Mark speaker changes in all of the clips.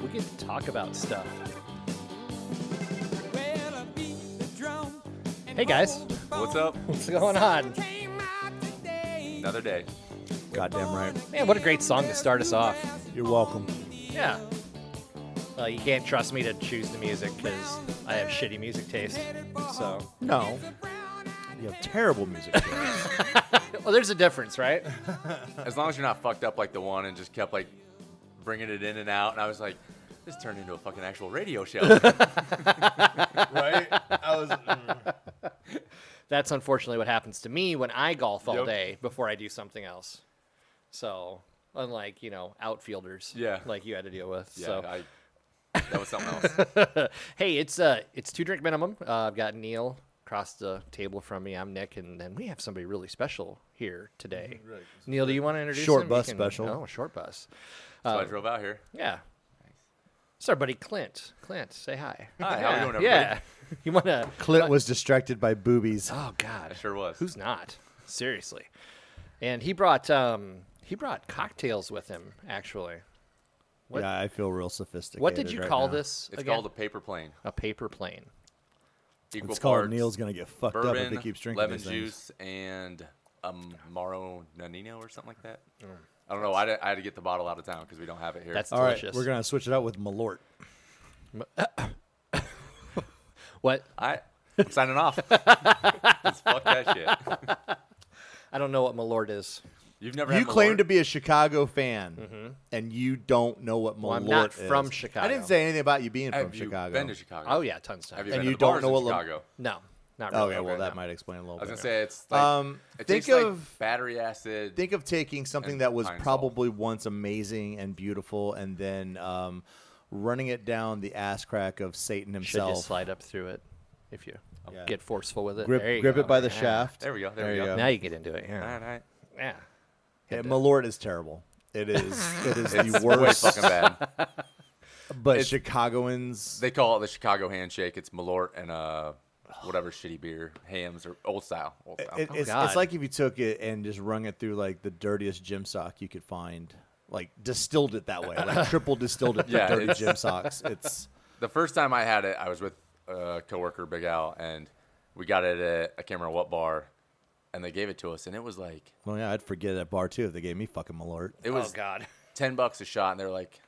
Speaker 1: We get to talk about stuff.
Speaker 2: Hey
Speaker 1: guys.
Speaker 3: What's up?
Speaker 1: What's going on?
Speaker 3: Another day.
Speaker 4: Goddamn right.
Speaker 1: Man, what a great song to start us off.
Speaker 4: You're welcome.
Speaker 1: Yeah. Uh, you can't trust me to choose the music because I have shitty music taste. So,
Speaker 4: No. You have terrible music. taste.
Speaker 1: well, there's a difference, right?
Speaker 3: As long as you're not fucked up like the one and just kept like bringing it in and out, and I was like, this turned into a fucking actual radio show.
Speaker 5: right? I was. mm.
Speaker 1: That's unfortunately what happens to me when I golf all
Speaker 3: Yep.
Speaker 1: day before I do something else. So, unlike you know outfielders,
Speaker 3: Yeah.
Speaker 1: like you had to deal with.
Speaker 3: yeah,
Speaker 1: so,
Speaker 3: I, that was something else.
Speaker 1: hey, it's uh, it's two drink minimum. Uh, I've got Neil across the table from me. I'm Nick, and then we have somebody really special here today.
Speaker 3: Mm-hmm.
Speaker 1: Neil, do you want to introduce
Speaker 4: Short
Speaker 1: him? You
Speaker 4: bus special.
Speaker 1: Oh, short bus.
Speaker 3: So
Speaker 4: Uh,
Speaker 3: I drove out here.
Speaker 1: Yeah. It's our buddy Clint. Clint, say hi.
Speaker 3: Hi,
Speaker 1: yeah.
Speaker 3: how we doing, everybody?
Speaker 1: Yeah. You want to?
Speaker 4: Clint was distracted by boobies.
Speaker 1: Oh
Speaker 3: I
Speaker 1: God.
Speaker 3: sure was.
Speaker 1: Who's not? Seriously. And he brought um he brought cocktails with him actually. what-
Speaker 4: Yeah, I feel real sophisticated.
Speaker 1: What did you
Speaker 4: right
Speaker 1: call
Speaker 4: now.
Speaker 1: this?
Speaker 3: it's
Speaker 1: again?
Speaker 3: called a paper plane.
Speaker 1: a paper plane.
Speaker 3: Equal
Speaker 4: It's called
Speaker 3: parts
Speaker 4: Neil's gonna get fucked up if
Speaker 3: bourbon,
Speaker 4: he keeps drinking
Speaker 3: lemon
Speaker 4: these things.
Speaker 3: juice, and um, Maro Nanino or something like that.
Speaker 4: Mm.
Speaker 3: I don't know. I had, I had to get the bottle out of town because we don't have it here.
Speaker 1: That's
Speaker 4: All
Speaker 1: delicious.
Speaker 4: right, we're gonna switch it out with Malort.
Speaker 1: What?
Speaker 3: I, I'm signing off. Just fuck that shit.
Speaker 1: I don't know what Malort is.
Speaker 3: You've never
Speaker 4: You
Speaker 3: had
Speaker 4: claim
Speaker 3: Malort?
Speaker 4: to be a Chicago fan, and you don't know what Malort
Speaker 1: Well, I'm not
Speaker 4: is.
Speaker 1: from Chicago.
Speaker 4: I didn't say anything about you being
Speaker 3: Have
Speaker 4: from
Speaker 3: you
Speaker 4: Chicago.
Speaker 3: been to Chicago?
Speaker 1: Oh yeah, tons of
Speaker 3: Have
Speaker 1: times.
Speaker 3: you
Speaker 4: And
Speaker 3: been
Speaker 4: you
Speaker 3: to
Speaker 4: don't
Speaker 3: bars
Speaker 4: know
Speaker 3: in
Speaker 4: what lam-
Speaker 3: Chicago?
Speaker 1: No, not really.
Speaker 4: Okay, well that
Speaker 3: no.
Speaker 4: might explain a little
Speaker 3: I was
Speaker 4: bit.
Speaker 3: gonna say it's like
Speaker 4: Um,
Speaker 3: it
Speaker 4: think
Speaker 3: tastes like
Speaker 4: of-
Speaker 3: battery acid.
Speaker 4: Think of taking something
Speaker 3: and
Speaker 4: that was
Speaker 3: pine salt.
Speaker 4: probably once amazing and beautiful, and then um, running it down the ass crack of Satan
Speaker 1: Should
Speaker 4: himself.
Speaker 1: just slide up through it if you um,
Speaker 4: Yeah.
Speaker 1: get forceful with it.
Speaker 4: grip
Speaker 1: There you
Speaker 4: grip
Speaker 1: go.
Speaker 4: it by the
Speaker 1: Yeah.
Speaker 4: shaft.
Speaker 3: There we go, there we go.
Speaker 1: Now you get into it.
Speaker 3: All
Speaker 1: Yeah.
Speaker 3: right, all right.
Speaker 1: Yeah.
Speaker 4: Yeah, Malort is terrible. It is. It is the
Speaker 3: Way
Speaker 4: worst.
Speaker 3: fucking bad.
Speaker 4: But Chicagoans,
Speaker 3: They call it the Chicago handshake. It's Malort and uh, whatever shitty beer, hams or old style. Old style.
Speaker 4: it, it's,
Speaker 1: God.
Speaker 4: it's like if you took it and just wrung it through like the dirtiest gym sock you could find, like distilled it that way, like triple distilled it.
Speaker 3: Yeah,
Speaker 4: Yeah, dirty
Speaker 3: it's-
Speaker 4: gym socks. It's
Speaker 3: the first time I had it, I was with a coworker, Big Al, and we got it at I can't remember what bar, and they gave it to us, and it was like
Speaker 4: well, yeah, I'd forget at bar too if they gave me fucking Malort.
Speaker 3: it
Speaker 1: Oh
Speaker 3: was
Speaker 1: God.
Speaker 3: ten bucks a shot, and they're like,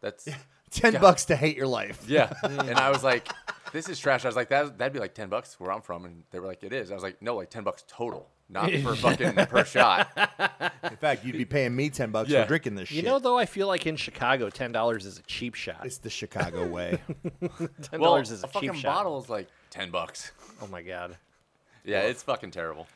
Speaker 3: that's
Speaker 4: Ten bucks to hate your life.
Speaker 3: yeah, and I was like, this is trash. I was like, that that'd be like ten bucks where I'm from, and they were like, it is. I was like, no, like ten bucks total, not per fucking per shot.
Speaker 4: In fact, you'd be paying me ten bucks
Speaker 3: Yeah.
Speaker 4: for drinking this shit.
Speaker 1: You know, though, I feel like in Chicago, ten dollars is a cheap shot.
Speaker 4: it's the Chicago way.
Speaker 1: Ten
Speaker 3: Well,
Speaker 1: dollars is a,
Speaker 3: fucking
Speaker 1: cheap shot.
Speaker 3: bottle is like ten bucks.
Speaker 1: Oh my god.
Speaker 3: Yeah, it's fucking terrible.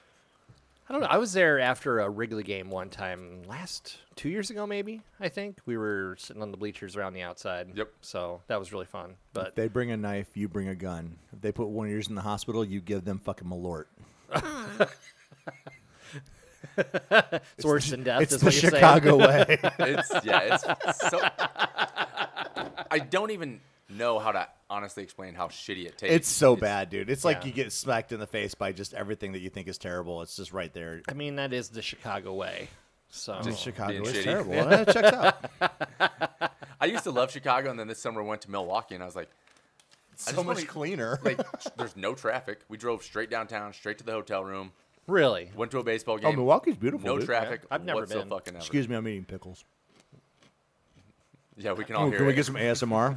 Speaker 1: I don't know. I was there after a Wrigley game one time last two years ago, maybe. I think we were sitting on the bleachers around the outside.
Speaker 3: Yep.
Speaker 1: So that was really fun. But
Speaker 4: they bring a knife, you bring a gun. If they put one of yours in the hospital, you give them fucking Malort.
Speaker 1: it's worse than death.
Speaker 4: it's
Speaker 1: is
Speaker 4: the
Speaker 1: what you're
Speaker 4: Chicago way.
Speaker 3: It's yeah, it's so. I don't even know how to honestly explain how shitty it tastes.
Speaker 4: It's so bad, dude. It's like
Speaker 1: yeah.
Speaker 4: you get smacked in the face by just everything that you think is terrible. It's just right there.
Speaker 1: Saying. I mean, that is the Chicago way. So
Speaker 4: Chicago
Speaker 3: being
Speaker 4: is
Speaker 3: shitty.
Speaker 4: terrible. Yeah, it checks out.
Speaker 3: I used to love Chicago, and then this summer went to Milwaukee, and I was like,
Speaker 4: So
Speaker 3: just
Speaker 4: much
Speaker 3: wanna-
Speaker 4: cleaner.
Speaker 3: like there's no traffic. We drove straight downtown, straight to the hotel room,
Speaker 1: really,
Speaker 3: went to a baseball game.
Speaker 4: oh, Milwalkee's beautiful.
Speaker 3: no
Speaker 4: dude.
Speaker 3: traffic.
Speaker 1: I've never
Speaker 3: whatso
Speaker 1: been.
Speaker 3: Fucking ever.
Speaker 4: Excuse me, I'm eating pickles.
Speaker 3: Yeah, we can all
Speaker 4: Oh,
Speaker 3: hear
Speaker 4: can we
Speaker 3: it.
Speaker 4: get some ASMR?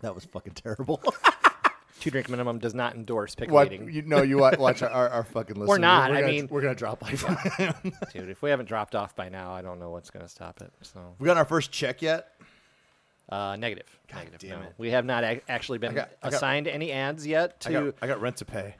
Speaker 4: that was fucking terrible.
Speaker 1: two drink minimum does not endorse pickle
Speaker 4: what?
Speaker 1: eating.
Speaker 4: You know, you wa- watch our, our, our fucking listeners.
Speaker 1: not,
Speaker 4: We're
Speaker 1: I
Speaker 4: gonna,
Speaker 1: mean-
Speaker 4: we're gonna drop like that.
Speaker 1: Dude, if we haven't dropped off by now, I don't know what's going to stop it. So
Speaker 4: we got our first check yet.
Speaker 1: uh, negative. negative.
Speaker 4: damn
Speaker 1: no.
Speaker 4: it.
Speaker 1: We have not ac actually been
Speaker 4: I got- I got-
Speaker 1: assigned any ads yet
Speaker 4: I got,
Speaker 1: to
Speaker 4: I got rent to pay.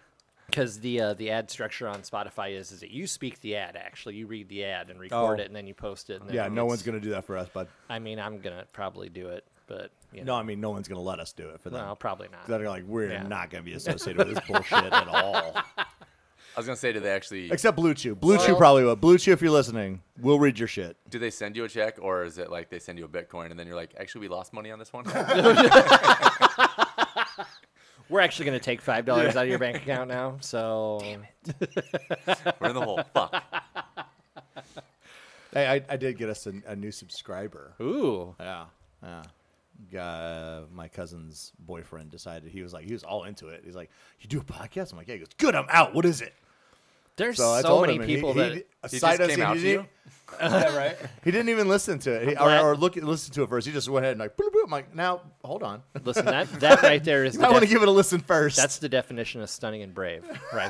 Speaker 1: because the uh, the ad structure on Spotify is is that you speak the ad actually you read the ad and record
Speaker 4: Oh.
Speaker 1: it and then you post it. And then
Speaker 4: Yeah, no
Speaker 1: it's-
Speaker 4: one's gonna do that for us, bud.
Speaker 1: I mean, I'm gonna probably do it. But you know,
Speaker 4: No, I mean no one's gonna let us do it for that.
Speaker 1: no, probably not.
Speaker 4: That are like we're
Speaker 1: Yeah.
Speaker 4: not gonna be associated with this bullshit at all.
Speaker 3: I was gonna say, do they actually
Speaker 4: Except Blue Chew. Blue Chew
Speaker 1: Well-
Speaker 4: probably will. Blue Chew, if you're listening, we'll read your shit.
Speaker 3: do they send you a check or is it like they send you a Bitcoin and then you're like, actually, we lost money on this one?
Speaker 1: We're actually going to take five dollars out of your bank account now. So
Speaker 3: We're in the hole. Fuck.
Speaker 4: Hey, I, I did get us a, a new subscriber.
Speaker 1: ooh,
Speaker 4: Yeah, yeah. Guy, my cousin's boyfriend decided he was like he was all into it. He's like, "You do a podcast?" I'm like, "Yeah." He goes, "Good, I'm out. What is it?"
Speaker 1: there's
Speaker 4: I
Speaker 1: so,
Speaker 4: told
Speaker 1: many
Speaker 4: him, and he-
Speaker 1: people
Speaker 4: he,
Speaker 1: that
Speaker 4: d-
Speaker 3: He
Speaker 4: aside
Speaker 3: just
Speaker 4: us,
Speaker 3: came out to
Speaker 4: didn't-
Speaker 3: you?
Speaker 5: yeah, right.
Speaker 4: He didn't even listen to it, he, or,
Speaker 1: glad-
Speaker 4: or look listen to it first. He just went ahead and like, boop, boop. I'm like, now hold on.
Speaker 1: listen that that right there is. The
Speaker 4: I want to
Speaker 1: def-
Speaker 4: give it a listen first.
Speaker 1: that's the definition of stunning and brave, right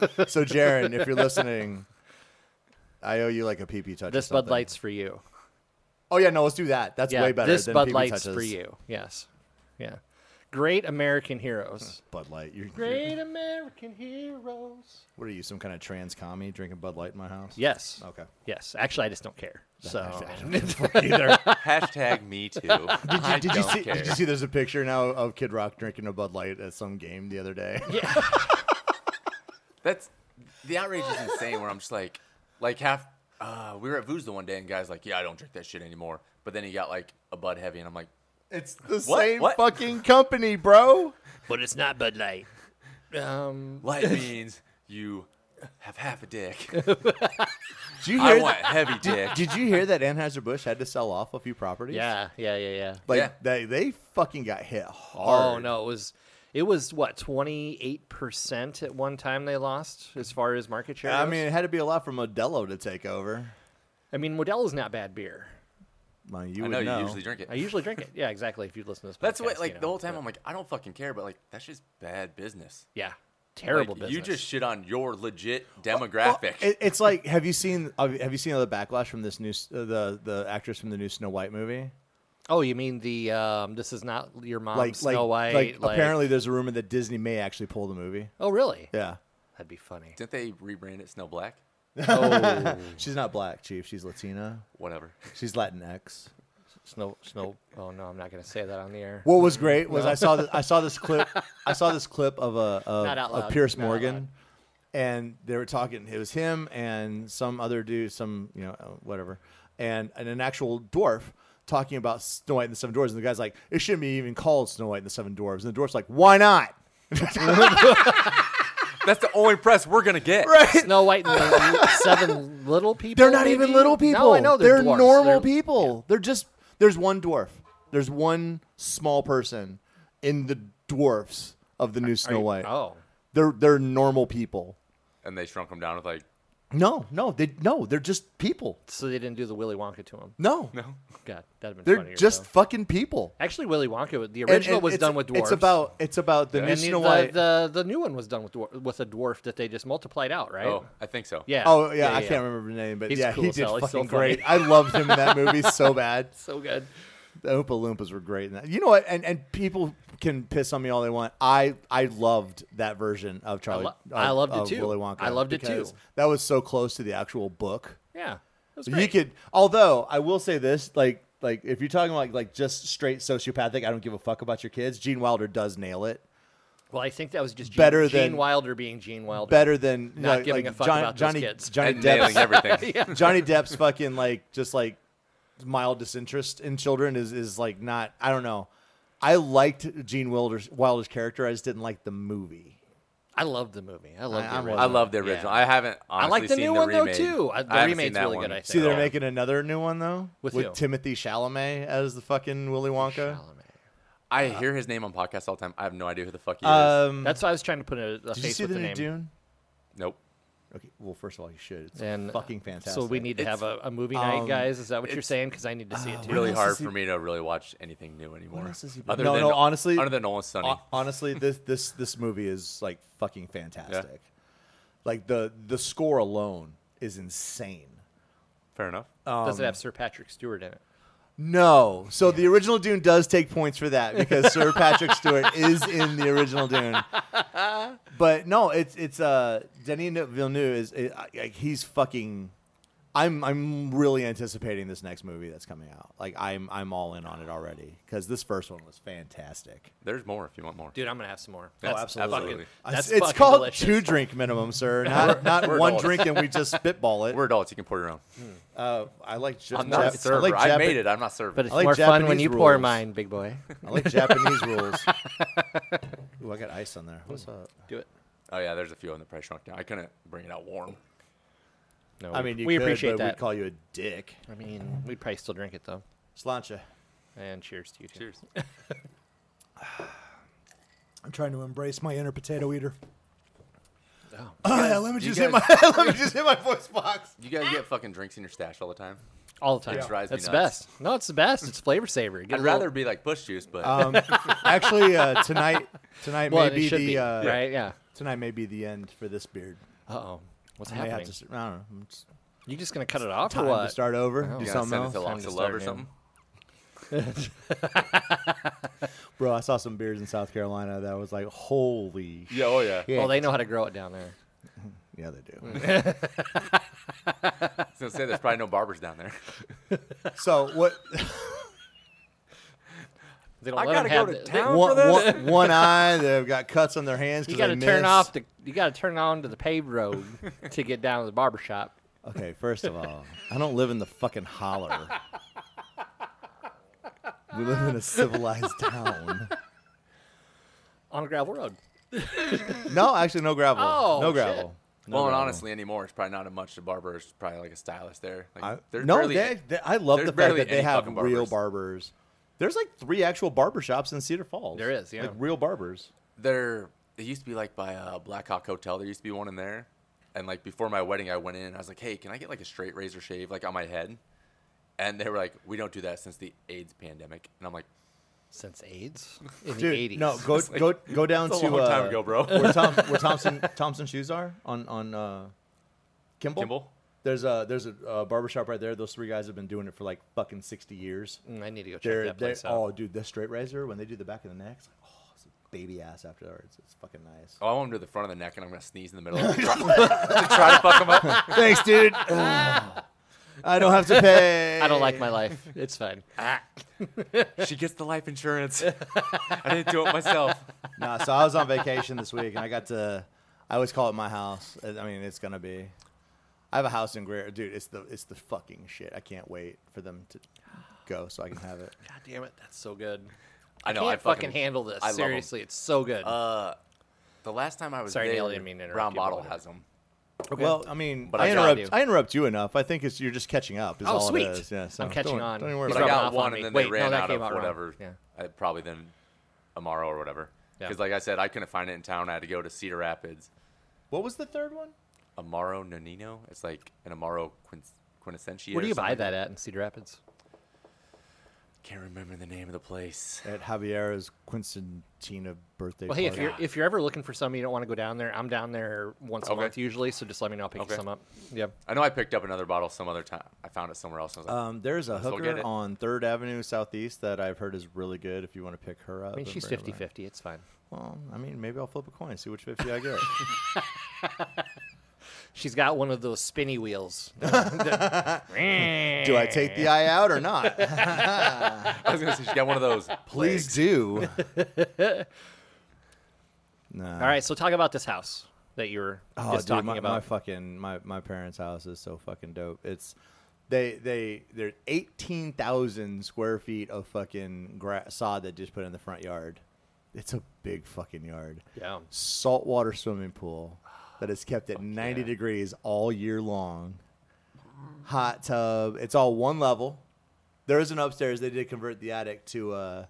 Speaker 1: there.
Speaker 4: so, Jaron, if you're listening, I owe you like a PP touch. or
Speaker 1: this Bud
Speaker 4: something.
Speaker 1: Light's for you.
Speaker 4: Oh yeah, no, let's do that. That's
Speaker 1: Yeah,
Speaker 4: way better.
Speaker 1: this
Speaker 4: than
Speaker 1: Bud
Speaker 4: PP
Speaker 1: Light's
Speaker 4: touches.
Speaker 1: for you. Yes, yeah. Great American heroes.
Speaker 4: Bud Light. You're, you're-
Speaker 1: Great American heroes.
Speaker 4: what are you, some kind of trans commie drinking Bud Light in my house?
Speaker 1: Yes.
Speaker 4: Okay.
Speaker 1: Yes. Actually, I just don't care. So
Speaker 4: I don't give a fuck either.
Speaker 3: Hashtag me too. Did you, I
Speaker 4: Did you,
Speaker 3: don't
Speaker 4: see,
Speaker 3: care.
Speaker 4: did you see there's a picture now of Kid Rock drinking a Bud Light at some game the other day?
Speaker 3: That's the outrage is insane. Where I'm just like, like half. Uh, we were at Vooz the one day, and guys like, yeah, I don't drink that shit anymore. But then he got like a Bud Heavy, and I'm like,
Speaker 4: It's the
Speaker 3: What?
Speaker 4: same
Speaker 3: What?
Speaker 4: fucking company, bro.
Speaker 1: but it's not Bud Light. Um,
Speaker 3: light means you have half a dick.
Speaker 4: Did you
Speaker 3: I
Speaker 4: hear
Speaker 3: want
Speaker 4: that?
Speaker 3: heavy dick.
Speaker 4: Did you hear that Anheuser-Busch had to sell off a few properties?
Speaker 1: yeah, yeah, yeah, yeah.
Speaker 4: Like
Speaker 3: Yeah.
Speaker 4: they they fucking got hit hard.
Speaker 1: Oh no, it was it was what twenty eight percent at one time they lost as far as market share.
Speaker 4: I
Speaker 1: goes?
Speaker 4: mean, it had to be a lot for Modelo to take over.
Speaker 1: I mean, Modelo's not bad beer.
Speaker 4: Well, you
Speaker 3: I
Speaker 4: would
Speaker 3: know you
Speaker 4: know.
Speaker 3: usually drink it.
Speaker 1: I usually drink it. Yeah, exactly. If you listen to this,
Speaker 3: That's
Speaker 1: podcast,
Speaker 3: what like
Speaker 1: you
Speaker 3: the
Speaker 1: know,
Speaker 3: whole time
Speaker 1: but-
Speaker 3: I'm like, I don't fucking care, but like that's just bad business.
Speaker 1: yeah,
Speaker 3: Like,
Speaker 1: terrible business.
Speaker 3: You just shit on your legit
Speaker 4: Well,
Speaker 3: demographic.
Speaker 4: it- it's like, have you seen have you seen all the backlash from this new s- uh, the the actress from the new Snow White movie?
Speaker 1: oh, you mean the um, this is not your mom
Speaker 4: Like
Speaker 1: Snow
Speaker 4: like,
Speaker 1: White?
Speaker 4: like apparently there's a rumor that Disney may actually pull the movie.
Speaker 1: Oh, really?
Speaker 4: Yeah,
Speaker 1: That'd be funny.
Speaker 3: Didn't they rebrand it Snow Black?
Speaker 1: Oh,
Speaker 4: she's not black, Chief. She's Latina.
Speaker 3: Whatever.
Speaker 4: She's Latinx.
Speaker 1: Snow Snow. Oh no, I'm not gonna say that on the air.
Speaker 4: What was great was I saw th- I saw this clip I saw this clip of a of,
Speaker 1: Not out
Speaker 4: of
Speaker 1: loud.
Speaker 4: Pierce
Speaker 1: Not out loud.
Speaker 4: Morgan, and they were talking. It was him and some other dude, some you know uh, whatever, and, and an actual dwarf talking about Snow White and the Seven Dwarfs. And the guy's like, "It shouldn't be even called Snow White and the Seven Dwarfs." And the dwarf's like, "Why
Speaker 1: Oh,
Speaker 4: not?"
Speaker 3: That's the only press we're gonna get.
Speaker 4: Right?
Speaker 1: Snow White and the seven little people.
Speaker 4: They're not even
Speaker 1: maybe?
Speaker 4: little people.
Speaker 1: No, I know they're, dwarfs. They're-
Speaker 4: normal people. They're just there's one dwarf. There's one small person in the dwarfs of the new
Speaker 1: Are
Speaker 4: Snow
Speaker 1: you-
Speaker 4: White.
Speaker 1: Oh,
Speaker 4: They're they're normal people.
Speaker 3: And they shrunk them down with like
Speaker 4: No, no, they no, they're just people.
Speaker 1: so they didn't do the Willy Wonka to him.
Speaker 4: No,
Speaker 3: no.
Speaker 1: God, that'd have been
Speaker 4: they're
Speaker 1: funnier.
Speaker 4: just
Speaker 1: though.
Speaker 4: fucking people.
Speaker 1: actually Willy Wonka. The
Speaker 4: And-
Speaker 1: original
Speaker 4: and
Speaker 1: was
Speaker 4: it's-
Speaker 1: done with dwarves.
Speaker 4: It's about it's about the new
Speaker 1: and the,
Speaker 4: Snow
Speaker 1: the,
Speaker 4: White.
Speaker 1: the the new one was done with dwar- with a dwarf that they just multiplied out, right?
Speaker 3: Oh, I think so.
Speaker 1: yeah.
Speaker 4: oh yeah, I can't remember the name, but
Speaker 1: He's
Speaker 4: yeah,
Speaker 1: cool
Speaker 4: he
Speaker 1: as
Speaker 4: did
Speaker 1: hell. He's so
Speaker 4: fucking
Speaker 1: funny.
Speaker 4: great. I loved him in that movie so bad.
Speaker 1: So good.
Speaker 4: The Oompa Loompas were great in that. You know what? And and people can piss on me all they want. I I loved that version of Charlie.
Speaker 1: lo-
Speaker 4: of-
Speaker 1: I loved it
Speaker 4: of
Speaker 1: too.
Speaker 4: Willy Wonka.
Speaker 1: I loved it too.
Speaker 4: because That was so close to the actual book.
Speaker 1: Yeah. It was
Speaker 4: You
Speaker 1: great.
Speaker 4: could, although I will say this, like, like if you're talking like like just straight sociopathic, I don't give a fuck about your kids. Gene Wilder does nail it
Speaker 1: well, I think that was just Gene,
Speaker 4: Better
Speaker 1: Gene
Speaker 4: than-
Speaker 1: Wilder being Gene Wilder.
Speaker 4: better than you
Speaker 1: Not
Speaker 4: know,
Speaker 1: giving
Speaker 4: like,
Speaker 1: a fuck
Speaker 4: John-
Speaker 1: about those
Speaker 4: Johnny
Speaker 1: kids.
Speaker 4: Johnny
Speaker 3: And nailing
Speaker 4: Depp's
Speaker 3: everything.
Speaker 4: Johnny Depp's fucking like just like mild disinterest in children is is like not. I don't know. I liked Gene Wilder's Wilder's character. I just didn't like the movie.
Speaker 1: I loved the movie. I loved
Speaker 4: I- I
Speaker 1: the original.
Speaker 3: I love the original.
Speaker 1: Yeah.
Speaker 3: I haven't honestly
Speaker 1: I like the
Speaker 3: seen
Speaker 1: new
Speaker 3: the
Speaker 1: one though
Speaker 3: remade.
Speaker 1: too. I, the
Speaker 3: I haven't seen
Speaker 1: remade's
Speaker 3: that
Speaker 1: really
Speaker 3: one.
Speaker 1: good. I think.
Speaker 4: See, they're
Speaker 1: Yeah.
Speaker 4: making another new one though
Speaker 1: With who?
Speaker 4: Timothy Chalamet as the fucking Willy Wonka.
Speaker 1: Chalamet.
Speaker 3: I hear his name on podcasts all the time. I have no idea who the fuck he is.
Speaker 4: Um,
Speaker 1: That's why I was trying to put a, a
Speaker 4: did
Speaker 1: face
Speaker 4: you see
Speaker 1: with
Speaker 4: the new
Speaker 1: name.
Speaker 4: Dune?
Speaker 3: Nope.
Speaker 4: Okay. Well, first of all, you should. It's
Speaker 1: And uh,
Speaker 4: fucking fantastic.
Speaker 1: So we need to have a, a movie night,
Speaker 4: um,
Speaker 1: guys. Is that what you're
Speaker 3: it's-
Speaker 1: saying? Because I need to see it too.
Speaker 3: Really
Speaker 4: else
Speaker 3: hard
Speaker 4: has he-
Speaker 3: for me to really watch anything new anymore.
Speaker 4: else has he been-
Speaker 3: Other
Speaker 4: No,
Speaker 3: than
Speaker 4: no, honestly-
Speaker 3: other than Always Sunny.
Speaker 1: uh,
Speaker 4: Hon- honestly this this this movie is like fucking fantastic. Like the the score alone is insane.
Speaker 3: Fair enough.
Speaker 1: Does
Speaker 4: Um,
Speaker 1: it have Sir Patrick Stewart in it?
Speaker 4: No, so the original Dune does take points for that because Sir Patrick Stewart is in the original Dune. But no, it's it's uh Denis Villeneuve is uh, like he's fucking I'm I'm really anticipating this next movie that's coming out. Like I'm I'm all in on it already because this first one was fantastic.
Speaker 3: There's more if you want more.
Speaker 1: Dude, I'm gonna have some more.
Speaker 3: That's-
Speaker 4: absolutely.
Speaker 3: absolutely.
Speaker 1: That's
Speaker 4: it's
Speaker 1: Oh, fucking
Speaker 4: called
Speaker 1: delicious.
Speaker 4: two drink minimum, sir. Not not
Speaker 3: we're
Speaker 4: one
Speaker 3: adults.
Speaker 4: drink and we just spitball it.
Speaker 3: We're adults. You can pour your own.
Speaker 4: Uh, I like just
Speaker 3: I'm not a server. I,
Speaker 4: like Jap-
Speaker 3: made it. I'm not serving.
Speaker 1: But it's
Speaker 4: I like
Speaker 1: more fun when
Speaker 4: Japanese
Speaker 1: you pour
Speaker 4: rules.
Speaker 1: mine, big boy.
Speaker 4: I like Japanese rules. Ooh, I got ice on there. What's up?
Speaker 1: Do it.
Speaker 3: oh yeah, there's a few on the price shrunk down. I couldn't bring it out warm.
Speaker 1: No,
Speaker 4: I
Speaker 1: we-
Speaker 4: mean, you
Speaker 1: we
Speaker 4: could,
Speaker 1: appreciate
Speaker 4: but
Speaker 1: that.
Speaker 4: We'd call you a dick.
Speaker 1: I mean, we'd probably still drink it though.
Speaker 4: Slancha.
Speaker 1: And cheers to you too.
Speaker 3: Cheers.
Speaker 2: I'm trying to embrace my inner potato eater.
Speaker 1: Oh.
Speaker 2: yeah, let me
Speaker 3: You
Speaker 2: just hit
Speaker 3: guys,
Speaker 2: my.
Speaker 4: Let me just hit my voice box.
Speaker 3: you guys get fucking drinks in your stash all the time.
Speaker 1: All the time.
Speaker 3: It drives me
Speaker 1: That's the
Speaker 3: nuts.
Speaker 1: best. No, it's the best. It's flavor savory. Get
Speaker 3: I'd
Speaker 1: a little-
Speaker 3: rather be like bush juice, but
Speaker 1: uh,
Speaker 4: Um, actually, uh, tonight tonight
Speaker 1: well,
Speaker 4: may
Speaker 1: it
Speaker 4: be the
Speaker 1: should be,
Speaker 4: uh,
Speaker 1: right. Yeah.
Speaker 4: tonight may be the end for this beard.
Speaker 1: Uh oh. What's
Speaker 4: I may have
Speaker 1: happening?
Speaker 4: to. s- I don't know. I'm just-
Speaker 1: You just gonna cut it off
Speaker 4: Time
Speaker 1: or what?
Speaker 4: to start over.
Speaker 1: Oh.
Speaker 4: Do
Speaker 3: you gonna
Speaker 4: something
Speaker 3: send it
Speaker 4: else.
Speaker 3: to
Speaker 1: Time
Speaker 3: Locks
Speaker 1: to
Speaker 3: of Love or
Speaker 1: start, man.
Speaker 3: something.
Speaker 4: Bro, I saw some beards in South Carolina that was like, holy.
Speaker 3: Yeah, oh yeah.
Speaker 1: Well, they know how to grow it down there.
Speaker 4: shit. Yeah, they do.
Speaker 3: I was gonna say there's probably no barbers down there.
Speaker 4: so what?
Speaker 1: They don't
Speaker 3: I
Speaker 1: let
Speaker 3: gotta
Speaker 1: 'em
Speaker 3: go
Speaker 1: have
Speaker 3: to
Speaker 1: the- they-
Speaker 3: town.
Speaker 4: one, one, one eye. They've got cuts on their hands.
Speaker 1: you
Speaker 4: 'cause
Speaker 1: got
Speaker 4: they
Speaker 1: to turn
Speaker 4: miss.
Speaker 1: off the. You got to turn on to the paved road to get down to the barber shop.
Speaker 4: Okay, first of all, I don't live in the fucking holler. We live in a civilized town.
Speaker 1: on a gravel road.
Speaker 4: No, actually, no gravel.
Speaker 1: Oh,
Speaker 4: no
Speaker 1: shit.
Speaker 4: gravel. No
Speaker 3: well, and
Speaker 4: gravel.
Speaker 3: honestly, anymore it's probably not a much a barber. It's probably like a stylist there. Like,
Speaker 4: I,
Speaker 3: there's
Speaker 4: no,
Speaker 3: barely-
Speaker 4: they, they- I love
Speaker 3: there's
Speaker 4: the fact
Speaker 3: barely
Speaker 4: that they
Speaker 3: any
Speaker 4: have
Speaker 3: fucking
Speaker 4: real
Speaker 3: barbers.
Speaker 4: barbers. There's like three actual barber shops in Cedar Falls.
Speaker 1: There is, yeah.
Speaker 4: like real barbers.
Speaker 3: there it used to be like by uh, Black Hawk Hotel. There used to be one in there, and like before my wedding, I went in and I was like, "Hey, can I get like a straight razor shave like on my head?" And they were like, "We don't do that since the AIDS pandemic." And I'm like,
Speaker 1: Since AIDS in
Speaker 4: Dude,
Speaker 1: the 80s.
Speaker 4: no, go
Speaker 3: like-
Speaker 4: go go down
Speaker 3: "That's
Speaker 4: to
Speaker 3: a long time
Speaker 4: uh,
Speaker 3: ago, bro."
Speaker 4: where Tom where Thompson Thompson shoes are on on uh, Kimball.
Speaker 3: Kimball?
Speaker 4: There's a there's a uh, barber shop right there. Those three guys have been doing it for like fucking sixty years.
Speaker 1: Mm, I need to go check
Speaker 4: They're,
Speaker 1: that
Speaker 4: they're
Speaker 1: place out.
Speaker 4: oh dude, the straight razor when they do the back of the neck, it's like oh, it's a baby ass afterwards. It's fucking nice.
Speaker 3: "Oh, I want him to the front of the neck, and I'm gonna sneeze in the middle of it to try to fuck him up."
Speaker 4: Thanks, dude. I don't have to pay.
Speaker 1: I don't like my life. It's fine.
Speaker 3: She gets the life insurance. I didn't do it myself.
Speaker 4: Nah, so I was on vacation this week, and I got to. I always call it my house. I I mean, it's gonna be. I have a house in Greer, dude. It's the it's the fucking shit. I can't wait for them to go so I can have it.
Speaker 1: God damn it, that's so good.
Speaker 3: I know.
Speaker 1: Can't
Speaker 3: I fucking,
Speaker 1: handle this.
Speaker 3: I love 'em.
Speaker 1: Seriously, it's so good.
Speaker 3: Uh, the last time I was
Speaker 1: Sorry,
Speaker 3: there,
Speaker 1: Dale, I didn't mean to interrupt
Speaker 3: Brown
Speaker 1: you, but
Speaker 3: Bottle
Speaker 1: whatever.
Speaker 3: has them.
Speaker 4: Well, I mean,
Speaker 3: But
Speaker 4: I,
Speaker 3: I
Speaker 1: got
Speaker 4: interrupt.
Speaker 1: you.
Speaker 4: I interrupt you enough. I think it's you're just catching up. Is
Speaker 1: oh,
Speaker 4: all
Speaker 1: sweet.
Speaker 4: It is. Yeah, so
Speaker 1: I'm catching
Speaker 4: don't,
Speaker 1: on.
Speaker 4: Don't even worry
Speaker 1: He's
Speaker 3: But
Speaker 4: about
Speaker 3: I
Speaker 1: rubbing off
Speaker 3: got one,
Speaker 1: me.
Speaker 3: and then
Speaker 1: Wait,
Speaker 3: they ran
Speaker 1: no, that
Speaker 3: out
Speaker 1: came
Speaker 3: of
Speaker 1: out wrong.
Speaker 3: whatever.
Speaker 1: Yeah.
Speaker 3: uh, probably then Amaro or whatever.
Speaker 1: Yeah.
Speaker 3: Because, like I said, I couldn't find it in town. I had to go to Cedar Rapids.
Speaker 4: it. What was the third one?
Speaker 3: Amaro Nonino. It's like an Amaro quin- quintessentia.
Speaker 1: Where do
Speaker 3: or
Speaker 1: you buy
Speaker 3: something.
Speaker 1: that at in Cedar Rapids?
Speaker 3: Can't remember the name of the place.
Speaker 4: At Javier's Quincentina birthday.
Speaker 1: Well, hey, if
Speaker 4: party.
Speaker 1: you're if you're ever looking for some you don't want to go down there, I'm down there once a
Speaker 3: Okay.
Speaker 1: month usually. So just let me know. I'll pick you
Speaker 3: Okay.
Speaker 1: some up. Yep.
Speaker 3: I know I picked up another bottle some other time. I found it somewhere else. and I was like,
Speaker 4: Um, there's a
Speaker 3: as well get
Speaker 4: hooker
Speaker 3: it.
Speaker 4: on Third Avenue Southeast that I've heard is really good. If you want to pick her up,
Speaker 1: I mean,
Speaker 4: and
Speaker 1: she's
Speaker 4: bring her
Speaker 1: 50
Speaker 4: back.
Speaker 1: 50. It's fine.
Speaker 4: Well, I mean, maybe I'll flip a coin, see which 50 I get.
Speaker 1: She's got one of those spinny wheels.
Speaker 4: do I take the eye out or not?
Speaker 1: Uh.
Speaker 3: I was gonna say she got one of those.
Speaker 4: Please
Speaker 3: plagues.
Speaker 4: do. no.
Speaker 1: All right, so talk about this house that you were
Speaker 4: Oh,
Speaker 1: just
Speaker 4: dude,
Speaker 1: talking
Speaker 4: my,
Speaker 1: about.
Speaker 4: my fucking my, my parents' house is so fucking dope. It's they they there's 18,000 square feet of fucking gra- sod that just put in the front yard. It's a big fucking yard.
Speaker 1: Yeah.
Speaker 4: Saltwater swimming pool that is kept at 90
Speaker 1: yeah.
Speaker 4: degrees all year long. Hot tub. It's all one level. There is an upstairs. They did convert the attic to uh,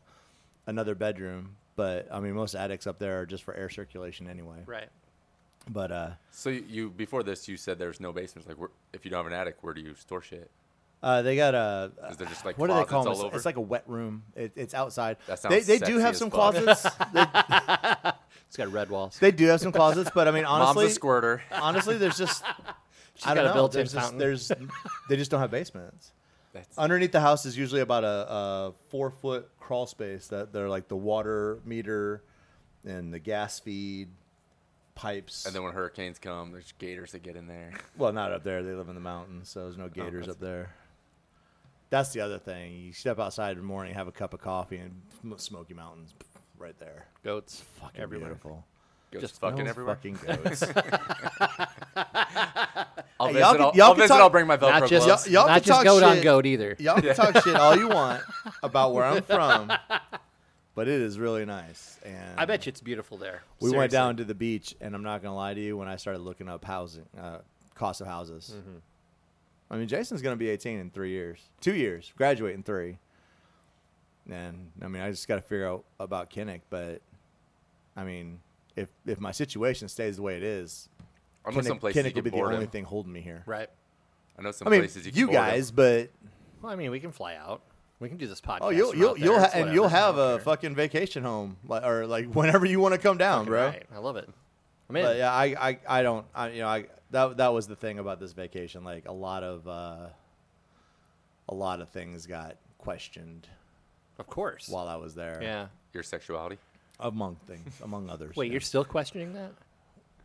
Speaker 4: another bedroom, but I mean most attics up there are just for air circulation anyway.
Speaker 1: right.
Speaker 4: But uh
Speaker 3: So you, you before this, you said there's no basements. Like, where, if you don't have an attic, where do you store shit?
Speaker 4: Uh, they got a.
Speaker 3: Is there just, like,
Speaker 4: what do they
Speaker 3: closets
Speaker 4: call them?
Speaker 3: all
Speaker 4: It's,
Speaker 3: over?
Speaker 4: it's like a wet room. It, it's outside.
Speaker 3: That
Speaker 4: they
Speaker 3: sounds
Speaker 4: they do
Speaker 3: sexy
Speaker 4: have
Speaker 3: as
Speaker 4: some
Speaker 3: fuck.
Speaker 4: closets. they,
Speaker 1: It's got red walls.
Speaker 4: they do have some closets, but I mean, honestly,
Speaker 3: Mom's a squirter.
Speaker 4: honestly, there's just I
Speaker 1: got
Speaker 4: don't
Speaker 1: a
Speaker 4: know.
Speaker 1: built-in
Speaker 4: there's, just,
Speaker 1: fountain.
Speaker 4: there's they just don't have basements.
Speaker 3: That's,
Speaker 4: Underneath the house is usually about a, a four foot crawl space that they're like the water meter and the gas feed pipes.
Speaker 3: And then when hurricanes come, there's gators that get in there.
Speaker 4: well, not up there. They live in the mountains, so there's no gators up there. That's the other thing. You step outside in the morning, have a cup of coffee, and sm- Smoky Mountains right there.
Speaker 1: Goats
Speaker 4: Fucking
Speaker 1: everywhere.
Speaker 4: beautiful.
Speaker 3: Goats
Speaker 1: Just
Speaker 3: fucking
Speaker 4: Smells
Speaker 3: everywhere.
Speaker 4: Fucking goats.
Speaker 3: I'll
Speaker 4: Hey,
Speaker 3: visit.
Speaker 4: y'all can-
Speaker 3: I'll,
Speaker 4: y'all
Speaker 3: I'll,
Speaker 4: can
Speaker 3: visit
Speaker 4: talk-
Speaker 3: I'll bring my Velcro
Speaker 1: Not just
Speaker 3: gloves.
Speaker 4: y'all
Speaker 1: not
Speaker 4: can
Speaker 1: just
Speaker 4: talk
Speaker 1: goat on
Speaker 4: shit.
Speaker 1: goat either.
Speaker 4: Y'all can talk shit all you want about where I'm from, but it is really nice. And
Speaker 1: I bet you it's beautiful there.
Speaker 4: we went
Speaker 1: Seriously.
Speaker 4: down to the beach, and I'm not gonna lie to you. When I started looking up housing, uh, cost of houses,
Speaker 3: Mm-hmm.
Speaker 4: I mean, Jason's gonna be 18 in three years, two years, graduate in three. And I mean, I just got to figure out about Kinnick, but I mean, if if my situation stays the way it is,
Speaker 3: I know some
Speaker 4: Kinnick,
Speaker 3: places you
Speaker 4: Kinnick will
Speaker 3: can
Speaker 4: be the
Speaker 3: board
Speaker 4: only
Speaker 3: them.
Speaker 4: thing holding me here.
Speaker 1: Right.
Speaker 3: I know some
Speaker 4: I mean,
Speaker 3: places you,
Speaker 4: you,
Speaker 3: can board them.
Speaker 4: guys, but
Speaker 1: Well, I mean, we can fly out. We can do this podcast.
Speaker 4: Oh, you'll
Speaker 1: from
Speaker 4: you'll
Speaker 1: out
Speaker 4: you'll
Speaker 1: there.
Speaker 4: ha-
Speaker 1: It's
Speaker 4: and you'll
Speaker 1: whatever. I
Speaker 4: have
Speaker 1: don't
Speaker 4: a
Speaker 1: care.
Speaker 4: fucking vacation home, like or like whenever you want to come down, bro.
Speaker 1: Right. I love it. I'm in.
Speaker 4: But yeah, I, I I don't I you know I that that was the thing about this vacation. Like a lot of uh, a lot of things got questioned
Speaker 1: Of course.
Speaker 4: while I was there.
Speaker 1: yeah.
Speaker 3: Your sexuality.
Speaker 4: among things, among others.
Speaker 1: Wait,
Speaker 4: you
Speaker 1: you're
Speaker 4: know.
Speaker 1: still questioning that?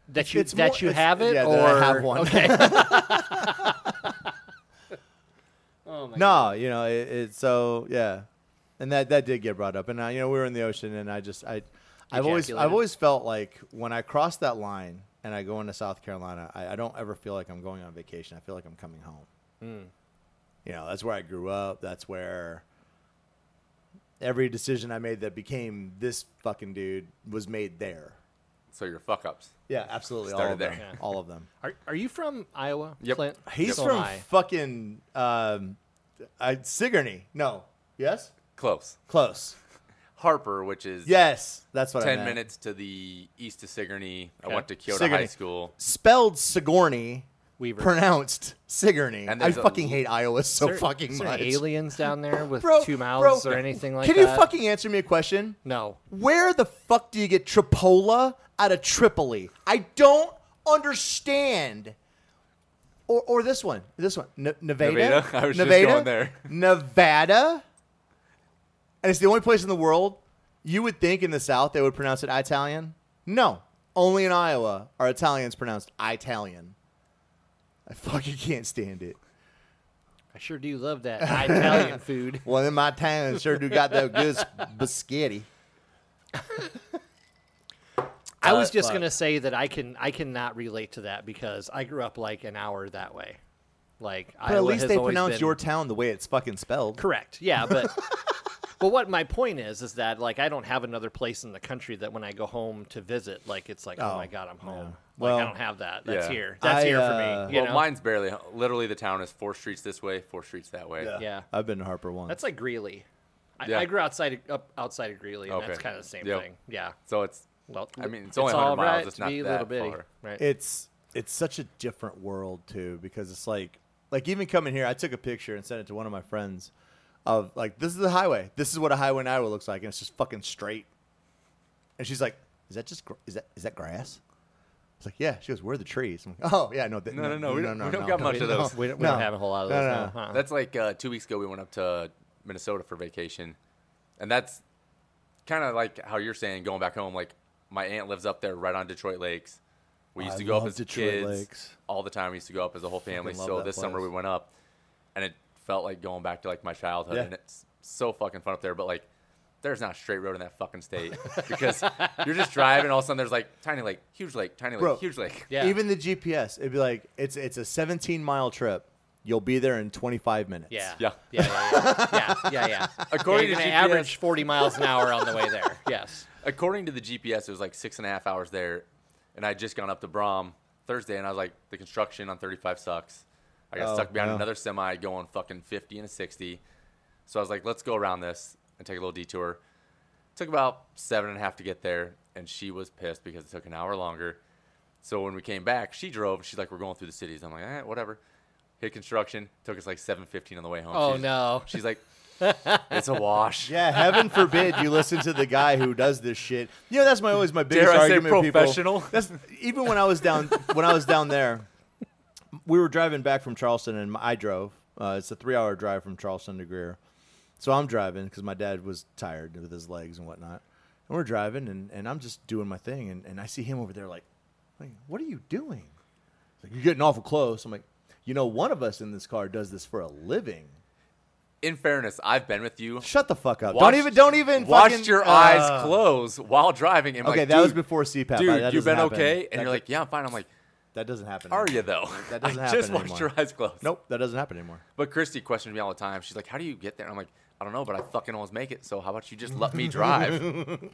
Speaker 1: That you
Speaker 4: it's
Speaker 1: that
Speaker 4: more-
Speaker 1: you
Speaker 4: it's-
Speaker 1: have it
Speaker 4: yeah,
Speaker 1: or
Speaker 4: that I have one.
Speaker 1: Okay.
Speaker 4: no, you know it, it. So yeah, and that that did get brought up, and I, you know we were in the ocean, and I just I I've always
Speaker 1: Ejaculated.
Speaker 4: I've always felt like when I cross that line and I go into South Carolina, I, I don't ever feel like I'm going on vacation. I feel like I'm coming home. You know, that's where I grew up. That's where every decision I made that became this fucking dude was made there.
Speaker 3: So your fuck ups.
Speaker 4: Yeah, absolutely. All
Speaker 3: Started
Speaker 4: of them.
Speaker 3: there.
Speaker 4: All of them.
Speaker 1: Are, are you from Iowa?
Speaker 3: Yep.
Speaker 1: Clint?
Speaker 4: He's
Speaker 1: So am
Speaker 4: from
Speaker 1: I.
Speaker 4: fucking um, I, Sigourney. No. Yes.
Speaker 3: Close.
Speaker 4: Close.
Speaker 3: Harper, which is
Speaker 4: Yes, that's what I
Speaker 3: ten
Speaker 4: meant.
Speaker 3: minutes to the east of Sigourney. I
Speaker 1: Okay.
Speaker 3: went to Kyoto High
Speaker 4: Sigourney.
Speaker 3: School.
Speaker 4: Spelled Sigourney,
Speaker 1: Weaver.
Speaker 4: pronounced Sigourney.
Speaker 3: And
Speaker 4: I
Speaker 3: there's a
Speaker 4: fucking
Speaker 3: l-
Speaker 4: hate Iowa so
Speaker 1: Is there-
Speaker 4: fucking
Speaker 1: is there
Speaker 4: much.
Speaker 1: aliens down there with
Speaker 4: Bro,
Speaker 1: two
Speaker 4: bro,
Speaker 1: mouths or anything like
Speaker 4: Can
Speaker 1: that?
Speaker 4: you fucking answer me a question?
Speaker 1: No.
Speaker 4: Where the fuck do you get Tripola out of Tripoli? I don't understand. Or, or this one, this one, N- Nevada,
Speaker 3: Nevada? I was just going there.
Speaker 4: Nevada, and it's the only place in the world you would think in the South they would pronounce it Italian. No, only in Iowa are Italians pronounced Italian. I fucking can't stand it.
Speaker 1: I sure do love that Italian food.
Speaker 4: Well, in my town, sure do got that good biscotti.
Speaker 1: I was
Speaker 4: Uh,
Speaker 1: just
Speaker 4: but-
Speaker 1: gonna say that I can I cannot relate to that because I grew up like an hour that way. Like
Speaker 4: But at
Speaker 1: Iowa
Speaker 4: least
Speaker 1: has
Speaker 4: they
Speaker 1: always
Speaker 4: pronounce
Speaker 1: been-
Speaker 4: your town the way it's fucking spelled.
Speaker 1: Correct. Yeah, but but what my point is is that like I don't have another place in the country that when I go home to visit, like it's like oh,
Speaker 4: Oh,
Speaker 1: my god, I'm home. Like
Speaker 4: Well,
Speaker 1: I don't have that. That's
Speaker 3: yeah.
Speaker 1: here. That's
Speaker 4: I,
Speaker 1: here for
Speaker 4: uh,
Speaker 1: me. You
Speaker 3: well,
Speaker 1: know?
Speaker 3: mine's barely. Literally, the town is four streets this way, four streets that way.
Speaker 1: Yeah.
Speaker 4: I've been to Harper once.
Speaker 1: That's like Greeley. I,
Speaker 3: Yeah.
Speaker 1: I grew outside of, up outside of Greeley, and that's
Speaker 3: Okay.
Speaker 1: kind of the same
Speaker 3: Yep.
Speaker 1: thing. Yeah.
Speaker 3: So it's.
Speaker 1: Well,
Speaker 3: I mean, it's only 100
Speaker 1: all
Speaker 3: miles.
Speaker 1: right
Speaker 3: It's
Speaker 1: to
Speaker 3: not
Speaker 1: be a
Speaker 3: that
Speaker 1: little bitty,
Speaker 3: far.
Speaker 1: right?
Speaker 4: it's it's such a different world too because it's like like even coming here, I took a picture and sent it to one of my friends of like this is the highway. This is what a highway in Iowa looks like, and it's just fucking straight. And she's like, "Is that just gr- is that is that grass?" It's like, "Yeah." She goes, "Where are the trees?" I'm like, "Oh yeah, no, th-
Speaker 3: No, no, no, we don't- we don't got much of
Speaker 4: no,
Speaker 3: those.
Speaker 1: we don't, we
Speaker 4: no,
Speaker 1: don't have a whole lot of
Speaker 4: no,
Speaker 1: those. now,
Speaker 4: no, no.
Speaker 1: huh?
Speaker 3: That's like uh, two weeks ago. We went up to Minnesota for vacation, and that's kind of like how you're saying going back home. Like my aunt lives up there, right on Detroit Lakes. We used
Speaker 4: I
Speaker 3: to go up
Speaker 4: love
Speaker 3: as
Speaker 4: Detroit
Speaker 3: kids
Speaker 4: Lakes.
Speaker 3: all the time. We used to go up as a whole family.
Speaker 4: love
Speaker 3: So
Speaker 4: that
Speaker 3: this summer
Speaker 4: place.
Speaker 3: we went up, and it felt like going back to like my childhood,
Speaker 4: Yeah.
Speaker 3: and it's so fucking fun up there. But like. There's not a straight road in that fucking state because you're just driving. All of a sudden, there's like tiny lake, huge lake, tiny lake,
Speaker 4: Bro.
Speaker 3: huge lake.
Speaker 1: Yeah.
Speaker 4: Even the GPS, it'd be like it's it's a 17 mile trip. You'll be there in 25 minutes.
Speaker 1: Yeah.
Speaker 3: Yeah.
Speaker 1: Yeah. Yeah. Yeah. yeah, yeah, yeah.
Speaker 3: According
Speaker 1: yeah, you're
Speaker 3: to
Speaker 1: gonna
Speaker 3: GPS
Speaker 1: average 40 miles an hour on the way there. Yes.
Speaker 3: According to the GPS, it was like six and a half hours there, and I had just gone up to Brom Thursday, and I was like, the construction on 35 sucks. I got
Speaker 4: Oh,
Speaker 3: stuck behind
Speaker 4: no.
Speaker 3: another semi going fucking 50 and a 60. So I was like, let's go around this and take a little detour. Took about seven and a half to get there, and she was pissed because it took an hour longer. So when we came back, she drove. and She's like, we're going through the cities. I'm like, eh, whatever. Hit construction. Took us like 7:15 on the way home.
Speaker 1: Oh,
Speaker 3: She's-
Speaker 1: no.
Speaker 3: She's like, it's a wash.
Speaker 4: Yeah, heaven forbid you listen to the guy who does this shit. You know, that's my always my biggest
Speaker 3: I say
Speaker 4: argument. with people.
Speaker 3: professional?
Speaker 4: That's even when I was down when I was down there, we were driving back from Charleston, and I drove. Uh, it's a three-hour drive from Charleston to Greer, so I'm driving because my dad was tired with his legs and whatnot. And we're driving, and, and I'm just doing my thing, and, and I see him over there like Like, what are you doing? He's like, You're getting awful close. I'm like, you know, one of us in this car does this for a living.
Speaker 3: In fairness, I've been with you.
Speaker 4: Shut the fuck up.
Speaker 3: Watched-
Speaker 4: don't even. Don't even.
Speaker 3: Watched
Speaker 4: fucking-
Speaker 3: your eyes
Speaker 4: uh,
Speaker 3: close while driving. And I'm
Speaker 4: Okay,
Speaker 3: like,
Speaker 4: that was
Speaker 3: "Dude,
Speaker 4: before CPAP. I-
Speaker 3: Dude,
Speaker 4: that
Speaker 3: you've
Speaker 4: doesn't
Speaker 3: been
Speaker 4: happen.
Speaker 3: okay, and
Speaker 4: That
Speaker 3: you're
Speaker 4: could-
Speaker 3: like, yeah, I'm fine. I'm like,
Speaker 4: that doesn't happen.
Speaker 3: are
Speaker 4: anymore.
Speaker 3: you though?
Speaker 4: That doesn't
Speaker 3: I
Speaker 4: happen
Speaker 3: just watched
Speaker 4: anymore.
Speaker 3: your eyes closed.
Speaker 4: Nope, that doesn't happen anymore.
Speaker 3: But Christy questions me all the time. She's like, "How do you get there?" And I'm like, "I don't know, but I fucking always make it. So how about you just let me drive?"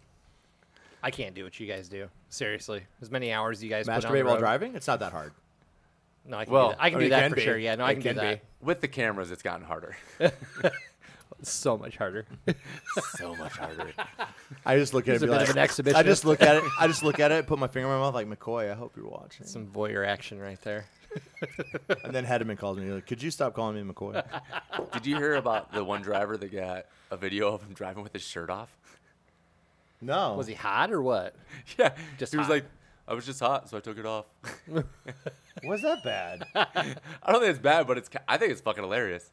Speaker 1: I can't do what you guys do. Seriously, as many hours you guys put on the
Speaker 4: Masturbate while
Speaker 1: road-
Speaker 4: driving? It's not that hard.
Speaker 1: No, I can
Speaker 3: Well,
Speaker 1: do that. I can
Speaker 4: I mean,
Speaker 1: do
Speaker 4: it
Speaker 1: that
Speaker 4: can
Speaker 1: for
Speaker 4: be.
Speaker 1: sure. Yeah, no, I
Speaker 4: It
Speaker 1: can, do
Speaker 4: can
Speaker 1: that.
Speaker 3: with the cameras, it's gotten harder,
Speaker 1: It's so much harder.
Speaker 3: so much harder.
Speaker 4: I just look at it.
Speaker 1: It's
Speaker 4: and
Speaker 1: a
Speaker 4: be
Speaker 1: bit
Speaker 4: like,
Speaker 1: of an exhibition.
Speaker 4: I just look at it. I just look at it. Put my finger in my mouth, like McCoy. I hope you're watching.
Speaker 1: Some voyeur action right there.
Speaker 4: And then Hedeman calls me. Like, could you stop calling me McCoy?
Speaker 3: Did you hear about the one driver that got a video of him driving with his shirt off?
Speaker 4: no.
Speaker 1: Was he hot or what?
Speaker 3: Yeah,
Speaker 1: Just
Speaker 3: he was
Speaker 1: hot.
Speaker 3: like, "I was just hot, so I took it off."
Speaker 4: Was that bad?
Speaker 3: I don't think it's bad, but it's ki- I think it's fucking hilarious.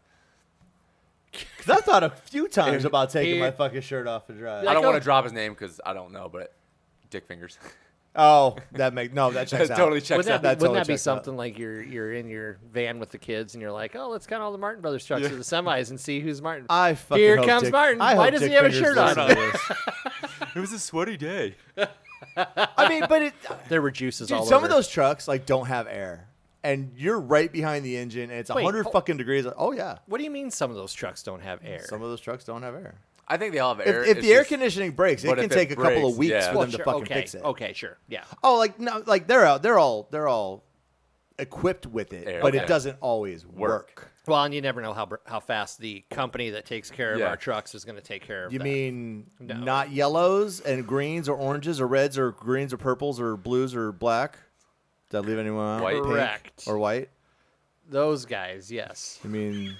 Speaker 4: Because I thought a few times about taking my
Speaker 1: Dude.
Speaker 4: fucking shirt off and drive.
Speaker 3: I
Speaker 1: Like
Speaker 3: don't want
Speaker 1: a-
Speaker 3: to drop his name because I don't know, but dick fingers.
Speaker 4: Oh, that makes no. That checks
Speaker 3: That
Speaker 4: out.
Speaker 3: totally checks
Speaker 1: Wouldn't that, be,
Speaker 3: out.
Speaker 4: That totally
Speaker 1: wouldn't that be
Speaker 4: checks out.
Speaker 1: something like you're you're in your van with the kids and you're like, oh, let's count all the Martin Brothers trucks or the semis and see who's Martin.
Speaker 4: I fucking
Speaker 1: Here
Speaker 4: hope
Speaker 1: comes
Speaker 4: Dick-
Speaker 1: Martin.
Speaker 4: I
Speaker 1: Why
Speaker 4: hope
Speaker 1: doesn't
Speaker 4: Dick
Speaker 1: he have a
Speaker 4: Fingers
Speaker 1: shirt on?
Speaker 4: listens to this.
Speaker 3: it was a sweaty day.
Speaker 4: I mean, but it,
Speaker 1: There were juices
Speaker 4: dude,
Speaker 1: all
Speaker 4: some
Speaker 1: over.
Speaker 4: of those trucks like don't have air, and you're right behind the engine, and it's
Speaker 1: Wait,
Speaker 4: hundred
Speaker 1: hold-
Speaker 4: fucking degrees. Oh yeah,
Speaker 1: What do you mean some of those trucks don't have air?
Speaker 4: some of those trucks don't have air.
Speaker 3: I think they all have air.
Speaker 4: If, if
Speaker 3: it's
Speaker 4: the air
Speaker 3: just-
Speaker 4: conditioning breaks, it
Speaker 3: but
Speaker 4: can
Speaker 3: if it
Speaker 4: take a couple
Speaker 3: breaks,
Speaker 4: of weeks
Speaker 3: yeah.
Speaker 4: for
Speaker 1: Well,
Speaker 4: them to
Speaker 1: sure,
Speaker 4: fucking
Speaker 1: okay,
Speaker 4: fix it.
Speaker 1: Okay, sure. Yeah.
Speaker 4: Oh, like no, like they're out. They're all they're all equipped with it,
Speaker 3: Air,
Speaker 4: but
Speaker 3: okay.
Speaker 4: it doesn't always work.
Speaker 1: Well, and you never know how br- how fast the company that takes care of
Speaker 3: Yeah.
Speaker 1: our trucks is going to take care of.
Speaker 4: You
Speaker 1: that.
Speaker 4: mean
Speaker 1: No.
Speaker 4: not yellows and greens or oranges or reds or greens or purples or blues or black? Did I leave anyone out?
Speaker 3: White.
Speaker 4: Pink
Speaker 1: Correct.
Speaker 4: or white?
Speaker 1: those guys? Yes.
Speaker 4: You mean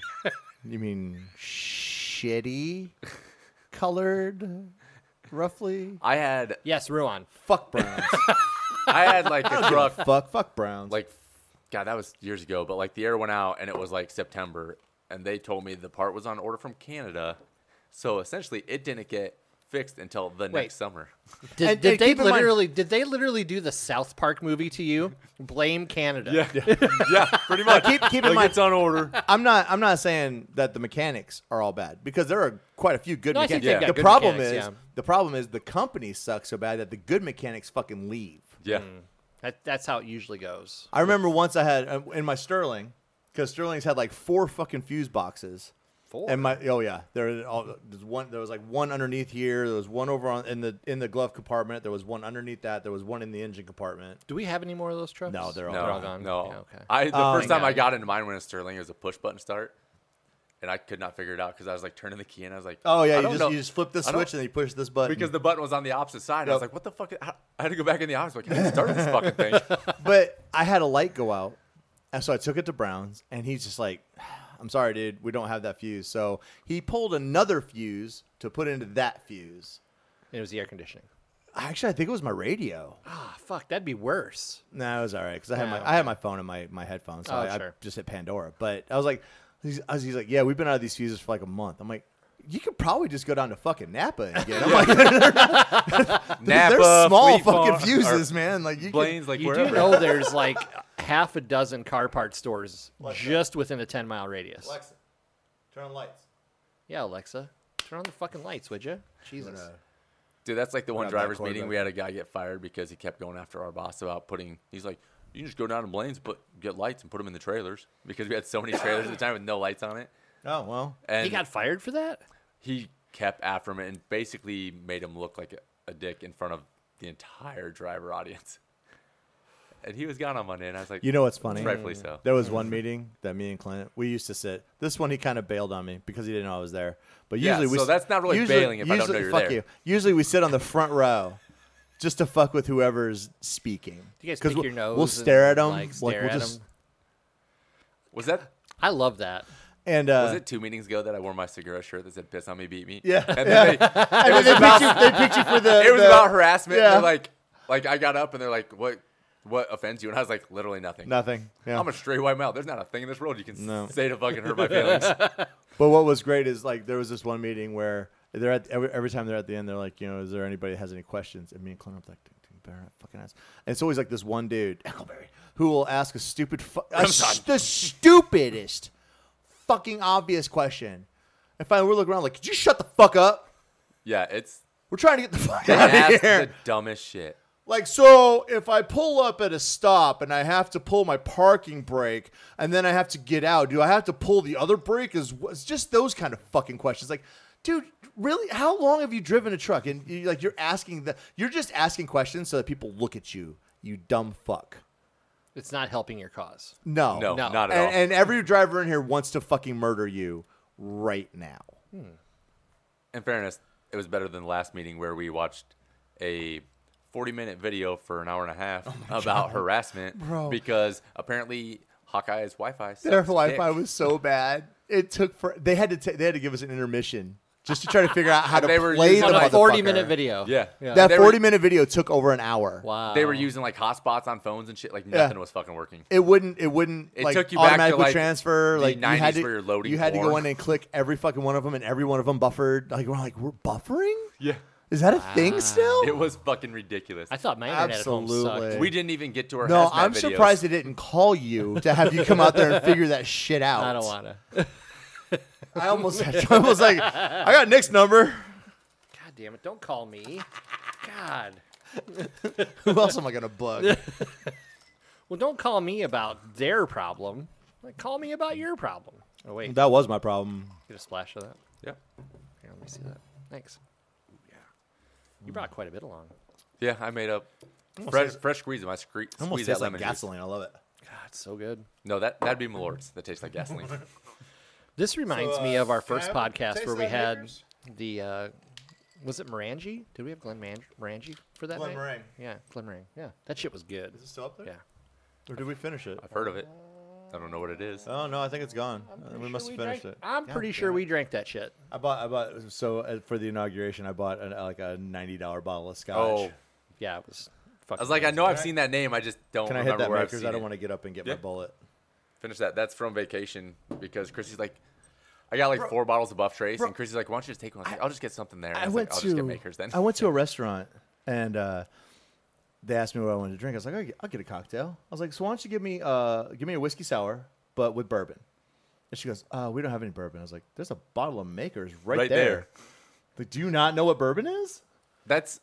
Speaker 4: you mean shitty colored roughly?
Speaker 3: I had
Speaker 1: Yes, Ruan.
Speaker 4: Fuck browns.
Speaker 3: I had like a truck
Speaker 4: fuck fuck browns.
Speaker 3: like God, that was years ago, but like the air went out and it was like September and they told me the part was on order from Canada. So essentially it didn't get fixed until the
Speaker 1: Wait.
Speaker 3: next summer.
Speaker 1: Did,
Speaker 4: And-
Speaker 1: did
Speaker 4: and
Speaker 1: they
Speaker 4: keep in mind-
Speaker 1: literally did they literally do the South Park movie to you? Blame Canada.
Speaker 3: yeah, pretty much. Hmm.
Speaker 4: keep keep in mind
Speaker 3: on order.
Speaker 4: I'm not I'm not saying that the mechanics are all bad because there are quite a few good
Speaker 1: No, I think
Speaker 4: mechanics.
Speaker 1: they've got
Speaker 4: The
Speaker 1: good
Speaker 4: problem
Speaker 1: mechanics,
Speaker 4: is
Speaker 1: yeah.
Speaker 4: the problem is the company sucks so bad that the good mechanics fucking leave.
Speaker 3: Yeah.
Speaker 1: That, that's how it usually goes.
Speaker 4: I remember once I had um, in my Sterling because Sterling's had like four fucking fuse boxes.
Speaker 1: Four?
Speaker 4: And my oh yeah, there was all, there's one. There was like one underneath here. There was one over on in the in the glove compartment. There was one underneath that. There was one in the engine compartment.
Speaker 1: Do we have any more of those trucks?
Speaker 4: No, they're all
Speaker 3: No,
Speaker 1: all gone.
Speaker 3: no.
Speaker 1: Yeah, okay.
Speaker 3: I the
Speaker 4: Oh,
Speaker 3: first time
Speaker 1: yeah.
Speaker 3: I got into mine when it was Sterling, it was a push button start. And I could not figure it out because I was like turning the key and I was like,
Speaker 4: Oh
Speaker 3: I
Speaker 4: yeah, you
Speaker 3: don't
Speaker 4: just
Speaker 3: know.
Speaker 4: you just flip this
Speaker 3: I don't-
Speaker 4: switch and you push this button.
Speaker 3: because the button was on the opposite side. I was
Speaker 4: Yep.
Speaker 3: like, what the fuck? I I had to go back in the office. Like, how do you start this fucking thing?
Speaker 4: but I had a light go out, and so I took it to Brown's, and he's just like, "I'm sorry, dude, we don't have that fuse." So he pulled another fuse to put into that fuse.
Speaker 1: It was the air conditioning.
Speaker 4: Actually, I think it was my radio.
Speaker 1: Ah, fuck, that'd be worse.
Speaker 4: No, it was all right because I had
Speaker 1: Yeah,
Speaker 4: my
Speaker 1: okay.
Speaker 4: I had my phone and my my headphones, so
Speaker 1: Oh,
Speaker 4: I, I
Speaker 1: sure.
Speaker 4: just hit Pandora. But I was like, he's, I was, he's like, yeah, we've been out of these fuses for like a month. I'm like, you could probably just go down to fucking Napa and get them. I'm like,
Speaker 3: Napa,
Speaker 4: they're small
Speaker 3: Fleet Farm,
Speaker 4: fucking
Speaker 3: or
Speaker 4: fuses, man. Like you can,
Speaker 3: Blaine's, like
Speaker 1: you
Speaker 3: wherever.
Speaker 1: do know there's like half a dozen car part stores just within a 10 mile radius.
Speaker 4: turn on lights.
Speaker 1: Yeah, Alexa, turn on the fucking lights, would you? Jesus.
Speaker 3: Dude, that's like the one
Speaker 4: Not that
Speaker 3: drivers
Speaker 4: cord,
Speaker 3: meeting.
Speaker 4: but-
Speaker 3: We had a guy get fired because he kept going after our boss about putting. He's like, "You can just go down to Blaine's, but get lights and put them in the trailers because we had so many trailers at the time with no lights on it."
Speaker 4: Oh well,
Speaker 3: And
Speaker 1: he got fired for that?
Speaker 3: he kept after him and basically made him look like a, a dick in front of the entire driver audience. And he was gone on Monday, and I was like,
Speaker 4: you know what's funny?
Speaker 3: rightfully so."
Speaker 4: There was one meeting that me and Clint we used to sit. This one he kind of bailed on me because he didn't know I was there. But
Speaker 3: Yeah,
Speaker 4: usually we
Speaker 3: so
Speaker 4: s-
Speaker 3: that's not really
Speaker 4: usually-
Speaker 3: bailing if I don't know
Speaker 4: usually-
Speaker 3: you're
Speaker 4: fuck
Speaker 3: there.
Speaker 4: you. Usually we sit on the front row just to fuck with whoever's speaking.
Speaker 1: Do you guys
Speaker 4: 'Cause
Speaker 1: pick
Speaker 4: we'll,
Speaker 1: your nose
Speaker 4: We'll
Speaker 1: and,
Speaker 4: stare at them.
Speaker 1: like, stare
Speaker 4: we'll
Speaker 1: at
Speaker 4: just
Speaker 1: 'em?
Speaker 3: Was that
Speaker 1: I love that.
Speaker 4: and uh,
Speaker 3: was it two meetings ago that I wore my Segura shirt that said "Piss on me, beat me"?
Speaker 4: Yeah.
Speaker 3: And then they-
Speaker 4: I mean, they, picked you, they picked you for the.
Speaker 3: it was
Speaker 4: the-
Speaker 3: about harassment. and
Speaker 4: yeah.
Speaker 3: They're like, like I got up and they're like, what, what offends you? And I was like, literally nothing.
Speaker 4: nothing. Yeah.
Speaker 3: I'm a straight white male. There's not a thing in this world you can
Speaker 4: No.
Speaker 3: say to fucking hurt my feelings.
Speaker 4: but what was great is like there was this one meeting where they're at every, every time they're at the end, they're like, you know, is there anybody that has any questions? And me and Clint are like, "Dude, dude, bear my fucking ass. And it's always like this one dude, Eckleberry, who will ask a stupid, fu- a s- the stupidest, fucking obvious question. And finally, we look around like, could you shut the fuck up?
Speaker 3: Yeah, it's
Speaker 4: We're trying to get the fuck
Speaker 3: they
Speaker 4: out of
Speaker 3: ask
Speaker 4: here.
Speaker 3: the dumbest shit.
Speaker 4: Like, so if I pull up at a stop and I have to pull my parking brake and then I have to get out, do I have to pull the other brake? Is it's just those kind of fucking questions. Like, dude, really? How long have you driven a truck? And you, like, you're asking the, you're just asking questions so that people look at you, you dumb fuck.
Speaker 1: It's not helping your cause.
Speaker 4: No,
Speaker 3: No,
Speaker 1: No.
Speaker 3: not at
Speaker 4: And,
Speaker 3: all.
Speaker 4: and every driver in here wants to fucking murder you right now.
Speaker 3: in fairness, it was better than the last meeting where we watched a 40 minute video for an hour and a half about harassment
Speaker 4: Oh Bro.
Speaker 3: because apparently Hawkeye's Wi-Fi.
Speaker 4: Their
Speaker 3: sucks
Speaker 4: Wi-Fi
Speaker 3: dick.
Speaker 4: was so bad. It took for they had to ta- they had to give us an intermission just to try to figure out how to
Speaker 3: They were
Speaker 4: play
Speaker 3: using
Speaker 4: the
Speaker 1: On a
Speaker 3: motherfucker.
Speaker 1: forty-minute video.
Speaker 3: Yeah.
Speaker 1: yeah.
Speaker 4: That
Speaker 3: They were-
Speaker 4: 40 minute video took over an hour.
Speaker 1: wow.
Speaker 4: Um,
Speaker 3: They were using like hotspots on phones and shit. Like nothing was fucking working.
Speaker 4: It wouldn't. It wouldn't.
Speaker 3: It
Speaker 4: like,
Speaker 3: took you back to,
Speaker 4: automatically
Speaker 3: like,
Speaker 4: transfer.
Speaker 3: the
Speaker 4: like you had
Speaker 3: 90s
Speaker 4: to,
Speaker 3: where you're loading
Speaker 4: You had to go
Speaker 3: porn.
Speaker 4: in and click every fucking one of them, and every one of them buffered. Like we're like we're buffering.
Speaker 3: Yeah,
Speaker 4: Is that a thing still?
Speaker 3: it was fucking ridiculous.
Speaker 1: I thought my internet at home
Speaker 4: Absolutely.
Speaker 1: sucked.
Speaker 3: we didn't even get to our.
Speaker 4: no,
Speaker 3: hazmat
Speaker 4: I'm
Speaker 3: videos.
Speaker 4: surprised they didn't call you to have you come out there and figure that shit out.
Speaker 1: I don't wanna.
Speaker 4: I almost, I almost like I got Nick's number.
Speaker 1: God damn it! Don't call me. God.
Speaker 4: Who else am I gonna bug?
Speaker 1: Well, don't call me about their problem. Like, call me about your problem. Oh wait,
Speaker 4: that was my problem.
Speaker 1: get a splash of that.
Speaker 3: Yeah,
Speaker 1: Here, let me see that. Thanks. yeah. You brought quite a bit along.
Speaker 3: yeah, I made up fresh, fresh squeeze of my scree-
Speaker 4: Almost
Speaker 3: squeeze that
Speaker 4: tastes like
Speaker 3: lemon juice.
Speaker 4: gasoline. I love it.
Speaker 1: God, Ah, it's so good.
Speaker 3: No, that that'd be Malort's. That tastes like gasoline.
Speaker 1: This reminds
Speaker 5: So,
Speaker 1: me
Speaker 5: uh,
Speaker 1: of our
Speaker 5: can I
Speaker 1: first
Speaker 5: have a
Speaker 1: podcast
Speaker 5: taste
Speaker 1: where
Speaker 5: of
Speaker 1: we
Speaker 5: that
Speaker 1: had
Speaker 5: Vickers?
Speaker 1: the uh, was it Morangi? Did we have Glenn Man- Morangi for that?
Speaker 5: Glen
Speaker 1: night?
Speaker 5: Morangi.
Speaker 1: Yeah, Glen Morangi. Yeah, that shit was good.
Speaker 4: Is it still up there?
Speaker 1: Yeah.
Speaker 4: Or did we finish it?
Speaker 3: I've heard of it. I don't know what it is.
Speaker 4: Oh no, I think it's gone. we must have finished it.
Speaker 1: I'm pretty sure we drank that shit.
Speaker 4: I bought, I bought. So uh, for the inauguration, I bought an, uh, like a ninety dollar bottle of scotch.
Speaker 3: Oh,
Speaker 1: Yeah, it was. Fucking
Speaker 3: I was like, I know I've seen that name. I just don't
Speaker 4: Can I hit
Speaker 3: remember
Speaker 4: that
Speaker 3: where I've
Speaker 4: because
Speaker 3: seen
Speaker 4: I
Speaker 3: it.
Speaker 4: don't want to get up and get
Speaker 3: Yeah.
Speaker 4: my bullet.
Speaker 3: finish that. That's from vacation because Chrissy's like, I got like four bottles of Buff Trace, and Chrissy's like, why don't you just take one? I was like, I'll just get something there. And I, was like, I'll just get Makers then.
Speaker 4: I went to a restaurant and uh, they asked me what I wanted to drink. I was like, I'll get, I'll get a cocktail. I was like, so why don't you give me uh, give me a whiskey sour but with bourbon? And she goes, uh, we don't have any bourbon. I was like, there's a bottle of Makers right,
Speaker 3: Right
Speaker 4: there.
Speaker 3: there.
Speaker 4: Like, do you not know what bourbon is?
Speaker 3: That's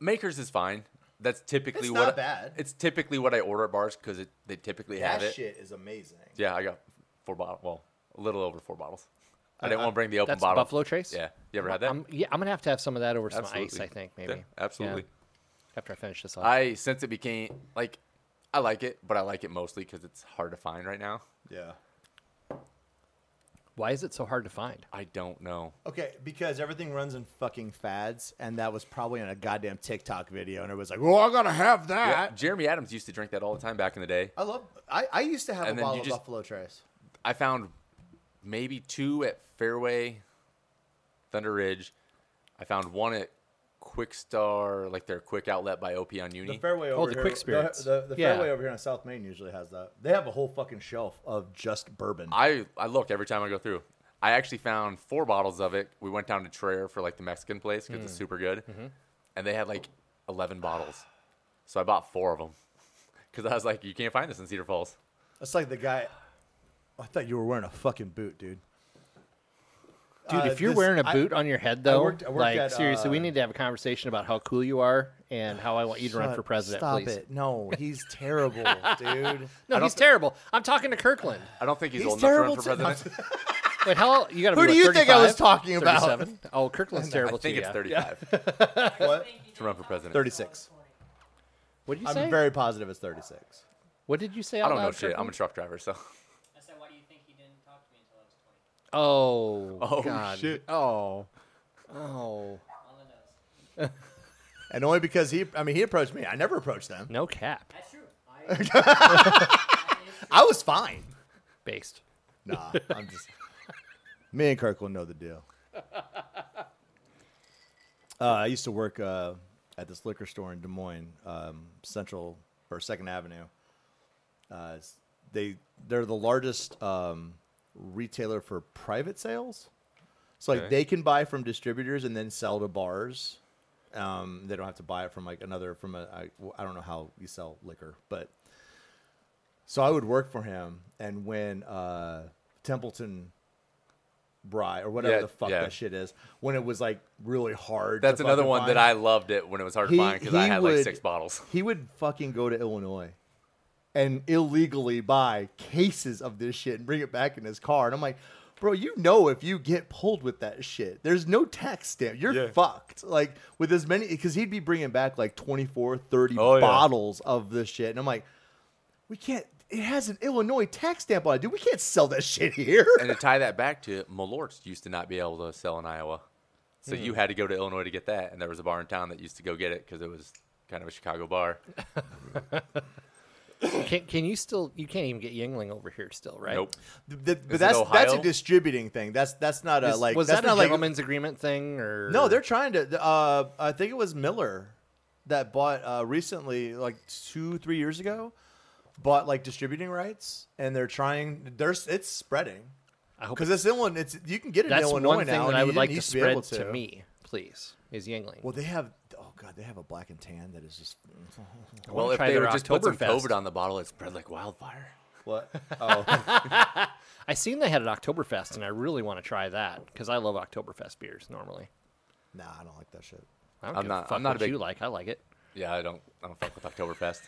Speaker 3: Makers is fine. That's typically
Speaker 4: It's
Speaker 3: what
Speaker 4: not bad.
Speaker 3: It's typically what I order at bars because they typically have it.
Speaker 4: shit is amazing.
Speaker 3: Yeah, I got four bottles. Well, a little over four bottles. I didn't want to bring the open
Speaker 1: That's
Speaker 3: bottle.
Speaker 1: Buffalo Trace?
Speaker 3: Yeah, you ever had that?
Speaker 1: I'm, yeah, I'm gonna have to have some of that over
Speaker 3: Absolutely.
Speaker 1: some ice. I think
Speaker 3: Yeah,
Speaker 1: maybe.
Speaker 3: absolutely.
Speaker 1: Yeah, after I finish this off.
Speaker 3: I since it became like, I like it, but I like it mostly because it's hard to find right now.
Speaker 4: Yeah.
Speaker 1: Why is it so hard to find?
Speaker 3: I don't know.
Speaker 4: Okay, because everything runs in fucking fads, and that was probably in a goddamn TikTok video, and everybody's like, "Well, I gotta have
Speaker 3: Yeah,
Speaker 4: that."
Speaker 3: Jeremy Adams used to drink that all the time back in the day.
Speaker 4: I love. I, I used to have
Speaker 3: And
Speaker 4: a
Speaker 3: then
Speaker 4: bottle
Speaker 3: you
Speaker 4: of
Speaker 3: just-
Speaker 4: Buffalo Trace.
Speaker 3: I found maybe two at Fairway, Thunder Ridge. I found one at Quick Star, like their quick outlet by OP on Uni.
Speaker 4: fairway
Speaker 1: over the here- Quick the- Spirits. the- the Yeah. fairway over
Speaker 4: here on South Main usually has that. They have a whole fucking shelf of just bourbon.
Speaker 3: I I look every time I go through. I actually found four bottles of it. We went down to Traer for like the Mexican place because it's super good, and they had like eleven bottles. So I bought four of them because I was like, you can't find this in Cedar Falls.
Speaker 4: That's like the guy. I thought you were wearing a fucking boot, dude.
Speaker 1: Dude,
Speaker 4: Uh,
Speaker 1: if you're
Speaker 4: this-
Speaker 1: wearing a
Speaker 4: I-
Speaker 1: boot on your head, though,
Speaker 4: worked- I worked
Speaker 1: like
Speaker 4: at,
Speaker 1: seriously, we
Speaker 4: uh,
Speaker 1: need to have a conversation about how cool you are and how I want you to run
Speaker 4: Shut-
Speaker 1: for president.
Speaker 4: Uh, Stop
Speaker 1: please.
Speaker 4: it! No, he's terrible, dude.
Speaker 1: No, he's terrible. I'm talking to Kirkland.
Speaker 3: I don't think he's,
Speaker 4: He's
Speaker 3: old enough to run
Speaker 4: terrible
Speaker 3: for
Speaker 4: too.
Speaker 3: president.
Speaker 1: Wait, how you got?
Speaker 4: Who do you think I was talking about?
Speaker 1: Oh, Kirkland's
Speaker 3: I
Speaker 1: terrible
Speaker 3: think
Speaker 1: too.
Speaker 3: it's
Speaker 1: yeah.
Speaker 3: 35
Speaker 4: What?
Speaker 3: to run for president.
Speaker 4: Thirty-six.
Speaker 1: What did you say?
Speaker 4: I'm very positive it's thirty-six.
Speaker 1: What did you say?
Speaker 3: I
Speaker 1: out
Speaker 3: don't know
Speaker 1: loud,
Speaker 3: shit. I'm a
Speaker 1: Kirkland?
Speaker 3: truck driver, so
Speaker 6: I said, why do you think he didn't talk to me until I was 20?
Speaker 1: Oh.
Speaker 3: Oh,
Speaker 4: Um,
Speaker 1: God.
Speaker 3: shit.
Speaker 1: Oh. Oh.
Speaker 6: On the nose.
Speaker 4: And only because he, I mean, he approached me. I never approached them.
Speaker 1: No cap.
Speaker 6: That's true. I,
Speaker 4: I was fine.
Speaker 1: Based.
Speaker 4: Nah, I'm just. me and Kirk will know the deal. Uh, I used to work uh, at this liquor store in Des Moines, um, Central or Second Avenue. Uh, it's- they they're the largest um, retailer for private sales. So like
Speaker 3: Okay.
Speaker 4: they can buy from distributors and then sell to bars. Um, they don't have to buy it from like another from a I, well, I don't know how you sell liquor, but so I would work for him. And when uh, Templeton Bry or whatever
Speaker 3: Yeah,
Speaker 4: the fuck
Speaker 3: yeah.
Speaker 4: that shit is, when it was like really hard. to
Speaker 3: That's another
Speaker 4: fucking
Speaker 3: one that
Speaker 4: find,
Speaker 3: I loved it when it was hard
Speaker 4: he-
Speaker 3: to find because I
Speaker 4: he
Speaker 3: had like
Speaker 4: would-
Speaker 3: six bottles.
Speaker 4: He would fucking go to Illinois and illegally buy cases of this shit and bring it back in his car. And I'm like, bro, you know if you get pulled with that shit, there's no tax stamp. You're
Speaker 5: Yeah.
Speaker 4: fucked. Like with as many because he'd be bringing back like 24, 30
Speaker 3: Oh, yeah.
Speaker 4: bottles of this shit. And I'm like, we can't. It has an Illinois tax stamp on it, dude. We can't sell that shit here.
Speaker 3: and to tie that back to it, Malort's used to not be able to sell in Iowa, so you
Speaker 1: Hmm.
Speaker 3: had to go to Illinois to get that. And there was a bar in town that used to go get it because it was kind of a Chicago bar.
Speaker 1: Can, can you still? You can't even get Yingling over here still, right?
Speaker 3: Nope.
Speaker 4: Th- th-
Speaker 3: Is it
Speaker 4: but that's that's a
Speaker 3: Ohio? distributing
Speaker 4: distributing thing. That's that's not a
Speaker 1: Is-
Speaker 4: uh, like.
Speaker 1: was
Speaker 4: that's
Speaker 1: that a
Speaker 4: not like
Speaker 1: gentleman's agreement thing or
Speaker 4: No, they're trying to. Uh, I think it was Miller that bought uh, recently, like two, three years ago, bought like distributing rights, and they're trying. There's it's spreading
Speaker 1: I hope
Speaker 4: because it's Illinois. It's you can get it in
Speaker 1: that's
Speaker 4: Illinois
Speaker 1: one thing
Speaker 4: now.
Speaker 1: that
Speaker 4: and
Speaker 1: I
Speaker 4: you
Speaker 1: would
Speaker 4: didn't
Speaker 1: like to
Speaker 4: used
Speaker 1: spread
Speaker 4: be able
Speaker 1: to. me, please, is Yingling.
Speaker 4: Well, they have. Oh god, they have a black and tan that is just
Speaker 1: I wanna
Speaker 3: Well, if
Speaker 1: try
Speaker 3: they
Speaker 1: their
Speaker 3: would just put some
Speaker 1: Oktoberfest.
Speaker 3: COVID on the bottle, it spread like wildfire.
Speaker 4: what? Oh,
Speaker 1: I seen they had an Oktoberfest, and I really want to try that because I love Oktoberfest beers normally.
Speaker 4: nah, I don't like that shit.
Speaker 1: I don't
Speaker 3: I'm
Speaker 1: give
Speaker 3: not-
Speaker 1: a
Speaker 3: I'm
Speaker 1: fuck
Speaker 3: not a
Speaker 1: what
Speaker 3: big-
Speaker 1: you like. I like it.
Speaker 3: Yeah, I don't. I don't fuck with Oktoberfest.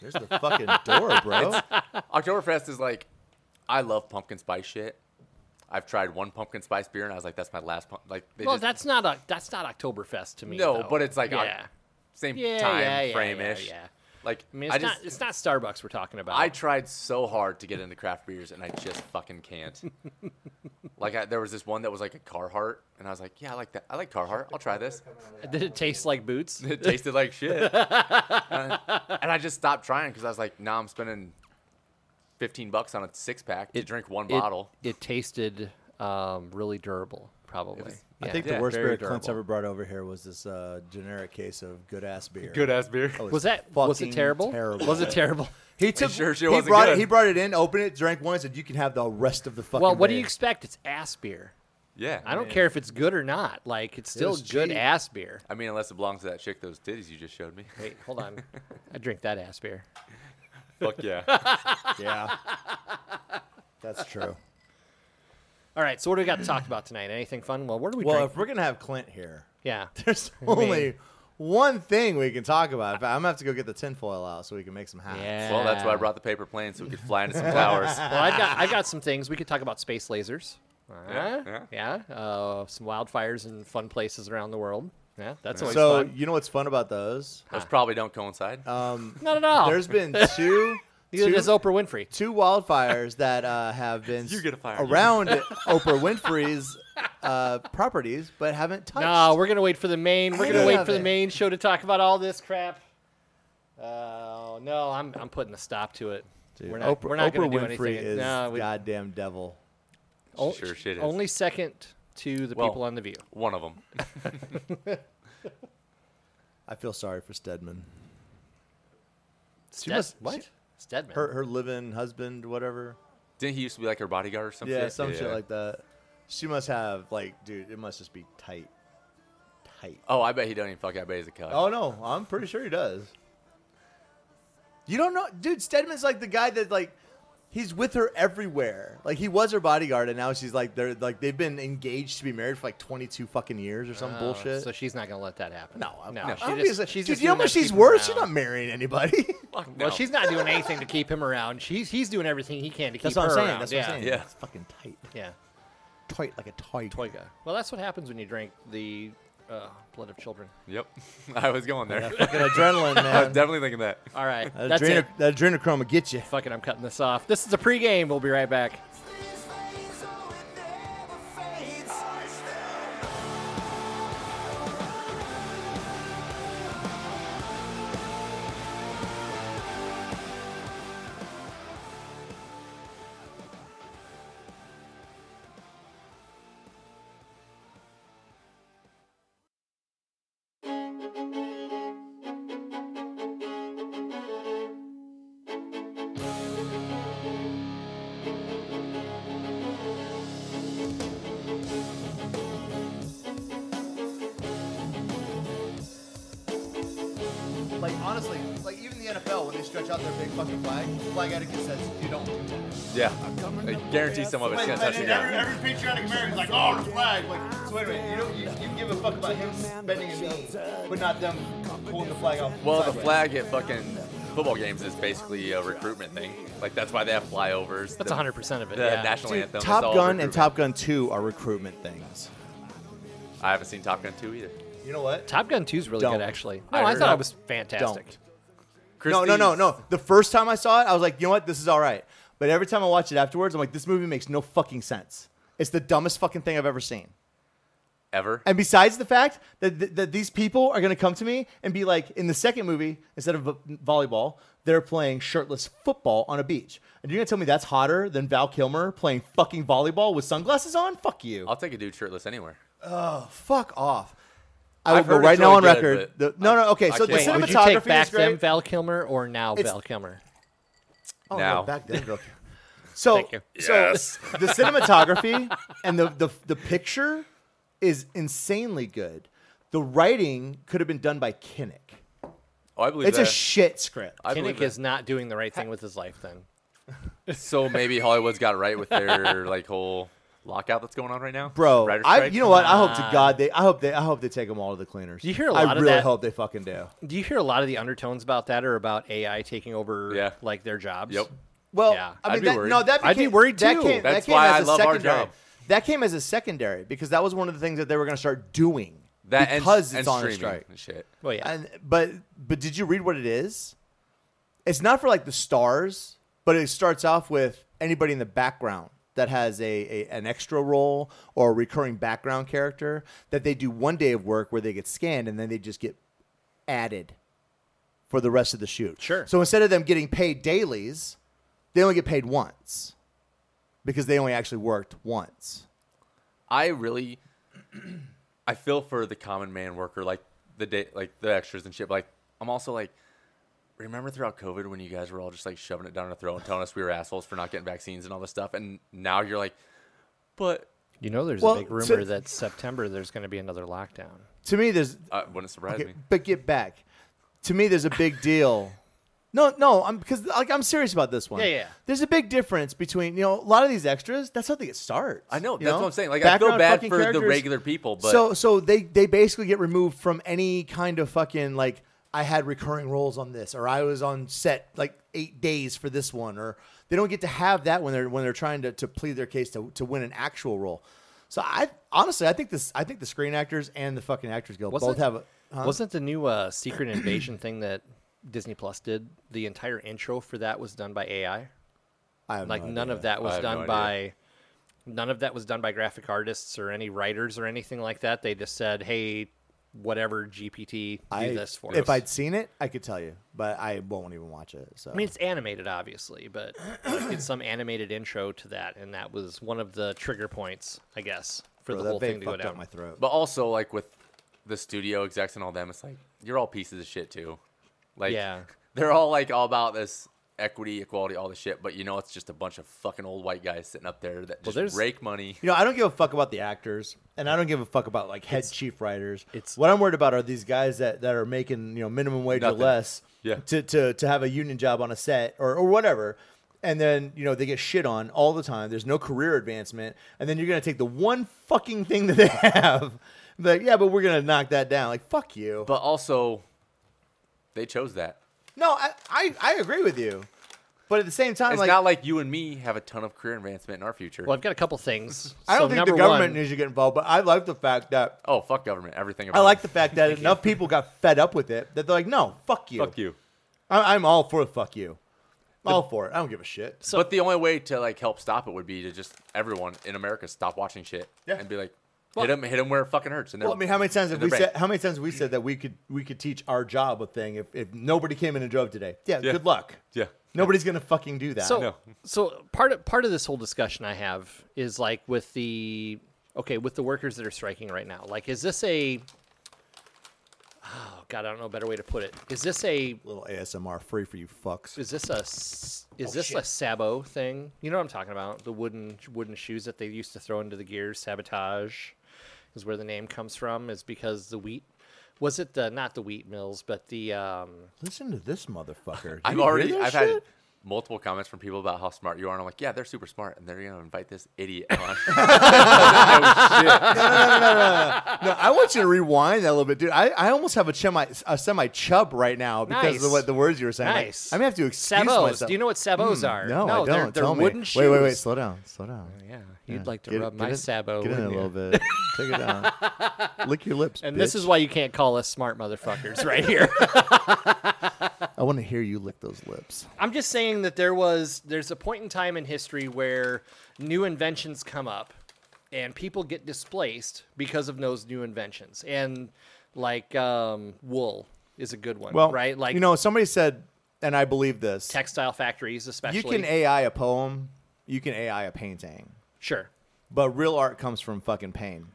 Speaker 4: There's the fucking door, bro.
Speaker 3: Oktoberfest is like, I love pumpkin spice shit. I've tried one pumpkin spice beer and I was like, that's my last pump. Like, they
Speaker 1: well,
Speaker 3: just,
Speaker 1: that's not a that's not Oktoberfest to me.
Speaker 3: no,
Speaker 1: though.
Speaker 3: but it's like Oc-
Speaker 1: yeah,
Speaker 3: same
Speaker 1: yeah,
Speaker 3: time
Speaker 1: yeah, yeah,
Speaker 3: frame
Speaker 1: yeah,
Speaker 3: ish.
Speaker 1: yeah.
Speaker 3: Like,
Speaker 1: I
Speaker 3: I,
Speaker 1: mean, it's
Speaker 3: just
Speaker 1: not it's not Starbucks we're talking about.
Speaker 3: I tried so hard to get into craft beers and I just fucking can't. like, I, there was this one that was like a Carhartt and I was like, yeah, I like that. I like Carhartt. I'll try this.
Speaker 1: Did it taste like boots?
Speaker 3: It tasted like shit. and, I, and I just stopped trying because I was like, now I'm spending. 15 bucks on a six pack to drink one bottle.
Speaker 1: It, it tasted um, really durable, probably.
Speaker 4: I think
Speaker 3: Yeah,
Speaker 4: the worst
Speaker 1: very
Speaker 4: beer Clint's
Speaker 1: durable.
Speaker 4: ever brought over here was this uh, generic case of good ass beer.
Speaker 3: ass beer.
Speaker 4: It
Speaker 1: Was that was
Speaker 4: fucking
Speaker 1: it terrible?
Speaker 4: terrible.
Speaker 1: Was it terrible?
Speaker 4: He took.
Speaker 3: sure she
Speaker 4: he
Speaker 3: wasn't
Speaker 4: brought
Speaker 3: good.
Speaker 4: it. He brought it in, opened it, drank one, and said, "You can have the rest of the fucking."
Speaker 1: well, what do
Speaker 4: bag."
Speaker 1: you expect? It's ass beer.
Speaker 3: Yeah.
Speaker 1: I don't care if it's good or not. Like it's still
Speaker 4: was
Speaker 1: good
Speaker 4: cheap.
Speaker 1: ass beer.
Speaker 3: I mean, unless it belongs to that chick, those titties you just showed me.
Speaker 1: Wait, hold on. I drink that ass beer.
Speaker 3: Fuck yeah.
Speaker 4: Yeah, that's true.
Speaker 1: All right, so what do we got to talk about tonight? Anything fun? Well, what do we
Speaker 4: well,
Speaker 1: drink?
Speaker 4: if we're gonna have Clint here,
Speaker 1: yeah.
Speaker 4: there's only one thing we can talk about. In fact, I'm gonna have to go get the tinfoil out so we can make some hats.
Speaker 1: Yeah.
Speaker 3: Well, that's why I brought the paper plane so we could fly into some towers.
Speaker 1: Well, I've got I've got some things we could talk about space lasers. Uh,
Speaker 3: Yeah,
Speaker 1: yeah. Uh, some wildfires in fun places around the world. Yeah, that's always
Speaker 4: So
Speaker 1: fun.
Speaker 4: you know what's fun about those?
Speaker 3: Those probably don't coincide.
Speaker 4: Um,
Speaker 1: Not at all.
Speaker 4: There's been two.
Speaker 1: Neither
Speaker 4: two-
Speaker 1: does Oprah Winfrey.
Speaker 4: two wildfires that uh, have been
Speaker 3: You get a fire.
Speaker 4: around Oprah Winfrey's uh, properties, but haven't touched.
Speaker 1: No, we're gonna wait for the main. We're
Speaker 4: I
Speaker 1: gonna wait
Speaker 4: love
Speaker 1: for the
Speaker 4: it.
Speaker 1: main show to talk about all this crap. Oh no, I'm I'm putting a stop to it.
Speaker 4: Dude,
Speaker 1: we're not,
Speaker 4: Oprah,
Speaker 1: we're not
Speaker 4: Oprah
Speaker 1: gonna do
Speaker 4: Winfrey
Speaker 1: anything.
Speaker 4: is
Speaker 1: no, we,
Speaker 4: goddamn devil.
Speaker 1: o-
Speaker 3: Sure shit is.
Speaker 1: Only second to the
Speaker 3: Well,
Speaker 1: people on the view.
Speaker 3: One of them.
Speaker 4: I feel sorry for Stedman.
Speaker 1: Sted-
Speaker 4: must-
Speaker 1: what?
Speaker 4: she-
Speaker 1: Stedman.
Speaker 4: Her her living husband, whatever.
Speaker 3: Didn't he used to be like her bodyguard or something?
Speaker 4: Yeah, some shit like that. She must have like, dude, it must just be tight, tight.
Speaker 3: Oh, I bet he doesn't even fuck. I bet he's a cuck.
Speaker 4: Oh no, I'm pretty sure he does. You don't know, dude. Stedman's like the guy that like, he's with her everywhere. Like he was her bodyguard, and now she's like they're like they've been engaged to be married for like 22 fucking years or some
Speaker 1: Oh,
Speaker 4: bullshit.
Speaker 1: So she's not gonna let that happen.
Speaker 4: no, I'm,
Speaker 1: no.
Speaker 4: no.
Speaker 1: she
Speaker 4: obviously,
Speaker 1: just, she's
Speaker 4: dude,
Speaker 1: just
Speaker 4: you know
Speaker 1: doing
Speaker 4: how much
Speaker 1: that to
Speaker 4: she's
Speaker 1: keep him
Speaker 4: worth? She's
Speaker 1: around.
Speaker 4: not marrying anybody.
Speaker 3: Fuck no.
Speaker 1: Well, she's not doing anything to keep him around. She's he's doing everything he can to keep
Speaker 4: That's what I'm
Speaker 1: her
Speaker 4: saying.
Speaker 1: around.
Speaker 4: That's
Speaker 1: yeah.
Speaker 4: what I'm saying.
Speaker 3: Yeah.
Speaker 4: it's fucking tight,
Speaker 1: Yeah.
Speaker 4: tight like a tight.
Speaker 1: Toy guy. Well, that's what happens when you drink the uh, blood of children.
Speaker 3: Yep. I was going there.
Speaker 4: Fucking adrenaline,
Speaker 3: I was
Speaker 4: man.
Speaker 3: definitely thinking that.
Speaker 1: All right,
Speaker 4: That
Speaker 1: that's
Speaker 4: adrena-
Speaker 1: it.
Speaker 4: that adrenochrome will get you.
Speaker 1: Fucking, I'm cutting this off. This is a pregame. We'll be right back.
Speaker 7: Like honestly, like even the NFL when they stretch out their big fucking flag, flag etiquette says you don't. do that.
Speaker 3: Yeah. I guarantee some of it's
Speaker 7: But-
Speaker 3: gonna
Speaker 7: but
Speaker 3: touch the
Speaker 7: then
Speaker 3: ground.
Speaker 7: every, every patriotic American's like, oh, the flag. Like, so wait a minute, you don't you, you give a fuck about him bending a knee, but not them pulling the flag off.
Speaker 3: Well, the
Speaker 7: sideways.
Speaker 3: flag at fucking football games is basically a recruitment thing. Like that's why they have flyovers.
Speaker 1: That's
Speaker 3: the,
Speaker 1: 100 percent of it.
Speaker 3: The
Speaker 1: yeah.
Speaker 3: national anthem. is
Speaker 4: Top
Speaker 3: all
Speaker 4: Gun and
Speaker 3: recruitment.
Speaker 4: Top Gun 2 are recruitment things.
Speaker 3: I haven't seen Top Gun two either.
Speaker 7: You know what?
Speaker 1: Top Gun 2 is really
Speaker 4: Don't.
Speaker 1: good, actually. No,
Speaker 3: I
Speaker 1: I,
Speaker 3: heard
Speaker 1: thought
Speaker 3: that.
Speaker 1: it was fantastic.
Speaker 4: Don't. No, no, no, no. The first time I saw it, I was like, you know what? This is all right. But every time I watch it afterwards, I'm like, this movie makes no fucking sense. It's the dumbest fucking thing I've ever seen.
Speaker 3: Ever.
Speaker 4: And besides the fact that, that, that these people are going to come to me and be like, in the second movie, instead of vo- volleyball, they're playing shirtless football on a beach. And you're going to tell me that's hotter than Val Kilmer playing fucking volleyball with sunglasses on? Fuck you.
Speaker 3: I'll take a dude shirtless anywhere.
Speaker 4: Fuck off. I will
Speaker 3: I've
Speaker 4: go
Speaker 3: heard
Speaker 4: right
Speaker 3: it's really
Speaker 4: now on
Speaker 3: good,
Speaker 4: record. The,
Speaker 3: but
Speaker 4: no, no,
Speaker 3: I-
Speaker 4: okay.
Speaker 3: I
Speaker 4: So the
Speaker 1: Wait,
Speaker 3: can't watch
Speaker 4: cinematography
Speaker 1: would you take
Speaker 4: is
Speaker 1: back
Speaker 4: great.
Speaker 1: then Val Kilmer or now
Speaker 4: It's-
Speaker 1: Val Kilmer?
Speaker 4: Oh, no,
Speaker 3: now.
Speaker 4: back then, girl. So,
Speaker 1: Thank you.
Speaker 4: so the cinematography and the, the the picture is insanely good. The writing could have been done by Kinnick.
Speaker 3: Oh, I believe
Speaker 4: It's
Speaker 3: that.
Speaker 4: a shit script.
Speaker 3: I believe
Speaker 1: Kinnick
Speaker 3: that.
Speaker 1: is not doing the right thing with his life then.
Speaker 3: So maybe Hollywood's got it right with their like whole lockout that's going on right now,
Speaker 4: Bro,
Speaker 3: Writer's
Speaker 4: I,
Speaker 3: strike?
Speaker 4: you know what? I hope to God they. I hope they. I hope they take them all to the cleaners.
Speaker 1: You hear a
Speaker 4: I
Speaker 1: lot of
Speaker 4: really
Speaker 1: that.
Speaker 4: hope they fucking do.
Speaker 1: Do you hear a lot of the undertones about that or about AI taking over
Speaker 3: Yeah.
Speaker 1: like their jobs?
Speaker 3: Yep.
Speaker 4: Well,
Speaker 1: Yeah.
Speaker 4: I
Speaker 3: I'd
Speaker 4: mean,
Speaker 3: be
Speaker 4: that,
Speaker 3: worried.
Speaker 4: no, that became,
Speaker 1: I'd be worried
Speaker 4: that
Speaker 1: too.
Speaker 4: Came,
Speaker 3: That's
Speaker 4: that came
Speaker 3: why
Speaker 4: as
Speaker 3: I
Speaker 4: a
Speaker 3: love our
Speaker 4: secondary.
Speaker 3: job.
Speaker 4: That came as a secondary because that was one of the things that they were going to start doing
Speaker 3: That and-
Speaker 4: because
Speaker 3: and,
Speaker 4: it's on a
Speaker 3: streaming
Speaker 4: strike.
Speaker 3: and shit.
Speaker 1: Well, yeah.
Speaker 4: And but but did you read what it is? It's not for like the stars, but it starts off with anybody in the background that has a, a an extra role or a recurring background character that they do one day of work where they get scanned and then they just get added for the rest of the shoot.
Speaker 1: Sure.
Speaker 4: So instead of them getting paid dailies, they only get paid once because they only actually worked once.
Speaker 3: I really, I feel for the common man worker, like the day, like the extras and shit. But like, I'm also like, remember throughout COVID when you guys were all just like shoving it down our throat and telling us we were assholes for not getting vaccines and all this stuff, and now you're like, but
Speaker 1: You know, there's
Speaker 4: Well,
Speaker 1: a big
Speaker 4: so-
Speaker 1: rumor that September there's going to be another lockdown.
Speaker 4: To me there's
Speaker 3: uh, wouldn't surprise
Speaker 4: Okay,
Speaker 3: me.
Speaker 4: but get back. To me, there's a big deal. No, no, I'm because like I'm serious about this one.
Speaker 1: Yeah, yeah.
Speaker 4: There's a big difference between you know a lot of these extras. That's how they get started.
Speaker 3: I know
Speaker 4: you
Speaker 3: that's what I'm saying. Like, I feel
Speaker 4: Background
Speaker 3: bad
Speaker 4: fucking
Speaker 3: for the
Speaker 4: characters.
Speaker 3: regular people, but
Speaker 4: so so they they basically get removed from any kind of fucking like I had recurring roles on this or I was on set like eight days for this one or they don't get to have that when they're when they're trying to, to plead their case to, to win an actual role. So I honestly I think this I think the Screen Actors and the fucking Actors Guild
Speaker 1: Wasn't-
Speaker 4: both have a
Speaker 1: Wasn't the new uh, Secret Invasion thing that Disney Plus did? The entire intro for that was done by AI.
Speaker 4: I have
Speaker 1: Like
Speaker 4: no
Speaker 1: none
Speaker 4: idea.
Speaker 1: of that was
Speaker 3: have
Speaker 1: done
Speaker 3: no
Speaker 1: by none of that was done by graphic artists or any writers or anything like that. They just said, "Hey, whatever GPT, do
Speaker 4: I-
Speaker 1: this for
Speaker 4: if
Speaker 1: us."
Speaker 4: I'd seen it, I could tell you, but I won't even watch it. So
Speaker 1: I mean, it's animated, obviously, but like, it's some animated intro to that, and that was one of the trigger points, I guess, for
Speaker 4: Bro,
Speaker 1: the
Speaker 4: that
Speaker 1: whole
Speaker 4: vape
Speaker 1: thing to go
Speaker 4: fucked
Speaker 1: down.
Speaker 4: up my throat.
Speaker 3: But also, like with the studio execs and all them, it's like you're all pieces of shit too. Like,
Speaker 1: Yeah.
Speaker 3: they're all like all about this equity, equality, all this shit. But you know, it's just a bunch of fucking old white guys sitting up there that just
Speaker 1: there's-
Speaker 3: rake money.
Speaker 4: You know, I don't give a fuck about the actors, and I don't give a fuck about like head chief writers.
Speaker 1: it's-
Speaker 4: what I'm worried about are these guys that, that are making you know minimum wage
Speaker 3: Nothing.
Speaker 4: or less,
Speaker 3: Yeah.
Speaker 4: to, to to have a union job on a set or or whatever, and then you know they get shit on all the time. There's no career advancement, and then you're gonna take the one fucking thing that they have, like yeah, but we're gonna knock that down. Like fuck you.
Speaker 3: But also, they chose that.
Speaker 4: no, I, I I agree with you, but at the same time,
Speaker 3: It's
Speaker 4: like
Speaker 3: not like you and me have a ton of career advancement in our future.
Speaker 1: Well, I've got a couple things.
Speaker 4: I don't
Speaker 1: so
Speaker 4: think
Speaker 1: number
Speaker 4: the government
Speaker 1: one,
Speaker 4: needs to get involved, but I like the fact that
Speaker 3: Oh fuck government, everything. About
Speaker 4: I like the
Speaker 3: it.
Speaker 4: fact that enough people got fed up with it that they're like, no, fuck you.
Speaker 3: fuck you.
Speaker 4: I, I'm all for fuck you. all for it. I don't give a shit.
Speaker 3: but the only way to like help stop it would be to just everyone in America stop watching shit
Speaker 4: Yeah.
Speaker 3: and be like, hit him, hit him where it fucking hurts. And
Speaker 4: Well, I mean, how many times have
Speaker 3: They're
Speaker 4: we
Speaker 3: banned.
Speaker 4: said? How many times have we said that we could we could teach our job a thing if, if nobody came in and drove today? Yeah,
Speaker 3: Yeah.
Speaker 4: good luck.
Speaker 3: yeah,
Speaker 4: Nobody's gonna fucking do that.
Speaker 1: So,
Speaker 3: No.
Speaker 1: so part of part of this whole discussion I have is like with the okay with the workers that are striking right now. Like, is this a oh god, I don't know a better way to put it. Is this a
Speaker 4: little ASMR free for you fucks.
Speaker 1: is this a s-
Speaker 4: Oh,
Speaker 1: is this a sabo thing? You know what I'm talking about? The wooden wooden shoes that they used to throw into the gears. Sabotage is where the name comes from. Is because the wheat Was it the not the wheat mills, but the um,
Speaker 4: Listen to this motherfucker. Do
Speaker 3: I've
Speaker 4: you hear
Speaker 3: already
Speaker 4: this
Speaker 3: I've
Speaker 4: shit?
Speaker 3: had multiple comments from people about how smart you are, and I'm like, yeah, they're super smart, and they're gonna invite this idiot on. oh, shit.
Speaker 4: No, I want you to rewind that a little bit, dude. I, I almost have a semi a semi chub right now because of
Speaker 1: Nice.
Speaker 4: what the words you were saying. Like,
Speaker 1: Nice.
Speaker 4: I'm gonna have to excuse
Speaker 1: sabos?
Speaker 4: myself. Hmm.
Speaker 1: Do you know what sabos are?
Speaker 4: No, I don't.
Speaker 1: They're, they're
Speaker 4: Tell
Speaker 1: wooden
Speaker 4: me.
Speaker 1: shoes.
Speaker 4: Wait, wait, wait. Slow down. Slow down.
Speaker 1: Yeah, you'd
Speaker 4: Oh, Yeah.
Speaker 1: like to
Speaker 4: Get-
Speaker 1: rub
Speaker 4: get
Speaker 1: my
Speaker 4: in-
Speaker 1: sabo.
Speaker 4: Get in a
Speaker 1: wouldn't you?
Speaker 4: little bit. Take it down. Lick your lips.
Speaker 1: And this
Speaker 4: bitch.
Speaker 1: is why you can't call us smart motherfuckers right here.
Speaker 4: I want to hear you lick those lips.
Speaker 1: I'm just saying that there was there's a point in time in history where new inventions come up and people get displaced because of those new inventions. And like um, wool is a good one,
Speaker 4: Well,
Speaker 1: right? Like
Speaker 4: you know, somebody said, and I believe this.
Speaker 1: textile factories especially.
Speaker 4: You can AI a poem. You can AI a painting.
Speaker 1: sure.
Speaker 4: But real art comes from fucking pain.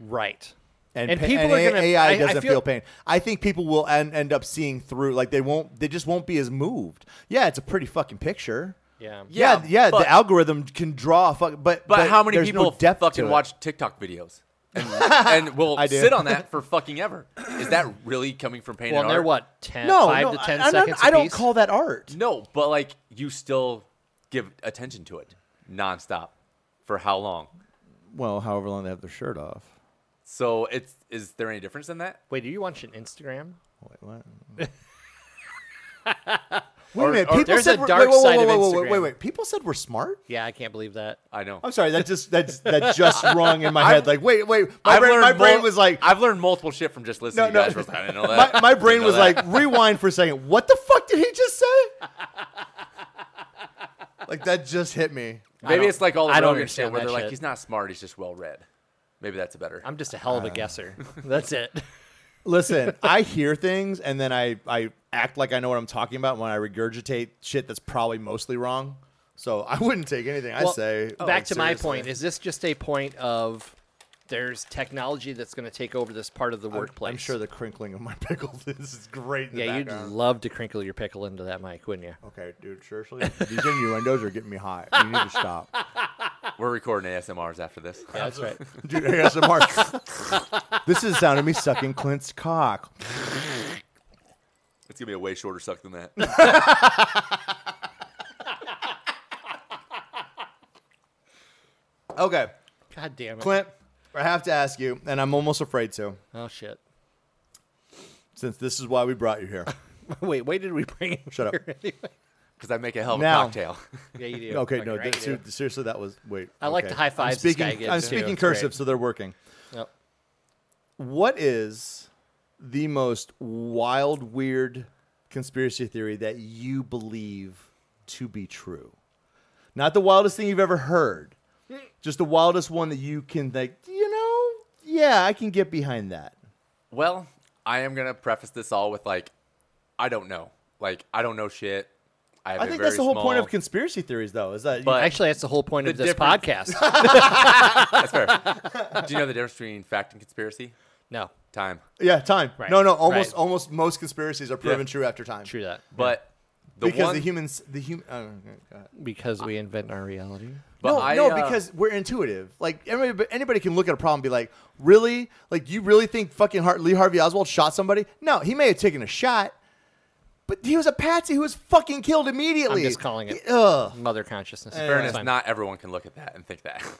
Speaker 1: Right.
Speaker 4: and,
Speaker 1: And
Speaker 4: pa-
Speaker 1: people
Speaker 4: and
Speaker 1: are
Speaker 4: A-
Speaker 1: gonna-
Speaker 4: AI
Speaker 1: I- I
Speaker 4: doesn't
Speaker 1: feel-
Speaker 4: feel, pain. I think people will end, end up seeing through. Like they won't. They just won't be as moved. Yeah, it's a pretty fucking picture.
Speaker 1: Yeah.
Speaker 3: Yeah,
Speaker 4: Yeah, yeah.
Speaker 3: but-
Speaker 4: the algorithm can draw. a Fuck, but,
Speaker 3: But how many
Speaker 4: there's
Speaker 3: people
Speaker 4: no depth to
Speaker 3: fucking
Speaker 4: it.
Speaker 3: watch TikTok videos? And, and will
Speaker 4: I do.
Speaker 3: sit on that for fucking ever. Is that really coming from pain
Speaker 1: Well,
Speaker 3: and
Speaker 1: and they're
Speaker 3: art?
Speaker 1: what 10
Speaker 4: No,
Speaker 1: 5
Speaker 4: no,
Speaker 1: to 10
Speaker 4: I, I'm not-
Speaker 1: seconds
Speaker 4: I don't
Speaker 1: apiece?
Speaker 4: call that art.
Speaker 3: No, but like you still give attention to it nonstop for how long?
Speaker 4: Well, however long they have their shirt off.
Speaker 3: So it's is there any difference in that?
Speaker 1: Wait, do you watch an Instagram?
Speaker 4: Wait, what? Wait a minute.
Speaker 3: or-
Speaker 4: People
Speaker 1: There's
Speaker 4: said
Speaker 1: a
Speaker 4: we're-
Speaker 1: dark
Speaker 4: wait, whoa, whoa,
Speaker 1: side of
Speaker 4: whoa, whoa, whoa, Wait,
Speaker 1: Instagram.
Speaker 4: wait. People said we're smart.
Speaker 1: Yeah, I can't believe that.
Speaker 3: I know.
Speaker 4: I'm sorry. That just that's that just rung in my head. Like wait, wait. My, brain, my brain
Speaker 3: mul-
Speaker 4: was like
Speaker 3: I've learned multiple shit from just listening
Speaker 4: No,
Speaker 3: to you
Speaker 4: no.
Speaker 3: guys. I didn't know that.
Speaker 4: my, my brain
Speaker 3: Didn't know
Speaker 4: was
Speaker 3: that.
Speaker 4: like, rewind for a second. What the fuck did he just say? like that just hit me.
Speaker 3: maybe it's like all the
Speaker 1: I don't
Speaker 3: Rogan shit
Speaker 1: understand
Speaker 3: where
Speaker 1: that
Speaker 3: they're like,
Speaker 1: shit.
Speaker 3: he's not smart, he's just well read. Maybe that's a better.
Speaker 1: I'm just a hell
Speaker 4: Uh,
Speaker 1: of a guesser. That's it.
Speaker 4: Listen, I hear things and then I, I act like I know what I'm talking about when I regurgitate shit that's probably mostly wrong. So I wouldn't take anything I
Speaker 1: Well,
Speaker 4: say.
Speaker 1: back
Speaker 4: oh,
Speaker 1: to my
Speaker 4: seriously.
Speaker 1: point is this just a point of there's technology that's going to take over this part of the workplace
Speaker 4: I'm sure the crinkling of my pickle this is great. In the
Speaker 1: yeah you'd
Speaker 4: background.
Speaker 1: love to crinkle your pickle into that mic wouldn't you
Speaker 4: Okay, dude, seriously, these innuendos are getting me hot. You need to stop,
Speaker 3: We're recording ASMRs after this.
Speaker 1: that's right
Speaker 4: dude. ASMR. this is the sound of me sucking Clint's cock.
Speaker 3: It's gonna be a way shorter suck than that.
Speaker 4: Okay,
Speaker 1: god damn it
Speaker 4: Clint, I have to ask you, and I'm almost afraid to,
Speaker 1: oh shit
Speaker 4: since this is why we brought you here.
Speaker 1: wait why did we bring him
Speaker 4: Shut up.
Speaker 1: here anyway?
Speaker 3: Because I make a hell of a
Speaker 4: Now.
Speaker 3: cocktail.
Speaker 1: yeah you do
Speaker 4: Okay,
Speaker 1: Fucking
Speaker 4: no,
Speaker 1: right,
Speaker 4: that-
Speaker 1: you
Speaker 4: ser- seriously, that was wait.
Speaker 1: I like
Speaker 4: okay.
Speaker 1: the high fives
Speaker 4: I'm
Speaker 1: this guy
Speaker 4: speaking,
Speaker 1: gives,
Speaker 4: I'm
Speaker 1: too.
Speaker 4: speaking
Speaker 1: It's great.
Speaker 4: cursive, so they're working.
Speaker 1: do. Yep.
Speaker 4: What is the most wild, weird conspiracy theory that you believe to be true? Not the wildest thing you've ever heard, just the wildest one that you can like. You know, yeah, I can get behind that.
Speaker 3: Well, I am gonna preface this all with like, I don't know. Like I don't know shit. I, have
Speaker 4: I
Speaker 3: a
Speaker 4: think
Speaker 3: very
Speaker 4: that's the whole point
Speaker 3: small-
Speaker 4: of conspiracy theories, though, is that you-
Speaker 3: But-
Speaker 1: actually that's the whole point of
Speaker 3: The
Speaker 1: this podcast
Speaker 3: That's fair. Do you know the difference between fact and conspiracy?
Speaker 1: no
Speaker 3: Time.
Speaker 4: yeah, time.
Speaker 1: Right,
Speaker 4: No, no, almost,
Speaker 1: right.
Speaker 4: almost most conspiracies are proven
Speaker 3: Yeah.
Speaker 4: true after time.
Speaker 1: true that
Speaker 3: But the
Speaker 4: because
Speaker 3: one
Speaker 4: the humans, the human. Oh, okay, go ahead.
Speaker 1: because we invent our reality
Speaker 3: but
Speaker 4: no,
Speaker 3: I,
Speaker 4: no,
Speaker 3: uh,
Speaker 4: because we're intuitive. Like anybody, anybody can look at a problem and be like, "Really? Like you really think fucking Har- Lee Harvey Oswald shot somebody? No, he may have taken a shot, but he was a patsy who was fucking killed
Speaker 1: i'm
Speaker 4: immediately.
Speaker 1: just calling it
Speaker 4: Ugh.
Speaker 1: mother consciousness
Speaker 3: in fairness, not everyone can look at that and think that.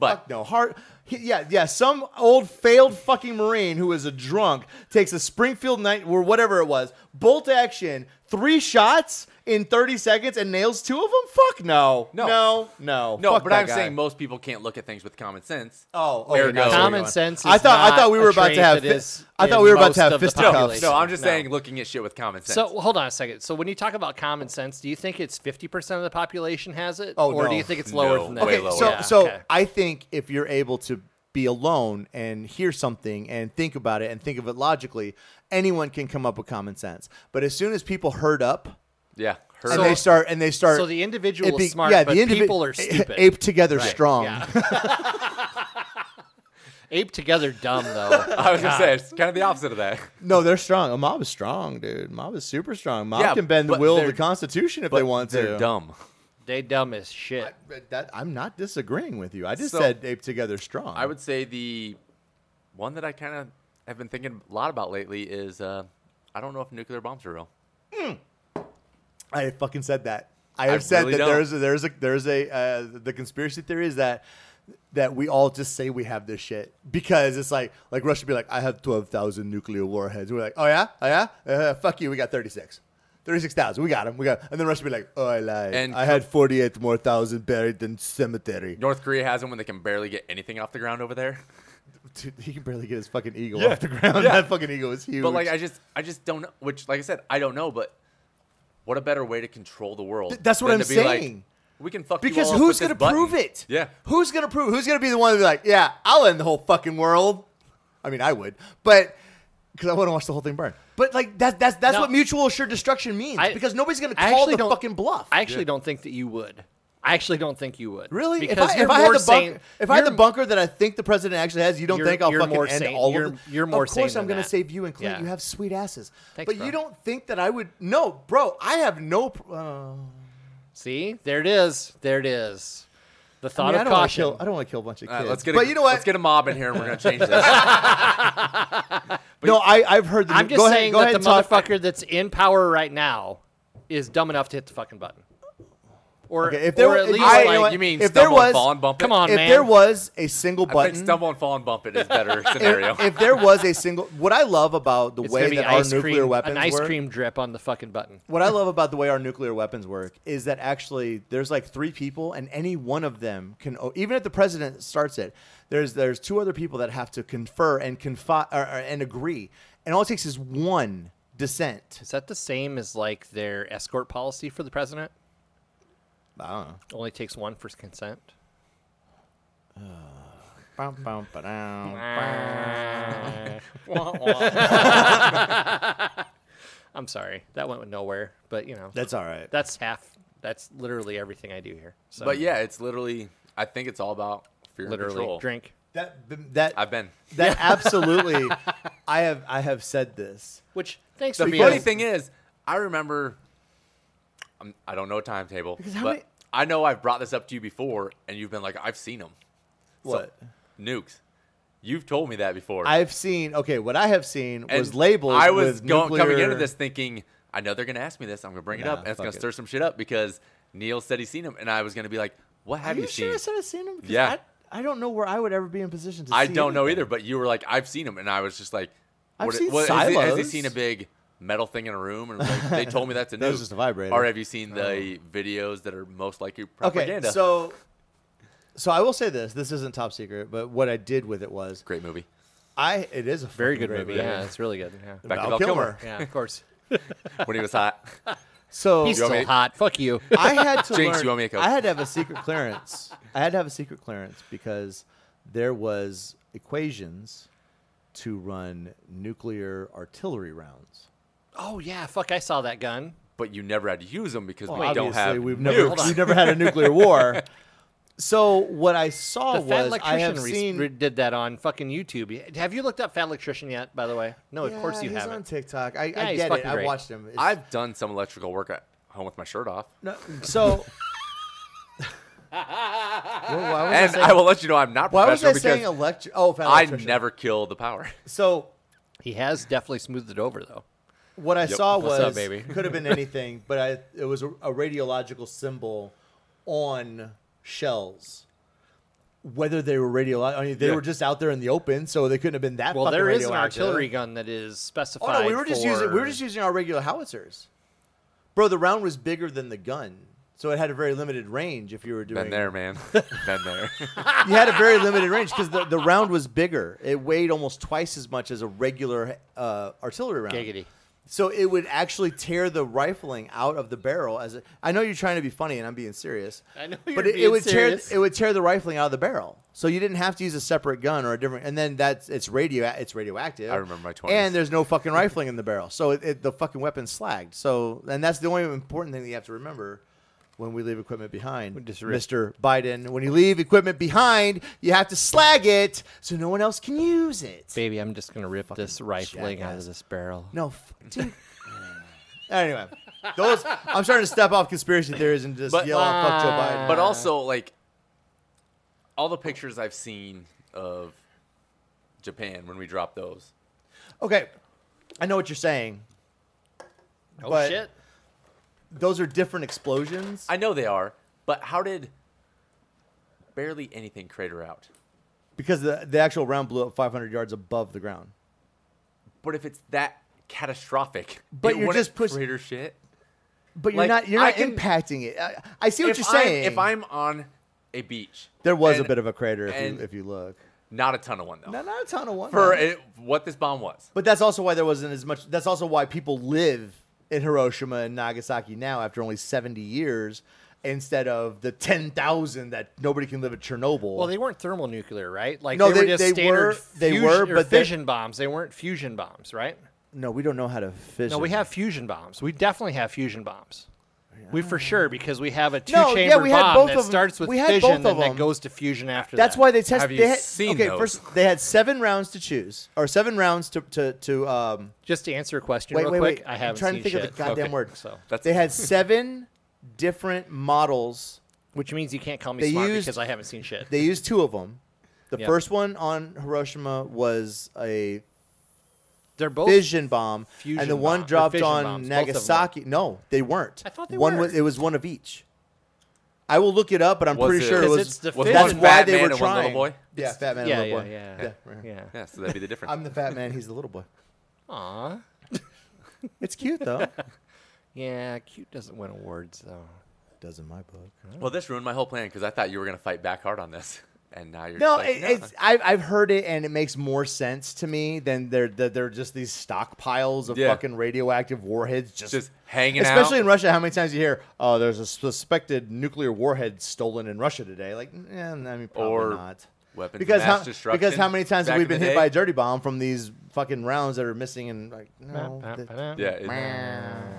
Speaker 4: Fuck
Speaker 3: But
Speaker 4: no, Har- he, yeah, yeah. Some old failed fucking marine who is a drunk takes a Springfield night or whatever it was, bolt action, three shots in thirty seconds, and nails two of them. Fuck no,
Speaker 3: No.
Speaker 4: no, no,
Speaker 3: no,
Speaker 4: Fuck
Speaker 3: but
Speaker 4: that
Speaker 3: I'm
Speaker 4: guy.
Speaker 3: saying most people can't look at things with common sense.
Speaker 4: Oh, okay,
Speaker 3: Ergo.
Speaker 4: gotcha.
Speaker 3: Common
Speaker 1: sense is
Speaker 4: I thought I
Speaker 1: not
Speaker 4: thought we
Speaker 1: a
Speaker 4: were about
Speaker 1: trait
Speaker 4: to have.
Speaker 1: that
Speaker 4: fi-
Speaker 1: is
Speaker 4: I thought
Speaker 1: in
Speaker 4: we were about
Speaker 1: most
Speaker 4: to have
Speaker 1: of the
Speaker 3: No,
Speaker 4: fisticuffs.
Speaker 1: population.
Speaker 3: no, I'm just saying looking at shit with common sense.
Speaker 1: So hold on a second. So when you talk about common sense, do you think it's fifty percent of the population has it,
Speaker 4: Oh,
Speaker 1: or do
Speaker 4: no.
Speaker 1: you think it's lower
Speaker 3: No,
Speaker 1: than that?
Speaker 3: way
Speaker 4: okay,
Speaker 3: lower.
Speaker 4: so
Speaker 1: Yeah,
Speaker 4: so
Speaker 1: okay.
Speaker 4: I think if you're able to be alone and hear something and think about it and think of it logically, anyone can come up with common sense. But as soon as people herd up
Speaker 3: yeah, her
Speaker 4: and they start and they start,
Speaker 1: so the individual
Speaker 4: it be-
Speaker 1: is smart, but
Speaker 4: indivi-
Speaker 1: people are
Speaker 4: a-
Speaker 1: stupid.
Speaker 4: Ape together strong.
Speaker 1: Ape together, dumb though.
Speaker 3: I was gonna say it's kind of the opposite of that.
Speaker 4: No, they're strong. A mob is strong, dude. Mob is super strong. Mob
Speaker 3: Yeah,
Speaker 4: can bend the
Speaker 3: but
Speaker 4: will of
Speaker 3: they're-
Speaker 4: the Constitution if
Speaker 3: But
Speaker 4: they want to.
Speaker 3: They're dumb.
Speaker 1: They dumb as shit.
Speaker 4: But That, I'm not disagreeing with you. I just
Speaker 3: So-
Speaker 4: said ape together strong.
Speaker 3: I would say the one that I kind of I've been thinking a lot about lately is uh, I don't know if nuclear bombs are real.
Speaker 4: I fucking said that. I have
Speaker 3: I
Speaker 4: said
Speaker 3: really
Speaker 4: that
Speaker 3: don't.
Speaker 4: there's a, there's a there's a uh, the conspiracy theory is that that we all just say we have this shit because it's like like Russia be like I have twelve thousand nuclear warheads. We're like oh yeah oh yeah uh, fuck you we got thirty six. 36,000. We got them. We got 'em." And then Russia be like, oh, I lied.
Speaker 3: And
Speaker 4: I
Speaker 3: Co-
Speaker 4: had 48 more thousand buried in cemetery.
Speaker 3: North Korea has them when they can barely get anything off the ground over there.
Speaker 4: Dude, he can barely get his fucking eagle
Speaker 3: Yeah.
Speaker 4: off the ground.
Speaker 3: Yeah.
Speaker 4: That fucking eagle is huge.
Speaker 3: But like I just I just don't know. Which like I said I don't know. But what a better way to control the world?
Speaker 4: Th- that's what
Speaker 3: than
Speaker 4: I'm
Speaker 3: to be like,
Speaker 4: saying.
Speaker 3: we can fuck you
Speaker 4: Because
Speaker 3: all up
Speaker 4: who's
Speaker 3: with this
Speaker 4: gonna
Speaker 3: button."
Speaker 4: prove it?
Speaker 3: Yeah.
Speaker 4: Who's gonna prove? Who's gonna be the one to be like, yeah, I'll end the whole fucking world? I mean, I would, but because I want to watch the whole thing burn. But like that, that's that's
Speaker 1: No.
Speaker 4: what mutual assured destruction means.
Speaker 1: I-
Speaker 4: because nobody's gonna
Speaker 1: I
Speaker 4: call
Speaker 1: actually
Speaker 4: the
Speaker 1: don't-
Speaker 4: fucking bluff.
Speaker 1: I actually don't think that you would. I actually don't think you would.
Speaker 4: really, if
Speaker 1: Because
Speaker 4: I,
Speaker 1: you're
Speaker 4: if I
Speaker 1: more
Speaker 4: had the
Speaker 1: sane-
Speaker 4: bunker, if I had the
Speaker 1: you're-
Speaker 4: bunker that I think the president actually has, you don't
Speaker 1: You're-
Speaker 4: think I'll
Speaker 1: you're
Speaker 4: fucking
Speaker 1: more
Speaker 4: end
Speaker 1: sane.
Speaker 4: all
Speaker 1: You're-
Speaker 4: of them?
Speaker 1: you're more
Speaker 4: Of course,
Speaker 1: sane
Speaker 4: I'm
Speaker 1: than
Speaker 4: gonna
Speaker 1: that.
Speaker 4: save you and Clint.
Speaker 1: Yeah.
Speaker 4: You have sweet asses,
Speaker 1: Thanks,
Speaker 4: but
Speaker 1: bro.
Speaker 4: you don't think that I would? No, bro, I have no. pr- Uh,
Speaker 1: See, there it is. There it is. The
Speaker 4: I,
Speaker 1: thought
Speaker 4: mean, I
Speaker 1: of
Speaker 4: don't want to
Speaker 1: caution.
Speaker 4: kill. I don't want to kill a bunch of
Speaker 3: All
Speaker 4: kids.
Speaker 3: right, let's get. A,
Speaker 4: but you know what?
Speaker 3: Let's get a mob in here and we're gonna change this.
Speaker 4: no, I, I've heard. The,
Speaker 1: I'm just
Speaker 4: go ahead-
Speaker 1: saying
Speaker 4: go ahead
Speaker 1: that
Speaker 4: and
Speaker 1: the
Speaker 4: talk-
Speaker 1: motherfucker that's in power right now is dumb enough to hit the fucking button. Or,
Speaker 4: Okay, if
Speaker 1: if
Speaker 4: there
Speaker 1: there or
Speaker 4: were-
Speaker 1: at
Speaker 4: if-
Speaker 1: least
Speaker 4: I-
Speaker 1: like,
Speaker 4: know what?
Speaker 3: you mean
Speaker 4: if
Speaker 3: stumble
Speaker 4: there was-
Speaker 3: and fall and bump it?
Speaker 1: come on,
Speaker 4: if
Speaker 1: man.
Speaker 4: there was a single
Speaker 3: I think
Speaker 4: button,
Speaker 3: stumble and fall and bump it is better scenario.
Speaker 4: if, if there was a single, what I love about the
Speaker 1: it's
Speaker 4: way
Speaker 1: gonna be
Speaker 4: that our
Speaker 1: ice
Speaker 4: nuclear
Speaker 1: cream,
Speaker 4: weapons
Speaker 1: an ice
Speaker 4: work,
Speaker 1: cream drip on the fucking button.
Speaker 4: what I love about the way our nuclear weapons work is that actually there's like three people, and any one of them can, oh, even if the president starts it, there's there's two other people that have to confer and confide or, or- and agree, and all it takes is one dissent.
Speaker 1: Is that the same as like their escort policy for the president?
Speaker 4: I don't know.
Speaker 1: Only takes one for consent.
Speaker 4: Bum, bum, ba-dum.
Speaker 1: I'm sorry, that went nowhere. But you know,
Speaker 4: That's all right.
Speaker 1: that's half. That's literally everything I do here. So,
Speaker 3: but yeah, it's literally. I think it's all about fear
Speaker 1: literally
Speaker 3: and control.
Speaker 1: drink.
Speaker 4: That that
Speaker 3: I've been.
Speaker 4: that absolutely. I have I have said this.
Speaker 1: Which thanks
Speaker 3: The
Speaker 1: for
Speaker 3: funny
Speaker 1: being.
Speaker 3: thing is, I remember. I'm, I don't know a timetable, but
Speaker 4: how many-
Speaker 3: I know I've brought this up to you before, and you've been like, "I've seen them."
Speaker 4: What?
Speaker 3: nukes? You've told me that before.
Speaker 4: I've seen. Okay, what I have seen
Speaker 3: And
Speaker 4: was labeled.
Speaker 3: I was
Speaker 4: with
Speaker 3: go- coming
Speaker 4: nuclear-
Speaker 3: into this thinking, I know they're going to ask me this. I'm going to bring it
Speaker 4: Nah,
Speaker 3: up, and it's
Speaker 4: fuck
Speaker 3: going to
Speaker 4: it.
Speaker 3: stir some shit up because Neil said he's seen him, and I was going to be like, "What
Speaker 4: Are
Speaker 3: have
Speaker 4: you,
Speaker 3: you,
Speaker 4: sure I
Speaker 3: seen?"
Speaker 4: said I've seen him? 'Cause
Speaker 3: Yeah.
Speaker 4: I, I don't know where I would ever be in position to.
Speaker 3: I
Speaker 4: see
Speaker 3: don't know
Speaker 4: anything.
Speaker 3: either, but you were like, "I've seen him," and I was just like,
Speaker 4: I've
Speaker 3: what-
Speaker 4: seen
Speaker 3: what- has, he, has he
Speaker 4: silos.
Speaker 3: seen a big metal thing in a room? And like, they told me that's a nuke.
Speaker 4: That was just a vibrator. Oh.
Speaker 3: Or have you seen the videos that are most likely propaganda?
Speaker 4: Okay, so. So I will say this: this isn't top secret, but what I did with it was
Speaker 3: great movie.
Speaker 4: I. It is a
Speaker 1: Very
Speaker 4: fucking
Speaker 1: good
Speaker 4: great
Speaker 1: movie. Yeah, it's really good. Yeah,
Speaker 3: Back to
Speaker 4: Val
Speaker 3: Val Kilmer.
Speaker 1: yeah, of course.
Speaker 3: when he was hot.
Speaker 4: So
Speaker 1: He's
Speaker 3: You want me
Speaker 1: still
Speaker 3: to-
Speaker 1: hot. Fuck Oh, you.
Speaker 4: I had to
Speaker 3: Jinx,
Speaker 4: learn-
Speaker 3: you owe me a Coke.
Speaker 4: I had to have a secret clearance. I had to have a secret clearance because there was equations to run nuclear artillery rounds.
Speaker 1: Oh yeah, fuck! I saw that gun.
Speaker 3: But you never had to use them because
Speaker 4: Well,
Speaker 3: we don't
Speaker 4: obviously,
Speaker 3: have
Speaker 4: we've
Speaker 1: Wait,
Speaker 4: never
Speaker 1: hold on.
Speaker 4: we've never had a nuclear war. So what I saw
Speaker 1: The fat
Speaker 4: was I
Speaker 1: electrician
Speaker 4: have
Speaker 1: re-
Speaker 4: seen.
Speaker 1: re- did that on fucking YouTube. Have you looked up fat electrician yet? By the way, no,
Speaker 4: Yeah,
Speaker 1: of course you
Speaker 4: he's
Speaker 1: haven't.
Speaker 4: on TikTok. I,
Speaker 1: Yeah,
Speaker 4: I
Speaker 1: he's
Speaker 4: get it.
Speaker 1: fucking
Speaker 4: I
Speaker 1: great.
Speaker 4: watched him. It's-
Speaker 3: I've done some electrical work at home with my shirt off.
Speaker 4: no, so. Well, why was I
Speaker 3: And
Speaker 4: saying,
Speaker 3: I will let you know I'm not
Speaker 4: why was I
Speaker 3: professional
Speaker 4: saying
Speaker 3: because
Speaker 4: electric? Oh, fat
Speaker 3: I
Speaker 4: electrician.
Speaker 3: never kill the power.
Speaker 4: So
Speaker 1: He has definitely smoothed it over though.
Speaker 4: what I saw
Speaker 1: What's
Speaker 4: was
Speaker 1: up, baby?
Speaker 4: could have been anything, but I, it was a, a radiological symbol on shells. Whether they were radiological, I mean, they
Speaker 3: Yeah.
Speaker 4: were just out there in the open, so they couldn't have been that.
Speaker 1: Well,
Speaker 4: fucking
Speaker 1: there is an
Speaker 4: radioactive.
Speaker 1: artillery gun that is
Speaker 4: Oh
Speaker 1: specified.
Speaker 4: no, we were just using we were
Speaker 1: for-
Speaker 4: just using our regular howitzers, bro. The round was bigger than the gun, so it had a very limited range. If you were doing,
Speaker 3: Been there, man. Been there.
Speaker 4: you had a very limited range because the, the round was bigger. It weighed almost twice as much as a regular uh, artillery round.
Speaker 1: giggity.
Speaker 4: So it would actually tear the rifling out of the barrel. As a, I know you're trying to be funny, and I'm being serious.
Speaker 1: I know
Speaker 4: but
Speaker 1: you're
Speaker 4: it, it
Speaker 1: being
Speaker 4: would
Speaker 1: serious.
Speaker 4: tear it would tear the rifling out of the barrel. So you didn't have to use a separate gun or a different. And then that's it's radio it's radioactive.
Speaker 3: I remember my 20s.
Speaker 4: And there's no fucking rifling in the barrel, so it, it, the fucking weapon's slagged. So and that's the only important thing that you have to remember. When we leave equipment behind,
Speaker 1: just rip-
Speaker 4: Mr. Biden, when you leave equipment behind, you have to slag it so no one else can use it.
Speaker 1: Baby, I'm just gonna rip this rifling out
Speaker 4: jackass.
Speaker 1: of this barrel.
Speaker 4: No, f- dude. anyway, those I'm starting to step off conspiracy theories and just
Speaker 3: But- uh,
Speaker 4: yell out fuck Joe Biden.
Speaker 3: But also, like, all the pictures I've seen of Japan when we dropped those,
Speaker 4: Okay, I know what you're saying.
Speaker 1: Oh
Speaker 4: But-
Speaker 1: shit!
Speaker 4: Those are different explosions.
Speaker 3: I know they are, but how did barely anything crater out?
Speaker 4: because the, the actual round blew up 500 yards above the ground.
Speaker 3: But if it's that catastrophic,
Speaker 4: But
Speaker 3: it
Speaker 4: you're
Speaker 3: wouldn't
Speaker 4: just push-
Speaker 3: crater shit.
Speaker 4: But you're
Speaker 3: Like,
Speaker 4: not you're
Speaker 3: I
Speaker 4: not
Speaker 3: can-
Speaker 4: impacting it. I, I see what
Speaker 3: if
Speaker 4: you're
Speaker 3: I'm-
Speaker 4: saying.
Speaker 3: if I'm on a beach,
Speaker 4: there was
Speaker 3: and
Speaker 4: a bit of a crater if
Speaker 3: and-
Speaker 4: you, if you look.
Speaker 3: not a ton of one though.
Speaker 4: No, not a ton of one.
Speaker 3: For
Speaker 4: no.
Speaker 3: it, what this bomb was,
Speaker 4: but that's also why there wasn't as much. That's also why people live in Hiroshima and Nagasaki now after only 70 years instead of the 10,000 that nobody can live at Chernobyl.
Speaker 1: Well, they weren't thermal nuclear, right? Like
Speaker 4: No,
Speaker 1: they,
Speaker 4: they-
Speaker 1: were just
Speaker 4: they
Speaker 1: standard.
Speaker 4: were- they
Speaker 1: fusion-
Speaker 4: were,
Speaker 1: or
Speaker 4: but they-
Speaker 1: fission bombs. They weren't fusion bombs, right?
Speaker 4: no, we don't know how to fish.
Speaker 1: No, we have fusion bombs. We definitely have fusion bombs. We for sure because we have a
Speaker 4: yeah,
Speaker 1: two-chamber
Speaker 4: we had
Speaker 1: bomb
Speaker 4: both
Speaker 1: that
Speaker 4: of 'em.
Speaker 1: starts with
Speaker 4: We had
Speaker 1: fission
Speaker 4: both of
Speaker 1: and then
Speaker 4: them.
Speaker 1: goes to fusion after
Speaker 4: That's
Speaker 1: that.
Speaker 4: why they tested.
Speaker 3: Have you
Speaker 4: they had,
Speaker 3: seen
Speaker 4: okay,
Speaker 3: those?
Speaker 4: first they had seven rounds to choose, or seven rounds to to, to um.
Speaker 1: Just to answer a question
Speaker 4: Wait,
Speaker 1: real
Speaker 4: wait,
Speaker 1: quick,
Speaker 4: wait.
Speaker 1: I
Speaker 4: I'm
Speaker 1: haven't
Speaker 4: trying to
Speaker 1: seen
Speaker 4: think of the
Speaker 1: shit.
Speaker 4: goddamn
Speaker 1: Okay,
Speaker 4: word.
Speaker 1: So
Speaker 3: that's
Speaker 4: they had seven different models.
Speaker 1: which means you can't call me
Speaker 4: They
Speaker 1: smart
Speaker 4: used-
Speaker 1: because I haven't seen shit.
Speaker 4: They used two of them. The
Speaker 1: Yeah.
Speaker 4: first one on Hiroshima was a
Speaker 1: They're
Speaker 3: Oh.
Speaker 1: both.
Speaker 4: fission bomb,
Speaker 1: fusion
Speaker 4: and the one
Speaker 1: bomb- or
Speaker 4: dropped
Speaker 1: fission
Speaker 4: on
Speaker 1: bombs, both of 'em.
Speaker 4: Nagasaki. No, they weren't.
Speaker 1: I thought they
Speaker 4: one
Speaker 1: were.
Speaker 4: Was, it was one of each. I will look it up, but I'm
Speaker 3: Was
Speaker 4: pretty
Speaker 3: it-
Speaker 4: sure it
Speaker 1: Because
Speaker 4: was.
Speaker 1: it's the
Speaker 3: was
Speaker 1: fission-
Speaker 4: that's
Speaker 3: one
Speaker 4: why
Speaker 3: fat
Speaker 4: they
Speaker 3: man
Speaker 4: were
Speaker 3: and one
Speaker 4: trying.
Speaker 3: little boy.
Speaker 4: Yeah, fat man,
Speaker 1: yeah,
Speaker 4: and
Speaker 1: yeah,
Speaker 4: little boy.
Speaker 1: yeah,
Speaker 4: right here.
Speaker 1: yeah.
Speaker 3: Yeah, so that'd be the difference.
Speaker 4: I'm the fat man. He's the little boy.
Speaker 1: Aw.
Speaker 4: It's cute though.
Speaker 1: Yeah, cute doesn't win awards though.
Speaker 4: Does in my book.
Speaker 3: well, this ruined my whole plan because I thought you were gonna fight back hard on this, and now you're
Speaker 4: No,
Speaker 3: just like,
Speaker 4: it, it's I've, I've heard it and it makes more sense to me than there that there are just these stockpiles of
Speaker 3: Yeah.
Speaker 4: fucking radioactive warheads just,
Speaker 3: just hanging out.
Speaker 4: especially in Russia. How many times you hear, "Oh, there's a suspected nuclear warhead stolen in Russia today"? Like, yeah, I mean, probably
Speaker 3: Or
Speaker 4: not.
Speaker 3: weapons
Speaker 4: Because
Speaker 3: of mass
Speaker 4: how,
Speaker 3: destruction.
Speaker 4: because how many times have
Speaker 3: back
Speaker 4: we
Speaker 3: in the
Speaker 4: been hit
Speaker 3: day?
Speaker 4: by a dirty bomb from these fucking rounds that are missing and like no, that-
Speaker 3: Yeah, it-
Speaker 4: no,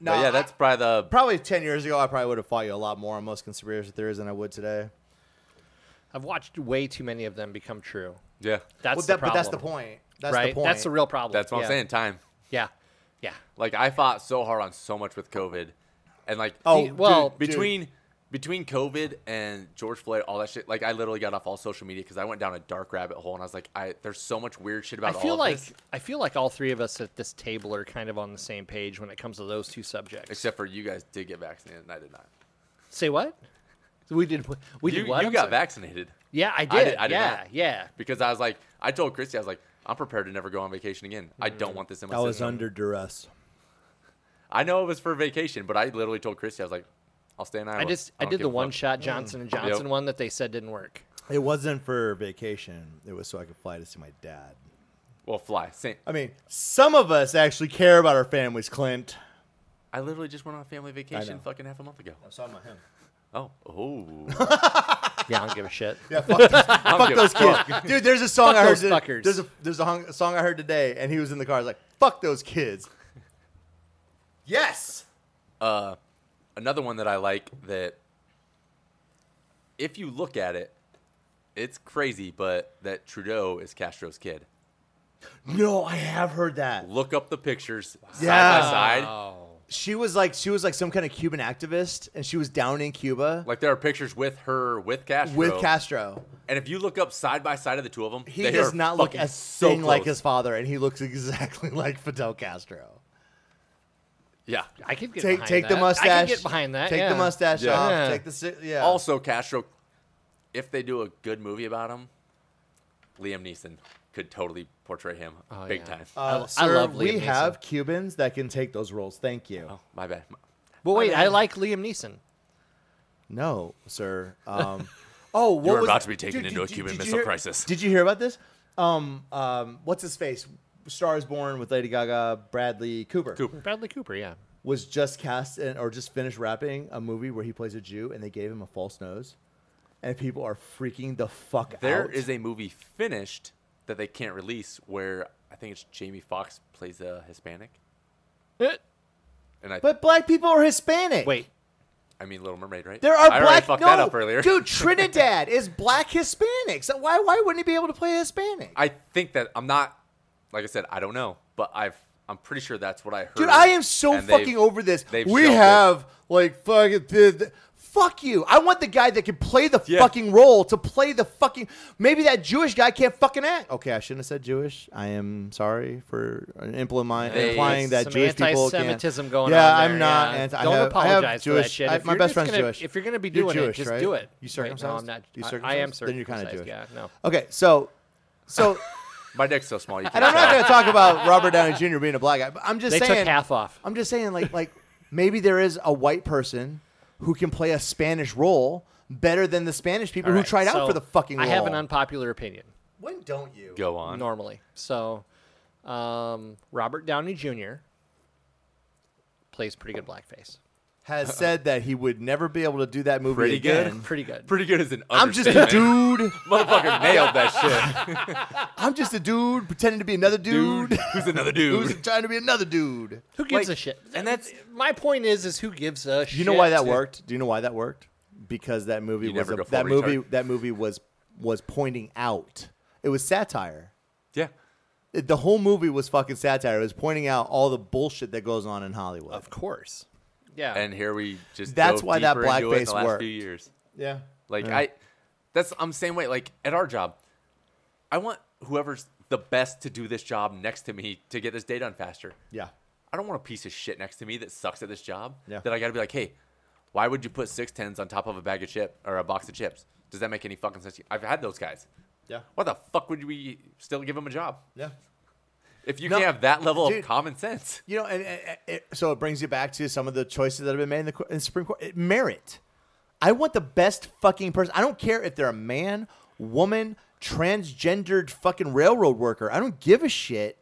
Speaker 3: but yeah,
Speaker 4: I-
Speaker 3: that's probably the
Speaker 4: probably ten years ago. I probably would have fought you a lot more on most conspiracy theories than I would today.
Speaker 1: I've watched way too many of them become true.
Speaker 3: yeah.
Speaker 1: That's
Speaker 4: Well,
Speaker 1: the
Speaker 4: that- but
Speaker 1: problem.
Speaker 4: that's the point. That's
Speaker 1: right?
Speaker 4: the point.
Speaker 1: That's the real problem.
Speaker 3: That's what
Speaker 1: yeah.
Speaker 3: I'm saying. Time.
Speaker 1: Yeah, yeah.
Speaker 3: Like I fought so hard on so much with COVID, and like
Speaker 4: Oh,
Speaker 1: The- well,
Speaker 4: dude.
Speaker 3: between between COVID and George Floyd, all that shit. Like I literally got off all social media because I went down a dark rabbit hole, and I was like, I there's so much weird shit
Speaker 1: I
Speaker 3: about. all
Speaker 1: feel
Speaker 3: of
Speaker 1: like
Speaker 3: this,
Speaker 1: I feel like all three of us at this table are kind of on the same page when it comes to those two subjects.
Speaker 3: except for you guys did get vaccinated, and I did not.
Speaker 1: Say what? We did. We
Speaker 3: You,
Speaker 1: did what?
Speaker 3: you
Speaker 1: I'm
Speaker 3: got
Speaker 1: sorry.
Speaker 3: vaccinated
Speaker 1: Yeah, I did.
Speaker 3: did- I did
Speaker 1: yeah,
Speaker 3: not.
Speaker 1: yeah.
Speaker 3: because I was like, I told Christy, I was like, I'm prepared to never go on vacation again. I
Speaker 1: Mm.
Speaker 3: don't want this in my
Speaker 2: I was
Speaker 3: system.
Speaker 2: under duress.
Speaker 3: I know it was for vacation, but I literally told Christy, I was like, I'll stay in Iowa.
Speaker 1: I just I,
Speaker 3: don't
Speaker 1: did
Speaker 3: give
Speaker 1: the
Speaker 3: a fuck.
Speaker 1: one shot Johnson and Johnson
Speaker 3: Yep.
Speaker 1: one that they said didn't work.
Speaker 2: It wasn't for vacation. It was so I could fly to see my dad.
Speaker 3: Well, fly. Same.
Speaker 4: I mean, some of us actually care about our families, Clint.
Speaker 3: I literally just went on a family vacation
Speaker 4: know.
Speaker 3: fucking half a month ago.
Speaker 2: I'm talking about him.
Speaker 3: Oh, oh.
Speaker 1: Yeah, I don't give a shit.
Speaker 3: fuck those kids.
Speaker 4: Dude, there's a song
Speaker 1: Fuck
Speaker 4: I heard.
Speaker 1: those
Speaker 4: to-
Speaker 1: fuckers.
Speaker 4: There's a there's a, hung, a song I heard today, and he was in the car. I was like, "Fuck those kids."
Speaker 2: Yes.
Speaker 3: Uh, Another one that I like that, if you look at it, it's crazy, but that Trudeau is Castro's kid.
Speaker 4: No, I have heard that.
Speaker 3: Look up the pictures side
Speaker 4: Yeah.
Speaker 3: by side.
Speaker 1: Oh,
Speaker 4: She was like she was like some kind of Cuban activist, and she was down in Cuba
Speaker 3: Like there are pictures with her with Castro.
Speaker 4: with Castro.
Speaker 3: and if you look up side by side of the two of them,
Speaker 4: He
Speaker 3: they
Speaker 4: does
Speaker 3: are
Speaker 4: not look
Speaker 3: fucking
Speaker 4: as
Speaker 3: so
Speaker 4: thing like
Speaker 3: close.
Speaker 4: his father, and he looks exactly like Fidel Castro.
Speaker 3: Yeah.
Speaker 1: I could get
Speaker 4: Take
Speaker 1: behind
Speaker 4: take
Speaker 1: that.
Speaker 4: the mustache.
Speaker 1: I could get behind that.
Speaker 4: Take
Speaker 1: yeah.
Speaker 4: the mustache
Speaker 3: Yeah.
Speaker 4: off.
Speaker 1: Yeah.
Speaker 4: Take the si- yeah.
Speaker 3: Also, Castro, if they do a good movie about him, Liam Neeson could totally portray him
Speaker 1: Oh,
Speaker 3: big
Speaker 1: yeah.
Speaker 3: time.
Speaker 4: Uh,
Speaker 1: I
Speaker 4: sir,
Speaker 1: love
Speaker 4: we
Speaker 1: Liam Neeson.
Speaker 4: have Cubans that can take those roles. Thank you.
Speaker 3: oh, my bad.
Speaker 1: But wait, I like Liam Neeson.
Speaker 4: No, sir. Um, oh, what
Speaker 3: You were
Speaker 4: was-
Speaker 3: about to be taken
Speaker 4: Dude,
Speaker 3: into a
Speaker 4: did-
Speaker 3: Cuban
Speaker 4: did you
Speaker 3: Missile
Speaker 4: hear-
Speaker 3: Crisis.
Speaker 4: Did you hear about this? Um, um, what's his face? Stars Born with Lady Gaga, Bradley Cooper
Speaker 3: Cooper.
Speaker 1: Bradley Cooper, yeah.
Speaker 4: was just cast in, or just finished rapping a movie where he plays a Jew, and they gave him a false nose, and people are freaking the fuck
Speaker 3: There is
Speaker 4: out.
Speaker 3: a movie finished that they can't release where I think it's Jamie Foxx plays a Hispanic. And I,
Speaker 4: but black people are Hispanic.
Speaker 1: Wait,
Speaker 3: I mean Little Mermaid, right?
Speaker 4: There are
Speaker 3: I already
Speaker 4: black.
Speaker 3: fucked
Speaker 4: no,
Speaker 3: that up earlier.
Speaker 4: dude, Trinidad is black Hispanics. Why? Why wouldn't he be able to play Hispanic?
Speaker 3: I think that I'm not. Like I said, I don't know, but I've I'm pretty sure that's what I heard.
Speaker 4: Dude, I am so
Speaker 3: and they've-
Speaker 4: fucking over this.
Speaker 3: they've
Speaker 4: We
Speaker 3: shelved it.
Speaker 4: have like fucking th- th- Fuck you. I want the guy that can play the
Speaker 3: Yeah.
Speaker 4: fucking role to play the fucking. Maybe that Jewish guy can't fucking act. Okay, I shouldn't have said Jewish. I am sorry for implying,
Speaker 3: They-
Speaker 4: implying that
Speaker 1: Some
Speaker 4: Jewish people can.
Speaker 1: anti-Semitism going
Speaker 4: yeah,
Speaker 1: on.
Speaker 4: I'm
Speaker 1: there,
Speaker 4: not.
Speaker 1: yeah.
Speaker 4: anti- I
Speaker 1: Don't
Speaker 4: have- I have
Speaker 1: apologize for
Speaker 4: Jewish-
Speaker 1: that shit.
Speaker 4: I-
Speaker 1: If
Speaker 4: my
Speaker 1: you're
Speaker 4: best
Speaker 1: just
Speaker 4: friend's
Speaker 1: gonna-
Speaker 4: Jewish.
Speaker 1: if you're gonna be
Speaker 4: You're
Speaker 1: doing
Speaker 4: Jewish,
Speaker 1: it, just
Speaker 4: right?
Speaker 1: do it.
Speaker 4: You
Speaker 1: Wait, no, I'm
Speaker 4: circumcised?
Speaker 1: not.
Speaker 4: You
Speaker 1: I- I, am
Speaker 4: circumcised?
Speaker 1: circumcised.
Speaker 4: Then you're kinda Jewish.
Speaker 1: Yeah, no.
Speaker 4: Okay, so, so,
Speaker 3: My dick's so small. You
Speaker 4: and
Speaker 3: can't
Speaker 4: I'm not
Speaker 3: tell.
Speaker 4: going to talk about Robert Downey Jr. being a black guy, but I'm just
Speaker 1: They
Speaker 4: saying.
Speaker 1: took half off.
Speaker 4: I'm just saying, like, like maybe there is a white person who can play a Spanish role better than the Spanish people
Speaker 1: All
Speaker 4: who
Speaker 1: right,
Speaker 4: tried
Speaker 1: so
Speaker 4: out for the fucking
Speaker 1: I
Speaker 4: role.
Speaker 1: have an unpopular opinion
Speaker 2: When don't you?
Speaker 3: Go on.
Speaker 1: normally. So, um, Robert Downey Jr. plays pretty good blackface.
Speaker 4: has said that he would never be able to do that movie
Speaker 3: Pretty good.
Speaker 4: again.
Speaker 1: Pretty good.
Speaker 3: Pretty good as an
Speaker 4: I'm just a dude.
Speaker 3: Motherfucker nailed that shit.
Speaker 4: I'm just a dude pretending to be another dude.
Speaker 3: Who's another dude?
Speaker 4: Who's trying to be another dude?
Speaker 1: who gives a
Speaker 3: Like,
Speaker 1: shit?
Speaker 3: and that's-
Speaker 1: my point. Is is who gives a shit?
Speaker 4: Do you know why that worked? Do you know why that worked? Because that movie
Speaker 3: You
Speaker 4: was
Speaker 3: never
Speaker 4: a-
Speaker 3: go full
Speaker 4: that movie
Speaker 3: retard.
Speaker 4: that movie was was pointing out. It was satire.
Speaker 3: yeah.
Speaker 4: It- the whole movie was fucking satire. It was pointing out all the bullshit that goes on in Hollywood.
Speaker 1: Of course. Yeah.
Speaker 3: And here we just.
Speaker 4: That's
Speaker 3: dove
Speaker 4: why that
Speaker 3: deeper into it in
Speaker 4: blackface
Speaker 3: the last
Speaker 4: worked.
Speaker 3: Few years.
Speaker 2: Yeah.
Speaker 3: Like I, that's I'm same way. Like at our job, I want whoever's the best to do this job next to me to get this day done faster.
Speaker 4: yeah.
Speaker 3: I don't want a piece of shit next to me that sucks at this job.
Speaker 4: Yeah.
Speaker 3: That I got to be like, hey, why would you put six tens on top of a bag of chip or a box of chips? Does that make any fucking sense? to you?" I've had those guys.
Speaker 2: Yeah.
Speaker 3: Why the fuck would we still give them a job
Speaker 2: Yeah.
Speaker 3: if you can't have that level
Speaker 4: dude.
Speaker 3: of common sense?
Speaker 4: You know, and, and- and- it, so it brings you back to some of the choices that have been made in the, cour- in the Supreme Court. It, merit. I want the best fucking person. I don't care if they're a man, woman, transgendered fucking railroad worker. I don't give a shit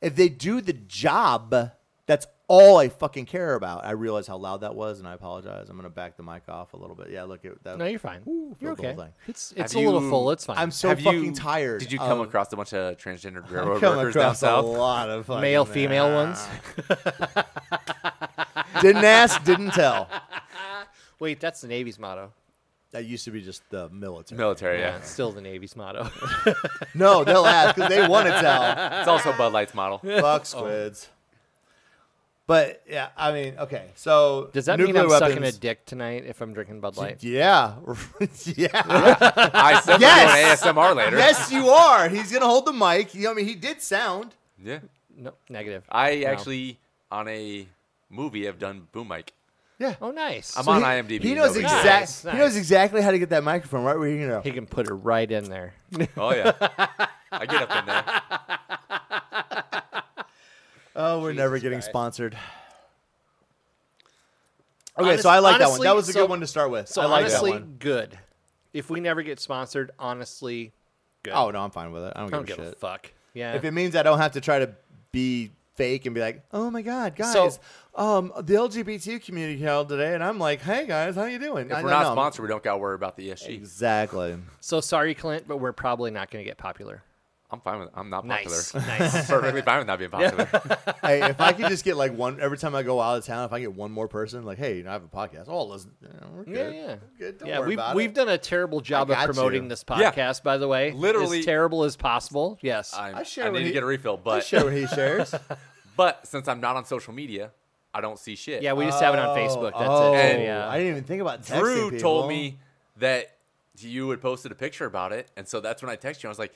Speaker 4: if they do the job. That's all I fucking care about. I realize how loud that was, and I apologize. I'm gonna back the mic off a little bit. Yeah, look at that.
Speaker 1: no, you're fine. you're
Speaker 4: filled the
Speaker 1: okay.
Speaker 4: whole thing.
Speaker 1: It's it's
Speaker 3: Have
Speaker 1: a little
Speaker 3: you-
Speaker 1: full. It's fine.
Speaker 4: I'm so
Speaker 3: Have you-
Speaker 4: fucking tired.
Speaker 3: Did you come
Speaker 4: of-
Speaker 3: across a bunch of transgender
Speaker 4: I've
Speaker 3: railroad
Speaker 4: come
Speaker 3: workers down
Speaker 4: across a
Speaker 3: south?
Speaker 4: lot of fucking
Speaker 1: male, female ones.
Speaker 4: Didn't ask, didn't tell.
Speaker 1: Wait, that's the Navy's motto.
Speaker 4: That used to be just the military.
Speaker 3: Military, yeah.
Speaker 1: It's still the Navy's motto.
Speaker 4: No, they'll ask because they want to tell.
Speaker 3: It's also Bud Light's model.
Speaker 4: Fuck squids. But yeah, I mean, okay. So
Speaker 1: Does that
Speaker 4: nuclear
Speaker 1: mean I'm
Speaker 4: weapons,
Speaker 1: sucking a dick tonight if I'm drinking Bud Light?
Speaker 4: Yeah, yeah.
Speaker 3: I said
Speaker 4: Yes!
Speaker 3: we're doing ASMR later.
Speaker 4: yes, you are. He's gonna hold the mic. You know, I mean, he did sound.
Speaker 3: Yeah.
Speaker 1: No, negative.
Speaker 3: I
Speaker 1: No.
Speaker 3: actually, on a movie, have done boom mic.
Speaker 1: Oh, nice.
Speaker 3: I'm
Speaker 4: So
Speaker 3: on
Speaker 4: he,
Speaker 3: IMDb.
Speaker 4: He knows
Speaker 3: no big
Speaker 4: exactly.
Speaker 3: deal.
Speaker 1: Nice,
Speaker 4: He knows
Speaker 1: nice.
Speaker 4: exactly how to get that microphone right where you know.
Speaker 1: He can put it right in there.
Speaker 3: Oh yeah. I get up in there.
Speaker 4: Oh, we're never getting
Speaker 1: Christ.
Speaker 4: sponsored. Okay,
Speaker 1: Honest-
Speaker 4: so I like that one.
Speaker 1: honestly,
Speaker 4: That was a
Speaker 1: so-
Speaker 4: good one to start with.
Speaker 1: So
Speaker 4: I like
Speaker 1: honestly,
Speaker 4: that one.
Speaker 1: good. If we never get sponsored, honestly, good.
Speaker 4: Oh no, I'm fine with it. I don't
Speaker 1: I
Speaker 4: give
Speaker 1: don't
Speaker 4: a
Speaker 1: give
Speaker 4: shit.
Speaker 1: a fuck. Yeah.
Speaker 4: If it means I don't have to try to be fake and be like, "Oh my God, guys,
Speaker 1: So-
Speaker 4: um, the LGBT community held today," and I'm like, "Hey guys, how you doing?"
Speaker 3: If we're not sponsored, we don't got to worry about the E ESG.
Speaker 4: exactly.
Speaker 1: so sorry, Clint, but we're probably not going to get popular.
Speaker 3: I'm fine with. I'm not popular.
Speaker 1: Nice. nice.
Speaker 3: Perfectly fine with not being popular.
Speaker 4: hey, if I could just get like one every time I go out of town, if I get one more person, like, "Hey, you know, I have a podcast. Oh, listen, you know, we're
Speaker 1: Yeah,
Speaker 4: good.
Speaker 1: yeah.
Speaker 4: Good. Don't
Speaker 1: yeah,
Speaker 4: worry
Speaker 1: we've
Speaker 4: about
Speaker 1: we've
Speaker 4: it.
Speaker 1: done a terrible job of
Speaker 4: got
Speaker 1: promoting
Speaker 4: you.
Speaker 1: this
Speaker 3: Yeah.
Speaker 1: podcast, by the way.
Speaker 3: Literally-
Speaker 1: as terrible as possible. Yes,
Speaker 3: I'm,
Speaker 4: I
Speaker 3: I,
Speaker 4: share
Speaker 3: need
Speaker 4: what
Speaker 3: to
Speaker 4: he-
Speaker 3: get a refill,
Speaker 4: I
Speaker 3: but
Speaker 4: share what he shares.
Speaker 3: but since I'm not on social media, I don't see shit.
Speaker 1: yeah, we just have it on Facebook. That's
Speaker 4: oh,
Speaker 1: it.
Speaker 3: And
Speaker 1: yeah.
Speaker 4: I didn't even think about texting
Speaker 3: Drew
Speaker 4: people.
Speaker 3: told me that you had posted a picture about it, and so that's when I texted you. I was like,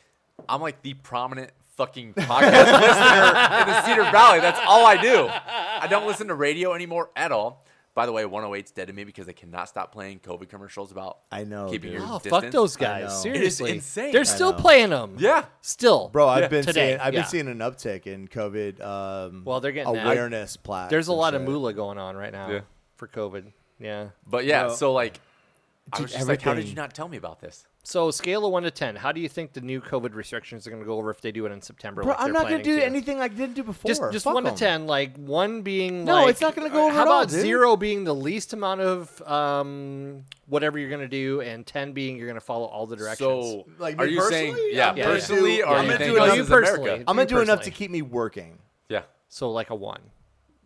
Speaker 3: I'm like the prominent fucking podcast listener in the Cedar Valley. That's all I do. I don't listen to radio anymore at all. By the way, 108's dead to me because they cannot stop playing COVID commercials about
Speaker 4: I know,
Speaker 3: keeping
Speaker 4: dude.
Speaker 3: your
Speaker 1: Oh,
Speaker 3: distance.
Speaker 1: fuck those
Speaker 4: know.
Speaker 1: guys!
Speaker 4: It
Speaker 3: is
Speaker 1: Seriously,
Speaker 3: insane.
Speaker 1: They're
Speaker 3: I
Speaker 1: still
Speaker 4: know.
Speaker 1: playing them.
Speaker 3: Yeah.
Speaker 1: still,
Speaker 4: Bro, I've
Speaker 3: Yeah.
Speaker 4: been
Speaker 1: Today,
Speaker 4: seeing I've
Speaker 1: yeah.
Speaker 4: been seeing an uptick in COVID. Um,
Speaker 1: Well, they're getting that.
Speaker 4: awareness plaques.
Speaker 1: There's a
Speaker 4: and
Speaker 1: lot of
Speaker 4: shit.
Speaker 1: moolah going on right now
Speaker 3: Yeah.
Speaker 1: for COVID. Yeah.
Speaker 3: But yeah,
Speaker 4: Bro.
Speaker 3: so like, I
Speaker 4: Dude,
Speaker 3: was just like, how did
Speaker 4: everything-
Speaker 3: you not tell me about this?
Speaker 1: So scale of one to ten, how do you think the new COVID restrictions are going to go over if they do it in September?
Speaker 4: Bro,
Speaker 1: like
Speaker 4: I'm
Speaker 1: they're
Speaker 4: not gonna
Speaker 1: planning
Speaker 4: do
Speaker 1: to?
Speaker 4: anything I didn't do before.
Speaker 1: Just, just
Speaker 4: Fuck
Speaker 1: one to
Speaker 4: 'em.
Speaker 1: ten, like one being
Speaker 4: No,
Speaker 1: like, uh,
Speaker 4: it's not gonna go over
Speaker 1: How
Speaker 4: at all,
Speaker 1: about
Speaker 4: dude.
Speaker 1: zero being the least amount of um, whatever you're going to do, and ten being you're going to follow all the directions.
Speaker 3: So
Speaker 4: Like,
Speaker 3: are
Speaker 4: me
Speaker 3: you saying,
Speaker 4: personally?
Speaker 3: yeah,
Speaker 4: I'm
Speaker 1: gonna
Speaker 3: personally,
Speaker 4: do-
Speaker 3: or
Speaker 4: I'm
Speaker 3: you
Speaker 4: gonna
Speaker 3: think
Speaker 4: do
Speaker 3: this
Speaker 4: it.
Speaker 3: is
Speaker 1: You personally.
Speaker 3: America?
Speaker 4: I'm gonna
Speaker 1: Me
Speaker 4: do enough
Speaker 1: personally.
Speaker 4: to keep me working.
Speaker 3: Yeah,
Speaker 1: so like a one.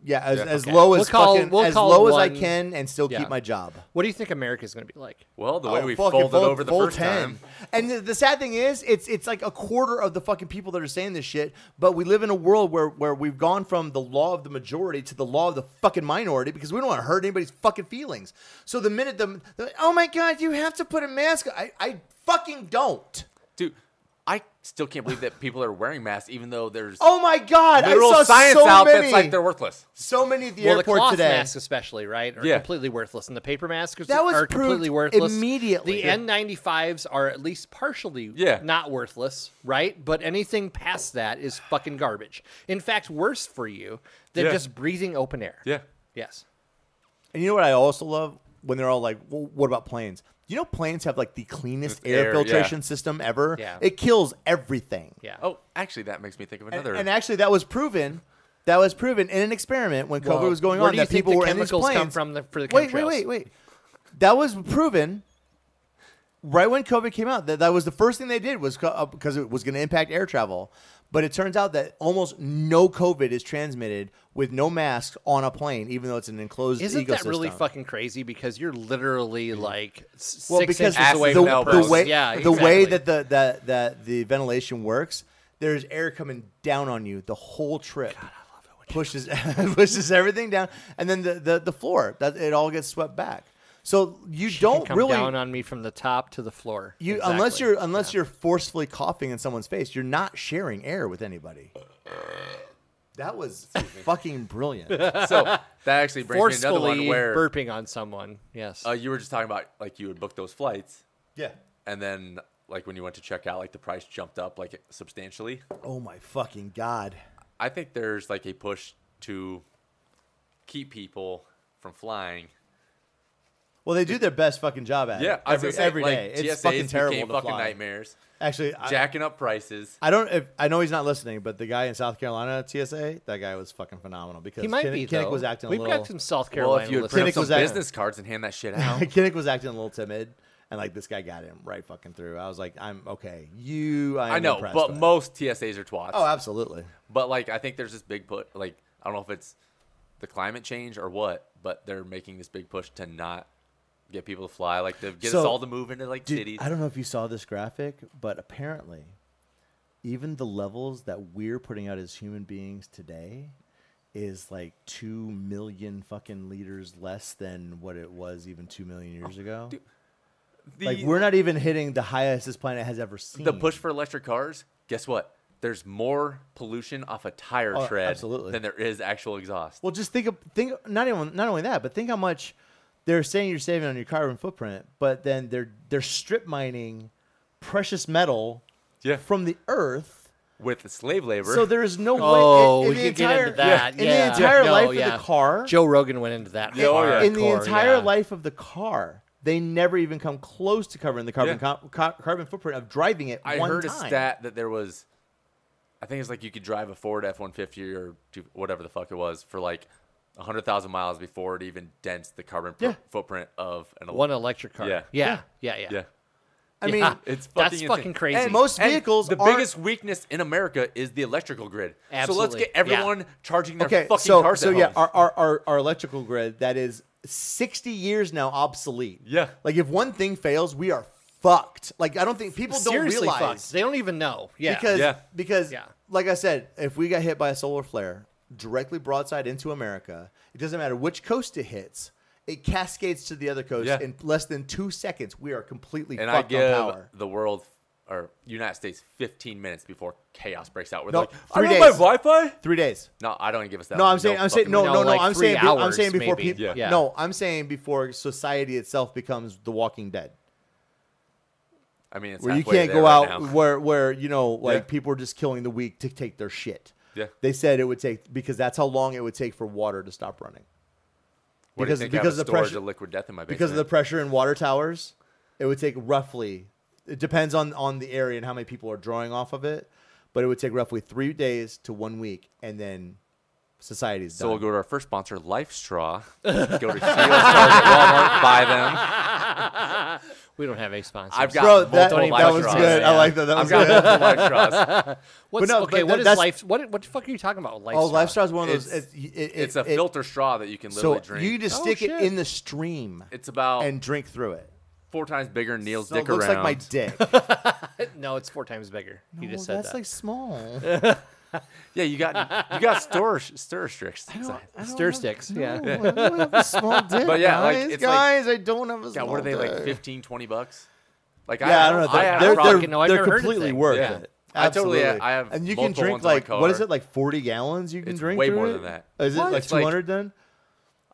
Speaker 4: yeah, as,
Speaker 3: Yeah,
Speaker 4: as
Speaker 3: okay.
Speaker 4: low as
Speaker 1: We'll call-
Speaker 4: fucking,
Speaker 1: we'll
Speaker 4: as
Speaker 1: call
Speaker 4: low as I
Speaker 1: one-
Speaker 4: can and still
Speaker 1: yeah.
Speaker 4: keep my job.
Speaker 1: What do you think America's going to be like?
Speaker 3: Well, the way
Speaker 4: Oh,
Speaker 3: we
Speaker 4: fucking
Speaker 3: folded
Speaker 4: full-
Speaker 3: over the
Speaker 4: full
Speaker 3: first
Speaker 4: 10.
Speaker 3: time.
Speaker 4: And the, the sad thing is, it's it's like a quarter of the fucking people that are saying this shit. But we live in a world where where we've gone from the law of the majority to the law of the fucking minority because we don't want to hurt anybody's fucking feelings. So the minute the, the oh my god, you have to put a mask, on," I I fucking don't.
Speaker 3: Dude, I still can't believe that people are wearing masks, even though there's
Speaker 4: Oh my god, I
Speaker 3: literal
Speaker 4: saw
Speaker 3: science
Speaker 4: so
Speaker 3: outfits
Speaker 4: many,
Speaker 3: like they're worthless.
Speaker 4: so many at the
Speaker 1: well, the
Speaker 4: airport
Speaker 1: cloth
Speaker 4: today.
Speaker 1: masks, especially, right, are
Speaker 3: Yeah.
Speaker 1: completely worthless, and the paper masks
Speaker 4: That was
Speaker 1: are
Speaker 4: proved
Speaker 1: completely worthless The
Speaker 4: immediately.
Speaker 1: N95s are at least partially,
Speaker 3: Yeah.
Speaker 1: not worthless, right? But anything past that is fucking garbage. In fact, worse for you than
Speaker 3: Yeah.
Speaker 1: just breathing open air.
Speaker 3: Yeah.
Speaker 1: Yes.
Speaker 4: And you know what I also love when they're all like, well, "What about planes?" You know, planes have like the cleanest
Speaker 3: Air,
Speaker 4: air,
Speaker 3: yeah.
Speaker 4: filtration system ever.
Speaker 1: Yeah.
Speaker 4: It kills everything.
Speaker 1: Yeah.
Speaker 3: Oh, actually, that makes me think of
Speaker 4: And,
Speaker 3: another.
Speaker 4: and actually, that was proven. That was proven in an experiment when COVID was going
Speaker 1: where
Speaker 4: on
Speaker 1: do you
Speaker 4: that
Speaker 1: think
Speaker 4: people
Speaker 1: the
Speaker 4: were in these
Speaker 1: chemicals
Speaker 4: planes.
Speaker 1: come from the- for the
Speaker 4: wait, wait,
Speaker 1: chemtrails?
Speaker 4: wait, wait. That was proven right when COVID came out. That that was the first thing they did was because it was going to impact air travel. But it turns out that almost no COVID is transmitted with no masks on a plane, even though it's an enclosed
Speaker 1: Isn't that
Speaker 4: ecosystem.
Speaker 1: really fucking crazy? Because you're literally like s-
Speaker 4: well,
Speaker 1: six
Speaker 4: because
Speaker 1: inches
Speaker 3: the-
Speaker 1: away
Speaker 4: the,
Speaker 1: from
Speaker 3: the
Speaker 1: person.
Speaker 4: way
Speaker 1: yeah,
Speaker 4: the way
Speaker 1: exactly.
Speaker 4: that the that that the ventilation works, there's air coming down on you the whole trip. Pushes pushes everything down, and then the the, the floor that it all gets swept back. So you
Speaker 1: Can
Speaker 4: don't
Speaker 1: come
Speaker 4: really
Speaker 1: down on me from the top to the floor.
Speaker 4: you unless
Speaker 1: Exactly.
Speaker 4: you're unless you're forcefully coughing in someone's face, you're not sharing air with anybody. That was fucking brilliant.
Speaker 3: so that actually brings me to another one
Speaker 1: forcefully
Speaker 3: where
Speaker 1: burping on someone. Yes.
Speaker 3: uh, you were just talking about like you would book those flights,
Speaker 4: yeah.
Speaker 3: and then like when you went to check out, like the price jumped up like substantially.
Speaker 4: Oh my fucking god.
Speaker 3: I think there's like a push to keep people from flying.
Speaker 4: Well, they do their best fucking job at
Speaker 3: Yeah,
Speaker 4: it.
Speaker 3: I was
Speaker 4: every,
Speaker 3: gonna say,
Speaker 4: every
Speaker 3: like,
Speaker 4: day.
Speaker 3: GSAs
Speaker 4: it's fucking terrible
Speaker 3: became
Speaker 4: to
Speaker 3: fucking
Speaker 4: fly.
Speaker 3: nightmares.
Speaker 4: Actually, I-
Speaker 3: Jacking up prices.
Speaker 4: I don't. If, I know he's not listening, but the guy in South Carolina TSA, that guy was fucking phenomenal because
Speaker 1: he might
Speaker 4: Kinnick,
Speaker 1: be
Speaker 4: Kinnick
Speaker 1: though.
Speaker 4: was acting
Speaker 1: We've
Speaker 4: a little.
Speaker 1: got some South
Speaker 3: well,
Speaker 1: Carolina
Speaker 3: if you would print
Speaker 1: listeners.
Speaker 3: up some
Speaker 4: Kinnick was at-
Speaker 3: business cards and hand that shit out.
Speaker 4: Kinnick was acting a little timid, and like this guy got him right fucking through. I was like, I'm okay. You, I, am
Speaker 3: I know,
Speaker 4: impressed
Speaker 3: but
Speaker 4: by.
Speaker 3: most TSAs are twats.
Speaker 4: oh, absolutely.
Speaker 3: But like, I think there's this big put. Like, I don't know if it's the climate change or what, but they're making this big push to not get people to fly, like to get us
Speaker 4: So,
Speaker 3: all to move into like
Speaker 4: Dude,
Speaker 3: cities.
Speaker 4: I don't know if you saw this graphic, but apparently, even the levels that we're putting out as human beings today is like two million fucking liters less than what it was even two million years ago.
Speaker 3: The,
Speaker 4: like we're not even hitting the highest this planet has ever seen.
Speaker 3: the push for electric cars. Guess what? There's more pollution off a tire
Speaker 4: Oh,
Speaker 3: tread
Speaker 4: absolutely.
Speaker 3: than there is actual exhaust.
Speaker 4: Well, just think of think not even not only that, but think how much they're saying you're saving on your carbon footprint, but then they're they're strip mining precious metal
Speaker 3: Yeah.
Speaker 4: from the earth.
Speaker 3: With the slave labor,
Speaker 4: So there is no
Speaker 1: Oh,
Speaker 4: way
Speaker 1: we
Speaker 4: in, in the
Speaker 1: could get
Speaker 4: entire
Speaker 1: into that.
Speaker 4: in
Speaker 1: Yeah.
Speaker 4: the entire
Speaker 1: No,
Speaker 4: life
Speaker 1: yeah.
Speaker 4: of the car.
Speaker 1: Joe Rogan went into that.
Speaker 3: oh, yeah.
Speaker 1: hardcore,
Speaker 4: in the entire
Speaker 1: yeah.
Speaker 4: life of the car, they never even come close to covering the carbon
Speaker 3: Yeah.
Speaker 4: co- co- carbon footprint of driving it.
Speaker 3: I
Speaker 4: one
Speaker 3: heard
Speaker 4: time.
Speaker 3: a stat that there was, I think it's like you could drive a Ford F one fifty or two, whatever the fuck it was for like hundred thousand miles before it even dents the carbon pro-
Speaker 4: Yeah.
Speaker 3: footprint of an
Speaker 1: One electric car.
Speaker 3: Yeah.
Speaker 1: Yeah. Yeah. Yeah.
Speaker 3: Yeah,
Speaker 4: I mean,
Speaker 1: Yeah. That's
Speaker 3: it's fucking insane.
Speaker 1: fucking crazy.
Speaker 4: And most
Speaker 3: And
Speaker 4: vehicles
Speaker 3: the
Speaker 4: aren't-
Speaker 3: biggest weakness in America is the electrical grid. So let's
Speaker 1: Absolutely.
Speaker 3: get everyone charging their
Speaker 4: okay,
Speaker 3: fucking
Speaker 4: so
Speaker 3: cars.
Speaker 4: so
Speaker 3: at
Speaker 4: yeah,
Speaker 3: home.
Speaker 4: our, our our our electrical grid that is sixty years now obsolete.
Speaker 3: Yeah.
Speaker 4: like if one thing fails, we are fucked. Like I don't think people
Speaker 1: Seriously,
Speaker 4: don't
Speaker 1: fucked.
Speaker 4: realize
Speaker 1: They don't even know. Yeah.
Speaker 4: because
Speaker 3: Yeah.
Speaker 4: because
Speaker 1: Yeah.
Speaker 4: like I said, if we got hit by a solar flare directly broadside into America, it doesn't matter which coast it hits. It cascades to the other coast
Speaker 3: Yeah.
Speaker 4: in less than two seconds. We are completely
Speaker 3: and I
Speaker 4: fucked
Speaker 3: give
Speaker 4: on power.
Speaker 3: the world or United States fifteen minutes before chaos breaks out. We're
Speaker 4: No,
Speaker 3: like,
Speaker 4: three
Speaker 3: I don't have
Speaker 4: days.
Speaker 3: my Wi-Fi.
Speaker 4: Three days.
Speaker 3: No, I don't give us that.
Speaker 4: No,
Speaker 3: one.
Speaker 4: I'm saying, I'm saying,
Speaker 3: fucking
Speaker 4: no,
Speaker 3: way.
Speaker 1: no,
Speaker 4: no, no,
Speaker 1: like
Speaker 4: I'm
Speaker 1: three
Speaker 4: saying, be- I'm
Speaker 1: hours,
Speaker 4: saying before
Speaker 1: maybe.
Speaker 4: people.
Speaker 1: Yeah.
Speaker 4: No, I'm saying before society itself becomes The Walking Dead,
Speaker 3: I mean, it's
Speaker 4: where you
Speaker 3: halfway
Speaker 4: can't
Speaker 3: there
Speaker 4: go
Speaker 3: right
Speaker 4: out
Speaker 3: now.
Speaker 4: where where you know like
Speaker 3: Yeah.
Speaker 4: people are just killing the weak to take their shit.
Speaker 3: Yeah.
Speaker 4: They said it would take because that's how long it would take for water to stop running
Speaker 3: What
Speaker 4: because-
Speaker 3: do you think I have
Speaker 4: because
Speaker 3: a
Speaker 4: of the
Speaker 3: storage
Speaker 4: pressure-
Speaker 3: of liquid death in my basement?
Speaker 4: because of the pressure in water towers. It would take roughly. It depends on on the area and how many people are drawing off of it, but it would take roughly three days to one week, and then Society's
Speaker 3: So we'll
Speaker 4: done.
Speaker 3: go to our first sponsor, LifeStraw. go to Shields, Target, Walmart, buy them.
Speaker 1: We don't have a sponsor.
Speaker 3: I've got
Speaker 4: Bro, that,
Speaker 3: multiple
Speaker 4: that was
Speaker 3: LifeStraws.
Speaker 4: good. I
Speaker 1: yeah.
Speaker 4: like that. That
Speaker 3: I've
Speaker 4: was
Speaker 3: got
Speaker 4: good.
Speaker 3: multiple LifeStraws.
Speaker 1: What's,
Speaker 4: no,
Speaker 1: okay,
Speaker 4: but
Speaker 1: what
Speaker 4: that-
Speaker 1: is
Speaker 4: that's-
Speaker 1: life? What what the fuck are you talking about? Life
Speaker 4: Oh, Lifestyle is one of those.
Speaker 3: It's-
Speaker 4: It's, it, it,
Speaker 3: It's a
Speaker 4: it-
Speaker 3: filter straw that you can
Speaker 4: So
Speaker 3: literally
Speaker 4: you
Speaker 3: drink.
Speaker 4: just
Speaker 1: Oh,
Speaker 4: stick
Speaker 1: shit.
Speaker 4: it in the stream
Speaker 3: It's about
Speaker 4: and drink through it.
Speaker 3: four times bigger than Neil's
Speaker 4: So
Speaker 3: dick
Speaker 4: it looks
Speaker 3: around.
Speaker 4: like my dick.
Speaker 1: No, it's four times bigger. you
Speaker 4: Well,
Speaker 1: just said
Speaker 4: that's
Speaker 1: that.
Speaker 4: like small.
Speaker 3: Yeah, you got you got stir stir restricts.
Speaker 1: Stir sticks. Yeah.
Speaker 4: No, I don't have a small dick.
Speaker 3: But yeah, like,
Speaker 4: guys,
Speaker 3: it's like-
Speaker 4: guys, I don't have a
Speaker 3: Yeah,
Speaker 4: small.
Speaker 3: what are they like
Speaker 4: dick.
Speaker 3: 15, 20 bucks? Like
Speaker 4: Yeah, I don't know.
Speaker 3: I
Speaker 4: They're,
Speaker 3: have
Speaker 4: they're,
Speaker 3: probably-
Speaker 4: they're,
Speaker 1: no, I've
Speaker 4: they're
Speaker 1: never heard of
Speaker 4: completely
Speaker 1: that.
Speaker 4: worth
Speaker 3: Yeah.
Speaker 4: it.
Speaker 3: I totally-
Speaker 4: Absolutely.
Speaker 3: I have
Speaker 4: and you can
Speaker 3: multiple
Speaker 4: drink
Speaker 3: ones on my
Speaker 4: like what is
Speaker 3: car.
Speaker 4: it like forty gallons? You can
Speaker 3: It's
Speaker 4: drink
Speaker 3: way
Speaker 4: through
Speaker 3: more
Speaker 4: it?
Speaker 3: than that.
Speaker 4: Is it
Speaker 3: What?
Speaker 4: like
Speaker 3: It's like-
Speaker 4: two hundred then?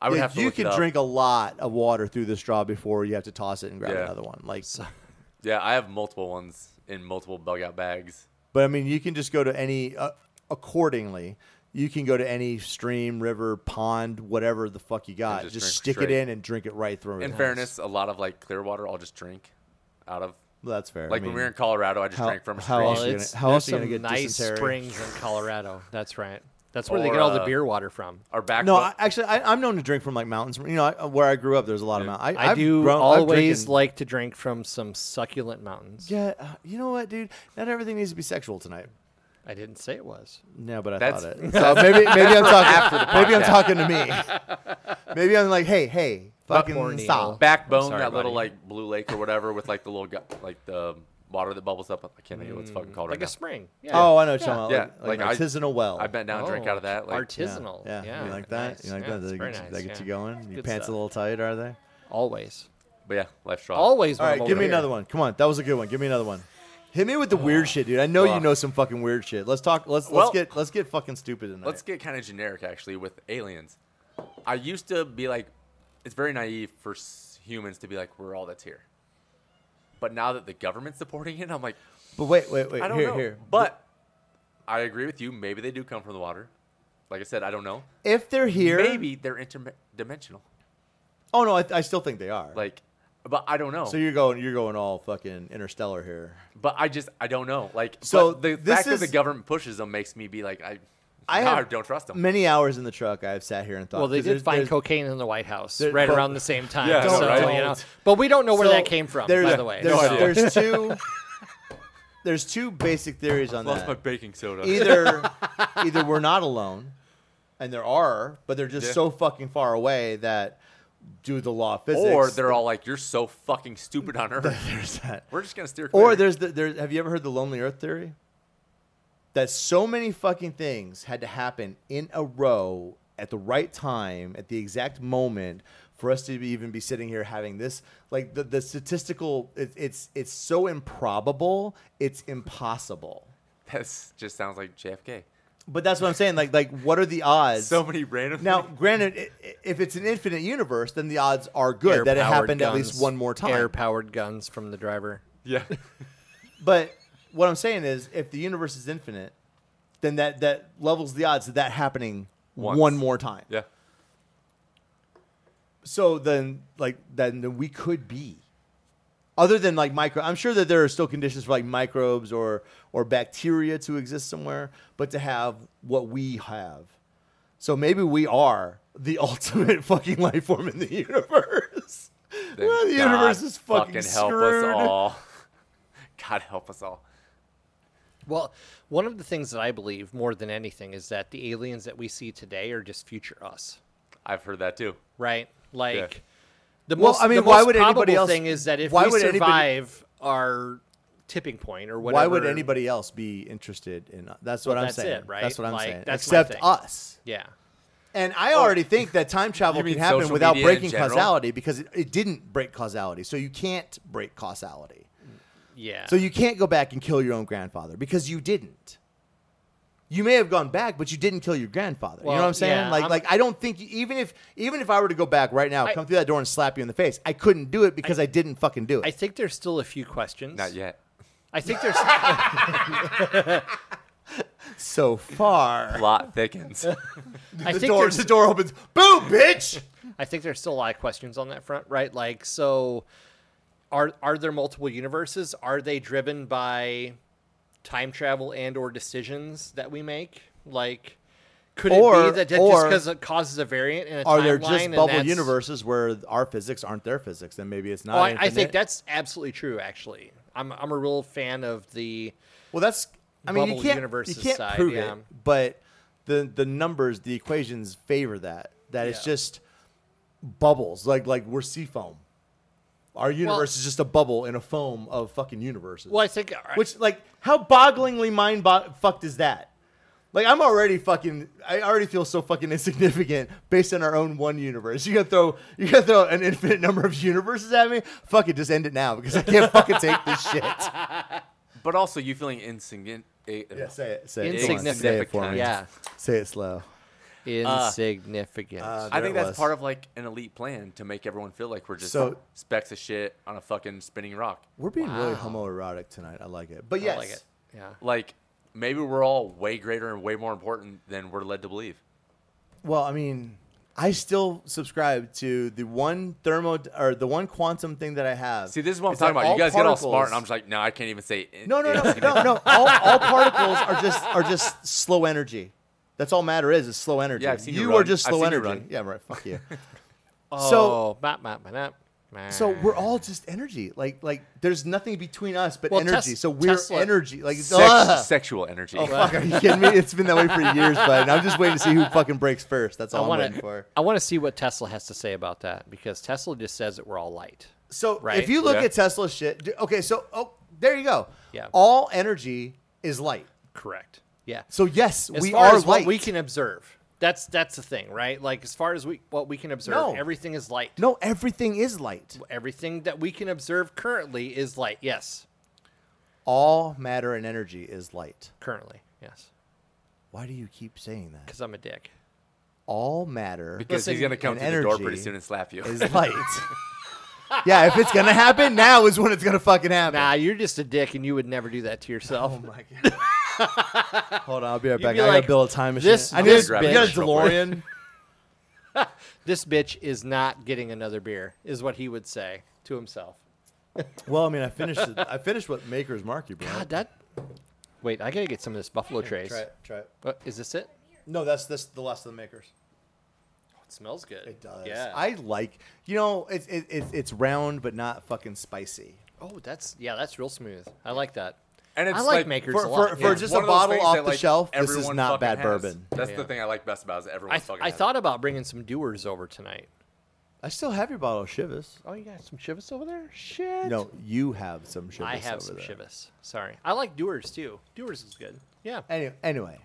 Speaker 3: I would
Speaker 4: Yeah,
Speaker 3: have to
Speaker 4: you
Speaker 3: look it
Speaker 4: can
Speaker 3: up.
Speaker 4: drink a lot of water through the straw before you have to toss it and grab
Speaker 3: Yeah.
Speaker 4: another one. Like,
Speaker 3: Yeah, I have multiple ones in multiple bug out bags.
Speaker 4: but I mean, you can just go to any uh, accordingly. You can go to any stream, river, pond, whatever the fuck you got.
Speaker 3: just
Speaker 4: Just,
Speaker 3: drink
Speaker 4: stick
Speaker 3: straight.
Speaker 4: it in and drink it right through.
Speaker 3: In
Speaker 4: it.
Speaker 3: fairness, a lot of like clear water I'll just drink out of.
Speaker 4: Well, that's fair.
Speaker 3: Like
Speaker 4: I mean,
Speaker 3: when we were in Colorado, I just
Speaker 4: how-
Speaker 3: drank from a
Speaker 4: how
Speaker 3: stream.
Speaker 4: else
Speaker 1: Well,
Speaker 4: you
Speaker 1: it's,
Speaker 4: gonna- how
Speaker 1: there's
Speaker 4: else you
Speaker 1: some
Speaker 4: gonna get
Speaker 1: nice
Speaker 4: dysentery?
Speaker 1: springs in Colorado. That's right. That's where they
Speaker 3: Or,
Speaker 1: get all the
Speaker 3: uh,
Speaker 1: beer water from.
Speaker 3: Our back.
Speaker 4: No,
Speaker 3: bu-
Speaker 4: I, actually, I, I'm known to drink from like mountains. You know, I, where I grew up, there's a lot of mountains.
Speaker 1: I
Speaker 4: I've
Speaker 1: do
Speaker 4: grown, I've
Speaker 1: always
Speaker 4: drinking-
Speaker 1: like to drink from some succulent mountains.
Speaker 4: Yeah, uh, you know what, dude? Not everything needs to be sexual tonight.
Speaker 1: I didn't say it was.
Speaker 4: No, but I
Speaker 3: That's-
Speaker 4: thought it. So maybe maybe I'm talking maybe I'm talking to me. Maybe I'm like, hey, hey,
Speaker 1: Fuck
Speaker 4: fucking
Speaker 1: more Neil.
Speaker 4: stop.
Speaker 3: backbone,
Speaker 1: I'm sorry,
Speaker 3: that little
Speaker 1: buddy.
Speaker 3: like blue lake or whatever with like the little gu- like the water that bubbles up. I can't think of what it's fucking called
Speaker 1: Like
Speaker 3: right
Speaker 1: a spring. Yeah.
Speaker 4: Oh, I know what you're
Speaker 1: Yeah.
Speaker 4: talking
Speaker 3: Yeah,
Speaker 4: about. Like,
Speaker 3: like
Speaker 4: like
Speaker 3: I-
Speaker 4: an artisanal well.
Speaker 3: now. I bent down and drank
Speaker 1: Oh,
Speaker 3: out of that. Like
Speaker 4: Yeah,
Speaker 1: artisanal.
Speaker 4: Yeah,
Speaker 1: Yeah.
Speaker 4: You like that?
Speaker 1: nice.
Speaker 4: You like
Speaker 1: Yeah,
Speaker 4: that?
Speaker 1: it's
Speaker 4: They
Speaker 1: very
Speaker 4: get,
Speaker 1: nice,
Speaker 4: they get
Speaker 1: yeah.
Speaker 4: you going. Your
Speaker 1: Good
Speaker 4: pants
Speaker 1: stuff.
Speaker 4: a little tight, are they?
Speaker 1: Always.
Speaker 3: but yeah, life straw.
Speaker 1: Always.
Speaker 4: All
Speaker 1: when
Speaker 4: right,
Speaker 1: I'm
Speaker 4: give me
Speaker 1: over
Speaker 4: another
Speaker 1: here.
Speaker 4: one. Come on, that was a good one. Give me another one. Hit me with the weird shit, dude. I know
Speaker 3: Ugh.
Speaker 4: you know some fucking weird shit. Let's talk. Let's let's
Speaker 3: Oh. Well-
Speaker 4: get let's get fucking stupid tonight.
Speaker 3: Let's get kind of generic actually with aliens. I used to be like, it's very naive for s- humans to be like, we're all that's here. But now that the government's supporting it, I'm like,
Speaker 4: But wait, wait, wait.
Speaker 3: I don't
Speaker 4: here,
Speaker 3: know.
Speaker 4: here.
Speaker 3: But I agree with you. Maybe they do come from the water. Like I said, I don't know.
Speaker 4: if they're here,
Speaker 3: Maybe they're interdimensional.
Speaker 4: Oh no, I, I still think they are.
Speaker 3: Like, but I don't know.
Speaker 4: so you're going, you're going all fucking interstellar here.
Speaker 3: but I just, I don't know. Like,
Speaker 4: So
Speaker 3: but the
Speaker 4: this
Speaker 3: fact that the
Speaker 4: is-
Speaker 3: government pushes them makes me be like, I,
Speaker 4: I
Speaker 3: I,
Speaker 4: have
Speaker 3: don't trust them.
Speaker 4: Many hours in the truck, I've sat here and thought.
Speaker 1: Well, they
Speaker 4: 'cause
Speaker 1: did
Speaker 4: there's-
Speaker 1: find
Speaker 4: there's-
Speaker 1: cocaine in the White House
Speaker 4: there-
Speaker 1: right
Speaker 4: but-
Speaker 1: around the same time.
Speaker 3: Yeah,
Speaker 1: so,
Speaker 3: right.
Speaker 1: you know, but we don't know where
Speaker 4: so
Speaker 1: that came from,
Speaker 4: there's-
Speaker 1: by the way.
Speaker 4: There's,
Speaker 1: so-
Speaker 4: there's two. There's two basic theories on
Speaker 3: Lost
Speaker 4: that.
Speaker 3: my baking soda.
Speaker 4: Either, either we're not alone, and there are, but they're just
Speaker 3: Yeah.
Speaker 4: so fucking far away that due to the law of physics,
Speaker 3: or they're all like, you're so fucking stupid on Earth.
Speaker 4: there's that.
Speaker 3: We're just gonna steer clear.
Speaker 4: Or there's the there. Have you ever heard the Lonely Earth theory? That so many fucking things had to happen in a row at the right time at the exact moment for us to be, even be sitting here having this like the, the statistical it, it's it's so improbable it's impossible
Speaker 3: That's just sounds like JFK.
Speaker 4: but that's what i'm saying like like what are the odds
Speaker 3: So many random.
Speaker 4: now granted i- i- if it's an infinite universe then the odds are good that it
Speaker 1: Air-powered
Speaker 4: happened at
Speaker 1: guns.
Speaker 4: least one more time
Speaker 1: Air-powered guns from the driver.
Speaker 3: yeah.
Speaker 4: But what I'm saying is, if the universe is infinite, then that that levels the odds of that happening
Speaker 3: Once.
Speaker 4: one more time.
Speaker 3: Yeah.
Speaker 4: So then, like then, then we could be. Other than like micro, I'm sure that there are still conditions for like microbes or or bacteria to exist somewhere, but to have what we have, so maybe we are the ultimate fucking life form in the universe.
Speaker 3: Then
Speaker 4: Well, the
Speaker 3: God
Speaker 4: universe is fucking,
Speaker 3: help
Speaker 4: screwed.
Speaker 3: us all. God help us all.
Speaker 1: Well, one of the things that I believe more than anything is that the aliens that we see today are just future us,
Speaker 3: I've heard that too.
Speaker 1: right? Like
Speaker 3: Yeah.
Speaker 1: the
Speaker 4: Well,
Speaker 1: most.
Speaker 4: I mean,
Speaker 1: the
Speaker 4: why
Speaker 1: most
Speaker 4: would anybody
Speaker 1: probable
Speaker 4: else-
Speaker 1: Thing is that if
Speaker 4: why
Speaker 1: we
Speaker 4: would anybody-
Speaker 1: survive our tipping point or whatever.
Speaker 4: Why would anybody else be interested in? That's what
Speaker 1: Well,
Speaker 4: I'm
Speaker 1: that's
Speaker 4: saying.
Speaker 1: it, right?
Speaker 4: That's what I'm
Speaker 1: Like,
Speaker 4: saying.
Speaker 1: that's my
Speaker 4: Except
Speaker 1: thing.
Speaker 4: us.
Speaker 1: Yeah.
Speaker 4: And I already think that time travel
Speaker 3: You
Speaker 4: can
Speaker 3: mean
Speaker 4: happen
Speaker 3: social
Speaker 4: without
Speaker 3: media in
Speaker 4: breaking
Speaker 3: general?
Speaker 4: causality because it, it didn't break causality. So you can't break causality.
Speaker 1: Yeah.
Speaker 4: So you can't go back and kill your own grandfather because you didn't. You may have gone back, but you didn't kill your grandfather. you know
Speaker 1: Well,
Speaker 4: what I'm saying?
Speaker 1: yeah,
Speaker 4: like,
Speaker 1: I'm-
Speaker 4: like I don't think you- even if even if I were to go back right now,
Speaker 1: I-
Speaker 4: come through that door and slap you in the face, I couldn't do it because I, didn't fucking do it.
Speaker 1: I think there's still a few questions.
Speaker 3: Not yet.
Speaker 1: I think there's.
Speaker 4: so far,
Speaker 3: Plot thickens.
Speaker 1: I
Speaker 4: the
Speaker 1: think
Speaker 4: door
Speaker 1: there's
Speaker 4: the door opens. Boom, bitch.
Speaker 1: I think there's still a lot of questions on that front, right? Like, so are are there multiple universes? Are they driven by time travel and or decisions that we make? Like, Could it
Speaker 4: Or-
Speaker 1: be that that just
Speaker 4: or-
Speaker 1: because it causes a variant and a
Speaker 4: Are
Speaker 1: timeline
Speaker 4: there just
Speaker 1: and
Speaker 4: bubble
Speaker 1: that's-
Speaker 4: universes where our physics aren't their physics? Then maybe it's not.
Speaker 1: Oh, I, I
Speaker 4: infinite.
Speaker 1: think that's absolutely true. Actually, I'm I'm a real fan of the
Speaker 4: Well, that's. I mean, you
Speaker 1: Bubble
Speaker 4: can't.
Speaker 1: universes
Speaker 4: you can't
Speaker 1: side,
Speaker 4: prove
Speaker 1: yeah.
Speaker 4: it, but the the numbers, the equations favor that. That it's
Speaker 1: Yeah.
Speaker 4: just bubbles, like like we're sea foam. Our universe is just a bubble in a foam of fucking universes.
Speaker 1: well, I think uh,
Speaker 4: Which, like, how bogglingly mind bo- fucked is that? Like, I'm already fucking. I already feel so fucking insignificant based on our own one universe. You gonna throw you gonna throw an infinite number of universes at me? Fuck it, just end it now because I can't fucking take this shit.
Speaker 3: But also, you feeling insignificant.
Speaker 4: Yeah, say it. Say it. Come on,
Speaker 1: insignificant.
Speaker 4: Say it for me.
Speaker 1: Yeah, Uh,
Speaker 4: Say it slow.
Speaker 1: insignificant.
Speaker 3: I
Speaker 4: There
Speaker 3: think
Speaker 4: it
Speaker 3: that's
Speaker 4: was.
Speaker 3: part of like an elite plan to make everyone feel like we're just
Speaker 4: So-
Speaker 3: specks of shit on a fucking spinning rock.
Speaker 4: We're being really
Speaker 1: Wow.
Speaker 4: homoerotic tonight. I like it. But
Speaker 1: I
Speaker 4: yes,
Speaker 1: like it. Yeah.
Speaker 3: Like maybe we're all way greater and way more important than we're led to believe.
Speaker 4: Well, I mean, I still subscribe to the one thermo or the one quantum thing that I have.
Speaker 3: See, this is what I'm
Speaker 4: It's
Speaker 3: talking
Speaker 4: that
Speaker 3: about. You guys get all
Speaker 4: particles-
Speaker 3: smart, and I'm just like, no, I can't even say. in-
Speaker 4: No, no, no,
Speaker 3: insignificant."
Speaker 4: no, no. All, all particles are just are just slow energy. That's all matter is is slow energy.
Speaker 3: Yeah, I've seen you
Speaker 4: you
Speaker 3: run.
Speaker 4: are just
Speaker 3: I've
Speaker 4: slow
Speaker 3: seen you
Speaker 4: energy.
Speaker 3: run.
Speaker 4: Yeah, right. Fuck you.
Speaker 1: oh, bop, bop, bop, bop.
Speaker 4: So we're all just energy. Like like there's nothing between us but
Speaker 1: Well,
Speaker 4: energy.
Speaker 1: Tes-
Speaker 4: so we're
Speaker 1: Tesla-
Speaker 4: energy. Like ugh.
Speaker 3: Sex, sexual energy.
Speaker 4: Oh fuck! Are you kidding me? It's been that way for years, but I'm just waiting to see who fucking breaks first. That's
Speaker 1: I
Speaker 4: all I'm
Speaker 1: want
Speaker 4: waiting
Speaker 1: to
Speaker 4: for.
Speaker 1: I want to see what Tesla has to say about that because Tesla just says that we're all light.
Speaker 4: So
Speaker 1: Right?
Speaker 4: if you look
Speaker 3: Yeah.
Speaker 4: at Tesla's shit, d- okay. So oh, there you go.
Speaker 1: Yeah.
Speaker 4: All energy is light.
Speaker 1: Correct. Yeah.
Speaker 4: So yes,
Speaker 1: As
Speaker 4: we
Speaker 1: far
Speaker 4: are
Speaker 1: as
Speaker 4: light.
Speaker 1: what we can observe. That's that's the thing, right? Like as far as we what we can observe,
Speaker 4: No.
Speaker 1: everything is light.
Speaker 4: no, everything is light.
Speaker 1: Everything that we can observe currently is light. Yes.
Speaker 4: All matter and energy is light.
Speaker 1: Currently. Yes.
Speaker 4: Why do you keep saying that?
Speaker 1: Cuz I'm a dick.
Speaker 4: All matter
Speaker 3: Because he's gonna come
Speaker 4: and
Speaker 3: through the door
Speaker 4: energy
Speaker 3: pretty soon and slap you.
Speaker 4: is light. yeah, if it's gonna happen, now is when it's gonna fucking happen.
Speaker 1: Nah, you're just a dick and you would never do that to yourself.
Speaker 4: Hold on, I'll be right
Speaker 1: Oh You'd
Speaker 4: back.
Speaker 1: be
Speaker 4: I
Speaker 1: like,
Speaker 4: gotta build a time machine.
Speaker 1: this
Speaker 4: I need
Speaker 1: bitch-
Speaker 4: a, you got a
Speaker 3: bitch.
Speaker 4: DeLorean.
Speaker 1: this bitch is not getting another beer is what he would say to himself.
Speaker 4: well, I mean, I finished. it- I finished what Maker's Mark you brought.
Speaker 1: God, Ah, that Wait, I got to get some of this buffalo trace.
Speaker 4: Try it. Try it.
Speaker 1: What, is this it?
Speaker 4: No, that's this the last of the Makers.
Speaker 1: It smells good.
Speaker 4: It does.
Speaker 1: Yeah.
Speaker 4: I like. You know, it's it, it, it's round but not fucking spicy.
Speaker 1: oh, that's yeah, that's real smooth. I like that.
Speaker 3: And it's
Speaker 1: I like,
Speaker 3: like,
Speaker 1: makers
Speaker 4: for-
Speaker 1: a lot.
Speaker 4: for-
Speaker 1: Yeah.
Speaker 4: for
Speaker 3: It's
Speaker 4: just
Speaker 3: one
Speaker 4: a
Speaker 3: of those
Speaker 4: bottle
Speaker 3: things
Speaker 4: off
Speaker 3: that,
Speaker 4: the
Speaker 3: like,
Speaker 4: shelf, this
Speaker 3: everyone
Speaker 4: is not
Speaker 3: fucking
Speaker 4: bad
Speaker 3: has.
Speaker 4: bourbon.
Speaker 3: That's the
Speaker 1: Yeah.
Speaker 3: thing I like best about is everyone
Speaker 1: I,
Speaker 3: fucking.
Speaker 1: I
Speaker 3: has it.
Speaker 1: thought about bringing some doers over tonight.
Speaker 4: I still have your bottle of Chivas.
Speaker 1: Oh, you got some Chivas over there? Shit.
Speaker 4: No, you have some Chivas.
Speaker 1: I have
Speaker 4: over
Speaker 1: some
Speaker 4: there.
Speaker 1: Chivas. Sorry. I like doers too. Doers is good. Yeah.
Speaker 4: Anyway, anyway.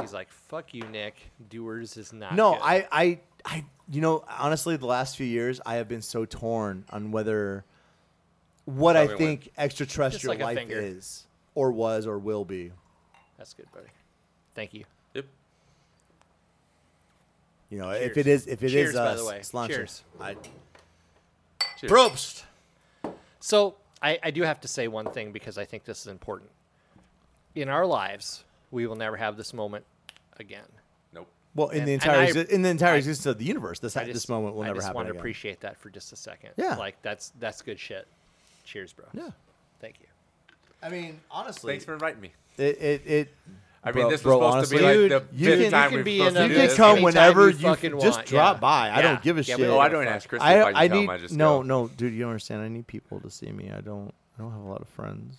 Speaker 1: He's like, fuck you, Nick. Doers is not.
Speaker 4: no,
Speaker 1: good."
Speaker 4: I, I, I, you know, honestly, the last few years, I have been so torn on whether what I
Speaker 3: Probably
Speaker 4: think extraterrestrial
Speaker 1: Just like a
Speaker 4: life
Speaker 1: finger.
Speaker 4: is, or was, or will be.
Speaker 1: That's good, buddy. Thank you.
Speaker 3: Yep.
Speaker 4: You know, if
Speaker 1: Cheers.
Speaker 4: it is, if it is
Speaker 1: Cheers, by
Speaker 4: us,
Speaker 1: the way.
Speaker 4: it's lunch.
Speaker 1: Cheers.
Speaker 4: I,
Speaker 3: Cheers.
Speaker 4: Probst.
Speaker 1: So I, I do have to say one thing because I think this is important. In our lives, we will never have this moment again.
Speaker 3: Nope.
Speaker 4: Well, in
Speaker 1: And-
Speaker 4: the
Speaker 1: and
Speaker 4: entire
Speaker 1: I-
Speaker 4: exi- in the entire existence of the universe, this
Speaker 1: I
Speaker 4: this moment will
Speaker 1: I
Speaker 4: never
Speaker 1: just
Speaker 4: happen.
Speaker 1: want to
Speaker 4: again.
Speaker 1: appreciate that for just a second.
Speaker 4: Yeah.
Speaker 1: Like that's that's good shit. Cheers, bro.
Speaker 4: Yeah.
Speaker 1: Thank you.
Speaker 4: I mean, honestly,
Speaker 3: Thanks for inviting me.
Speaker 4: it it. it
Speaker 3: I mean,
Speaker 4: bro-
Speaker 3: this was
Speaker 4: bro,
Speaker 3: supposed
Speaker 4: honestly,
Speaker 3: to be
Speaker 1: Dude,
Speaker 3: like the
Speaker 1: you
Speaker 3: fifth
Speaker 1: can- you
Speaker 3: time
Speaker 1: can
Speaker 3: we
Speaker 1: be
Speaker 3: were supposed
Speaker 1: in a-
Speaker 3: to do
Speaker 4: You
Speaker 3: this.
Speaker 4: can come
Speaker 1: anytime
Speaker 4: whenever
Speaker 1: you
Speaker 4: you
Speaker 1: fucking
Speaker 4: just
Speaker 1: want,
Speaker 4: drop
Speaker 1: yeah.
Speaker 4: by. I
Speaker 1: Yeah.
Speaker 4: don't give a
Speaker 1: Yeah,
Speaker 4: shit.
Speaker 1: we
Speaker 3: Oh, I don't ask Chris
Speaker 4: I,
Speaker 3: if I can
Speaker 4: I
Speaker 3: come.
Speaker 4: need
Speaker 3: I just
Speaker 4: no,
Speaker 3: go.
Speaker 4: no, dude. You don't understand? I need people to see me. I don't. I don't have a lot of friends.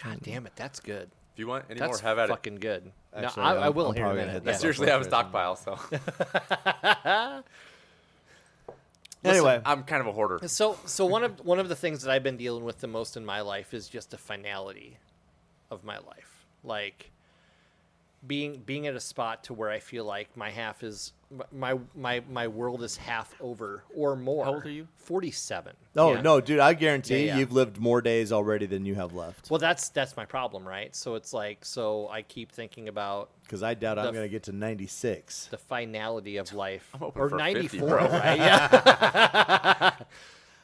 Speaker 1: God damn it, that's good.
Speaker 3: If you want any
Speaker 1: That's
Speaker 3: more, have at it.
Speaker 1: fucking good.
Speaker 4: Actually,
Speaker 1: no, I, I
Speaker 4: I'm-
Speaker 1: will
Speaker 4: I'm
Speaker 1: here in a
Speaker 4: probably
Speaker 1: minute.
Speaker 4: gonna hit
Speaker 1: Yeah.
Speaker 4: that
Speaker 3: I seriously have a stockpile, so
Speaker 4: anyway,
Speaker 3: I'm kind of a hoarder.
Speaker 1: So, so one of one of the things that I've been dealing with the most in my life is just the finality of my life, like being being at a spot to where I feel like my half is my my my world is half over or more. How
Speaker 3: old are you?
Speaker 1: Forty seven.
Speaker 4: no, Oh, no, dude. I guarantee
Speaker 1: Yeah, yeah.
Speaker 4: you've lived more days already than you have left.
Speaker 1: Well, that's that's my problem, right? So it's like, so I keep thinking about
Speaker 4: Because I doubt
Speaker 1: the
Speaker 4: I'm
Speaker 1: f-
Speaker 4: going to get to 96.
Speaker 1: the finality of life,
Speaker 3: hoping
Speaker 1: or
Speaker 3: for 50,
Speaker 1: ninety four,
Speaker 3: bro.
Speaker 1: right? Yeah.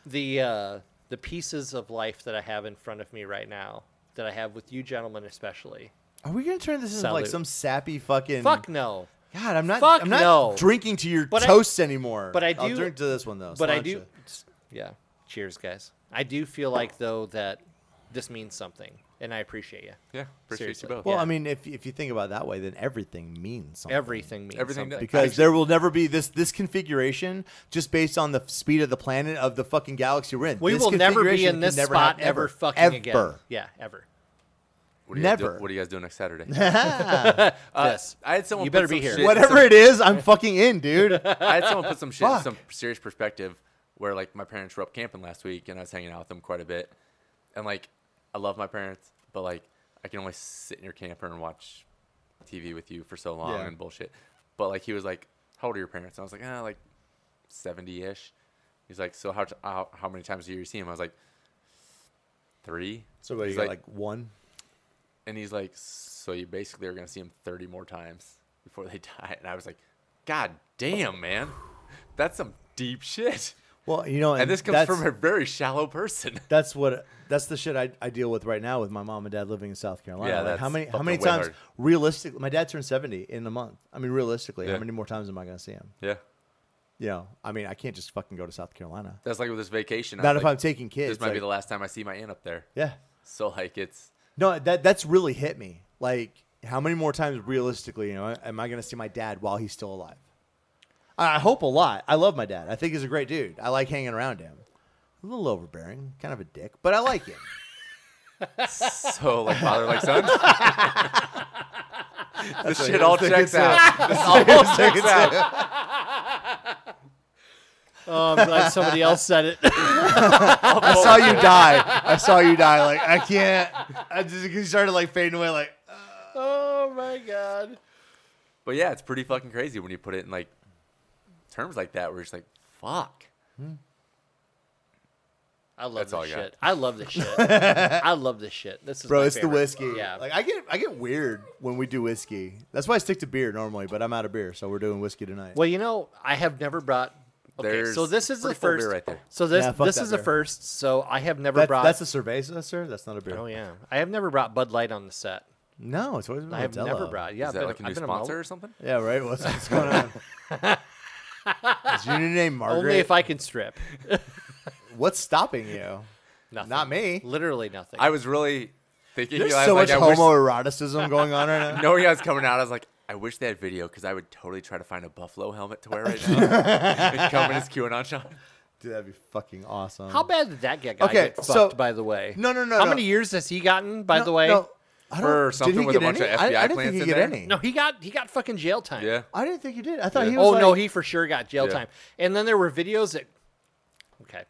Speaker 1: the uh, the pieces of life that I have in front of me right now, that I have with you gentlemen especially.
Speaker 4: Are we going to turn this into like
Speaker 1: Salute.
Speaker 4: some sappy fucking?
Speaker 1: Fuck no.
Speaker 4: God, I'm not.
Speaker 1: Fuck
Speaker 4: I'm not
Speaker 1: no.
Speaker 4: drinking to your
Speaker 1: But I-
Speaker 4: toasts anymore.
Speaker 1: but I
Speaker 4: I'll
Speaker 1: do-
Speaker 4: drink to this one though.
Speaker 1: But I
Speaker 4: Sláinte.
Speaker 1: do. Yeah. Cheers, guys. I do feel like though that this means something, and I appreciate you.
Speaker 3: Yeah, appreciate
Speaker 1: Seriously.
Speaker 3: you both.
Speaker 1: Yeah.
Speaker 4: Well, I mean, if if you think about it that way, then everything means something.
Speaker 1: Everything means
Speaker 3: Everything
Speaker 1: something.
Speaker 3: does.
Speaker 4: because there will never be this this configuration just based on the f- speed of the planet of the fucking galaxy we're in.
Speaker 1: we
Speaker 4: This
Speaker 1: will never be
Speaker 4: configuration
Speaker 1: in
Speaker 4: can
Speaker 1: this
Speaker 4: never
Speaker 1: spot
Speaker 4: happen,
Speaker 1: ever,
Speaker 4: ever
Speaker 1: fucking again.
Speaker 4: Ever.
Speaker 1: Yeah, ever.
Speaker 3: What are you guys do-
Speaker 4: Never.
Speaker 3: what are you guys doing next Saturday? Uh,
Speaker 1: yes.
Speaker 3: I had someone.
Speaker 1: You
Speaker 3: put
Speaker 1: better
Speaker 3: some
Speaker 1: be here.
Speaker 3: shit-
Speaker 4: Whatever it is, I'm fucking in, dude.
Speaker 3: I had someone put some shit, in
Speaker 4: Fuck.
Speaker 3: some serious perspective, where like my parents were up camping last week, and I was hanging out with them quite a bit, and like I love my parents, but like I can only sit in your camper and watch TV with you for so long
Speaker 2: Yeah.
Speaker 3: and bullshit. But like he was like, "How old are your parents?" And I was like, "Ah, like seventy ish." He's like, "So how, t- how how many times a year you see him?" I was like, three.
Speaker 2: So what, you
Speaker 3: He's
Speaker 2: got
Speaker 3: like,
Speaker 2: like one?
Speaker 3: and he's like, so you basically are gonna see him 30 more times before they die. And I was like, God damn, man, that's some deep shit.
Speaker 4: Well, you know,
Speaker 3: And this comes
Speaker 4: that's-
Speaker 3: from a very shallow person.
Speaker 4: that's what that's the shit I, I deal with right now with my mom and dad living in South Carolina.
Speaker 3: Yeah,
Speaker 4: like how
Speaker 3: that's
Speaker 4: many how
Speaker 3: fucking
Speaker 4: many
Speaker 3: way
Speaker 4: times
Speaker 3: hard.
Speaker 4: realistically my dad turned 70 in a month. I mean realistically,
Speaker 3: Yeah.
Speaker 4: how many more times am I going to see him?
Speaker 3: Yeah,
Speaker 4: You know, I mean, I can't just fucking go to South Carolina.
Speaker 3: that's like with this vacation. I
Speaker 4: Not
Speaker 3: was
Speaker 4: if
Speaker 3: like,
Speaker 4: I'm taking kids.
Speaker 3: This might be
Speaker 4: like-
Speaker 3: the last time I see my aunt up there.
Speaker 4: Yeah.
Speaker 3: So like, it's
Speaker 4: No, that that's really hit me. Like how many more times realistically, you know, am I going to see my dad while he's still alive? I I hope a lot. I love my dad. I think he's a great dude. I like hanging around him. A little overbearing, kind of a dick, but I like him.
Speaker 3: so like father like son. this shit all
Speaker 4: that's a
Speaker 3: checks
Speaker 4: good
Speaker 3: out. This all checks out.
Speaker 1: Oh, I'm glad somebody else said it.
Speaker 4: I saw you die. I saw you die. Like I can't. I just he started like fading away. Like
Speaker 1: oh my god.
Speaker 3: But yeah, it's pretty fucking crazy when you put it in like terms like that, where it's like, fuck.
Speaker 1: I love
Speaker 3: That's all
Speaker 1: this
Speaker 3: I got.
Speaker 1: shit. I love this shit. I love this shit. This is
Speaker 4: bro,
Speaker 1: my
Speaker 4: it's the
Speaker 1: favorite.
Speaker 4: whiskey.
Speaker 1: Yeah.
Speaker 4: Like I get I get weird when we do whiskey. That's why I stick to beer normally, but I'm out of beer, so we're doing whiskey tonight.
Speaker 1: Well, you know, I have never brought. Okay,
Speaker 3: There's
Speaker 1: so this is the
Speaker 3: pretty full beer
Speaker 1: first.
Speaker 3: right there.
Speaker 1: So this
Speaker 4: Yeah, fuck
Speaker 1: this
Speaker 4: that
Speaker 1: is the
Speaker 4: beer.
Speaker 1: first. So I have never
Speaker 4: That-
Speaker 1: brought.
Speaker 4: that's a cerveza, sir. That's not a beer.
Speaker 1: oh yeah, I have never brought Bud Light on the set.
Speaker 4: No, it's always been
Speaker 1: I have never
Speaker 4: Modelo.
Speaker 1: brought. Yeah,
Speaker 3: Is that
Speaker 1: I've
Speaker 3: like a
Speaker 1: been,
Speaker 3: new
Speaker 1: I've been
Speaker 3: sponsor
Speaker 1: Modelo.
Speaker 3: or something?
Speaker 4: Yeah, right. What's, what's going on? Is your new name Margaret?
Speaker 1: Only if I can strip.
Speaker 4: What's stopping you?
Speaker 1: Nothing.
Speaker 4: Not me.
Speaker 1: Literally nothing.
Speaker 3: I was really thinking.
Speaker 4: There's
Speaker 3: you know, I
Speaker 4: so
Speaker 3: was
Speaker 4: much
Speaker 3: like, I wish-
Speaker 4: homoeroticism going on right now.
Speaker 3: knowing I was coming out, I was like, I wish they had video because I would totally try to find a buffalo helmet to wear right now and come in as QAnon Sean.
Speaker 4: Dude, that'd be fucking awesome.
Speaker 1: How bad did that get? Guy
Speaker 4: Okay,
Speaker 1: get
Speaker 4: so-
Speaker 1: fucked, by the way.
Speaker 4: No, no, no,
Speaker 1: How
Speaker 4: no.
Speaker 1: many years has he gotten? By
Speaker 4: No,
Speaker 1: the way,
Speaker 4: no, I
Speaker 3: For
Speaker 4: don't,
Speaker 3: something
Speaker 4: did he
Speaker 3: with a
Speaker 4: get
Speaker 3: bunch
Speaker 4: any?
Speaker 3: of
Speaker 4: I, I
Speaker 3: FBI
Speaker 4: didn't think
Speaker 3: plants
Speaker 4: he
Speaker 3: in
Speaker 4: get
Speaker 3: there.
Speaker 4: any.
Speaker 1: No, he got he got fucking jail time.
Speaker 3: Yeah.
Speaker 4: I didn't think he did. I thought
Speaker 3: Yeah.
Speaker 4: he was.
Speaker 1: Oh no,
Speaker 4: like-
Speaker 1: he for sure got jail
Speaker 3: Yeah.
Speaker 1: time. And then there were videos that okay,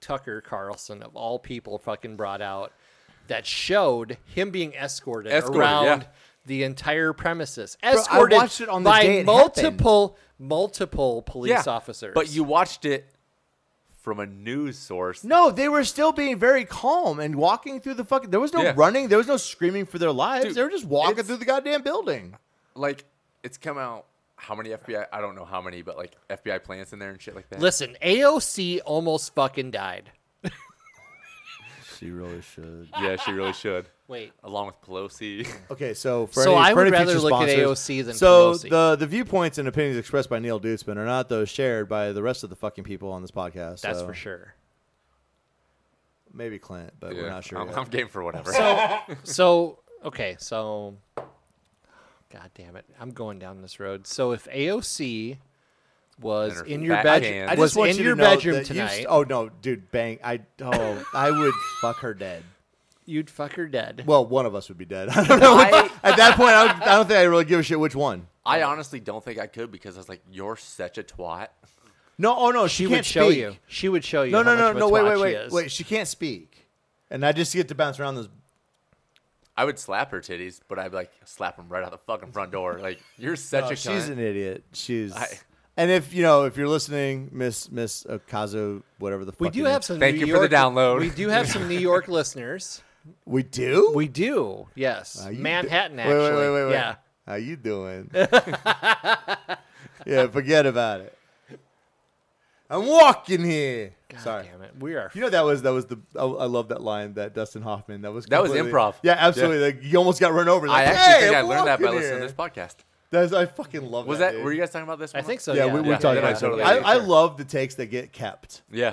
Speaker 1: Tucker Carlson of all people fucking brought out that showed him being escorted,
Speaker 3: Escorted,
Speaker 1: around
Speaker 3: yeah.
Speaker 1: the entire premises. Escorted
Speaker 4: watched it on the
Speaker 1: by
Speaker 4: day it
Speaker 1: multiple multiple police officers.
Speaker 3: But you watched it from a news source.
Speaker 4: No, they were still being very calm and walking through the fucking. There was no
Speaker 3: Yeah.
Speaker 4: running. There was no screaming for their lives.
Speaker 3: Dude,
Speaker 4: they were just walking
Speaker 3: it's-
Speaker 4: through the goddamn building.
Speaker 3: Like, it's come out how many FBI? I don't know how many, but like FBI plants in there and shit like that.
Speaker 1: listen, AOC almost fucking died.
Speaker 2: She really should.
Speaker 3: Yeah, she really should.
Speaker 1: Wait.
Speaker 3: Along with Pelosi.
Speaker 4: Okay, so for
Speaker 1: So
Speaker 4: any,
Speaker 1: I
Speaker 4: for
Speaker 1: would
Speaker 4: any
Speaker 1: rather
Speaker 4: future
Speaker 1: look at
Speaker 4: sponsors-
Speaker 1: AOC than
Speaker 4: so
Speaker 1: Pelosi.
Speaker 4: the the viewpoints and opinions expressed by Neil Dutzman are not those shared by the rest of the fucking people on this podcast.
Speaker 1: That's
Speaker 4: so
Speaker 1: for sure.
Speaker 4: Maybe Clint, but
Speaker 3: Yeah,
Speaker 4: we're not sure.
Speaker 3: I'm,
Speaker 4: yet.
Speaker 3: I'm game for whatever.
Speaker 1: So okay, so God damn it, I'm going down this road. So if AOC was
Speaker 3: And her
Speaker 1: in your
Speaker 3: fat
Speaker 1: bedroom,
Speaker 3: hands. I
Speaker 1: was in
Speaker 4: you to
Speaker 1: your
Speaker 4: know
Speaker 1: bedroom
Speaker 4: that you
Speaker 1: tonight,
Speaker 4: st- oh no, dude, bang! I oh, I would fuck her dead.
Speaker 1: you'd fuck her dead.
Speaker 4: Well, one of us would be dead. I don't know.
Speaker 3: I-
Speaker 4: At that point, I, would, I don't think I really give a shit which one.
Speaker 3: I honestly don't think I could because I was like, you're such a twat.
Speaker 4: No, oh no,
Speaker 1: she
Speaker 4: she, can't
Speaker 1: would show
Speaker 4: speak.
Speaker 1: you. She would show you.
Speaker 4: No,
Speaker 1: how
Speaker 4: no,
Speaker 1: much
Speaker 4: no,
Speaker 1: of a
Speaker 4: no. Wait,
Speaker 1: twat
Speaker 4: wait,
Speaker 1: she
Speaker 4: wait,
Speaker 1: is.
Speaker 4: wait. She can't speak, and I just get to bounce around this.
Speaker 3: I would slap her titties, but I'd like slap them right out the fucking front door. Like, you're such
Speaker 4: No,
Speaker 3: a cunt.
Speaker 4: Oh, she's an idiot. She's.
Speaker 3: I-
Speaker 4: and if you know, if you're listening, Miss Miss Okazo, whatever the fuck
Speaker 1: We
Speaker 4: it
Speaker 1: do
Speaker 4: is.
Speaker 1: have some.
Speaker 3: Thank
Speaker 1: New
Speaker 3: you for the
Speaker 1: York-
Speaker 3: download.
Speaker 1: We do have some New York listeners.
Speaker 4: We do.
Speaker 1: We do. Yes,
Speaker 4: How Uh, you do-
Speaker 1: Manhattan.
Speaker 4: Wait,
Speaker 1: actually,
Speaker 4: Wait, wait, wait, wait.
Speaker 1: yeah.
Speaker 4: How you doing? yeah, forget about it. I'm walking here.
Speaker 1: God
Speaker 4: Sorry.
Speaker 1: damn it, we are.
Speaker 4: You know that was that was the I, I love that line that Dustin Hoffman that was
Speaker 3: That was
Speaker 4: completely-
Speaker 3: improv.
Speaker 4: Yeah, absolutely. Like you almost got run over.
Speaker 3: I
Speaker 4: Like,
Speaker 3: actually
Speaker 4: "Hey,
Speaker 3: think I
Speaker 4: I'm
Speaker 3: learned that by
Speaker 4: walking
Speaker 3: listening to
Speaker 4: here."
Speaker 3: this podcast.
Speaker 4: That's I fucking love
Speaker 3: Was
Speaker 4: that.
Speaker 3: that?
Speaker 4: dude.
Speaker 3: Were you guys Oh, talking about this?
Speaker 1: I
Speaker 3: one?
Speaker 1: think so.
Speaker 4: yeah,
Speaker 1: yeah,
Speaker 4: we were
Speaker 1: yeah.
Speaker 4: talking
Speaker 3: then I
Speaker 4: about
Speaker 3: totally
Speaker 4: that. I,
Speaker 3: agree,
Speaker 4: I
Speaker 3: sure.
Speaker 4: love the takes that get kept.
Speaker 3: Yeah.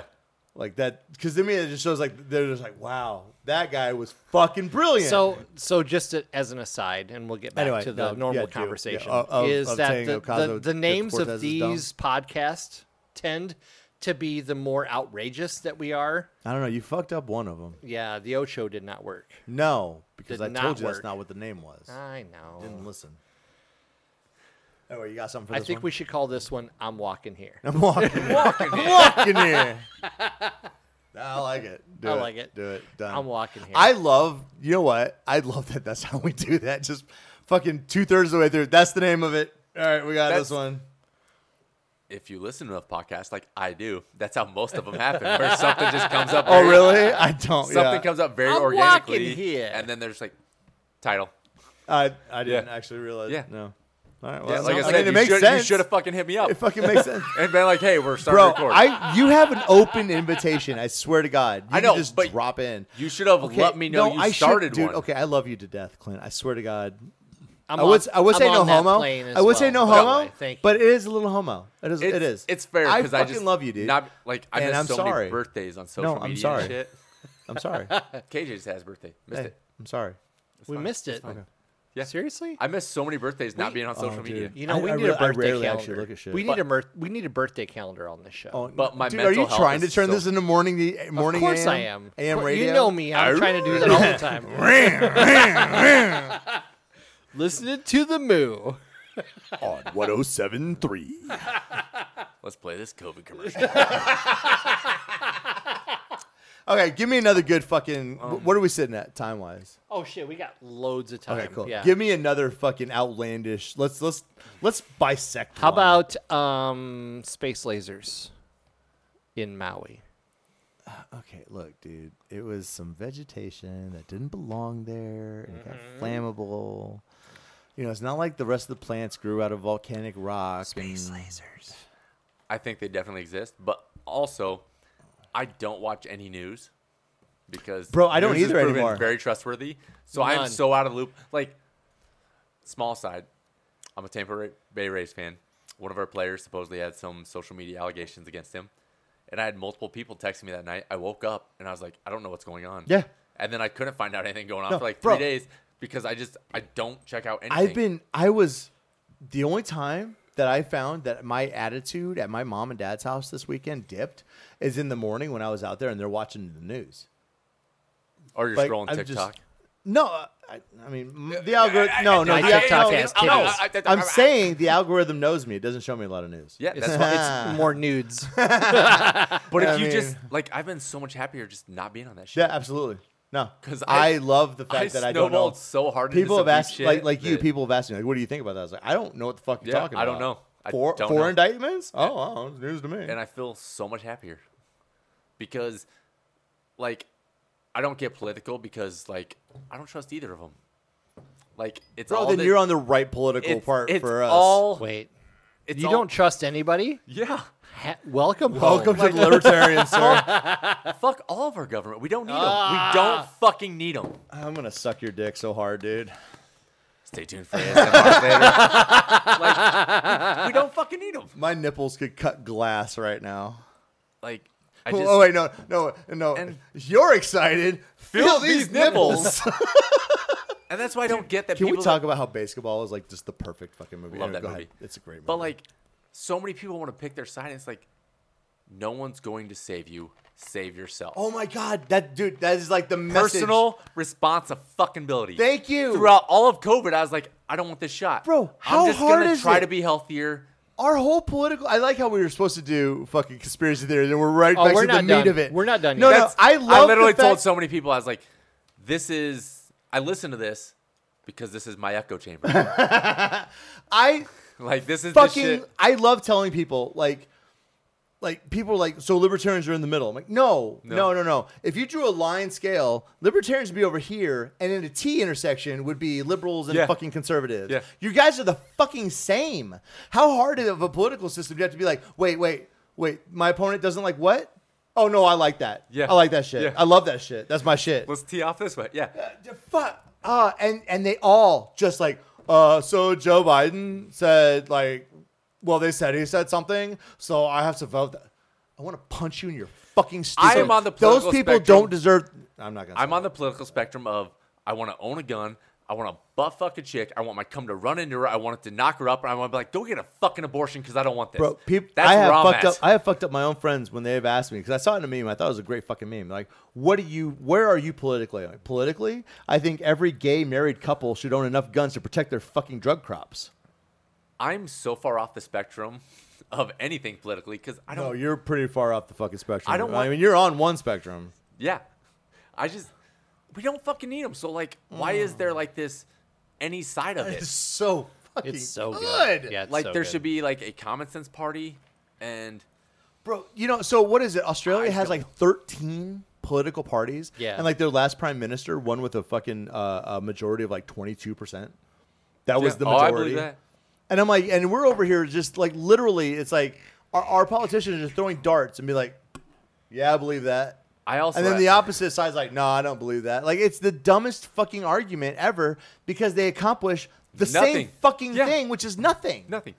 Speaker 4: Like that, because to me it just shows like they're just like, wow, that guy was fucking brilliant.
Speaker 1: So, so just a, as an aside, and we'll get back
Speaker 4: Anyway,
Speaker 1: to the
Speaker 4: no,
Speaker 1: normal
Speaker 4: yeah, do- yeah,
Speaker 1: conversation,
Speaker 4: of- of-
Speaker 1: is
Speaker 4: of
Speaker 1: that
Speaker 4: saying
Speaker 1: the, the,
Speaker 4: Ocasio
Speaker 1: the names of
Speaker 4: Cortez is dumb.
Speaker 1: these podcasts tend to be the more outrageous that we are.
Speaker 4: I don't know. You fucked up one of them.
Speaker 1: Yeah, the Ocho did not work.
Speaker 4: No, because
Speaker 1: Did
Speaker 4: I
Speaker 1: not
Speaker 4: told you
Speaker 1: work. Ah.
Speaker 4: that's not what the name was.
Speaker 1: I know.
Speaker 4: Didn't listen. Anyway, Oh, you got something for
Speaker 1: I
Speaker 4: this
Speaker 1: think
Speaker 4: one?
Speaker 1: we should call this one "I'm Walking Here."
Speaker 4: I'm walking. walking. I'm walking here. I like it. Do
Speaker 1: I
Speaker 4: it.
Speaker 1: like it.
Speaker 4: Do it. Done.
Speaker 1: I'm walking here.
Speaker 4: I love. You know what? I love that. That's how we do that. Just fucking two thirds of the way through. That's the name of it. All right, we got
Speaker 3: That's-
Speaker 4: this one.
Speaker 3: If you listen to enough podcasts, like I do, that's how most of them happen, where something just comes up.
Speaker 4: Oh
Speaker 3: very-
Speaker 4: really? I don't.
Speaker 3: Something
Speaker 4: yeah.
Speaker 3: comes up very
Speaker 1: I'm walking
Speaker 3: organically,
Speaker 1: here.
Speaker 3: and then there's like title.
Speaker 4: I I didn't
Speaker 3: Yeah.
Speaker 4: actually realize.
Speaker 3: Yeah.
Speaker 4: No. All right. Well,
Speaker 3: Yeah, like I
Speaker 4: mean,
Speaker 3: said,
Speaker 4: it
Speaker 3: you
Speaker 4: makes
Speaker 3: should,
Speaker 4: sense.
Speaker 3: You should have fucking hit me up
Speaker 4: It fucking makes sense.
Speaker 3: and been like, "Hey, we're starting
Speaker 4: Bro,
Speaker 3: to record."
Speaker 4: I you have an open invitation. I swear to God, you
Speaker 3: I
Speaker 4: can
Speaker 3: know,
Speaker 4: just
Speaker 3: but
Speaker 4: drop in.
Speaker 3: you should have
Speaker 4: Okay,
Speaker 3: let me know
Speaker 4: no,
Speaker 3: you
Speaker 4: I should-
Speaker 3: started
Speaker 4: dude,
Speaker 3: one.
Speaker 4: Okay, I love you to death, Clint. I swear to God.
Speaker 1: I'm
Speaker 4: i would
Speaker 1: on-
Speaker 4: I would
Speaker 1: I'm
Speaker 4: say no
Speaker 1: on that
Speaker 4: homo.
Speaker 1: plane as
Speaker 4: I would say
Speaker 1: well,
Speaker 4: no
Speaker 1: by the
Speaker 4: homo.
Speaker 1: way. Thank you.
Speaker 4: But it is a little homo. It is.
Speaker 3: It's,
Speaker 4: it is.
Speaker 3: It's fair
Speaker 4: I
Speaker 3: because I,
Speaker 4: fucking
Speaker 3: just
Speaker 4: love you, dude.
Speaker 3: Not like I
Speaker 4: And
Speaker 3: missed
Speaker 4: I'm
Speaker 3: so
Speaker 4: sorry.
Speaker 3: many birthdays on social
Speaker 4: No, I'm
Speaker 3: media
Speaker 4: sorry.
Speaker 3: and shit.
Speaker 4: I'm sorry.
Speaker 3: KJ just had his birthday. Missed
Speaker 4: hey,
Speaker 3: it.
Speaker 4: I'm sorry.
Speaker 1: we missed it.
Speaker 3: Yeah.
Speaker 1: Seriously.
Speaker 3: I missed so many birthdays not being on social
Speaker 4: oh,
Speaker 3: media.
Speaker 4: dude.
Speaker 1: you know,
Speaker 4: I-
Speaker 1: we
Speaker 4: I
Speaker 1: need
Speaker 4: re-
Speaker 1: a
Speaker 4: I
Speaker 1: birthday
Speaker 4: rarely
Speaker 1: calendar.
Speaker 4: actually look at shit.
Speaker 1: We need
Speaker 3: But-
Speaker 1: a mer- we need a birthday calendar on this show.
Speaker 4: Oh,
Speaker 3: But my
Speaker 4: dude, are
Speaker 3: mental
Speaker 4: you
Speaker 3: health
Speaker 4: trying to
Speaker 3: is
Speaker 4: turn
Speaker 3: so-
Speaker 4: this into morning? The morning.
Speaker 1: of course
Speaker 4: AM,
Speaker 1: I am. Of
Speaker 4: AM
Speaker 1: cour-
Speaker 4: radio.
Speaker 1: You know me. I'm trying to do that all the time. Listening to the moo.
Speaker 4: on 107.3.
Speaker 3: Let's play this COVID commercial.
Speaker 4: okay, give me another good fucking. what are we sitting at time wise?
Speaker 1: Oh shit, we got loads of Um, time.
Speaker 4: Okay, cool.
Speaker 1: Yeah.
Speaker 4: Give me another fucking outlandish. Let's let's let's bisect.
Speaker 1: How
Speaker 4: one.
Speaker 1: about um, space lasers in Maui?
Speaker 4: Okay, look, dude. It was some vegetation that didn't belong there, and it got
Speaker 1: Mm-hmm.
Speaker 4: flammable. You know, it's not like the rest of the plants grew out of volcanic rock. Space lasers.
Speaker 3: I think they definitely exist, but also, I don't watch any news because
Speaker 4: Bro, I don't
Speaker 3: news has
Speaker 4: either
Speaker 3: proven
Speaker 4: anymore.
Speaker 3: Very trustworthy, so I am
Speaker 1: None.
Speaker 3: so out of the loop. Like, small side, I'm a Tampa Ra- Bay Rays fan. One of our players supposedly had some social media allegations against him, and I had multiple people texting me that night. I woke up and I was like, I don't know what's going on.
Speaker 4: Yeah.
Speaker 3: and then I couldn't find out anything going on
Speaker 4: No,
Speaker 3: for like three
Speaker 4: bro.
Speaker 3: days because I just I don't check out anything.
Speaker 4: I've been. I was the only time that I found that my attitude at my mom and dad's house this weekend dipped is in the morning when I was out there and they're watching the news.
Speaker 3: or you're
Speaker 4: like,
Speaker 3: scrolling
Speaker 4: I'm just-
Speaker 3: TikTok.
Speaker 4: No, uh, I, I mean m- the algorithm. No, Oh, no,
Speaker 1: My
Speaker 4: the,
Speaker 1: TikTok
Speaker 4: no, oh,
Speaker 1: has
Speaker 4: no,
Speaker 1: titties.
Speaker 3: I- I-
Speaker 4: I'm
Speaker 3: I-
Speaker 4: saying the algorithm knows me. It doesn't show me a lot of news.
Speaker 3: Yeah, that's why it's
Speaker 1: It's more nudes.
Speaker 3: But if
Speaker 4: I
Speaker 3: you
Speaker 4: mean-
Speaker 3: just like, I've been so much happier just not being on that shit.
Speaker 4: Yeah, absolutely. No,
Speaker 3: 'Cause
Speaker 4: I,
Speaker 3: I-
Speaker 4: love the
Speaker 3: I
Speaker 4: fact that I don't know.
Speaker 3: snowballed so hard into
Speaker 4: people
Speaker 3: some
Speaker 4: have
Speaker 3: weak
Speaker 4: asked,
Speaker 3: shit
Speaker 4: like like you,
Speaker 3: that-
Speaker 4: people have asked me, like, what do you think about that? I was like, I don't know what the fuck you're
Speaker 3: Yeah,
Speaker 4: talking
Speaker 3: I
Speaker 4: about.
Speaker 3: don't know. I
Speaker 4: four
Speaker 3: don't
Speaker 4: four
Speaker 3: know.
Speaker 4: indictments? Oh, wow, it's news to me.
Speaker 3: and I feel so much happier because, like, I don't get political because like I don't trust either of them. Like it's
Speaker 4: Bro,
Speaker 3: all
Speaker 4: then
Speaker 3: that-
Speaker 4: you're on the right political
Speaker 3: it's,
Speaker 4: part
Speaker 3: it's
Speaker 4: for us.
Speaker 3: All,
Speaker 1: Wait,
Speaker 3: it's
Speaker 1: you
Speaker 3: all-
Speaker 1: don't trust anybody?
Speaker 3: Yeah,
Speaker 1: Ha- welcome
Speaker 4: Welcome
Speaker 1: home.
Speaker 4: to the libertarian, sir.
Speaker 3: fuck all of our government. We don't need them.
Speaker 4: Ah.
Speaker 3: we don't fucking need them.
Speaker 4: I'm gonna suck your dick so hard, dude.
Speaker 3: Stay tuned for ASMR later. like, we don't fucking need them.
Speaker 4: My nipples could cut glass right now.
Speaker 3: Like, I just
Speaker 4: Oh wait, no, no, no.
Speaker 3: And-
Speaker 4: you're excited. Feel these nipples.
Speaker 3: and that's why I don't get that.
Speaker 4: Can we
Speaker 3: people that-
Speaker 4: talk about how basketball is like just the perfect fucking movie?
Speaker 3: Love
Speaker 4: Anyway,
Speaker 3: that
Speaker 4: go
Speaker 3: movie.
Speaker 4: ahead. It's a great movie.
Speaker 3: But like, so many people want to pick their side. And it's like, no one's going to save you. Save yourself.
Speaker 4: Oh my god, that dude, that is like the message.
Speaker 3: Personal response of fucking ability.
Speaker 4: Thank you.
Speaker 3: Throughout all of COVID, I was like, I don't want this shot,
Speaker 4: Bro,
Speaker 3: I'm
Speaker 4: how
Speaker 3: just
Speaker 4: hard
Speaker 3: gonna
Speaker 4: is
Speaker 3: try
Speaker 4: it?
Speaker 3: to be healthier.
Speaker 4: Our whole political. I like how we were supposed to do fucking conspiracy theory, and we're right
Speaker 1: Oh,
Speaker 4: back
Speaker 1: we're
Speaker 4: to the
Speaker 1: not
Speaker 4: meat
Speaker 1: done.
Speaker 4: of it.
Speaker 1: We're not done
Speaker 4: No,
Speaker 1: yet.
Speaker 4: no,
Speaker 1: That's-
Speaker 4: I love.
Speaker 3: I literally
Speaker 4: the fact,
Speaker 3: told so many people, I was like, this is. I listen to this because this is my echo chamber.
Speaker 4: I
Speaker 3: like this is the
Speaker 4: fucking.
Speaker 3: shit.
Speaker 4: I love telling people like. Like people are like so libertarians are in the middle. I'm like, no, no, no, no. If you drew a line scale, libertarians would be over here, and in a T intersection would be liberals and
Speaker 3: Yeah.
Speaker 4: fucking conservatives.
Speaker 3: Yeah.
Speaker 4: You guys are the fucking same. How hard of a political system do you have to be like, wait, wait, wait, my opponent doesn't like what? Oh no, I like that.
Speaker 3: Yeah.
Speaker 4: I like that shit.
Speaker 3: Yeah.
Speaker 4: I love that shit. That's my shit.
Speaker 3: Let's tee off this way. Yeah.
Speaker 4: The fuck. Uh, and and they all just like, uh, so Joe Biden said like, well, they said he said something, so I have to vote. That. I want to punch you in your fucking stupid.
Speaker 3: am on the
Speaker 4: Those
Speaker 3: political
Speaker 4: people
Speaker 3: spectrum.
Speaker 4: don't deserve. I'm not gonna.
Speaker 3: I'm
Speaker 4: say
Speaker 3: on the political spectrum of I want to own a gun. I want to butt fuck a chick. I want my cum to run into her. I want it to knock her up. And I want to be like, go get a fucking abortion because I don't want this.
Speaker 4: Bro, peop-
Speaker 3: That's
Speaker 4: I have
Speaker 3: where I'm
Speaker 4: fucked
Speaker 3: at.
Speaker 4: up. I have fucked up my own friends when they've asked me because I saw it in a meme. I thought it was a great fucking meme. Like, what do you? Where are you politically? Like, politically, I think every gay married couple should own enough guns to protect their fucking drug crops.
Speaker 3: I'm so far off the spectrum of anything politically because I don't.
Speaker 4: No, you're pretty far off the fucking spectrum.
Speaker 3: I don't
Speaker 4: I
Speaker 3: want-
Speaker 4: mean, you're on one spectrum.
Speaker 3: Yeah. I just we don't fucking need them. So like, why is there like this any side of it?
Speaker 4: so fucking.
Speaker 1: It's so good. Yeah, it's
Speaker 3: Like
Speaker 1: so
Speaker 3: there
Speaker 1: good.
Speaker 3: should be like a common sense party and
Speaker 4: Bro, you know, so what is it? Australia
Speaker 3: I
Speaker 4: has
Speaker 3: don't
Speaker 4: like 13 political parties.
Speaker 1: Yeah.
Speaker 4: And like their last prime minister won with a fucking uh, a majority of like 22%. That was the
Speaker 3: Oh, I
Speaker 4: majority.
Speaker 3: believe that.
Speaker 4: And I'm like, and we're over here just like literally, it's like our, our politicians are just throwing darts and be like, yeah, I believe that.
Speaker 3: I also
Speaker 4: And then the opposite side's like, no, I don't believe that. Like, it's the dumbest fucking argument ever because they accomplish the same
Speaker 3: Nothing.
Speaker 4: fucking
Speaker 3: Yeah.
Speaker 4: thing, which is nothing.
Speaker 3: nothing.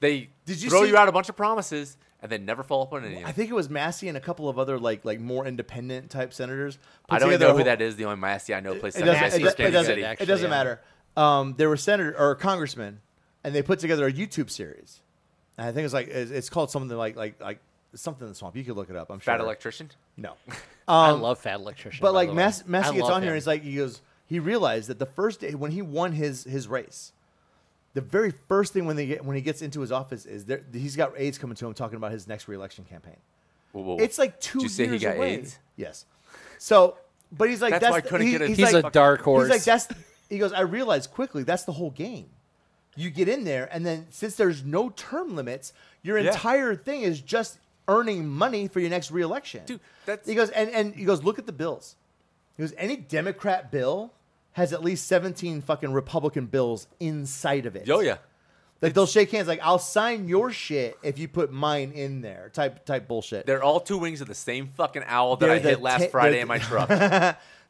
Speaker 3: They
Speaker 4: Did you
Speaker 3: throw
Speaker 4: see-
Speaker 3: you out a bunch of promises and then never follow up on any of
Speaker 4: I
Speaker 3: them.
Speaker 4: think it was Massey and a couple of other like like more independent type senators. put
Speaker 3: I don't even
Speaker 4: together a
Speaker 3: know who
Speaker 4: whole-
Speaker 3: that is. The only Massey I know plays
Speaker 4: It doesn't,
Speaker 3: Massey
Speaker 4: it,
Speaker 3: is
Speaker 4: doesn't- it
Speaker 3: Kansas
Speaker 4: doesn't,
Speaker 3: City.
Speaker 1: Actually,
Speaker 4: it doesn't
Speaker 1: yeah.
Speaker 4: matter. Um, there were senator or congressmen, and they put together a YouTube series. And I think it's like it's, it's called something like like like something in the swamp. You could look it up. I'm sure.
Speaker 3: Fat electrician.
Speaker 4: No.
Speaker 1: I love fat electrician. by
Speaker 4: Um, But like
Speaker 1: the way.
Speaker 4: Mass,
Speaker 1: I
Speaker 4: Massey gets
Speaker 1: love
Speaker 4: on
Speaker 1: him.
Speaker 4: here and he's like, he goes, he realized that the first day when he won his his race, the very first thing when they get when he gets into his office is there, he's got aides coming to him talking about his next reelection campaign.
Speaker 3: Whoa, whoa, whoa.
Speaker 4: It's like two
Speaker 3: Did you
Speaker 4: years
Speaker 3: say he got
Speaker 4: away.
Speaker 3: AIDS?
Speaker 4: Yes. So, but he's like,
Speaker 3: That's
Speaker 4: that's,
Speaker 3: why I
Speaker 4: the-
Speaker 3: couldn't
Speaker 4: he-
Speaker 3: get it.
Speaker 4: He's,
Speaker 1: he's
Speaker 4: like,
Speaker 1: a dark horse.
Speaker 4: He's like, that's. He goes. I realized quickly that's the whole game. You get in there, and then since there's no term limits, your
Speaker 3: Yeah.
Speaker 4: entire thing is just earning money for your next reelection.
Speaker 3: Dude, that's-
Speaker 4: he goes, and and he goes, look at the bills. He goes, any Democrat bill has at least seventeen fucking Republican bills inside of it.
Speaker 3: Yo, Oh, yeah.
Speaker 4: like they'll shake hands, like I'll sign your shit if you put mine in there. Type type bullshit.
Speaker 3: They're all two wings of the same fucking owl that
Speaker 4: They're
Speaker 3: I
Speaker 4: the
Speaker 3: hit last
Speaker 4: te-
Speaker 3: Friday
Speaker 4: they're
Speaker 3: in
Speaker 4: the-
Speaker 3: my truck.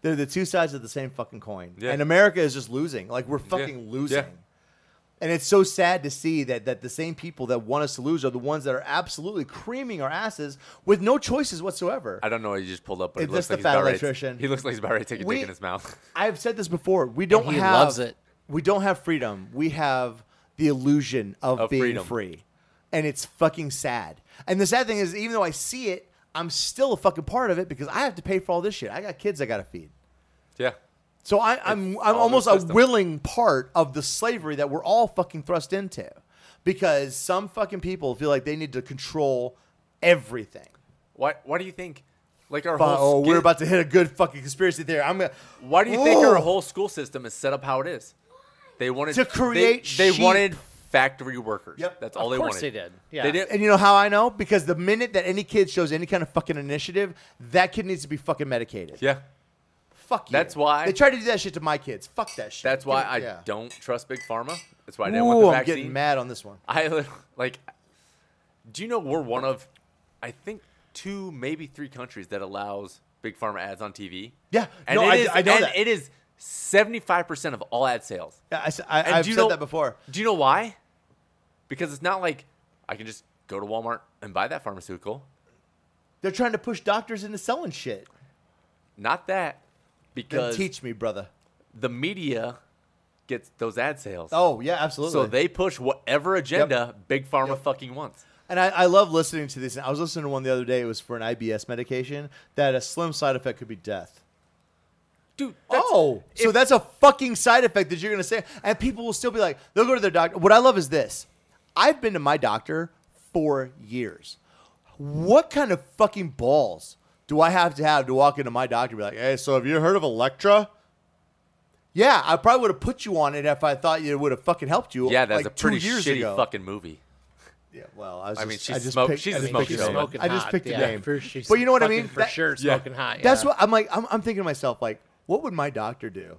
Speaker 4: They're the two sides of the same fucking coin.
Speaker 3: Yeah.
Speaker 4: And America is just losing. Like we're fucking
Speaker 3: Yeah.
Speaker 4: losing.
Speaker 3: Yeah.
Speaker 4: And it's so sad to see that that the same people that want us to lose are the ones that are absolutely creaming our asses with no choices whatsoever.
Speaker 3: I don't know what he just pulled up, but
Speaker 4: It's
Speaker 3: he looks
Speaker 4: just the
Speaker 3: like he's
Speaker 4: fat
Speaker 3: about ready-
Speaker 4: electrician.
Speaker 3: He looks like he's about ready to take a
Speaker 4: We-
Speaker 3: dick in his mouth.
Speaker 4: I've said this before. We don't
Speaker 1: he
Speaker 4: have
Speaker 1: loves it.
Speaker 4: We don't have freedom. We have the illusion of,
Speaker 3: Of
Speaker 4: being
Speaker 3: freedom.
Speaker 4: free. And it's fucking sad. And the sad thing is even though I see it, I'm still a fucking part of it because I have to pay for all this shit. I got kids I gotta feed.
Speaker 3: yeah.
Speaker 4: So I, I'm I'm
Speaker 3: all
Speaker 4: almost
Speaker 3: the
Speaker 4: a
Speaker 3: system.
Speaker 4: willing part of the slavery that we're all fucking thrust into, because some fucking people feel like they need to control everything.
Speaker 3: Why? Why do you think? Like our
Speaker 4: But,
Speaker 3: whole.
Speaker 4: oh, we're
Speaker 3: skit-
Speaker 4: about to hit a good fucking conspiracy theory. I'm gonna.
Speaker 3: Why do you think our
Speaker 4: Whoa!
Speaker 3: whole school system is set up how it is? They wanted
Speaker 4: To create
Speaker 3: They,
Speaker 4: sheep.
Speaker 3: they wanted factory workers.
Speaker 4: Yep.
Speaker 3: That's all
Speaker 1: Of
Speaker 3: they
Speaker 1: course
Speaker 3: wanted.
Speaker 1: they did. Yeah.
Speaker 3: They did.
Speaker 4: And you know how I know? Because the minute that any kid shows any kind of fucking initiative, that kid needs to be fucking medicated.
Speaker 3: yeah.
Speaker 4: Fuck you.
Speaker 3: That's why-
Speaker 4: they tried to do that shit to my kids. Fuck that shit.
Speaker 3: That's why
Speaker 4: Give
Speaker 3: I
Speaker 4: it- yeah.
Speaker 3: don't trust big pharma. That's why I didn't want
Speaker 4: Ooh,
Speaker 3: the
Speaker 4: I'm
Speaker 3: vaccine.
Speaker 4: getting mad on this one.
Speaker 3: I li- like. Do you know we're one of, I think, two maybe three countries that allows big pharma ads on TV.
Speaker 4: Yeah.
Speaker 3: And
Speaker 4: No,
Speaker 3: it
Speaker 4: I-
Speaker 3: is-
Speaker 4: I know
Speaker 3: and
Speaker 4: that.
Speaker 3: it is seventy five percent of all ad sales.
Speaker 4: Yeah, I, s- I,
Speaker 3: And
Speaker 4: have
Speaker 3: do
Speaker 4: said
Speaker 3: you know-
Speaker 4: that before.
Speaker 3: Do you know why? Because it's not like I can just go to Walmart and buy that pharmaceutical.
Speaker 4: They're trying to push doctors into selling shit.
Speaker 3: Not that.
Speaker 4: Then
Speaker 3: Because
Speaker 4: teach me, brother.
Speaker 3: the media gets those ad sales.
Speaker 4: Oh yeah, absolutely.
Speaker 3: so they push whatever agenda Big Pharma fucking wants.
Speaker 4: And I, I love listening to this. I was listening to one the other day. It was for an IBS medication that a slim side effect could be death.
Speaker 3: Dude, that's,
Speaker 4: oh, so that's a fucking side effect that you're going to say. And people will still be like, they'll go to their doctor. What I love is this I've been to my doctor for years. What kind of fucking balls do I have to have to walk into my doctor and be like, hey, so have you heard of Electra? Yeah, I probably would have put you on it if I thought it would have fucking helped you.
Speaker 3: yeah, that's
Speaker 4: like
Speaker 3: a pretty
Speaker 4: two years
Speaker 3: shitty
Speaker 4: ago.
Speaker 3: fucking movie.
Speaker 4: Yeah, well, I, was
Speaker 3: I
Speaker 4: just,
Speaker 3: mean,
Speaker 4: I
Speaker 3: she's
Speaker 4: just
Speaker 3: smoke-
Speaker 4: picked,
Speaker 3: she's
Speaker 4: I
Speaker 3: a
Speaker 4: just
Speaker 3: smoke
Speaker 4: picked
Speaker 3: show.
Speaker 4: a name.
Speaker 1: Smoking
Speaker 4: I just
Speaker 1: hot,
Speaker 4: picked a
Speaker 1: yeah.
Speaker 4: name.
Speaker 1: For- she's
Speaker 4: but you know what I
Speaker 1: fucking
Speaker 4: mean?
Speaker 1: for sure, smoking hot,
Speaker 4: That's
Speaker 1: yeah.
Speaker 4: what I'm like. I'm, I'm thinking to myself, like, what would my doctor do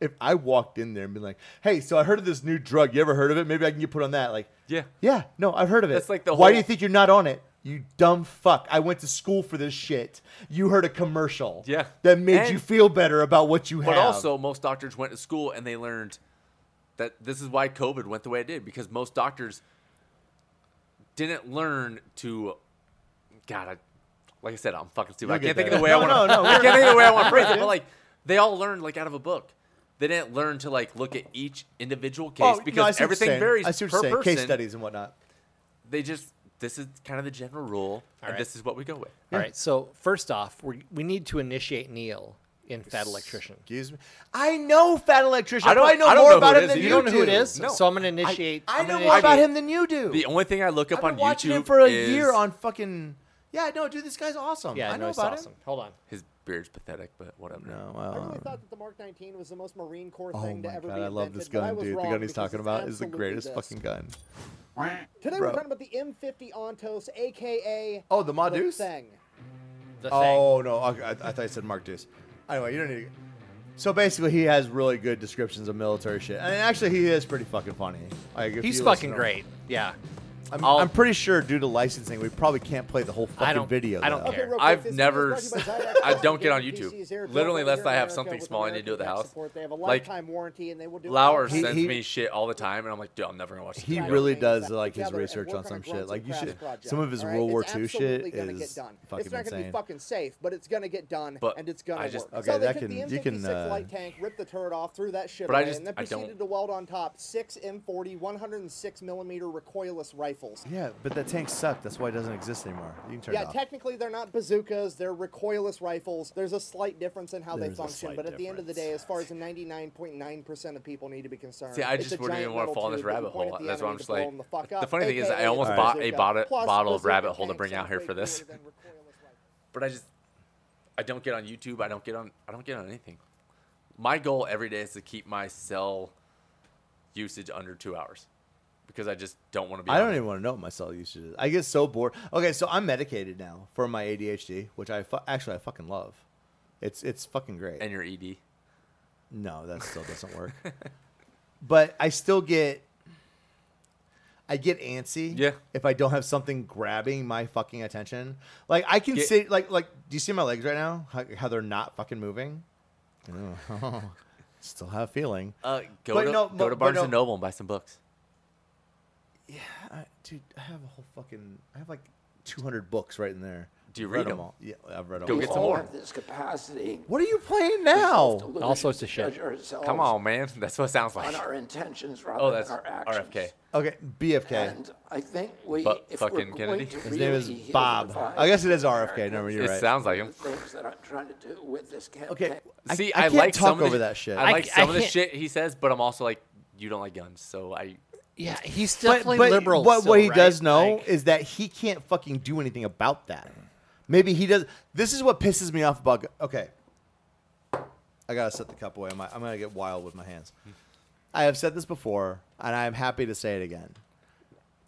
Speaker 4: if I walked in there and been like, "Hey, so I heard of this new drug. You ever heard of it? Maybe I can get put on that." Like,
Speaker 3: Yeah.
Speaker 4: yeah, no, I've heard of it.
Speaker 3: That's like the
Speaker 4: Why do
Speaker 3: whole-
Speaker 4: you think you're not on it? You dumb fuck. I went to school for this shit. You heard a commercial.
Speaker 3: Yeah.
Speaker 4: That made
Speaker 3: And-
Speaker 4: you feel better about what you
Speaker 3: But
Speaker 4: have.
Speaker 3: also, most doctors went to school and they learned that this is why COVID went the way it did because most doctors didn't learn to. God, I, like I said, I'm fucking stupid. I
Speaker 4: You'll
Speaker 3: can't
Speaker 4: get
Speaker 3: think of
Speaker 4: better.
Speaker 3: the way I want. to.
Speaker 4: No, no, no,
Speaker 3: I can't think of the way I want to phrase it. But like, they all learned like out of a book. They didn't learn to like look at each individual case
Speaker 4: no, I see
Speaker 3: because
Speaker 4: what you're
Speaker 3: everything
Speaker 4: saying.
Speaker 3: varies
Speaker 4: I see what
Speaker 3: per
Speaker 4: you're saying.
Speaker 3: person.
Speaker 4: Case studies and whatnot.
Speaker 3: They just this is kind of the general rule, and
Speaker 1: right.
Speaker 3: this is what we go with.
Speaker 1: All right. So first off, we we need to initiate Neil in Fat Electrician.
Speaker 4: Excuse me. I know Fat Electrician.
Speaker 3: I
Speaker 4: I,
Speaker 3: don't-
Speaker 4: probably know
Speaker 3: I don't
Speaker 4: more
Speaker 3: know who
Speaker 4: about
Speaker 3: it
Speaker 4: him
Speaker 3: is.
Speaker 4: than
Speaker 3: You
Speaker 4: you,
Speaker 1: don't know who it
Speaker 4: do.
Speaker 1: is,
Speaker 3: No.
Speaker 1: so I'm gonna initiate.
Speaker 3: I
Speaker 1: I'm
Speaker 3: know
Speaker 1: gonna
Speaker 3: more
Speaker 4: More
Speaker 1: initiate-
Speaker 4: about him than you do.
Speaker 3: The only thing I look up
Speaker 4: I've been
Speaker 3: on
Speaker 4: watching
Speaker 3: YouTube
Speaker 4: him for a
Speaker 3: is
Speaker 4: year on fucking. Yeah, no, dude, this guy's awesome.
Speaker 1: Yeah,
Speaker 4: I
Speaker 1: no,
Speaker 4: know
Speaker 1: it's
Speaker 4: about
Speaker 1: awesome.
Speaker 4: him.
Speaker 1: Hold on.
Speaker 3: his beard's pathetic, but whatever.
Speaker 4: No,
Speaker 8: I really
Speaker 4: well,
Speaker 8: thought that the Mark 19 was the most Marine Corps
Speaker 4: oh
Speaker 8: thing to
Speaker 4: my
Speaker 8: ever
Speaker 4: god,
Speaker 8: be
Speaker 4: I
Speaker 8: invented.
Speaker 4: love this
Speaker 8: but I
Speaker 4: gun,
Speaker 8: was
Speaker 4: dude. The
Speaker 8: wrong
Speaker 4: gun he's
Speaker 8: because
Speaker 4: talking
Speaker 8: it's
Speaker 4: about is the
Speaker 8: absolutely
Speaker 4: greatest
Speaker 8: best.
Speaker 4: fucking gun.
Speaker 8: Today
Speaker 4: Bro.
Speaker 8: we're talking about the M50 Ontos, aka
Speaker 4: Oh, the
Speaker 8: the
Speaker 4: Madus.
Speaker 8: thing.
Speaker 1: The thing.
Speaker 4: Oh no, okay, I, I thought you said Mark Deuce. Anyway, you don't need. To... So basically, he has really good descriptions of military shit, and actually, he is pretty fucking funny. Like, if
Speaker 1: He's
Speaker 4: you listen
Speaker 1: fucking
Speaker 4: to him-
Speaker 1: great. Yeah.
Speaker 4: I'm,
Speaker 1: I'll-
Speaker 4: I'm pretty sure, due to licensing, we probably can't play the whole fucking
Speaker 1: I don't-
Speaker 4: video.
Speaker 1: I don't
Speaker 4: though.
Speaker 1: care.
Speaker 8: real quick,
Speaker 3: I've
Speaker 8: this
Speaker 3: never-
Speaker 8: video is brought to you by Zydeco,
Speaker 3: I don't get on
Speaker 8: American
Speaker 3: YouTube.
Speaker 8: PCs here,
Speaker 3: Literally
Speaker 8: built
Speaker 3: unless
Speaker 8: here in
Speaker 3: I have
Speaker 8: America
Speaker 3: something
Speaker 8: with
Speaker 3: small I need to do at the
Speaker 8: American tech
Speaker 3: house.
Speaker 8: support. They have a
Speaker 3: Like,
Speaker 8: lifetime warranty, and they will do. all
Speaker 3: Lauer
Speaker 8: kinds
Speaker 3: sends
Speaker 8: of
Speaker 4: he-
Speaker 3: me shit all the time, and I'm like, dude, I'm never gonna watch. this
Speaker 4: He
Speaker 3: video.
Speaker 4: really
Speaker 8: things
Speaker 4: does
Speaker 8: that
Speaker 4: like
Speaker 8: together
Speaker 4: his
Speaker 8: and
Speaker 4: research
Speaker 8: work
Speaker 4: on
Speaker 8: a
Speaker 4: some shit.
Speaker 8: grunts
Speaker 4: Like
Speaker 8: and
Speaker 4: you
Speaker 8: crafts
Speaker 4: should.
Speaker 8: project,
Speaker 4: Some of his
Speaker 8: all right?
Speaker 4: World War
Speaker 8: It's
Speaker 4: II
Speaker 8: absolutely
Speaker 4: shit
Speaker 8: gonna get
Speaker 4: is
Speaker 8: done.
Speaker 4: fucking
Speaker 8: It's not gonna be
Speaker 4: insane.
Speaker 8: fucking safe, but it's gonna get done,
Speaker 3: But
Speaker 8: and it's gonna
Speaker 3: I just-
Speaker 8: work.
Speaker 4: Okay,
Speaker 8: so they
Speaker 4: that
Speaker 8: took the
Speaker 4: can- you can,
Speaker 8: M56
Speaker 4: uh,
Speaker 8: light tank, ripped the turret off, threw that shit
Speaker 3: But I
Speaker 8: away,
Speaker 3: just-
Speaker 8: and then
Speaker 3: I don't-
Speaker 8: proceeded to weld on top six M40 106 millimeter recoilless rifles.
Speaker 4: Yeah, but that tank sucked. That's why it doesn't exist anymore. You can turn
Speaker 8: Yeah,
Speaker 4: it off.
Speaker 8: technically they're not bazookas; they're recoilless rifles. There's a slight difference in how
Speaker 4: There's a
Speaker 8: they function,
Speaker 4: slight
Speaker 8: but at the end of the
Speaker 4: difference.
Speaker 8: day, as far as 99.9 percent of people need to be concerned,
Speaker 3: See, I
Speaker 8: it's
Speaker 3: just
Speaker 8: a
Speaker 3: wouldn't
Speaker 8: giant
Speaker 3: even wanna
Speaker 8: metal
Speaker 3: fall in this
Speaker 8: tube that you
Speaker 3: rabbit
Speaker 8: point
Speaker 3: hole.
Speaker 8: at the
Speaker 3: That's why
Speaker 8: enemy
Speaker 3: I'm
Speaker 8: to
Speaker 3: just like-
Speaker 8: blow 'em the, fuck
Speaker 3: the
Speaker 8: up,
Speaker 3: funny thing is
Speaker 8: AKA
Speaker 3: I almost bought a
Speaker 8: bazooka.
Speaker 3: bottle-
Speaker 8: Plus,
Speaker 3: bottle of
Speaker 8: bazooka
Speaker 3: rabbit hole to
Speaker 8: tanks
Speaker 3: bring
Speaker 8: are
Speaker 3: out here for
Speaker 8: way
Speaker 3: this.
Speaker 8: cooler than recoilless rifles.
Speaker 3: but I just I don't get on YouTube. I don't get on I don't get on anything. My goal every day is to keep my cell usage under two hours because I just don't want to be.
Speaker 4: I
Speaker 3: on
Speaker 4: don't
Speaker 3: it.
Speaker 4: even want to know what my cell usage is. I get so bored. Okay, so I'm medicated now for my ADHD, which I fu- actually I fucking love. It's it's fucking great.
Speaker 3: And your E ED.
Speaker 4: No, that still doesn't work. but I still get I get antsy
Speaker 3: Yeah.
Speaker 4: if I don't have something grabbing my fucking attention. Like I can
Speaker 3: Get-
Speaker 4: sit like like do you see my legs right now? How, how they're not fucking moving? still have feeling.
Speaker 3: Uh, go
Speaker 4: But
Speaker 3: to
Speaker 4: no,
Speaker 3: go
Speaker 4: but-
Speaker 3: to
Speaker 4: but
Speaker 3: Barnes and
Speaker 4: no.
Speaker 3: Noble and buy some books.
Speaker 4: I, dude, I have a whole fucking I have like 200 books right in there.
Speaker 3: Do you
Speaker 4: I've
Speaker 3: read 'em?
Speaker 4: them all? Yeah, I've read them.
Speaker 3: Go
Speaker 4: all.
Speaker 3: get some more.
Speaker 9: this capacity.
Speaker 4: What are you playing now?
Speaker 9: to
Speaker 1: All sorts of
Speaker 9: judge
Speaker 1: shit.
Speaker 9: ourselves
Speaker 3: Come
Speaker 4: Oh,
Speaker 3: on, man. That's what it sounds like.
Speaker 9: On our intentions rather
Speaker 3: Oh, that's
Speaker 9: than our actions.
Speaker 3: RFK.
Speaker 4: Okay, BFK.
Speaker 9: And I think we,
Speaker 3: But
Speaker 9: if
Speaker 3: fucking
Speaker 9: we're going
Speaker 3: Kennedy?
Speaker 9: to
Speaker 4: His name is
Speaker 9: really heal
Speaker 4: Bob.
Speaker 9: the fight,
Speaker 4: I guess it is RFK. No, you're
Speaker 3: it
Speaker 4: right.
Speaker 3: sounds like
Speaker 9: the
Speaker 3: him.
Speaker 9: things that I'm trying to do with this campaign.
Speaker 4: Okay.
Speaker 3: See,
Speaker 4: I,
Speaker 3: I,
Speaker 4: can't
Speaker 3: like
Speaker 4: talk
Speaker 3: some of
Speaker 4: over
Speaker 3: the-
Speaker 4: that shit.
Speaker 3: I
Speaker 1: I
Speaker 3: like
Speaker 1: c-
Speaker 3: some
Speaker 1: I
Speaker 3: of the
Speaker 1: can't-
Speaker 3: shit he says, but I'm also like, you don't like guns, so I.
Speaker 1: Yeah, he's definitely liberal.
Speaker 4: What
Speaker 1: still,
Speaker 4: what he
Speaker 1: right?
Speaker 4: does know
Speaker 1: Like,
Speaker 4: is that he can't fucking do anything about that. Maybe he does. This is what pisses me off about. Okay, I gotta set the cup away. I'm, I'm gonna get wild with my hands. I have said this before, and I am happy to say it again.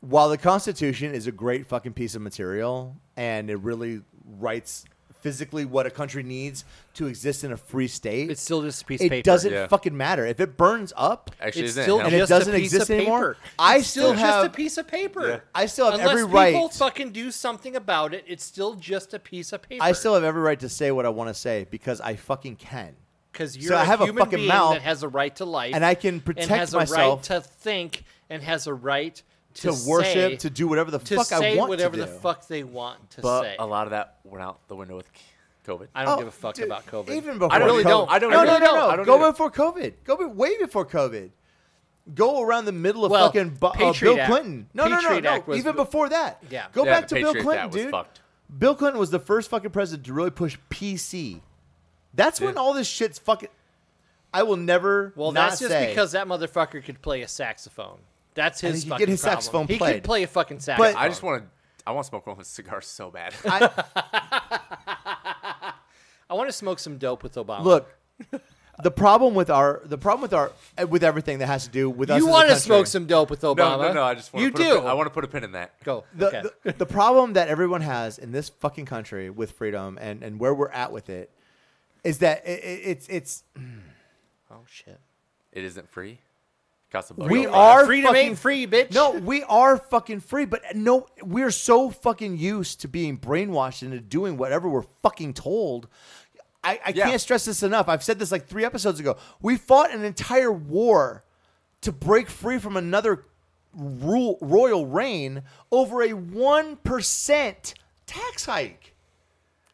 Speaker 4: While the Constitution is a great fucking piece of material, and it really writes physically what a country needs to exist in a free state,
Speaker 1: it's still just a piece of
Speaker 4: it
Speaker 1: paper.
Speaker 4: doesn't
Speaker 3: Yeah.
Speaker 4: fucking matter if it burns up.
Speaker 3: Actually,
Speaker 1: It's
Speaker 3: isn't
Speaker 1: still
Speaker 3: it?
Speaker 4: and
Speaker 3: Hell,
Speaker 4: it
Speaker 1: just a
Speaker 4: doesn't
Speaker 1: piece
Speaker 4: exist
Speaker 1: of
Speaker 4: anymore.
Speaker 1: paper.
Speaker 4: I
Speaker 1: It's still
Speaker 4: still have-
Speaker 1: just a piece of paper.
Speaker 4: I still have
Speaker 1: Unless
Speaker 4: every
Speaker 1: people
Speaker 4: right.
Speaker 1: fucking do something about it, it's still just a piece of paper.
Speaker 4: I still have every right to say what I want to say because I fucking can.
Speaker 1: because you're
Speaker 4: so I
Speaker 1: a
Speaker 4: have a
Speaker 1: human
Speaker 4: fucking
Speaker 1: being
Speaker 4: mouth,
Speaker 1: that has a right to life,
Speaker 4: and I can
Speaker 1: and
Speaker 4: protect
Speaker 1: has
Speaker 4: myself
Speaker 1: a right to think, and has a right to,
Speaker 4: To, worship,
Speaker 1: say-
Speaker 4: to do whatever the
Speaker 1: to
Speaker 4: fuck
Speaker 1: say
Speaker 4: I want
Speaker 1: whatever
Speaker 4: to do.
Speaker 1: the fuck they want to
Speaker 3: But
Speaker 1: say.
Speaker 3: a lot of that went out the window with COVID.
Speaker 1: I don't
Speaker 4: Oh,
Speaker 1: give a fuck
Speaker 4: dude,
Speaker 1: about COVID.
Speaker 4: Even before
Speaker 3: I really
Speaker 4: COVID.
Speaker 3: don't. I don't
Speaker 4: No,
Speaker 3: even-
Speaker 4: no, no, no.
Speaker 3: I don't
Speaker 4: Go
Speaker 3: either.
Speaker 4: before COVID. Go be, way before COVID. Go around the middle of
Speaker 1: Well,
Speaker 4: fucking Bu- uh,
Speaker 1: Patriot
Speaker 4: Bill
Speaker 1: Act-
Speaker 4: Clinton. No, no, no,
Speaker 1: Patriot
Speaker 4: no.
Speaker 1: Act was-
Speaker 4: even before that.
Speaker 1: Yeah.
Speaker 4: Go
Speaker 3: Yeah,
Speaker 4: back to
Speaker 3: the
Speaker 4: Bill
Speaker 3: Patriot Act
Speaker 4: Clinton,
Speaker 3: was
Speaker 4: dude.
Speaker 3: fucked.
Speaker 4: Bill Clinton was the first fucking president to really push PC. That's when
Speaker 3: Yeah.
Speaker 4: all this shit's fucking. I will never.
Speaker 1: Well,
Speaker 4: not
Speaker 1: that's just
Speaker 4: say-
Speaker 1: because that motherfucker could play a saxophone. That's
Speaker 4: And
Speaker 1: his
Speaker 4: he could
Speaker 1: fucking
Speaker 4: get his
Speaker 1: problem.
Speaker 4: saxophone
Speaker 1: He could
Speaker 4: played.
Speaker 1: play a fucking saxophone.
Speaker 3: I just want to. I want to smoke one with cigars so bad.
Speaker 4: I,
Speaker 1: I want to smoke some dope with Obama.
Speaker 4: look the problem with our the problem with our with everything that has to do with us
Speaker 1: you
Speaker 4: want to
Speaker 1: smoke some dope with
Speaker 3: no,
Speaker 1: Obama?
Speaker 3: no, no. I just want
Speaker 1: you
Speaker 3: to
Speaker 1: do.
Speaker 3: I want to put a pin in that.
Speaker 1: go.
Speaker 4: the,
Speaker 1: okay.
Speaker 4: the, the problem that everyone has in this fucking country with freedom and and where we're at with it is that it, it, it's it's
Speaker 1: oh shit.
Speaker 3: It isn't free. Costs a buck.
Speaker 4: we
Speaker 3: Go
Speaker 4: are
Speaker 1: Freedom
Speaker 4: fucking,
Speaker 1: ain't free, bitch.
Speaker 4: no we are fucking free but no we're so fucking used to being brainwashed into doing whatever we're fucking told I, I
Speaker 3: Yeah.
Speaker 4: can't stress this enough. I've said this like three episodes ago. We fought an entire war to break free from another rule, royal reign over a 1% tax hike.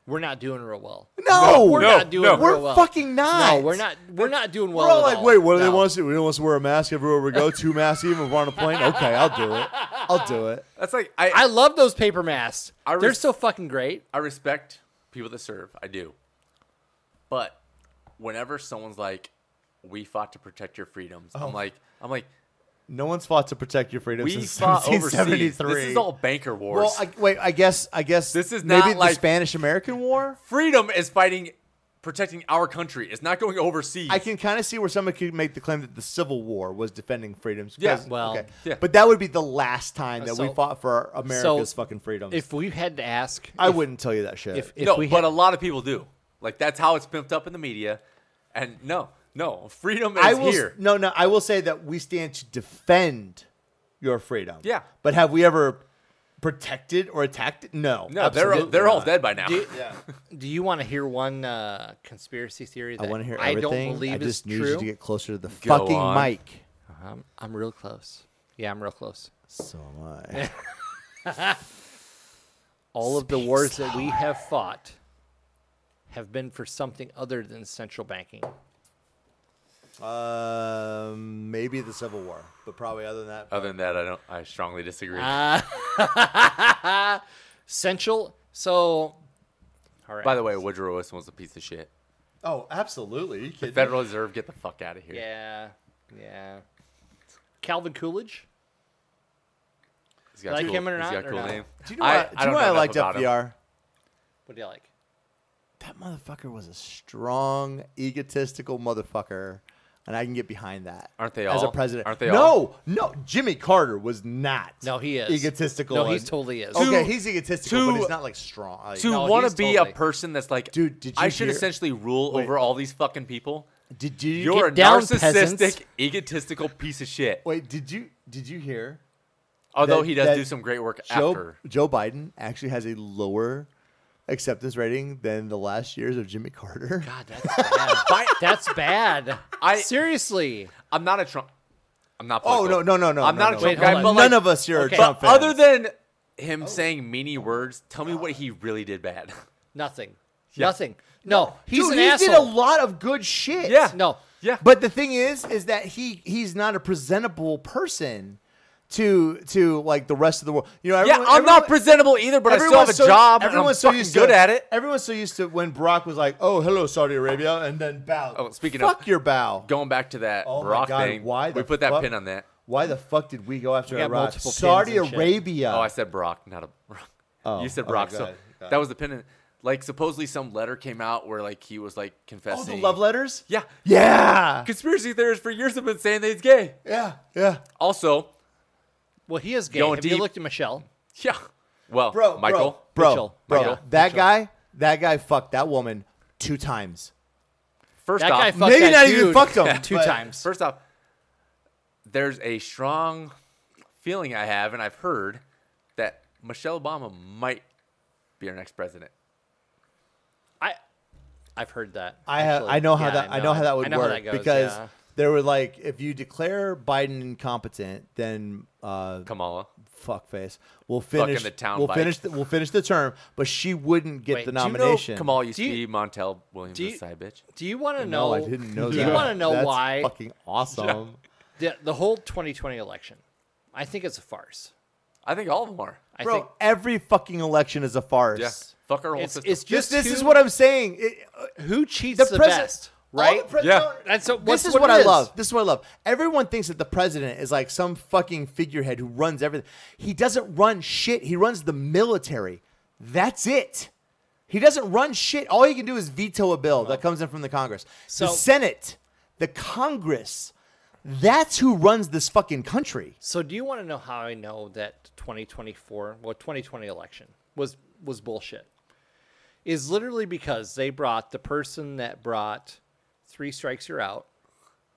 Speaker 1: we're not doing real well.
Speaker 4: No,
Speaker 1: we're
Speaker 3: No,
Speaker 1: not doing
Speaker 3: no.
Speaker 1: real
Speaker 4: We're
Speaker 1: well.
Speaker 4: fucking not.
Speaker 1: No, we're not. We're not doing well.
Speaker 4: We're all
Speaker 1: at
Speaker 4: like,
Speaker 1: all.
Speaker 4: wait, what do they
Speaker 1: No.
Speaker 4: want us to do? They want us to wear a mask everywhere we go, two masks even if we're on a plane. Okay, I'll do it. I'll do it.
Speaker 3: That's like I,
Speaker 1: I
Speaker 3: I
Speaker 1: love those paper masks.
Speaker 3: I
Speaker 1: They're
Speaker 3: res-
Speaker 1: so fucking great.
Speaker 3: respect people that serve. I do. But whenever someone's like, "We fought to protect your freedoms,"
Speaker 4: Oh.
Speaker 3: I'm like, I'm like,
Speaker 4: No one's fought to protect your freedom
Speaker 3: we
Speaker 4: since
Speaker 3: fought overseas.
Speaker 4: 1773.
Speaker 3: This is all banker wars.
Speaker 4: well, I, wait. I guess. I guess
Speaker 3: This is
Speaker 4: maybe
Speaker 3: not
Speaker 4: the
Speaker 3: like-
Speaker 4: Spanish American War.
Speaker 3: Freedom is fighting, protecting our country. It's not going overseas.
Speaker 4: I can kind of see where someone could make the claim that the Civil War was defending freedoms.
Speaker 3: Yeah,
Speaker 4: 'cause-
Speaker 1: well,
Speaker 4: okay.
Speaker 3: yeah.
Speaker 4: but that would be the last time that we
Speaker 1: So-
Speaker 4: fought for America's fucking freedoms.
Speaker 1: If we had to ask,
Speaker 4: I
Speaker 1: if-
Speaker 4: wouldn't tell you that shit.
Speaker 1: If, if
Speaker 3: no,
Speaker 1: we
Speaker 3: but
Speaker 1: had,
Speaker 3: a lot of people do. Like that's how it's pimped up in the media. And no, no, freedom is
Speaker 4: I will s-
Speaker 3: here.
Speaker 4: no, no. I will say that we stand to defend your freedom.
Speaker 3: Yeah.
Speaker 4: but have we ever protected or attacked it? No.
Speaker 3: No, they're all, they're all dead by now.
Speaker 1: do, do you want to hear one uh, conspiracy theory that
Speaker 4: I want to hear
Speaker 1: I
Speaker 4: everything.
Speaker 1: don't believe is
Speaker 4: just need
Speaker 1: true?
Speaker 4: you to get closer to the
Speaker 3: Go
Speaker 4: fucking
Speaker 3: on.
Speaker 4: mic.
Speaker 1: I'm, I'm real close. Yeah, I'm real close.
Speaker 4: So am I.
Speaker 1: All of the wars that we have fought have been for something other than central banking.
Speaker 4: Um, maybe the Civil War, but probably other than that,
Speaker 3: Other than that, I don't. I strongly disagree.
Speaker 4: Uh,
Speaker 1: Central. So, all right.
Speaker 3: by the way, Woodrow Wilson was a piece of shit.
Speaker 4: oh, absolutely. You kidding?
Speaker 3: Federal Reserve, get the fuck out of here.
Speaker 1: yeah, yeah. Calvin Coolidge.
Speaker 3: He's got
Speaker 1: Like
Speaker 3: cool,
Speaker 1: him or
Speaker 3: he's
Speaker 1: not,
Speaker 3: got
Speaker 1: or
Speaker 3: cool
Speaker 1: no?
Speaker 3: name.
Speaker 4: Do you know what I, do you know what I liked
Speaker 3: about him.
Speaker 4: FDR?
Speaker 1: What do you like?
Speaker 4: That motherfucker was a strong, egotistical motherfucker, and I can get behind that.
Speaker 3: Aren't they
Speaker 4: As a
Speaker 3: all?
Speaker 4: president,
Speaker 3: Aren't they
Speaker 4: No,
Speaker 3: all?
Speaker 4: no. Jimmy Carter was not.
Speaker 1: No, he is
Speaker 4: egotistical.
Speaker 1: No, he
Speaker 4: and-
Speaker 1: totally is.
Speaker 4: Okay,
Speaker 3: To-
Speaker 4: he's egotistical, but
Speaker 3: to-
Speaker 4: he's not like strong. Like,
Speaker 3: To
Speaker 1: No,
Speaker 3: want
Speaker 1: he's
Speaker 3: to be
Speaker 1: totally-
Speaker 3: a person that's like,
Speaker 4: Dude, did
Speaker 3: I
Speaker 4: you
Speaker 3: should
Speaker 4: hear-
Speaker 3: essentially rule
Speaker 4: Wait.
Speaker 3: over all these fucking people.
Speaker 4: did you?
Speaker 3: You're a
Speaker 1: down,
Speaker 3: narcissistic,
Speaker 1: peasants.
Speaker 3: egotistical piece of shit.
Speaker 4: wait, did you? Did you hear?
Speaker 3: Although
Speaker 4: that-
Speaker 3: he does
Speaker 4: that
Speaker 3: do some great work
Speaker 4: Joe
Speaker 3: after.
Speaker 4: Joe Biden actually has a lower acceptance rating than the last years of Jimmy Carter.
Speaker 1: God, that's bad. that's bad.
Speaker 3: I-
Speaker 1: seriously.
Speaker 3: I'm not a Trump. I'm not.
Speaker 4: Oh
Speaker 3: political.
Speaker 4: no no no no!
Speaker 3: I'm
Speaker 4: no,
Speaker 3: not
Speaker 4: no.
Speaker 3: a Trump
Speaker 1: Wait, hold
Speaker 3: guy,
Speaker 1: on.
Speaker 3: but
Speaker 4: None
Speaker 3: like,
Speaker 4: of us here are
Speaker 1: Okay.
Speaker 4: Trump
Speaker 3: But
Speaker 4: fans. Oh.
Speaker 3: other than him saying meany words, tell me what he really did bad.
Speaker 1: Nothing. Nothing. No, he's
Speaker 4: Dude,
Speaker 1: an
Speaker 4: he
Speaker 1: asshole.
Speaker 4: did a lot of good shit.
Speaker 3: Yeah.
Speaker 1: No.
Speaker 3: Yeah.
Speaker 4: But the thing is, is that he he's not a presentable person to to like the rest of the world. You know,
Speaker 3: yeah,
Speaker 4: everyone,
Speaker 3: I'm not
Speaker 4: everyone-
Speaker 3: presentable either, but I still have a
Speaker 4: everyone's so-
Speaker 3: job.
Speaker 4: Everyone's
Speaker 3: and
Speaker 4: so
Speaker 3: I'm
Speaker 4: used
Speaker 3: fucking
Speaker 4: to
Speaker 3: good at it.
Speaker 4: Everyone's so used to when Brock was like, "Oh, hello, Saudi Arabia," and then bow.
Speaker 3: Oh, speaking of-
Speaker 4: fuck your bow.
Speaker 3: Going back to that
Speaker 4: Oh my
Speaker 3: Barack
Speaker 4: God,
Speaker 3: thing,
Speaker 4: why the
Speaker 3: we put that
Speaker 4: fuck-
Speaker 3: pin on that.
Speaker 4: Why the fuck did we go after
Speaker 1: We got
Speaker 4: Iraq?
Speaker 1: multiple pins
Speaker 4: Saudi
Speaker 1: and shit.
Speaker 4: Arabia.
Speaker 3: Oh, I said Barack, not a. you said
Speaker 4: Uh, Oh, okay,
Speaker 3: Barack,
Speaker 4: go
Speaker 3: so
Speaker 4: ahead, go
Speaker 3: that was the pin. In, like supposedly some letter came out where like he was like
Speaker 4: Oh,
Speaker 3: confessing.
Speaker 4: the love letters.
Speaker 3: Yeah,
Speaker 4: Yeah.
Speaker 3: conspiracy theorists for years have been saying that he's gay.
Speaker 4: Yeah. Yeah.
Speaker 3: Also,
Speaker 1: Well, he is gay.
Speaker 3: Going
Speaker 1: Have you
Speaker 3: deep.
Speaker 1: looked at Michelle?
Speaker 3: yeah. Well,
Speaker 4: bro,
Speaker 3: Michael,
Speaker 4: bro,
Speaker 1: Mitchell,
Speaker 4: bro,
Speaker 1: Michael,
Speaker 4: that guy, that guy fucked that woman two times.
Speaker 3: first
Speaker 1: That
Speaker 3: off,
Speaker 1: guy fucked
Speaker 4: Maybe
Speaker 1: that
Speaker 4: not even
Speaker 1: dude
Speaker 4: fucked him,
Speaker 1: two
Speaker 4: but-
Speaker 1: times.
Speaker 3: First off, there's a strong feeling I have, and I've heard that Michelle Obama might be our next president.
Speaker 1: I, I've heard that.
Speaker 4: I have,
Speaker 1: actually.
Speaker 4: I know how
Speaker 1: Yeah,
Speaker 4: that, I know how that would
Speaker 1: I know
Speaker 4: work
Speaker 1: how that goes,
Speaker 4: because
Speaker 1: yeah.
Speaker 4: there were like, if you declare Biden incompetent, then uh,
Speaker 3: Kamala.
Speaker 4: fuckface, we'll finish
Speaker 3: the town
Speaker 4: We'll
Speaker 3: bike.
Speaker 4: finish, the, we'll finish the term, but she wouldn't get
Speaker 1: Wait,
Speaker 4: the
Speaker 1: do you know
Speaker 4: nomination.
Speaker 3: Kamala used
Speaker 1: Do
Speaker 3: to
Speaker 1: you-
Speaker 3: be Montel Williams'
Speaker 1: do you-
Speaker 3: side bitch.
Speaker 1: Do you want to
Speaker 4: no,
Speaker 1: know?
Speaker 4: I didn't know
Speaker 1: Do
Speaker 4: that.
Speaker 1: you want to know
Speaker 4: That's
Speaker 1: why
Speaker 4: Fucking awesome.
Speaker 1: the, the whole 2020 election? I think it's a farce.
Speaker 3: I think all of them are.
Speaker 1: I
Speaker 4: Bro,
Speaker 1: think
Speaker 4: every fucking election is a farce.
Speaker 3: Yeah. Fuck our whole
Speaker 1: it's,
Speaker 3: system.
Speaker 1: it's
Speaker 4: Just
Speaker 1: just
Speaker 4: this is
Speaker 1: who-
Speaker 4: what I'm saying. It, uh,
Speaker 1: who cheats
Speaker 4: the,
Speaker 1: the,
Speaker 4: president,
Speaker 1: best, right?
Speaker 3: Yeah.
Speaker 1: That's a-
Speaker 4: this
Speaker 1: what's
Speaker 4: is
Speaker 1: what
Speaker 4: what,
Speaker 1: it
Speaker 4: I
Speaker 1: is.
Speaker 4: love. This is what I love. Everyone thinks that the president is like some fucking figurehead who runs everything. He doesn't run shit. He runs the military. That's it. He doesn't run shit. All he can do is veto a bill that comes in from the Congress.
Speaker 1: So-
Speaker 4: the Senate, the Congress. That's who runs this fucking country.
Speaker 1: so, do you want to know how I know that 2024, well, 2020 election was was bullshit? Is literally because they brought the person that brought three strikes you're out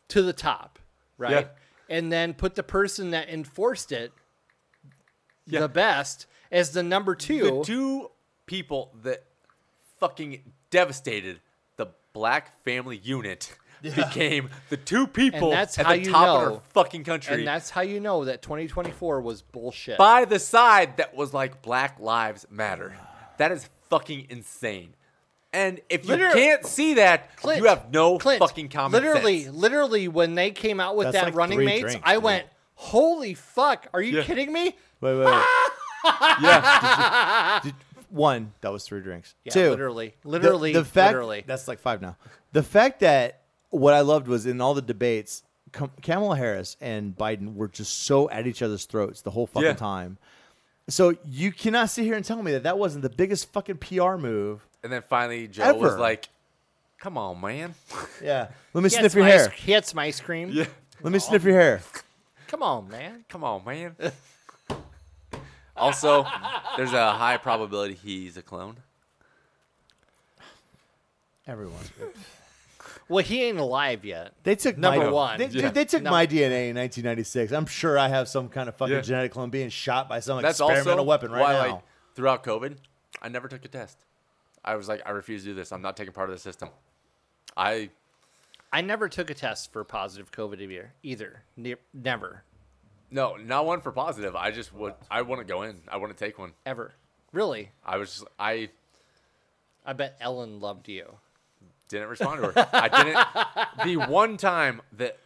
Speaker 1: to the top, right? And then put the person that enforced it the best as the number two.
Speaker 3: the two people that fucking devastated the black family unit became the two people
Speaker 1: that's
Speaker 3: at
Speaker 1: how
Speaker 3: the
Speaker 1: you
Speaker 3: top of
Speaker 1: know.
Speaker 3: our fucking country.
Speaker 1: and that's how you know that 2024 was bullshit.
Speaker 3: by the side that was like Black Lives Matter. That is fucking insane. And if you
Speaker 1: Literally-
Speaker 3: can't see that,
Speaker 1: Clint,
Speaker 3: you have no
Speaker 1: Clint,
Speaker 3: fucking common
Speaker 1: Literally,
Speaker 3: sense.
Speaker 1: literally, when they came out with
Speaker 4: That's
Speaker 1: that
Speaker 4: like
Speaker 1: Running
Speaker 4: three
Speaker 1: Mates,
Speaker 4: drinks,
Speaker 1: I
Speaker 4: dude.
Speaker 1: went, "Holy fuck! Are you
Speaker 3: Yeah.
Speaker 1: kidding me?"
Speaker 4: Wait, wait, wait.
Speaker 3: Yeah.
Speaker 4: One, that was three drinks.
Speaker 1: Yeah,
Speaker 4: Two,
Speaker 1: literally,
Speaker 4: the-
Speaker 1: literally,
Speaker 4: the, fact
Speaker 1: literally.
Speaker 4: that's like five now. The fact that what I loved was in all the debates, Kam- Kamala Harris and Biden were just so at each other's throats the whole fucking
Speaker 3: Yeah.
Speaker 4: time. So you cannot sit here and tell me that that wasn't the biggest fucking PR move.
Speaker 3: and then finally, Joe was
Speaker 4: Ever.
Speaker 3: like, "Come on, man."
Speaker 4: Yeah. Let me
Speaker 1: He had
Speaker 4: sniff
Speaker 1: some
Speaker 4: your
Speaker 1: ice-
Speaker 4: hair.
Speaker 1: He had some ice cream.
Speaker 4: Let me sniff your hair.
Speaker 1: Come on, man.
Speaker 3: Come on, man. also, there's a high probability he's a clone.
Speaker 4: Everyone.
Speaker 1: Well, he ain't alive yet.
Speaker 4: They took
Speaker 1: Number
Speaker 4: my,
Speaker 1: one.
Speaker 4: They, dude,
Speaker 3: Yeah.
Speaker 4: they took
Speaker 1: Number-
Speaker 4: my DNA in 1996. I'm sure I have some kind of fucking
Speaker 3: Yeah.
Speaker 4: genetic clone being shot by some
Speaker 3: That's
Speaker 4: experimental
Speaker 3: also
Speaker 4: weapon right
Speaker 3: why,
Speaker 4: now.
Speaker 3: like, throughout COVID, I never took a test. I was like, I refuse to do this. I'm not taking part of the system. I
Speaker 1: I never took a test for positive COVID either. Either ne- never,
Speaker 3: no, not one for positive. I just would. I wouldn't go in. I wouldn't take one.
Speaker 1: ever. Really,
Speaker 3: I was just. I
Speaker 1: I bet Ellen loved you.
Speaker 3: didn't respond to her. I didn't. The one time that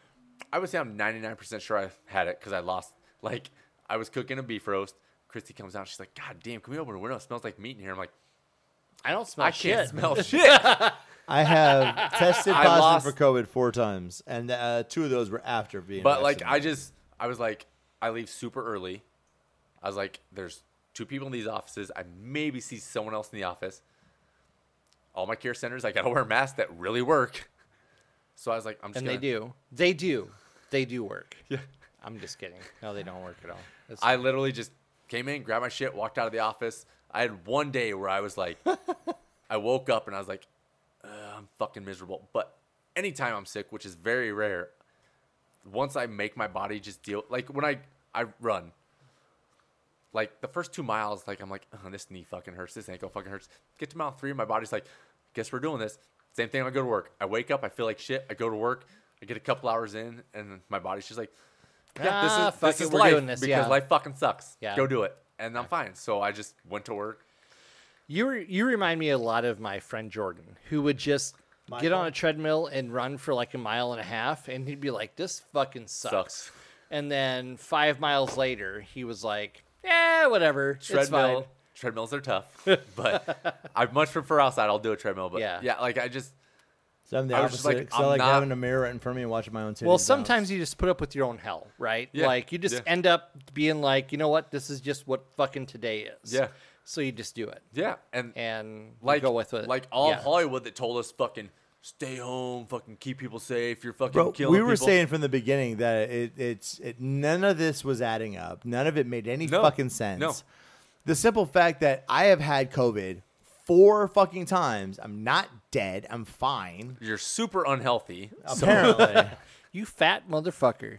Speaker 3: I would say I'm 99% sure I had it because I lost. Like, I was cooking a beef roast. Christy comes out. She's like, God damn, can we open a window? It smells like meat in here. I'm like,
Speaker 1: I don't smell
Speaker 3: I
Speaker 1: shit.
Speaker 3: can't smell shit.
Speaker 4: I have tested
Speaker 3: I
Speaker 4: positive
Speaker 3: lost-
Speaker 4: for COVID four times, and uh, two of those were after being.
Speaker 3: But, like, I
Speaker 4: vaccinated.
Speaker 3: just, I was like, I leave super early. I was like, there's two people in these offices. I maybe see someone else in the office. All my care centers, I got to wear masks that really work. So I was like, I'm just
Speaker 1: And they
Speaker 3: gonna-
Speaker 1: do. They do. They do work. Yeah. I'm just kidding. No, they don't work at all. It's-
Speaker 3: I literally just came in, grabbed my shit, walked out of the office. I had one day where I was like, I woke up and I was like, "Ugh, I'm fucking miserable. But anytime I'm sick, which is very rare, once I make my body just deal, like when I I run, like the first two miles, like I'm like, "Ugh, this knee fucking hurts, this ankle fucking hurts. Get to mile three, my body's like, guess we're doing this. Same thing. when I go to work. I wake up, I feel like shit. I go to work. I get a couple hours in, and my body's just like, yeah, this
Speaker 1: Ah,
Speaker 3: is,
Speaker 1: fuck
Speaker 3: this
Speaker 1: it,
Speaker 3: is
Speaker 1: we're
Speaker 3: life
Speaker 1: doing this,
Speaker 3: because
Speaker 1: yeah.
Speaker 3: life fucking sucks.
Speaker 1: Yeah.
Speaker 3: Go do it. And I'm fine. So I just went to work.
Speaker 1: You re- you remind me a lot of my friend Jordan, who would just get on a treadmill and run for like a mile and a half, and he'd be like, "This fucking sucks."
Speaker 3: Sucks.
Speaker 1: And then five miles later, he was like, "Yeah, whatever, it's fine."
Speaker 3: Treadmill. Treadmills are tough, but I much prefer outside. I'll do a treadmill, but
Speaker 1: Yeah.
Speaker 3: yeah, like I just
Speaker 4: so I'm the
Speaker 3: I was just
Speaker 4: opposite,
Speaker 3: like,
Speaker 4: 'cause I
Speaker 3: I'm
Speaker 4: like
Speaker 3: not-
Speaker 4: having a mirror right in front of me and watching my own. titties
Speaker 1: Well,
Speaker 4: bounce.
Speaker 1: sometimes you just put up with your own hell, right?
Speaker 3: uh, Yeah,
Speaker 1: Like you just
Speaker 3: yeah.
Speaker 1: end up being like, you know what? This is just what fucking today is.
Speaker 3: Yeah.
Speaker 1: So you just do it
Speaker 3: yeah, and
Speaker 1: and you
Speaker 3: like
Speaker 1: go with it.
Speaker 3: like all
Speaker 1: Yeah.
Speaker 3: of Hollywood that told us fucking stay home, fucking keep people safe. You're fucking
Speaker 4: Bro,
Speaker 3: killing.
Speaker 4: we were
Speaker 3: people.
Speaker 4: saying from the beginning that it, it's it, none of this was adding up. None of it made any
Speaker 3: No.
Speaker 4: fucking sense.
Speaker 3: No.
Speaker 4: The simple fact that I have had COVID four fucking times. I'm not dead. I'm fine.
Speaker 3: you're super unhealthy.
Speaker 4: Apparently,
Speaker 1: you fat motherfucker.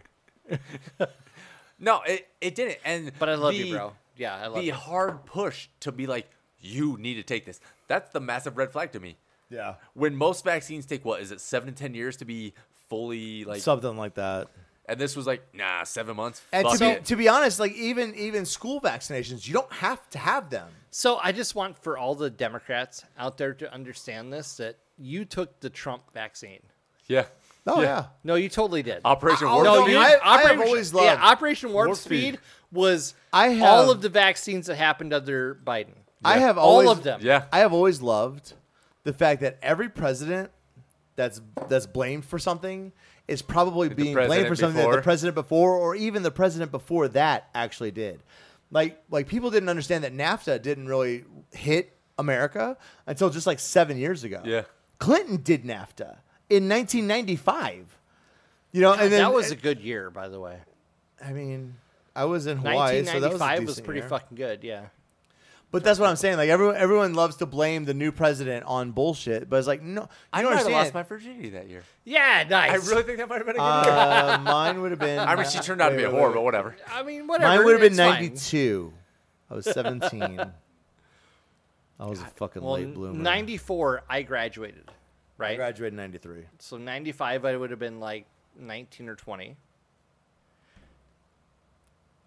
Speaker 3: No, it, it didn't. And
Speaker 1: But I love you,
Speaker 3: the-
Speaker 1: bro. Yeah, I love
Speaker 3: the
Speaker 1: you.
Speaker 3: hard push to be like, you need to take this. That's the massive red flag to me.
Speaker 4: yeah,
Speaker 3: When most vaccines take what is it, seven to ten years to be fully like,
Speaker 4: something like that.
Speaker 3: and this was like, nah, seven months.
Speaker 4: And
Speaker 3: fuck
Speaker 4: to be,
Speaker 3: it.
Speaker 4: to be honest, like even even school vaccinations, you don't have to have them.
Speaker 1: So I just want for all the Democrats out there to understand this that you took the Trump vaccine.
Speaker 3: yeah,
Speaker 4: Oh yeah.
Speaker 1: No, you totally did.
Speaker 3: Operation
Speaker 4: I-
Speaker 3: Warp
Speaker 1: no,
Speaker 4: no,
Speaker 1: you,
Speaker 4: I- I have
Speaker 1: Operation-
Speaker 4: always loved
Speaker 1: yeah, Operation Warp,
Speaker 3: Warp
Speaker 1: Speed,
Speaker 3: Speed.
Speaker 1: was
Speaker 4: I
Speaker 1: all
Speaker 4: have-
Speaker 1: of the vaccines that happened under Biden.
Speaker 4: I have
Speaker 1: all
Speaker 4: always,
Speaker 1: of them.
Speaker 3: Yeah.
Speaker 4: I have always loved the fact that every president that's that's blamed for something is probably being blamed
Speaker 3: president
Speaker 4: for something that the
Speaker 3: before.
Speaker 4: president before or even the president before that actually did. Like like people didn't understand that NAFTA didn't really hit America until just like 7 years ago.
Speaker 3: Yeah.
Speaker 4: Clinton did NAFTA in 1995. You know, and then
Speaker 1: that was a good year, by the way.
Speaker 4: I mean, I was in Hawaii, so that was, a
Speaker 1: 1995 was,
Speaker 4: decent
Speaker 1: pretty
Speaker 4: year.
Speaker 1: fucking good. Yeah.
Speaker 4: But that's what I'm saying. Like everyone, everyone loves to blame the new president on bullshit, but it's like no,
Speaker 3: I
Speaker 4: I
Speaker 3: know
Speaker 4: don't
Speaker 3: I lost
Speaker 4: understand.
Speaker 3: my virginity that year.
Speaker 1: Yeah, nice.
Speaker 3: I really think that might have been a good year.
Speaker 4: uh, mine would have been.
Speaker 3: I mean, she turned out to be a
Speaker 4: wait, wait,
Speaker 3: whore,
Speaker 4: wait.
Speaker 3: but whatever.
Speaker 1: I mean, whatever.
Speaker 4: Mine would have been
Speaker 1: it's fine.
Speaker 4: 92. I was 17. I was a fucking
Speaker 1: Well,
Speaker 4: late bloomer.
Speaker 1: 94, I graduated,
Speaker 4: I
Speaker 1: right?
Speaker 4: graduated in 93.
Speaker 1: so 95, I would have been like 19 or 20.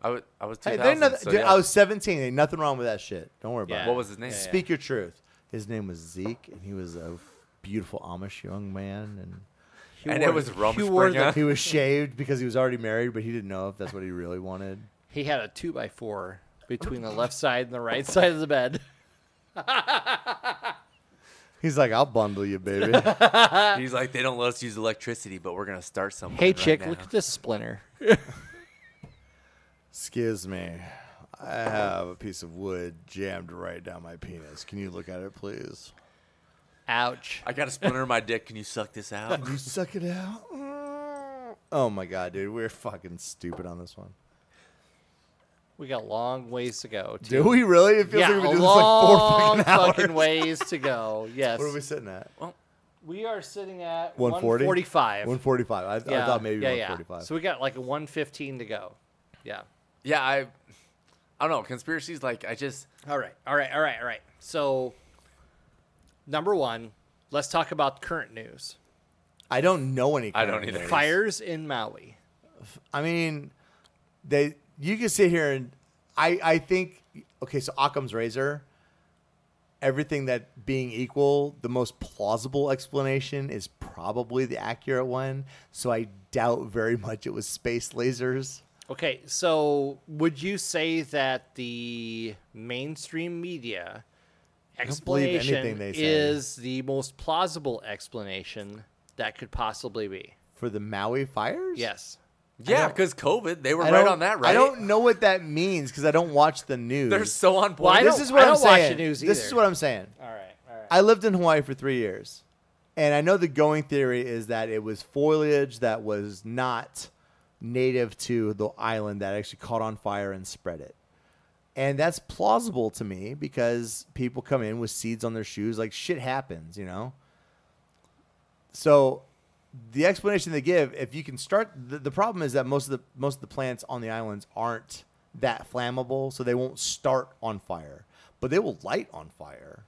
Speaker 3: I was I was
Speaker 4: Hey,
Speaker 3: 2000.
Speaker 4: there's nothing,
Speaker 3: so
Speaker 4: dude,
Speaker 3: yeah.
Speaker 4: I was 17. Ain't nothing wrong with that shit. Don't worry about
Speaker 1: Yeah.
Speaker 4: it.
Speaker 3: What was his name?
Speaker 1: Yeah.
Speaker 4: Speak your truth. His name was Zeke, and he was a beautiful Amish young man, and
Speaker 1: He
Speaker 3: And it
Speaker 1: wore-
Speaker 3: was
Speaker 1: he wore the-
Speaker 3: Rumspringa.
Speaker 4: he was shaved because he was already married, but he didn't know if that's what he really wanted.
Speaker 1: He had a two by four between the left side and the right side of the bed.
Speaker 4: He's like, "I'll bundle you, baby."
Speaker 3: He's like, they don't let us use electricity, but we're gonna start something.
Speaker 1: Hey,
Speaker 3: right
Speaker 1: chick,
Speaker 3: now."
Speaker 1: look at this splinter.
Speaker 4: Excuse me. I have a piece of wood jammed right down my penis. Can you look at it, please?
Speaker 1: Ouch.
Speaker 3: I got a splinter in my dick. Can you suck this out?
Speaker 4: You suck it out. Oh my god, dude, we're fucking stupid on this one.
Speaker 1: We got a long ways to go. too.
Speaker 4: Do we really? It feels
Speaker 1: yeah,
Speaker 4: like we've been doing
Speaker 1: a
Speaker 4: this like four
Speaker 1: long
Speaker 4: fucking hours.
Speaker 1: fucking ways to go. Yes.
Speaker 4: What are we sitting at?
Speaker 1: We are sitting at
Speaker 4: 140?
Speaker 1: 145.
Speaker 4: 145. I, I thought maybe
Speaker 1: yeah, yeah.
Speaker 4: 145.
Speaker 1: So we got like a 115 to go. Yeah.
Speaker 3: yeah, I, I don't know. Conspiracies, like, I just
Speaker 1: All right. All right. All right. All right. So, number one, let's talk about current news.
Speaker 4: I don't know any.
Speaker 3: I don't
Speaker 4: kind.
Speaker 3: either.
Speaker 1: Fires in Maui.
Speaker 4: I mean, they. You can sit here and I. I think okay. So Occam's razor. Everything that being equal, the most plausible explanation is probably the accurate one. So I doubt very much it was space lasers.
Speaker 1: Okay. So, would you say that the mainstream media
Speaker 4: believe anything
Speaker 1: explanation
Speaker 4: they say.
Speaker 1: is the most plausible explanation that could possibly be?
Speaker 4: For the Maui fires?
Speaker 1: Yes.
Speaker 3: yeah, because COVID, they were
Speaker 4: I
Speaker 3: right
Speaker 4: don't-
Speaker 3: on that, right?
Speaker 4: I don't know what that means because I don't watch the news.
Speaker 3: They're so on point.
Speaker 1: Well, I
Speaker 4: this
Speaker 1: don't-
Speaker 4: is what
Speaker 1: I
Speaker 4: am
Speaker 1: don't watch
Speaker 4: saying.
Speaker 1: the news
Speaker 4: This
Speaker 1: either.
Speaker 4: is what I'm saying.
Speaker 1: All right. All right.
Speaker 4: I lived in Hawaii for three years, and I know the going theory is that it was foliage that was not native to the island that actually caught on fire and spread it. And that's plausible to me because people come in with seeds on their shoes. Like shit happens, you know? So the explanation they give, if you can start the, the problem is that most of the most of the plants on the islands aren't that flammable, so they won't start on fire. But they will light on fire.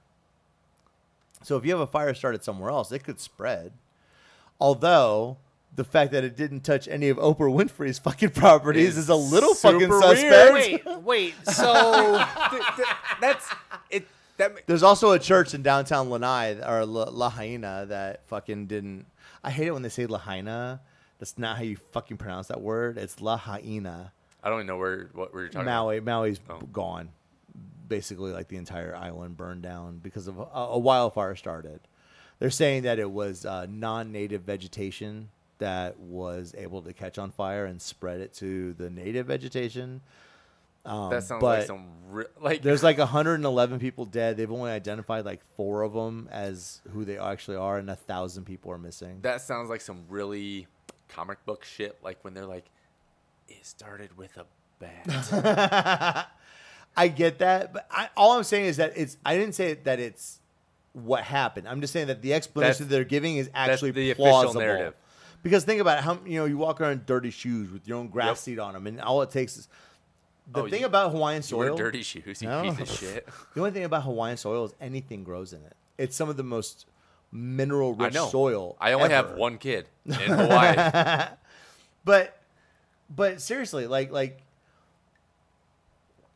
Speaker 4: So if you have a fire started somewhere else, it could spread. Although the fact that it didn't touch any of Oprah Winfrey's fucking properties is,
Speaker 3: Is
Speaker 4: a little
Speaker 3: super
Speaker 4: fucking
Speaker 3: weird.
Speaker 4: suspect.
Speaker 1: Wait, wait. So
Speaker 3: That's it. That ma-
Speaker 4: There's also a church in downtown Lanai or La, Lahaina that fucking didn't. I hate it when they say Lahaina. That's not how you fucking pronounce that word. It's Lahaina.
Speaker 3: I don't even know where what we were talking about.
Speaker 4: Maui. Maui's
Speaker 3: Oh.
Speaker 4: gone. Basically, like the entire island burned down because of a, a wildfire started. They're saying that it was uh, non-native vegetation that was able to catch on fire and spread it to the native vegetation.
Speaker 3: that sounds
Speaker 4: but
Speaker 3: like some re- like
Speaker 4: There's like 111 people dead. They've only identified like four of them as who they actually are, and a thousand people are missing.
Speaker 3: that sounds like some really comic book shit. Like when they're like, it started with a bat.
Speaker 4: I get that, but I, all I'm saying is that it's. I didn't say that it's what happened. I'm just saying that the explanation
Speaker 3: That's-
Speaker 4: they're giving is actually
Speaker 3: the official
Speaker 4: plausible.
Speaker 3: narrative.
Speaker 4: Because think about how you know you walk around in dirty shoes with your own grass
Speaker 3: Yep.
Speaker 4: seed on them, and all it takes is the
Speaker 3: Oh,
Speaker 4: thing
Speaker 3: you-
Speaker 4: about Hawaiian
Speaker 3: you wear
Speaker 4: soil.
Speaker 3: dirty shoes, you
Speaker 4: No.
Speaker 3: piece of shit.
Speaker 4: The only thing about Hawaiian soil is anything grows in it. It's some of the most mineral
Speaker 3: I
Speaker 4: rich
Speaker 3: know.
Speaker 4: soil.
Speaker 3: I only have
Speaker 4: ever.
Speaker 3: one kid in Hawaii.
Speaker 4: But but seriously, like like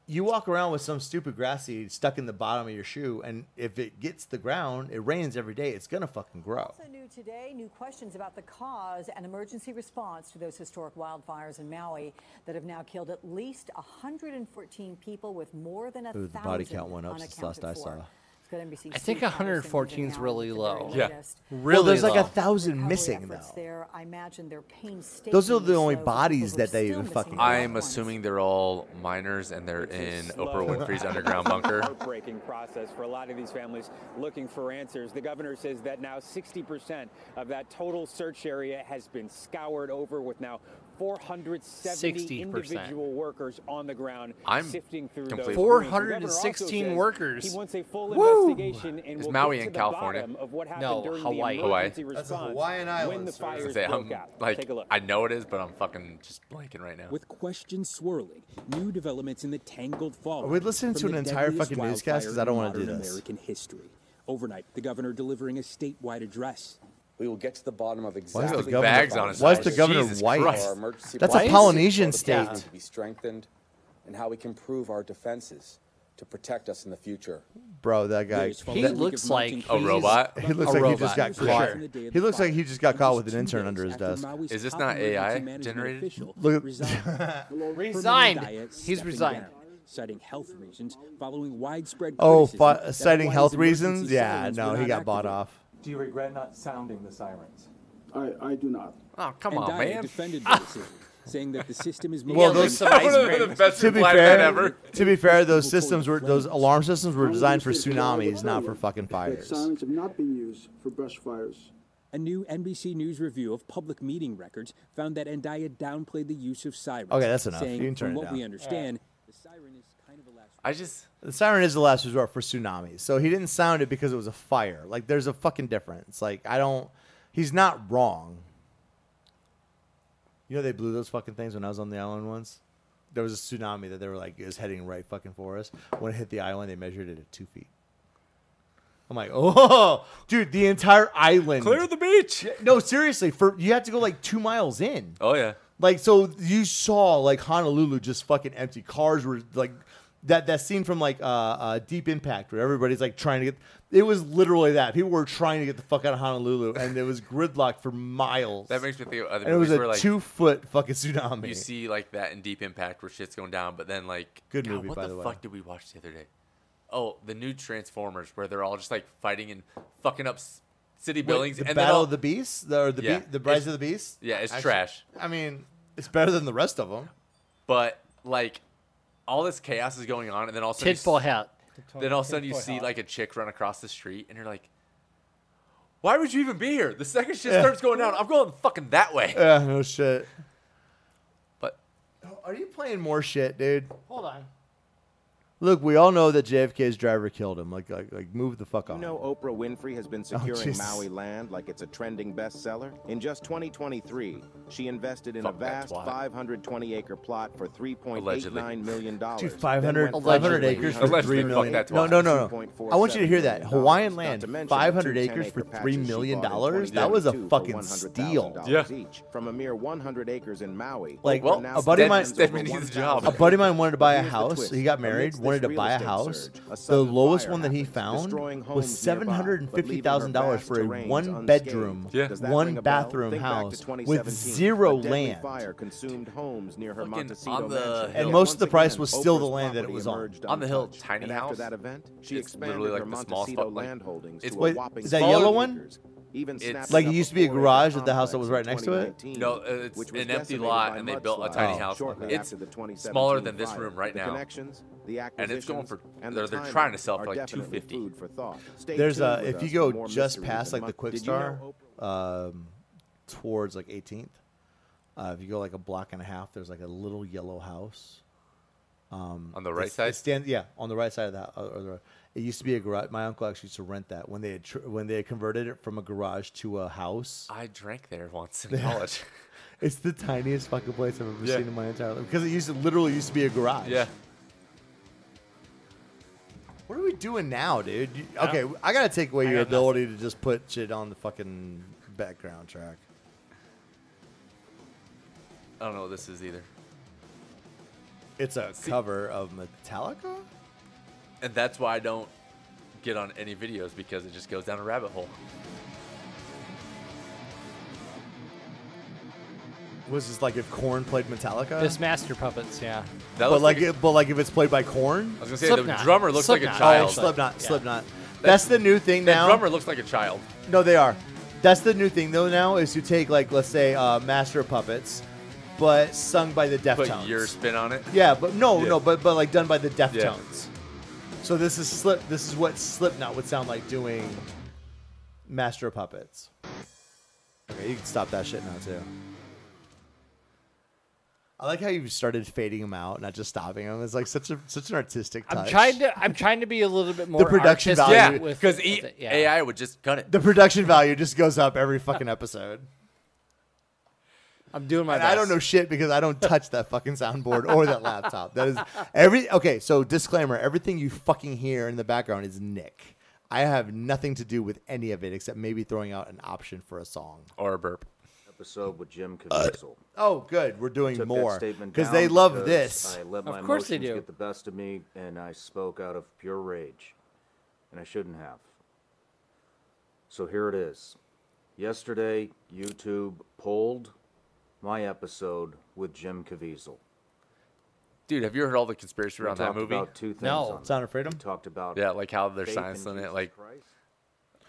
Speaker 4: you walk around with some stupid grass seed stuck in the bottom of your shoe, and if it gets the ground, it rains every day. It's gonna fucking grow.
Speaker 10: Also new today, new questions about the cause and emergency response to those historic wildfires in Maui that have now killed at least 114 people with more than a
Speaker 4: Ooh,
Speaker 10: thousand.
Speaker 4: the body count went up since last I
Speaker 10: unaccounted for.
Speaker 4: saw.
Speaker 10: Let's go to NBC.
Speaker 1: I
Speaker 10: Steve
Speaker 1: think
Speaker 10: Patterson,
Speaker 1: 114
Speaker 10: who's
Speaker 1: is
Speaker 10: in
Speaker 1: really
Speaker 10: Maui with the
Speaker 1: low.
Speaker 10: very
Speaker 3: Yeah.
Speaker 10: latest
Speaker 1: really,
Speaker 4: well, there's
Speaker 1: low.
Speaker 4: like a thousand
Speaker 10: recovery
Speaker 4: missing
Speaker 10: efforts
Speaker 4: though.
Speaker 10: There, I imagine they're painstaking.
Speaker 4: Those are the only
Speaker 10: slow, but
Speaker 4: bodies
Speaker 10: we're
Speaker 4: that they
Speaker 10: still
Speaker 4: even
Speaker 10: missing
Speaker 4: fucking
Speaker 10: loved
Speaker 3: I'm
Speaker 10: ones.
Speaker 3: assuming they're all minors and they're in Oprah Winfrey's underground bunker.
Speaker 10: heartbreaking process for a lot of these families looking for answers. The governor says that now 60% of that total search area has been scoured over with now 470
Speaker 1: 60%.
Speaker 10: individual workers on the ground
Speaker 3: I'm
Speaker 10: sifting through
Speaker 3: completely-
Speaker 10: those.
Speaker 1: 416
Speaker 10: The governor also says
Speaker 1: workers.
Speaker 10: He wants a full
Speaker 1: Woo!
Speaker 10: investigation and
Speaker 3: Is
Speaker 10: will
Speaker 3: Maui
Speaker 10: get to
Speaker 3: in
Speaker 10: the
Speaker 3: California?
Speaker 10: bottom of what happened
Speaker 1: No,
Speaker 10: during
Speaker 1: Hawaii.
Speaker 10: the emergency
Speaker 3: Hawaii.
Speaker 10: response
Speaker 2: That's a Hawaiian
Speaker 10: when
Speaker 2: island,
Speaker 10: the
Speaker 2: sir.
Speaker 10: fires
Speaker 3: Say,
Speaker 10: broke
Speaker 3: I'm,
Speaker 10: out.
Speaker 3: like,
Speaker 10: Take a look.
Speaker 3: I know it is, but I'm fucking just blanking right now.
Speaker 10: With questions swirling, new developments in the tangled fall.
Speaker 4: Are we listening to an entire fucking newscast? Because I don't want to do this.
Speaker 10: American history. Overnight, the governor delivering a statewide address.
Speaker 9: We will get to the bottom of
Speaker 4: Why is
Speaker 9: exactly
Speaker 4: the
Speaker 3: Those
Speaker 4: governor,
Speaker 3: bags on his
Speaker 4: why is
Speaker 3: eyes.
Speaker 4: the governor
Speaker 3: Jesus
Speaker 4: white?
Speaker 3: Christ.
Speaker 9: our emergency
Speaker 4: That's
Speaker 9: plan
Speaker 4: a Polynesian
Speaker 9: protocols
Speaker 4: state.
Speaker 9: need to be strengthened and how we can prove our defenses. to protect us in the future.
Speaker 4: bro. That guy.
Speaker 1: He looks like
Speaker 3: A
Speaker 1: he's-
Speaker 3: robot?
Speaker 4: He looks
Speaker 1: A
Speaker 4: like
Speaker 1: robot,
Speaker 4: he just got
Speaker 1: for
Speaker 4: caught.
Speaker 1: sure.
Speaker 4: He looks like he just got caught with an intern under his desk.
Speaker 3: Is this not AI generated?
Speaker 4: Look at-
Speaker 1: Resigned. He's resigned.
Speaker 11: Citing health reasons following widespread
Speaker 4: Oh,
Speaker 11: criticism
Speaker 4: fi-
Speaker 11: that
Speaker 4: citing
Speaker 11: Hawaii's
Speaker 4: health
Speaker 11: emergency
Speaker 4: reasons? Yeah,
Speaker 11: sirens
Speaker 4: no,
Speaker 11: were
Speaker 4: he
Speaker 11: not
Speaker 4: got bought
Speaker 11: activated.
Speaker 4: off.
Speaker 12: Do you regret not sounding the sirens?
Speaker 11: I, I do not.
Speaker 3: Oh, come
Speaker 11: and
Speaker 3: on,
Speaker 11: Dyer
Speaker 3: man.
Speaker 11: defended the decision, saying that the system is
Speaker 4: Well,
Speaker 11: mostly-
Speaker 4: those- That
Speaker 3: was one of the best
Speaker 4: to be
Speaker 3: reply
Speaker 4: fair,
Speaker 3: ever.
Speaker 4: to be fair, those systems were those alarm systems were designed for tsunamis, not for fucking fires.
Speaker 11: That sirens have not been used for brush fires. A new NBC News review of public meeting records found that Andaya downplayed the use of sirens.
Speaker 4: Okay, that's enough.
Speaker 11: Saying,
Speaker 4: You can turn
Speaker 11: from
Speaker 4: it
Speaker 11: what we
Speaker 4: down.
Speaker 11: understand, the siren is kind of a last.
Speaker 3: I just
Speaker 4: The siren is the last resort for tsunamis, so he didn't sound it because it was a fire. Like, there's a fucking difference. Like, I don't. He's not wrong. You know they blew those fucking things when I was on the island once. There was a tsunami that they were like it was heading right fucking for us. When it hit the island, they measured it at two feet. I'm like, oh, dude, the entire island.
Speaker 3: clear the beach.
Speaker 4: No, seriously, for you have to go like two miles in.
Speaker 3: Oh yeah.
Speaker 4: Like so, you saw like Honolulu just fucking empty. Cars were like that. That scene from like uh, uh, Deep Impact where everybody's like trying to get. It was literally that people were trying to get the fuck out of Honolulu, and it was gridlocked for miles.
Speaker 3: That makes me think of other
Speaker 4: and it was
Speaker 3: movies
Speaker 4: a
Speaker 3: where like
Speaker 4: two foot fucking tsunami.
Speaker 3: you see like that in Deep Impact where shit's going down, but then like
Speaker 4: Good
Speaker 3: God,
Speaker 4: movie,
Speaker 3: What
Speaker 4: by
Speaker 3: the,
Speaker 4: the way.
Speaker 3: fuck did we watch the other day? Oh, the new Transformers where they're all just like fighting and fucking up s- city
Speaker 4: Wait,
Speaker 3: buildings.
Speaker 4: the
Speaker 3: and then
Speaker 4: Battle
Speaker 3: all,
Speaker 4: of the Beasts, the, or the
Speaker 3: Yeah,
Speaker 4: be- the Rise
Speaker 3: it's-
Speaker 4: of the Beasts.
Speaker 3: yeah, it's
Speaker 4: Actually,
Speaker 3: trash.
Speaker 4: I mean, it's better than the rest of them.
Speaker 3: But like all this chaos is going on, and then all of a sudden you
Speaker 1: Tidfall
Speaker 3: s-
Speaker 1: hat.
Speaker 3: Then all of a sudden you see like a chick run across the street, and you're like, "Why would you even be here?" The second shit starts going down, I'm going fucking that way.
Speaker 4: Yeah, no shit.
Speaker 3: But
Speaker 4: Are you playing more shit, dude?
Speaker 1: Hold on.
Speaker 4: Look, we all know that JFK's driver killed him. Like, like, like move the fuck
Speaker 13: You
Speaker 4: on.
Speaker 13: know Oprah Winfrey has been securing
Speaker 4: Oh, Jesus.
Speaker 13: Maui land like it's a trending bestseller? In just 2023, she invested in a
Speaker 3: Fuck that
Speaker 13: vast
Speaker 3: twat.
Speaker 13: 520-acre plot for
Speaker 3: Allegedly.
Speaker 13: $3.89 million.
Speaker 4: Dude,
Speaker 13: Then
Speaker 4: 500,
Speaker 13: went
Speaker 4: 500
Speaker 13: from
Speaker 4: acres for
Speaker 3: Allegedly,
Speaker 4: three
Speaker 3: fuck
Speaker 4: million.
Speaker 3: that
Speaker 4: No,
Speaker 3: twat.
Speaker 4: no, no, no.
Speaker 13: 2.47
Speaker 4: I want you to hear that
Speaker 13: million
Speaker 4: Hawaiian
Speaker 13: dollars,
Speaker 4: land,
Speaker 13: not to mention
Speaker 4: five hundred
Speaker 13: two
Speaker 4: acres for
Speaker 13: 10-acre
Speaker 4: three
Speaker 13: patches she
Speaker 4: million
Speaker 13: bought in
Speaker 4: dollars. That was a
Speaker 13: 2022 for
Speaker 4: fucking
Speaker 13: $100,000
Speaker 4: steal.
Speaker 3: Yeah.
Speaker 13: Each from a mere 100 acres in Maui.
Speaker 4: Like,
Speaker 13: Oprah
Speaker 4: Well,
Speaker 13: now
Speaker 4: a buddy of
Speaker 13: stands
Speaker 4: mine-
Speaker 3: Steadman
Speaker 13: over
Speaker 3: needs a job.
Speaker 13: 1,000
Speaker 4: A buddy of mine wanted to buy a
Speaker 13: Here's the
Speaker 4: house.
Speaker 13: twist.
Speaker 4: He got married,
Speaker 13: Amidst
Speaker 4: wanted
Speaker 13: this
Speaker 4: to
Speaker 13: real
Speaker 4: buy a
Speaker 13: estate
Speaker 4: house.
Speaker 13: surge, a
Speaker 4: The
Speaker 13: sudden
Speaker 4: lowest
Speaker 13: fire
Speaker 4: one that he
Speaker 13: happens,
Speaker 4: found
Speaker 13: destroying
Speaker 4: was
Speaker 13: homes
Speaker 4: seven
Speaker 13: nearby,
Speaker 4: hundred and
Speaker 13: but
Speaker 4: fifty
Speaker 13: leaving her
Speaker 4: thousand dollars for a
Speaker 13: vast terrains
Speaker 4: one
Speaker 13: unscathed.
Speaker 4: bedrum,
Speaker 3: Yeah.
Speaker 13: Does that
Speaker 4: one
Speaker 13: ring a bell?
Speaker 4: bathroom
Speaker 13: Think back to
Speaker 4: house
Speaker 13: 2017.
Speaker 4: with
Speaker 13: A
Speaker 4: zero
Speaker 13: deadly
Speaker 4: land.
Speaker 13: Fire consumed homes near her
Speaker 3: Fucking
Speaker 13: Montecito
Speaker 3: on the
Speaker 13: mansion.
Speaker 3: hill.
Speaker 4: And most of
Speaker 13: Once
Speaker 4: the price
Speaker 13: again,
Speaker 4: was still the
Speaker 13: Oprah's
Speaker 4: land that it
Speaker 13: property
Speaker 4: was on.
Speaker 13: emerged
Speaker 3: On the hill,
Speaker 13: untouched.
Speaker 3: tiny
Speaker 13: and
Speaker 3: house.
Speaker 13: After that event, she
Speaker 3: It's
Speaker 13: expanded
Speaker 3: literally
Speaker 13: her
Speaker 3: like the small
Speaker 13: Montecito
Speaker 3: spot, like-
Speaker 13: land holdings
Speaker 3: it's-
Speaker 13: to
Speaker 4: Wait,
Speaker 13: a whopping
Speaker 4: is that
Speaker 13: 12
Speaker 4: yellow one?
Speaker 13: acres, even
Speaker 3: It's-
Speaker 13: snapping
Speaker 4: Like,
Speaker 13: up
Speaker 4: it
Speaker 13: a
Speaker 4: used to be a
Speaker 13: four-acre
Speaker 4: garage at the house that was
Speaker 13: complex in
Speaker 4: right next to it?
Speaker 13: 2019,
Speaker 3: No, uh, it's
Speaker 13: which
Speaker 3: an
Speaker 13: was
Speaker 3: empty
Speaker 13: decimated
Speaker 3: lot,
Speaker 13: by
Speaker 3: and they built a
Speaker 13: mudslides
Speaker 3: tiny house.
Speaker 13: shortly
Speaker 3: It's
Speaker 13: after the
Speaker 3: smaller than
Speaker 13: 2017
Speaker 3: this
Speaker 13: fire.
Speaker 3: room right
Speaker 13: The
Speaker 3: now.
Speaker 13: connections, the
Speaker 3: And it's going for-
Speaker 13: acquisitions, and
Speaker 3: they're-
Speaker 13: the
Speaker 3: they're trying
Speaker 13: timing
Speaker 3: to sell for
Speaker 13: are
Speaker 3: like
Speaker 13: definitely
Speaker 3: $250.
Speaker 13: food for thought. Stay
Speaker 4: There's
Speaker 13: tuned
Speaker 4: a
Speaker 13: with
Speaker 4: if you
Speaker 13: us for
Speaker 4: go
Speaker 13: more
Speaker 4: just
Speaker 13: mysteries
Speaker 4: past
Speaker 13: and
Speaker 4: like the
Speaker 13: mon-
Speaker 4: Quick
Speaker 13: Did you know
Speaker 4: Star, um, towards like 18th. Uh, if you go like a block and a half, there's like a little yellow house.
Speaker 3: on the right
Speaker 4: It's-
Speaker 3: side,
Speaker 4: It stand, yeah, on the right side of the house. Or the, it used to be a garage. My uncle actually used to rent that when they had tr- when they had converted it from a garage to a house.
Speaker 3: I drank there once in college.
Speaker 4: It's the tiniest fucking place I've ever
Speaker 3: Yeah.
Speaker 4: seen in my entire life because it used to literally used to be a garage.
Speaker 3: yeah.
Speaker 4: What are we doing now, dude? You- Okay, I gotta take away
Speaker 1: I
Speaker 4: your
Speaker 1: got nothing.
Speaker 4: ability to just put shit on the fucking background track.
Speaker 3: I don't know what this is either.
Speaker 4: It's a cover of Metallica.
Speaker 3: And that's why I don't get on any videos because it just goes down a rabbit hole.
Speaker 4: Was this like if Corn played Metallica?
Speaker 1: This master puppets, yeah.
Speaker 3: That
Speaker 4: but
Speaker 3: looks
Speaker 4: like,
Speaker 3: a-
Speaker 4: it, but like if it's played by Corn.
Speaker 3: I was gonna say
Speaker 1: Slipknot.
Speaker 3: the drummer looks like
Speaker 1: Slipknot,
Speaker 3: a child.
Speaker 4: Oh, Slipknot,
Speaker 1: Yeah.
Speaker 4: Slipknot. That's the new thing
Speaker 3: The
Speaker 4: now.
Speaker 3: drummer looks like a child.
Speaker 4: No, they are. That's the new thing though. Now is you take like let's say uh, Master of Puppets, but sung by the
Speaker 3: Put
Speaker 4: Deftones.
Speaker 3: your spin on it.
Speaker 4: Yeah, but no,
Speaker 3: Yeah.
Speaker 4: no, but but like done by the Deftones. So this is slip. This is what Slipknot would sound like doing. Master of Puppets. Okay, you can stop that shit now too. I like how you started fading them out, not just stopping them. It's like such a such an artistic touch.
Speaker 1: I'm trying to. I'm trying to be a little bit more.
Speaker 4: production
Speaker 1: artistic
Speaker 4: value.
Speaker 3: Yeah,
Speaker 1: with-
Speaker 3: because
Speaker 1: with
Speaker 3: e-
Speaker 1: it, yeah.
Speaker 3: AI would just cut it.
Speaker 4: The production value just goes up every fucking episode.
Speaker 1: I'm doing my.
Speaker 4: And
Speaker 1: best.
Speaker 4: I don't know shit because I don't touch that fucking soundboard or that laptop. That is every okay. So disclaimer: everything you fucking hear in the background is Nick. I have nothing to do with any of it except maybe throwing out an option for a song.
Speaker 3: Or a burp.
Speaker 4: Uh,
Speaker 11: The
Speaker 14: episode with Jim Caviezel.
Speaker 4: Oh, good. We're doing
Speaker 14: Took that
Speaker 4: more
Speaker 14: statement
Speaker 4: because
Speaker 14: down
Speaker 4: they love
Speaker 14: because
Speaker 4: this.
Speaker 14: I let my emotions get the best of me, and I spoke out of pure rage, and I shouldn't have. So here it is. Yesterday, YouTube pulled my episode with Jim Caviezel.
Speaker 3: Dude, have you heard all the conspiracy
Speaker 14: We
Speaker 3: around that
Speaker 14: talked
Speaker 3: movie?
Speaker 14: about two things No. on
Speaker 4: Sound of Freedom.
Speaker 14: Talked about
Speaker 3: yeah, like how they're
Speaker 14: faith
Speaker 3: silencing
Speaker 14: in
Speaker 3: it,
Speaker 14: Jesus
Speaker 3: like.
Speaker 14: Christ.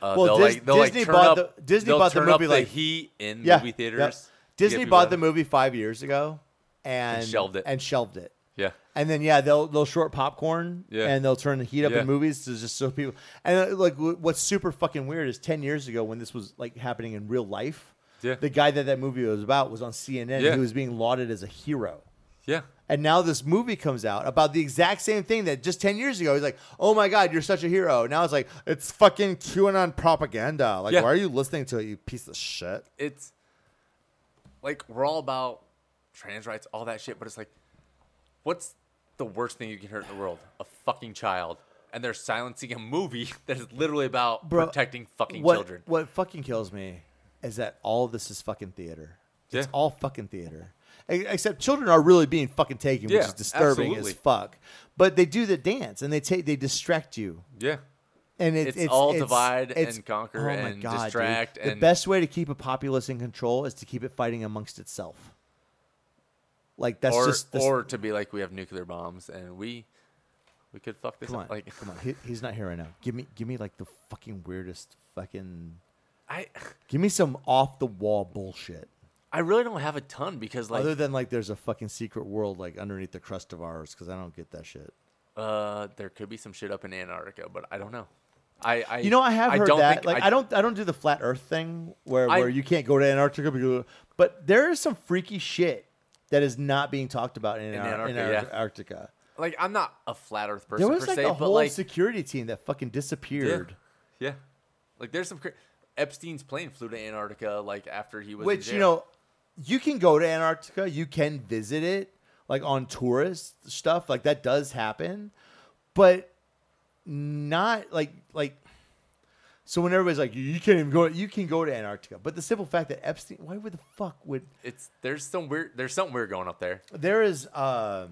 Speaker 3: Uh,
Speaker 4: Well,
Speaker 3: they'll
Speaker 4: Dis-
Speaker 3: like, they'll
Speaker 4: Disney
Speaker 3: like turn
Speaker 4: bought
Speaker 3: up,
Speaker 4: the- Disney
Speaker 3: they'll
Speaker 4: bought the
Speaker 3: turn up
Speaker 4: movie, like-
Speaker 3: heat in
Speaker 4: Yeah,
Speaker 3: movie
Speaker 4: yep.
Speaker 3: theaters. to get
Speaker 4: Disney
Speaker 3: people
Speaker 4: bought
Speaker 3: to-
Speaker 4: the movie five years ago, and,
Speaker 3: shelved it.
Speaker 4: and shelved it.
Speaker 3: Yeah.
Speaker 4: and then yeah, they'll they'll short popcorn,
Speaker 3: Yeah.
Speaker 4: and they'll turn the heat up
Speaker 3: Yeah.
Speaker 4: in movies to just so people. And uh, like, w- what's super fucking weird is ten years ago when this was like happening in real life.
Speaker 3: Yeah.
Speaker 4: the guy that that movie was about was on CNN.
Speaker 3: Yeah.
Speaker 4: He was being lauded as a hero.
Speaker 3: Yeah.
Speaker 4: And now this movie comes out about the exact same thing that just 10 years ago, he's like, oh my God, you're such a hero. Now it's like, it's fucking QAnon propaganda. Like,
Speaker 3: Yeah.
Speaker 4: why are you listening to it, you piece of shit?
Speaker 3: it's like we're all about trans rights, all that shit, but it's like, what's the worst thing you can hurt in the world? A fucking child. And they're silencing a movie that is literally about
Speaker 4: Bro,
Speaker 3: protecting fucking
Speaker 4: what,
Speaker 3: children.
Speaker 4: What fucking kills me is that all of this is fucking theater. It's
Speaker 3: Yeah.
Speaker 4: all fucking theater. E- Except children are really being fucking taken,
Speaker 3: Yeah,
Speaker 4: which is disturbing
Speaker 3: absolutely.
Speaker 4: as fuck. But they do the dance and they take they distract you.
Speaker 3: Yeah.
Speaker 4: And it-
Speaker 3: it's,
Speaker 4: it's
Speaker 3: all
Speaker 4: it's-
Speaker 3: divide
Speaker 4: it's-
Speaker 3: and conquer
Speaker 4: oh my
Speaker 3: and
Speaker 4: God, dude.
Speaker 3: distract and
Speaker 4: the best way to keep a populace in control is to keep it fighting amongst itself. Like that's
Speaker 3: or,
Speaker 4: just that's-
Speaker 3: or to be like we have nuclear bombs and we we could fuck this
Speaker 4: come on,
Speaker 3: up. Like
Speaker 4: come on. He, he's not here right now. Give me give me like the fucking weirdest fucking.
Speaker 3: I-
Speaker 4: give me some off the wall bullshit.
Speaker 3: I really don't have a ton because like
Speaker 4: Other than like, there's a fucking secret world like underneath the crust of ours because I don't get that shit.
Speaker 3: uh there could be some shit up in Antarctica, but I don't know. I, I
Speaker 4: you know, I have heard
Speaker 3: don't
Speaker 4: that.
Speaker 3: think-
Speaker 4: like, I, don't, I don't do the flat Earth thing where,
Speaker 3: I-
Speaker 4: where you can't go to Antarctica, because, but there is some freaky shit that is not being talked about in,
Speaker 3: In
Speaker 4: Ar- in
Speaker 3: Antarctica, yeah.
Speaker 4: Ar- Antarctica.
Speaker 3: like I'm not a flat Earth person
Speaker 4: There was
Speaker 3: per
Speaker 4: like
Speaker 3: se,
Speaker 4: a
Speaker 3: but
Speaker 4: whole
Speaker 3: like
Speaker 4: security team that fucking disappeared.
Speaker 3: yeah, like there's some cra- Epstein's plane flew to Antarctica like after he was in
Speaker 4: Which you
Speaker 3: jail.
Speaker 4: know, you can go to Antarctica, you can visit it, like on tourist stuff, like that does happen, but not like like. So when everybody's like, you can't even go, you can go to Antarctica, but the simple fact that Epstein, why would the fuck would
Speaker 3: it's there's some weird there's something weird going up there.
Speaker 4: there is um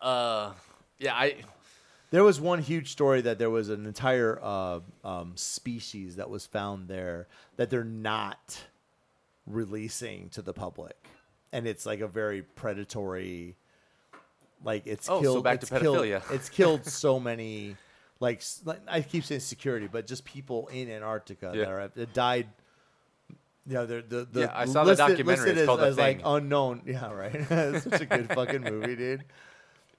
Speaker 3: Uh, yeah, I
Speaker 4: there was one huge story that there was an entire uh, um, species that was found there that they're not releasing to the public, and it's like a very predatory, like it's
Speaker 3: Oh, so
Speaker 4: killed.
Speaker 3: back to
Speaker 4: it's killed-
Speaker 3: pedophilia.
Speaker 4: it's killed so many, like s- like- I keep saying security, but just people in Antarctica
Speaker 3: Yeah.
Speaker 4: that are that died. Yeah, they're, the the
Speaker 3: Yeah, I saw the
Speaker 4: listed-
Speaker 3: documentary.
Speaker 4: listed
Speaker 3: It's
Speaker 4: as,
Speaker 3: called The
Speaker 4: as, like
Speaker 3: Thing.
Speaker 4: unknown. Yeah, right. It's such a good fucking movie, dude.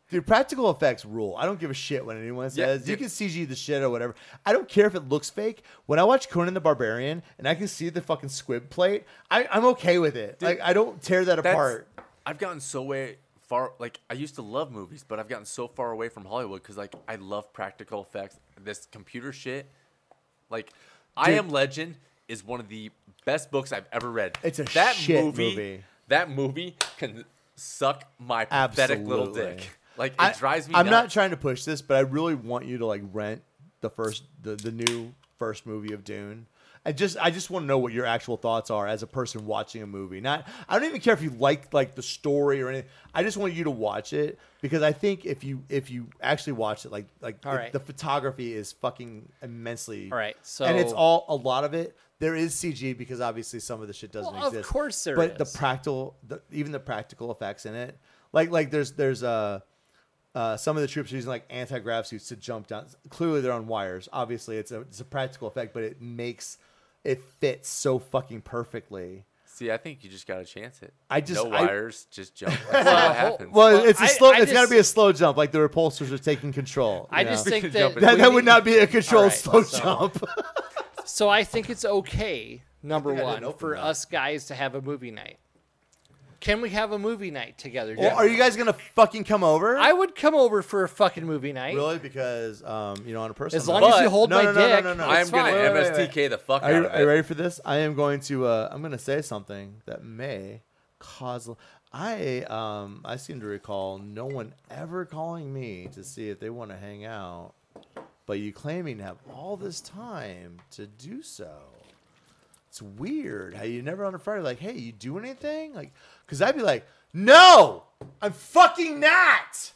Speaker 4: Dude, practical effects rule. I don't give a shit what anyone
Speaker 3: Yeah,
Speaker 4: says. you
Speaker 3: dude.
Speaker 4: can CG the shit or whatever. I don't care if it looks fake. When I watch Conan the Barbarian and I can see the fucking squib plate, I, I'm okay with it. like I don't tear that
Speaker 3: that's-
Speaker 4: apart.
Speaker 3: I've gotten so way far. Like I used to love movies, but I've gotten so far away from Hollywood because like I love practical effects. This computer shit, like I
Speaker 4: Dude.
Speaker 3: Am Legend is one of the best books I've ever read.
Speaker 4: It's a shit movie.
Speaker 3: That movie can suck my pathetic little
Speaker 4: Absolutely.
Speaker 3: dick. Like it
Speaker 4: I,
Speaker 3: drives me.
Speaker 4: I'm not
Speaker 3: nuts.
Speaker 4: trying to push this, but I really want you to like rent the first the, the new first movie of Dune. I just I just want to know what your actual thoughts are as a person watching a movie. Not I don't even care if you like like the story or anything. I just want you to watch it because I think if you if you actually watch it like like
Speaker 1: All
Speaker 4: it-
Speaker 1: right.
Speaker 4: the photography is fucking immensely
Speaker 1: All right,
Speaker 4: and it's
Speaker 1: so-
Speaker 4: all a lot of it there is CG because obviously some of the shit doesn't
Speaker 1: Well, of
Speaker 4: exist.
Speaker 1: course there
Speaker 4: but
Speaker 1: is.
Speaker 4: the practical the, even the practical effects in it like like there's there's uh, uh, some of the troops are using like anti-grav suits to jump down clearly they're on wires obviously it's a, it's a practical effect but it makes it fits so fucking perfectly
Speaker 3: See, I think you just gotta chance it.
Speaker 4: I just-
Speaker 3: no
Speaker 4: I-
Speaker 3: wires, just jump. Let's see what happens.
Speaker 4: well, it's a slow.
Speaker 1: I
Speaker 4: it's got to
Speaker 1: just-
Speaker 4: be a slow jump. Like the repulsors are taking control.
Speaker 1: I
Speaker 4: you
Speaker 1: just
Speaker 4: know?
Speaker 1: think that
Speaker 4: that,
Speaker 1: we
Speaker 4: that would
Speaker 1: need-
Speaker 4: not be a controlled
Speaker 1: All right,
Speaker 4: slow
Speaker 1: so-
Speaker 4: jump.
Speaker 1: So I think it's okay, number
Speaker 4: think I
Speaker 1: one,
Speaker 4: didn't open
Speaker 1: for
Speaker 4: that.
Speaker 1: us guys to have a movie night. Can we have a movie night together?
Speaker 4: Or are you guys gonna fucking come over?
Speaker 1: I would come over for a fucking movie night.
Speaker 4: Really? Because um, you know, on a personal
Speaker 1: As long as
Speaker 4: note-
Speaker 1: you hold
Speaker 4: no,
Speaker 1: my
Speaker 4: no, no,
Speaker 1: dick,
Speaker 4: no, no, no.
Speaker 1: I am
Speaker 4: It's
Speaker 1: gonna
Speaker 4: fine. Wait, wait, wait, wait.
Speaker 3: MSTK the fuck
Speaker 4: Are you,
Speaker 3: out of
Speaker 4: are you
Speaker 3: it.
Speaker 4: ready for this? I am going to. Uh, I'm going to say something that may cause. I um, I seem to recall no one ever calling me to see if they want to hang out, but you claiming to have all this time to do so. it's weird how you never on a Friday like, hey, you do anything? Like, because I'd be like, no, I'm fucking not.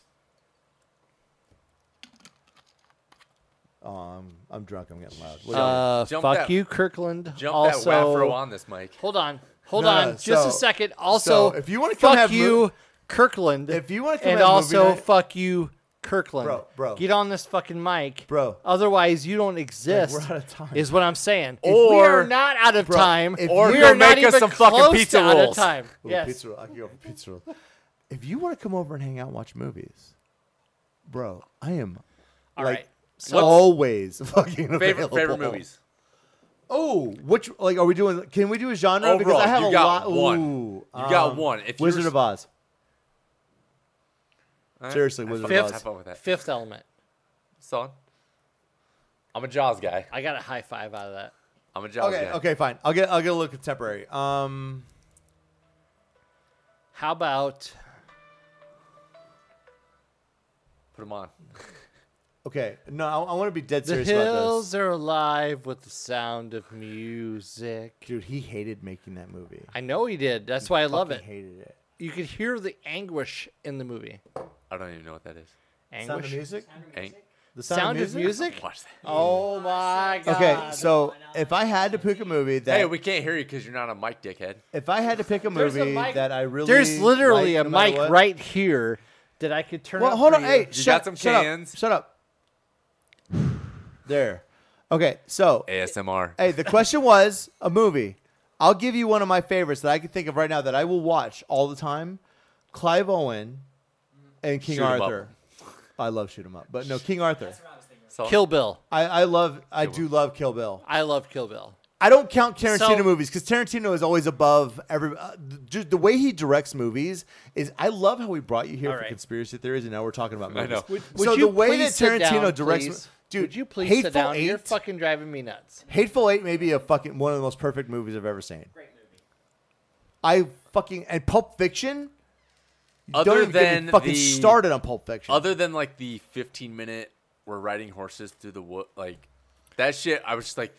Speaker 4: Oh, I'm, I'm drunk. I'm getting loud. What
Speaker 1: Uh,
Speaker 4: else?
Speaker 1: fuck you, Kirkland. also, Hold on. Hold
Speaker 4: No,
Speaker 1: on.
Speaker 4: no,
Speaker 1: Just
Speaker 4: so-
Speaker 1: a second. Also,
Speaker 4: so if you wanna come
Speaker 1: fuck
Speaker 4: have
Speaker 1: you,
Speaker 4: mov-
Speaker 1: Kirkland.
Speaker 4: If you wanna come
Speaker 1: and
Speaker 4: have movie
Speaker 1: also
Speaker 4: night-
Speaker 1: fuck you, Kirkland.
Speaker 4: Bro, bro.
Speaker 1: Get on this fucking mic,
Speaker 4: bro.
Speaker 1: Otherwise, you don't exist.
Speaker 4: out of time.
Speaker 1: Is what I'm saying.
Speaker 4: If
Speaker 1: we
Speaker 4: we're
Speaker 1: are not out of
Speaker 4: bro,
Speaker 1: time,
Speaker 4: if
Speaker 1: or
Speaker 4: you-
Speaker 1: we are not even close to out of time.
Speaker 4: Ooh,
Speaker 1: yes.
Speaker 4: pizza roll. I can go for pizza roll. If you want to come over and hang out, and watch movies, bro, I am
Speaker 1: All
Speaker 4: like
Speaker 1: right. So-
Speaker 4: always fucking
Speaker 3: Favorite
Speaker 4: available.
Speaker 3: favorite movies.
Speaker 4: Oh, which like are we doing? Can we do a genre? because
Speaker 3: Overall,
Speaker 4: I have
Speaker 3: you
Speaker 4: a
Speaker 3: got
Speaker 4: lot.
Speaker 3: one.
Speaker 4: Ooh, um,
Speaker 3: You got one. If you're
Speaker 4: Wizard
Speaker 3: s-
Speaker 4: of Oz.
Speaker 3: Alright.
Speaker 4: Seriously,
Speaker 3: Have
Speaker 4: Wizard
Speaker 3: fun-
Speaker 4: of
Speaker 3: Have
Speaker 4: Oz.
Speaker 3: fun with that.
Speaker 1: Fifth Element.
Speaker 3: Son. I'm a Jaws guy.
Speaker 1: I got a high five out of that.
Speaker 3: I'm a Jaws
Speaker 4: Okay,
Speaker 3: guy.
Speaker 4: okay, fine. I'll get I'll get a little contemporary. Um,
Speaker 1: How about
Speaker 3: Put them on.
Speaker 4: okay, no, I, I want to be dead
Speaker 1: the
Speaker 4: serious about this.
Speaker 1: hills are alive with the sound of music?
Speaker 4: Dude, he hated making that movie.
Speaker 1: I know he did. That's why I love it.
Speaker 4: fucking hated it.
Speaker 1: You could hear the anguish in the movie.
Speaker 3: I don't even know what that is.
Speaker 4: Sound of
Speaker 1: Anguish.
Speaker 4: Music?
Speaker 3: Ang-
Speaker 4: The
Speaker 1: Sound, of music.
Speaker 3: Watch that.
Speaker 1: Oh my god.
Speaker 4: Okay, so if I had to pick a movie that
Speaker 3: hey, we can't hear you because you're not a mic dickhead.
Speaker 4: if I had to pick a
Speaker 1: There's a
Speaker 4: movie
Speaker 1: mic-
Speaker 4: that I really
Speaker 1: there's literally
Speaker 4: liked,
Speaker 1: a
Speaker 4: no matter
Speaker 1: mic
Speaker 4: what-
Speaker 1: right here that I could turn.
Speaker 4: Well,
Speaker 1: up
Speaker 4: hold
Speaker 1: for
Speaker 4: on.
Speaker 1: you.
Speaker 4: Hey,
Speaker 3: You
Speaker 4: shut,
Speaker 3: got some
Speaker 4: shut up,
Speaker 3: cans?
Speaker 4: Shut up. There. Okay, so
Speaker 3: ASMR.
Speaker 4: hey, the question was a movie. I'll give you one of my favorites that I can think of right now that I will watch all the time. Clive Owen and King
Speaker 3: Shoot 'em up.
Speaker 4: Arthur. I love Shoot 'em Up, but no, King Arthur.
Speaker 3: So-
Speaker 1: Kill Bill.
Speaker 4: I, I love. I do love Kill Bill.
Speaker 1: I love Kill Bill.
Speaker 4: I don't count Tarantino
Speaker 1: So-
Speaker 4: movies because Tarantino is always above every. Uh, th- just the way he directs movies is. I love how we brought you here
Speaker 1: All
Speaker 4: for
Speaker 1: right.
Speaker 4: conspiracy theories, and now we're talking about
Speaker 3: I
Speaker 4: movies.
Speaker 3: know. Would-
Speaker 1: Would
Speaker 4: so
Speaker 1: you
Speaker 4: the way that
Speaker 1: please sit
Speaker 4: Tarantino
Speaker 1: down,
Speaker 4: directs,
Speaker 1: please?
Speaker 4: dude,
Speaker 1: would you please
Speaker 4: Hateful
Speaker 1: sit down?
Speaker 4: Eight,
Speaker 1: You're fucking driving me nuts.
Speaker 4: Hateful Eight may be a fucking one of the most perfect movies I've ever seen. Great movie. I fucking and Pulp Fiction. you
Speaker 3: Other
Speaker 4: don't even get me
Speaker 3: than
Speaker 4: fucking
Speaker 3: the-
Speaker 4: started on Pulp Fiction.
Speaker 3: Other than like the 15 minute, we're riding horses through the wood, like that shit. I was just like,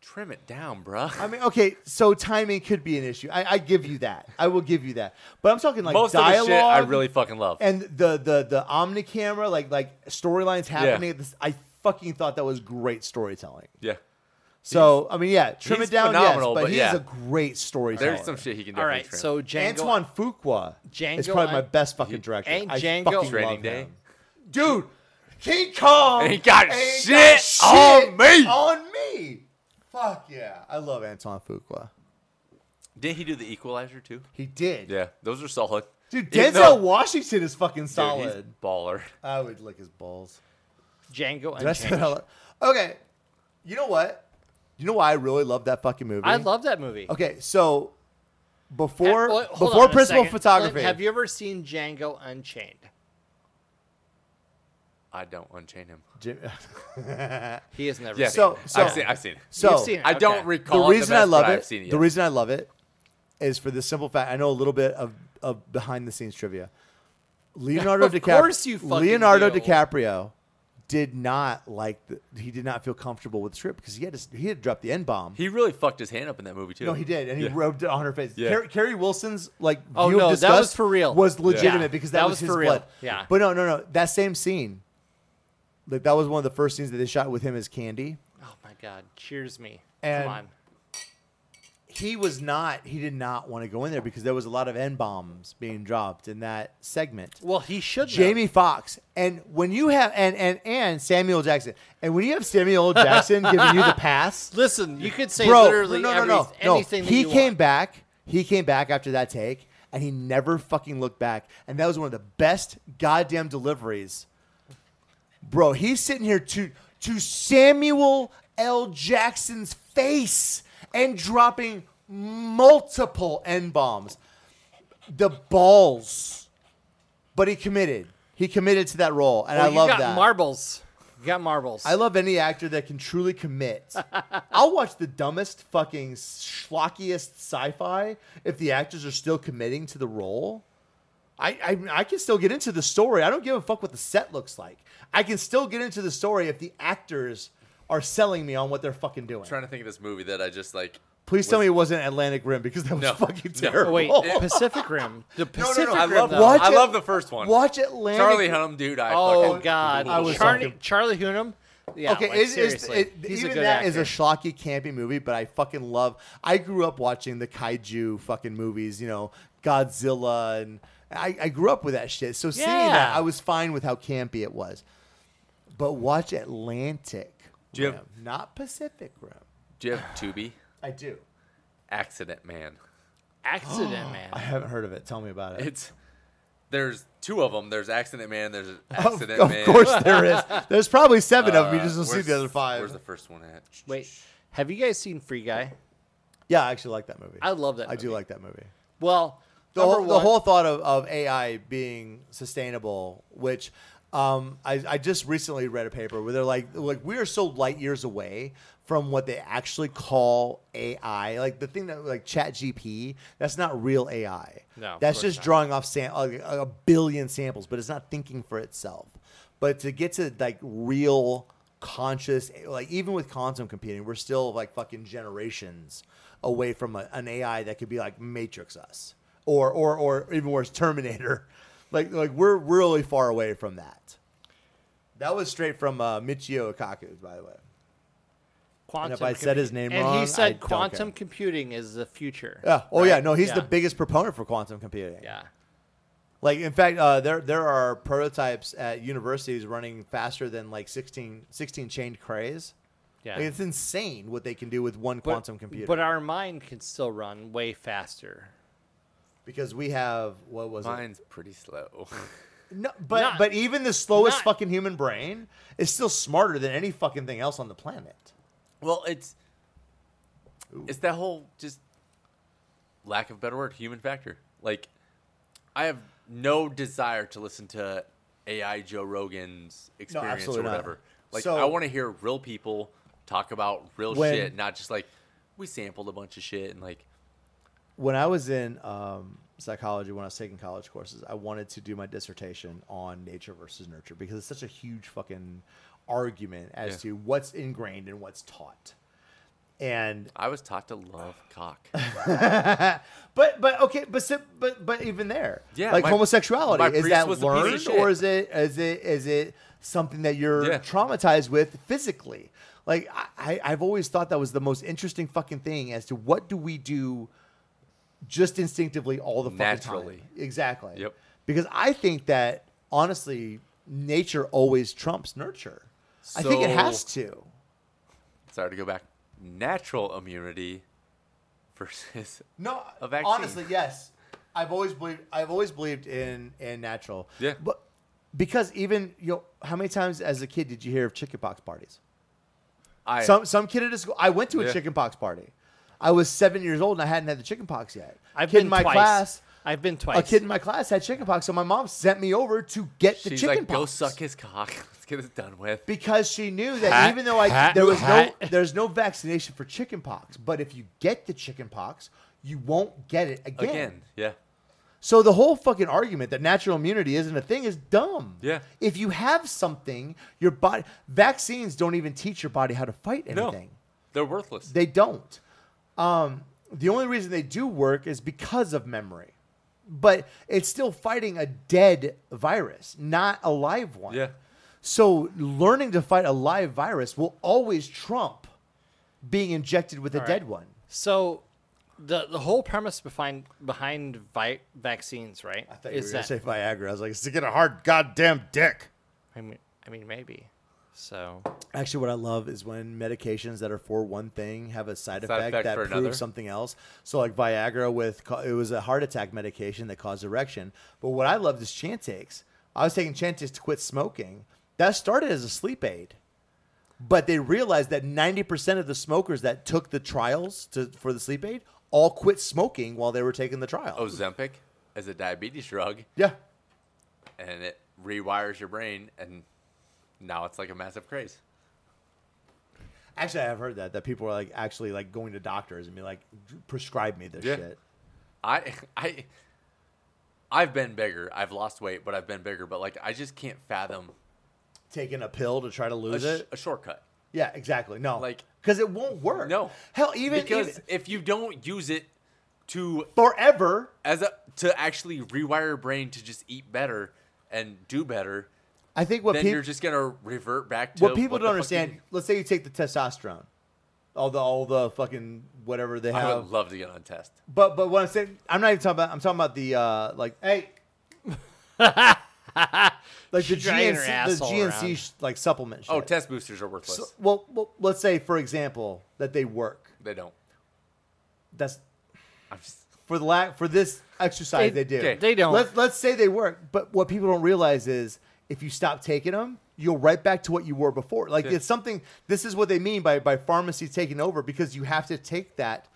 Speaker 3: trim it down, bruh.
Speaker 4: I mean, okay, so timing could be an issue. I, I give you that. I will give you that. But I'm talking like
Speaker 3: Most
Speaker 4: dialogue.
Speaker 3: of the shit I really fucking love.
Speaker 4: and the the the omni camera like like storylines happening at this i fucking thought that was great storytelling
Speaker 3: yeah,
Speaker 4: so i mean yeah trim
Speaker 3: he's
Speaker 4: it down yes,
Speaker 3: phenomenal,
Speaker 4: but,
Speaker 3: but
Speaker 4: he
Speaker 3: yeah.
Speaker 4: is a great storyteller
Speaker 3: there's some shit he can
Speaker 1: All
Speaker 3: definitely
Speaker 1: right,
Speaker 3: trim.
Speaker 1: so Django.
Speaker 4: antoine fuqua is
Speaker 1: Django
Speaker 4: probably my
Speaker 1: Un-
Speaker 4: best fucking director
Speaker 1: and
Speaker 4: I
Speaker 1: Django-
Speaker 4: fucking
Speaker 3: Training
Speaker 4: love
Speaker 3: Day.
Speaker 4: him. dude king kong
Speaker 3: Ain't got
Speaker 4: ain't
Speaker 3: shit on me.
Speaker 4: on me fuck yeah i love antoine fuqua
Speaker 3: did he do the Equalizer too?
Speaker 4: he did
Speaker 3: Yeah, those are solid.
Speaker 4: dude
Speaker 3: Even
Speaker 4: denzel
Speaker 3: though-
Speaker 4: washington is fucking
Speaker 3: Dude,
Speaker 4: solid
Speaker 3: he's baller.
Speaker 4: i would lick his balls
Speaker 1: Django
Speaker 4: Did I say
Speaker 1: Unchained.
Speaker 4: that out loud? Okay. You know what? You know why I really love that fucking movie?
Speaker 1: I love that movie.
Speaker 4: Okay, so before
Speaker 1: Uh, well, hold
Speaker 4: before
Speaker 1: on a
Speaker 4: principal
Speaker 1: second.
Speaker 4: photography.
Speaker 1: Clint, have you ever seen Django Unchained?
Speaker 3: I don't unchain him.
Speaker 4: Jim-
Speaker 1: He has never.
Speaker 3: Yeah,
Speaker 1: seen
Speaker 4: So-
Speaker 1: it.
Speaker 4: so-
Speaker 3: I've seen. I've seen. it.
Speaker 4: so
Speaker 1: You've seen it.
Speaker 3: I don't
Speaker 1: Okay.
Speaker 4: the
Speaker 3: recall. it
Speaker 4: reason I
Speaker 3: best,
Speaker 4: love
Speaker 3: but
Speaker 4: it,
Speaker 3: I've seen it
Speaker 4: the
Speaker 3: yes.
Speaker 4: reason I love it is for the simple fact I know a little bit of, of behind the scenes trivia. Leonardo
Speaker 1: Of
Speaker 4: DiCaprio
Speaker 1: course you fucking
Speaker 4: Leonardo
Speaker 1: do.
Speaker 4: DiCaprio did not like the, he did not feel comfortable with the script because he had to, he had to drop the N bomb.
Speaker 3: he really fucked his hand up in that movie too.
Speaker 4: No, he did, and he
Speaker 3: Yeah.
Speaker 4: rubbed it on her face.
Speaker 3: Yeah.
Speaker 4: Car- Carrie Wilson's like
Speaker 1: Oh,
Speaker 4: view
Speaker 1: no,
Speaker 4: of
Speaker 1: that
Speaker 4: disgust
Speaker 1: was for real.
Speaker 4: Was
Speaker 1: Yeah.
Speaker 4: legitimate
Speaker 1: Yeah.
Speaker 4: because that,
Speaker 1: That
Speaker 4: was,
Speaker 1: was
Speaker 4: his
Speaker 1: for real.
Speaker 4: blood.
Speaker 1: Yeah.
Speaker 4: but no, no, no. That same scene, like that was one of the first scenes that they shot with him as Candy.
Speaker 1: Oh my God! Cheers me.
Speaker 4: And-
Speaker 1: Come on.
Speaker 4: He was not. He did not want to go in there because there was a lot of n bombs being dropped in that segment.
Speaker 1: Well, he should.
Speaker 4: Jamie Foxx, and when you have and and and Samuel Jackson, and when you have Samuel L. Jackson giving you the pass,
Speaker 1: Listen, you could say
Speaker 4: Bro,
Speaker 1: literally
Speaker 4: no, no,
Speaker 1: every,
Speaker 4: no, no.
Speaker 1: anything. that
Speaker 4: he
Speaker 1: you
Speaker 4: came
Speaker 1: want.
Speaker 4: back. He came back after that take, and he never fucking looked back. And that was one of the best goddamn deliveries, bro. He's sitting here to to Samuel L. Jackson's face and dropping multiple n bombs. The balls, but he committed. He committed to that role, and
Speaker 1: Well,
Speaker 4: I
Speaker 1: you
Speaker 4: love
Speaker 1: got
Speaker 4: that.
Speaker 1: Marbles. You got marbles.
Speaker 4: I love any actor that can truly commit. I'll watch the dumbest, fucking schlockiest sci-fi if the actors are still committing to the role. I, I I can still get into the story. I don't give a fuck what the set looks like. I can still get into the story if the actors are selling me on what they're fucking doing.
Speaker 3: I'm trying to think of this movie that I just like
Speaker 4: Please tell me it wasn't Atlantic Rim because that was
Speaker 3: No.
Speaker 4: fucking
Speaker 3: No.
Speaker 4: terrible.
Speaker 1: Wait, Pacific Rim. The Pacific
Speaker 3: I
Speaker 1: Rim,
Speaker 3: love,
Speaker 1: though.
Speaker 3: watch I
Speaker 1: Watch
Speaker 3: love
Speaker 1: it-
Speaker 3: the first one.
Speaker 4: watch Atlantic-
Speaker 3: Charlie Hunnam, dude. I
Speaker 1: oh
Speaker 3: fucking-
Speaker 1: God,
Speaker 4: I was
Speaker 1: Charlie
Speaker 4: fucking-
Speaker 1: Charlie Hunnam. Yeah,
Speaker 4: okay,
Speaker 1: like,
Speaker 4: is, is,
Speaker 1: seriously,
Speaker 4: it,
Speaker 1: he's a
Speaker 4: even
Speaker 1: good
Speaker 4: that is
Speaker 1: actor.
Speaker 4: a schlocky, campy movie, but I fucking love. I grew up watching the kaiju fucking movies, you know, Godzilla, and I, I grew up with that shit. So seeing that,
Speaker 1: Yeah.
Speaker 4: I was fine with how campy it was. But watch Atlantic,
Speaker 3: Do you have-
Speaker 4: Rim, not Pacific Rim.
Speaker 3: Do you have Tubi?
Speaker 4: I do.
Speaker 3: Accident Man.
Speaker 1: Accident Man.
Speaker 4: I haven't heard of it. Tell me about it.
Speaker 3: It's there's two of them. There's Accident Man. There's Accident
Speaker 4: of
Speaker 3: Man. Uh,
Speaker 4: course there is. There's probably seven of 'em, you just don't see
Speaker 3: where's-
Speaker 4: the other five.
Speaker 3: Where's the first one at?
Speaker 1: Wait, have you guys seen Free Guy?
Speaker 4: Yeah, I actually like that movie.
Speaker 1: I love that
Speaker 4: I do like that movie.
Speaker 1: Well,
Speaker 4: the
Speaker 1: number
Speaker 4: whole, the
Speaker 1: one-
Speaker 4: whole thought of, of AI being sustainable, which um, I, I just recently read a paper where they're like, like we are so light years away from what they actually call AI, like the thing that like Chat GP, that's not real AI.
Speaker 1: No, of
Speaker 4: that's
Speaker 1: course
Speaker 4: just
Speaker 1: not.
Speaker 4: drawing off sam- a, a billion samples, but it's not thinking for itself. But to get to like real conscious, like even with quantum computing, we're still like fucking generations away from a, an AI that could be like Matrix us, or or or even worse, Terminator. Like like we're really far away from that. That was straight from uh, Michio Kaku, by the way.
Speaker 1: Quantum
Speaker 4: I said his name
Speaker 1: and
Speaker 4: wrong,
Speaker 1: he
Speaker 4: I
Speaker 1: said
Speaker 4: don't care.
Speaker 1: quantum computing is the future.
Speaker 4: Yeah. Oh yeah.
Speaker 1: right?
Speaker 4: No, he's the
Speaker 1: Yeah.
Speaker 4: biggest proponent for quantum computing.
Speaker 1: Yeah.
Speaker 4: Like in fact, uh, there there are prototypes at universities running faster than like 16, 16 chain craze.
Speaker 1: Yeah.
Speaker 4: Like, it's insane what they can do with one
Speaker 1: But-
Speaker 4: quantum computer.
Speaker 1: But our mind can still run way faster.
Speaker 4: because we have what was
Speaker 3: Mine's pretty slow.
Speaker 4: it? No, but
Speaker 1: Not-
Speaker 4: but even the slowest
Speaker 1: not-
Speaker 4: fucking human brain is still smarter than any fucking thing else on the planet.
Speaker 3: well, it's it's that whole just lack of better word, human factor. Like I have no desire to listen to AI Joe Rogan's experience or
Speaker 4: absolutely not.
Speaker 3: whatever. Like
Speaker 4: So-
Speaker 3: I want to hear real people talk about real
Speaker 4: When-
Speaker 3: shit, not just like we sampled a bunch of shit and like
Speaker 4: when I was in um, psychology, when I was taking college courses, I wanted to do my dissertation on nature versus nurture because it's such a huge fucking argument as
Speaker 3: Yeah.
Speaker 4: to what's ingrained and what's taught. And
Speaker 3: I was taught to love cock.
Speaker 4: but but okay, but si- but but even there,
Speaker 3: Yeah,
Speaker 4: like
Speaker 3: my-
Speaker 4: homosexuality
Speaker 3: my
Speaker 4: is
Speaker 3: priest
Speaker 4: that
Speaker 3: was a piece of
Speaker 4: learned
Speaker 3: shit.
Speaker 4: or is it is it is it something that you're
Speaker 3: Yeah.
Speaker 4: traumatized with physically? Like I, I- I've always thought that was the most interesting fucking thing as to what do we do just instinctively all the fucking
Speaker 3: Naturally.
Speaker 4: time. Exactly.
Speaker 3: Yep.
Speaker 4: Because I think that honestly, nature always trumps nurture. I think it
Speaker 3: So-
Speaker 4: has to.
Speaker 3: Sorry to go back. Natural immunity versus
Speaker 4: No,
Speaker 3: A vaccine.
Speaker 4: honestly, yes. I've always believed. I've always believed in in natural.
Speaker 3: Yeah.
Speaker 4: but because even you know, how many times as a kid did you hear of chickenpox parties?
Speaker 3: I
Speaker 4: some some kid at a school. I went to a
Speaker 3: Yeah.
Speaker 4: chickenpox party. I was seven years old and I hadn't had the chickenpox yet.
Speaker 1: I've
Speaker 4: Kid
Speaker 1: been
Speaker 4: in my
Speaker 1: twice.
Speaker 4: class.
Speaker 1: I've been
Speaker 4: A
Speaker 1: twice.
Speaker 4: kid in my class had chickenpox, so my mom sent me over to get the
Speaker 3: She's like,
Speaker 4: chickenpox
Speaker 3: go suck his cock. Let's get it done with.
Speaker 4: because she knew that
Speaker 3: Hot,
Speaker 4: even though I
Speaker 3: hot,
Speaker 4: there was
Speaker 3: hot.
Speaker 4: no there's no vaccination for chickenpox, but if you get the chickenpox, you won't get it
Speaker 3: Again.
Speaker 4: again.
Speaker 3: Yeah.
Speaker 4: So the whole fucking argument that natural immunity isn't a thing is dumb.
Speaker 3: Yeah.
Speaker 4: If you have something, your body vaccines don't even teach your body how to fight anything.
Speaker 3: They're worthless.
Speaker 4: They don't. Um, the only reason they do work is because of memory. But it's still fighting a dead virus, not a live one.
Speaker 3: Yeah.
Speaker 4: So learning to fight a live virus will always trump being injected with a
Speaker 1: All right.
Speaker 4: dead one.
Speaker 1: So, the the whole premise behind behind vi- vaccines, right? I
Speaker 4: thought
Speaker 1: is that
Speaker 4: Viagra. I was like, it's to get a hard goddamn dick.
Speaker 1: I mean, I mean, maybe. So
Speaker 4: Actually, what I love is when medications that are for one thing have a side,
Speaker 3: Side
Speaker 4: effect,
Speaker 3: effect
Speaker 4: that
Speaker 3: for
Speaker 4: proves
Speaker 3: another.
Speaker 4: something else. So, like Viagra, with ca- it was a heart attack medication that caused erection. But what I loved is Chantix. I was taking Chantix to quit smoking. That started as a sleep aid, but they realized that ninety percent of the smokers that took the trials to, for the sleep aid all quit smoking while they were taking the trial.
Speaker 3: Ozempic is a diabetes drug,
Speaker 4: Yeah,
Speaker 3: and it rewires your brain, and now it's like a massive craze.
Speaker 4: actually, I've heard that that people are like actually like going to doctors and be like, prescribe me this
Speaker 3: Yeah.
Speaker 4: shit.
Speaker 3: I I I've been bigger. I've lost weight, but I've been bigger. But like, I just can't fathom
Speaker 4: Taking a pill to try to
Speaker 3: a,
Speaker 4: lose
Speaker 3: sh-
Speaker 4: it.
Speaker 3: a shortcut.
Speaker 4: Yeah, exactly. No,
Speaker 3: Like,
Speaker 4: because it won't work.
Speaker 3: No.
Speaker 4: Hell, even
Speaker 3: because
Speaker 4: even-
Speaker 3: if you don't use it to
Speaker 4: forever
Speaker 3: as a to actually rewire your brain to just eat better and do better,
Speaker 4: I think what
Speaker 3: then
Speaker 4: peop-
Speaker 3: you're just gonna revert back to
Speaker 4: what people
Speaker 3: the
Speaker 4: don't
Speaker 3: fuck you
Speaker 4: understand.
Speaker 3: did.
Speaker 4: Let's say you take the testosterone, all the all the fucking whatever they have.
Speaker 3: I would love to get on a test.
Speaker 4: But but what I'm saying, I'm not even talking about. I'm talking about the uh, like hey, like the
Speaker 1: She's dragging her
Speaker 4: GNC, the
Speaker 1: asshole
Speaker 4: GNC
Speaker 1: around.
Speaker 4: sh- like supplement. Shit.
Speaker 3: Oh, test boosters are worthless.
Speaker 4: So- well, well, let's say for example that they work.
Speaker 3: they don't.
Speaker 4: That's
Speaker 3: I'm just
Speaker 4: for the lack for this exercise
Speaker 1: They-
Speaker 4: they, do.
Speaker 1: okay. They don't.
Speaker 4: Let's let's say they work, but what people don't realize is if you stop taking them, you'll right back to what you were before. Like
Speaker 3: Yeah.
Speaker 4: it's something. This is what they mean by by pharmacy taking over because you have to take that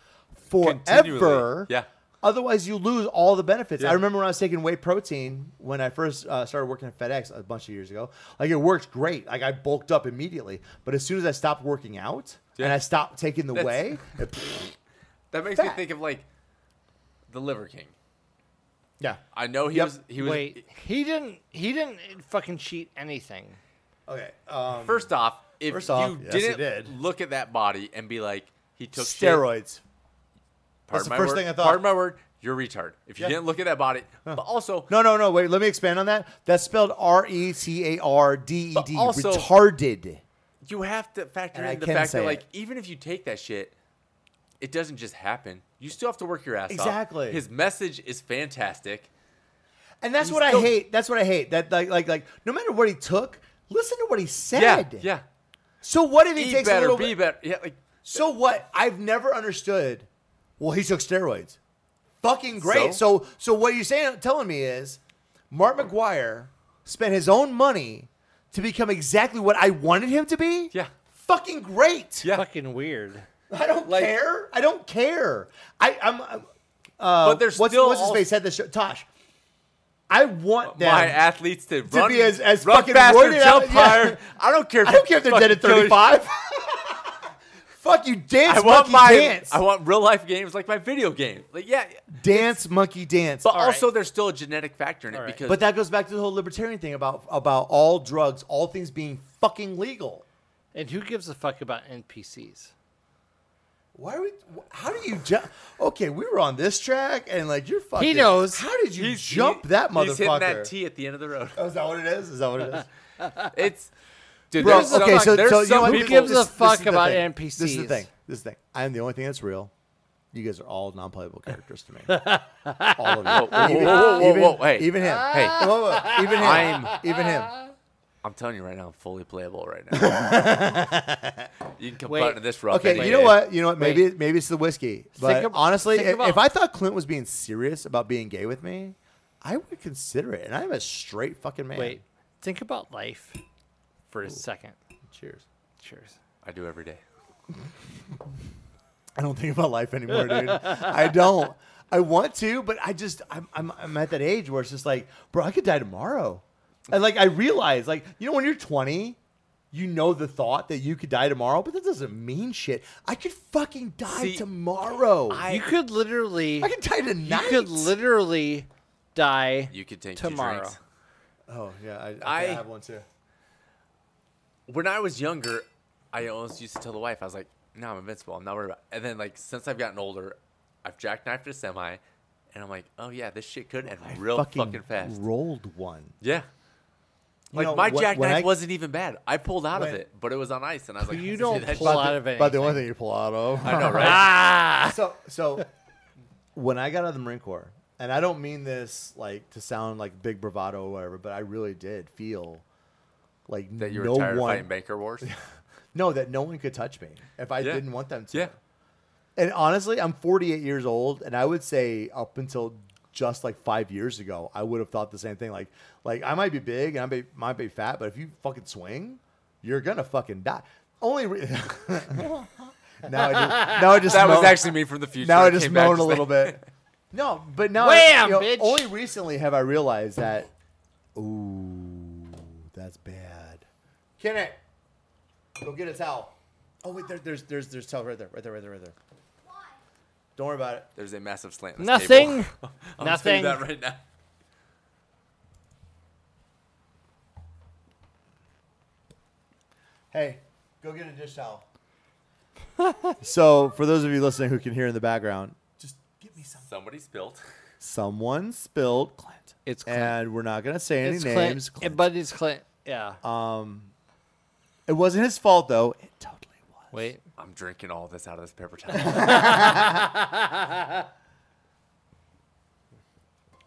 Speaker 4: forever.
Speaker 3: Continually. Yeah.
Speaker 4: Otherwise, you lose all the benefits.
Speaker 3: Yeah.
Speaker 4: I remember when I was taking whey protein when I first uh, started working at FedEx a bunch of years ago. Like it worked great. Like I bulked up immediately, but as soon as I stopped working out and I stopped taking the
Speaker 3: That's-
Speaker 4: whey, it-
Speaker 3: That makes me think of like the Liver King.
Speaker 4: yeah.
Speaker 3: I know he
Speaker 4: Yep.
Speaker 3: was he was
Speaker 1: Wait, he didn't. He didn't fucking cheat anything.
Speaker 4: Okay. Um,
Speaker 3: First off, if
Speaker 1: First
Speaker 3: you
Speaker 1: off, yes, he
Speaker 3: didn't
Speaker 1: did.
Speaker 3: look at that body and be like, he took shit,
Speaker 4: steroids.
Speaker 3: pardon
Speaker 4: the
Speaker 3: my
Speaker 4: first
Speaker 3: word-
Speaker 4: thing I thought.
Speaker 3: Pardon my word, you're a retard. If you
Speaker 4: Yeah.
Speaker 3: didn't look at that body, but also,
Speaker 4: No, no, no. Wait, let me expand on that. That's spelled R E T A R D E D.
Speaker 3: But also-
Speaker 4: Retarded.
Speaker 3: you have to factor
Speaker 4: And I
Speaker 3: in the
Speaker 4: can
Speaker 3: fact
Speaker 4: say
Speaker 3: that
Speaker 4: it.
Speaker 3: like even if you take that shit, it doesn't just happen. You still have to work your ass off.
Speaker 4: Exactly.
Speaker 3: His message is fantastic.
Speaker 4: And that's
Speaker 3: He's
Speaker 4: what I
Speaker 3: still-
Speaker 4: hate. That's what I hate. That like like like no matter what he took, listen to what he
Speaker 3: Yeah,
Speaker 4: said.
Speaker 3: yeah.
Speaker 4: So what if he
Speaker 3: Be
Speaker 4: takes a
Speaker 3: better,
Speaker 4: little
Speaker 3: be
Speaker 4: bit?
Speaker 3: better. Yeah, like
Speaker 4: So what? I've never understood. Well, he took steroids. Fucking great.
Speaker 3: So?
Speaker 4: So so, what you're saying telling me is Mark McGuire spent his own money to become exactly what I wanted him to be?
Speaker 3: Yeah.
Speaker 4: Fucking great.
Speaker 3: Yeah.
Speaker 1: Fucking weird.
Speaker 4: I don't care. I don't care. I, I'm. I'm uh,
Speaker 3: But there's
Speaker 4: what's,
Speaker 3: still
Speaker 4: what's his
Speaker 3: also-
Speaker 4: face had the show. Tosh. I want them
Speaker 3: my athletes to,
Speaker 4: to
Speaker 3: run,
Speaker 4: be as as
Speaker 3: run
Speaker 4: fucking
Speaker 3: faster,
Speaker 4: roided out-
Speaker 3: jump
Speaker 4: yeah.
Speaker 3: higher. I don't care. If
Speaker 4: I don't
Speaker 3: it
Speaker 4: care if they're dead at
Speaker 3: fucking kills you.
Speaker 4: 35. Fuck you, dance
Speaker 3: I want
Speaker 4: monkey
Speaker 3: my
Speaker 4: dance.
Speaker 3: I want real life games like my video game. Like yeah,
Speaker 4: dance monkey dance.
Speaker 3: but also there's still a genetic factor in it because
Speaker 4: but that goes back to the whole libertarian thing about about all drugs, all things being fucking legal.
Speaker 1: And who gives a fuck about NPCs?
Speaker 4: Why are we? wh- How do you jump? Okay, we were on this track, and like you're fucking.
Speaker 1: knows.
Speaker 4: How did you
Speaker 3: he's-
Speaker 4: jump
Speaker 3: he-
Speaker 4: that motherfucker?
Speaker 3: He's hitting that T at the end of the road.
Speaker 4: Oh, is that what it is? Is that what it is?
Speaker 3: It's dude,
Speaker 4: Bro,
Speaker 3: there's some-
Speaker 4: okay, so,
Speaker 3: there's
Speaker 4: so you
Speaker 3: some
Speaker 4: know what?
Speaker 1: who
Speaker 3: people-
Speaker 1: gives a
Speaker 4: This- this
Speaker 1: fuck
Speaker 4: is the
Speaker 1: about
Speaker 4: thing.
Speaker 1: NPCs?
Speaker 4: This is the thing. This is the thing. I am the only thing that's real. You guys are all non-playable characters to me. all of
Speaker 3: Whoa,
Speaker 4: you.
Speaker 3: whoa,
Speaker 4: even,
Speaker 3: whoa, whoa,
Speaker 4: even,
Speaker 3: whoa, hey.
Speaker 4: even him.
Speaker 3: Hey.
Speaker 4: Whoa, whoa, whoa. Even him.
Speaker 3: I'm-
Speaker 4: even him.
Speaker 3: I'm telling you right now, I'm fully playable right now. you can come
Speaker 1: Wait.
Speaker 3: out into this rough. and
Speaker 4: Okay, you
Speaker 3: make
Speaker 4: know
Speaker 3: it.
Speaker 4: what? You know what? Maybe
Speaker 1: Wait.
Speaker 4: it- maybe it's the whiskey. But
Speaker 1: ab-
Speaker 4: honestly,
Speaker 1: think
Speaker 4: if,
Speaker 1: about-
Speaker 4: if I thought Clint was being serious about being gay with me, I would consider it. And I'm a straight fucking man.
Speaker 1: Wait, think about life for a second.
Speaker 4: Cheers.
Speaker 1: Cheers.
Speaker 3: I do every day.
Speaker 4: I don't think about life anymore, dude. I don't. I want to, but I just I'm, I'm I'm at that age where it's just like, bro, I could die tomorrow. And like I realize, like, you know, when you're 20, you know the thought that you could die tomorrow, but that doesn't mean shit. I could fucking die
Speaker 1: See,
Speaker 4: tomorrow.
Speaker 1: you could literally.
Speaker 4: I could die tonight.
Speaker 1: You could literally die.
Speaker 3: You could take two
Speaker 1: tomorrow.
Speaker 3: drinks.
Speaker 4: oh yeah, I,
Speaker 3: I I- have
Speaker 4: one too.
Speaker 3: when I was younger, I almost used to tell the wife, I was like, no, I'm invincible. I'm not worried about it. And then, like, since I've gotten older, I've jackknifed a semi, and I'm like, oh, yeah, this shit could end real fucking, fast.
Speaker 4: rolled one.
Speaker 3: yeah.
Speaker 4: You
Speaker 3: Like,
Speaker 4: know,
Speaker 3: my
Speaker 4: when-
Speaker 3: jackknife
Speaker 4: when I-
Speaker 3: wasn't even bad. I pulled out
Speaker 4: when-
Speaker 3: of it, but it was on ice, and I was like,
Speaker 1: You
Speaker 3: "Dude,
Speaker 1: don't
Speaker 3: that
Speaker 1: pull
Speaker 3: shit-
Speaker 1: out of it.
Speaker 4: But the only thing you pull out of.
Speaker 3: I know, right?
Speaker 4: so so when I got out of the Marine Corps, and I don't mean this like to sound like big bravado or whatever, but I really did feel like
Speaker 3: that you were
Speaker 4: no
Speaker 3: tired of
Speaker 4: one
Speaker 3: fighting Banker Wars?
Speaker 4: no that no one could touch me if I
Speaker 3: Yeah.
Speaker 4: didn't want them to.
Speaker 3: yeah.
Speaker 4: And honestly, I'm 48 years old, and I would say up until just like five years ago, I would have thought the same thing. Like, like I might be big and I may, might be fat, but if you fucking swing, you're gonna fucking die. Only re- now, I do, now I just
Speaker 3: That was
Speaker 4: moan-
Speaker 3: actually me from the future.
Speaker 4: Now I
Speaker 3: It
Speaker 4: just
Speaker 3: came back
Speaker 4: moan a
Speaker 3: just
Speaker 4: little
Speaker 3: like-
Speaker 4: bit. No, but now
Speaker 1: Wham,
Speaker 4: you know,
Speaker 1: bitch.
Speaker 4: only recently have I realized that. Ooh, that's bad. Kenneth, go get a towel. Oh wait, there, there's there's there's towel right there, right there, right there, right there. Don't worry about it.
Speaker 3: There's a massive slant. in this
Speaker 1: Nothing.
Speaker 3: table. I'll tell
Speaker 1: Nothing.
Speaker 3: you that right now.
Speaker 4: Hey, go get a dish towel. so for those of you listening who can hear in the background,
Speaker 3: Somebody spilt.
Speaker 4: someone spilled Clint.
Speaker 1: It's
Speaker 4: Clint. and we're not gonna say any
Speaker 1: It's Clint.
Speaker 4: names.
Speaker 1: Yeah, But it's Clint. Yeah.
Speaker 4: Um, it wasn't his fault though. It totally was.
Speaker 1: Wait.
Speaker 3: I'm drinking all this out of this paper towel.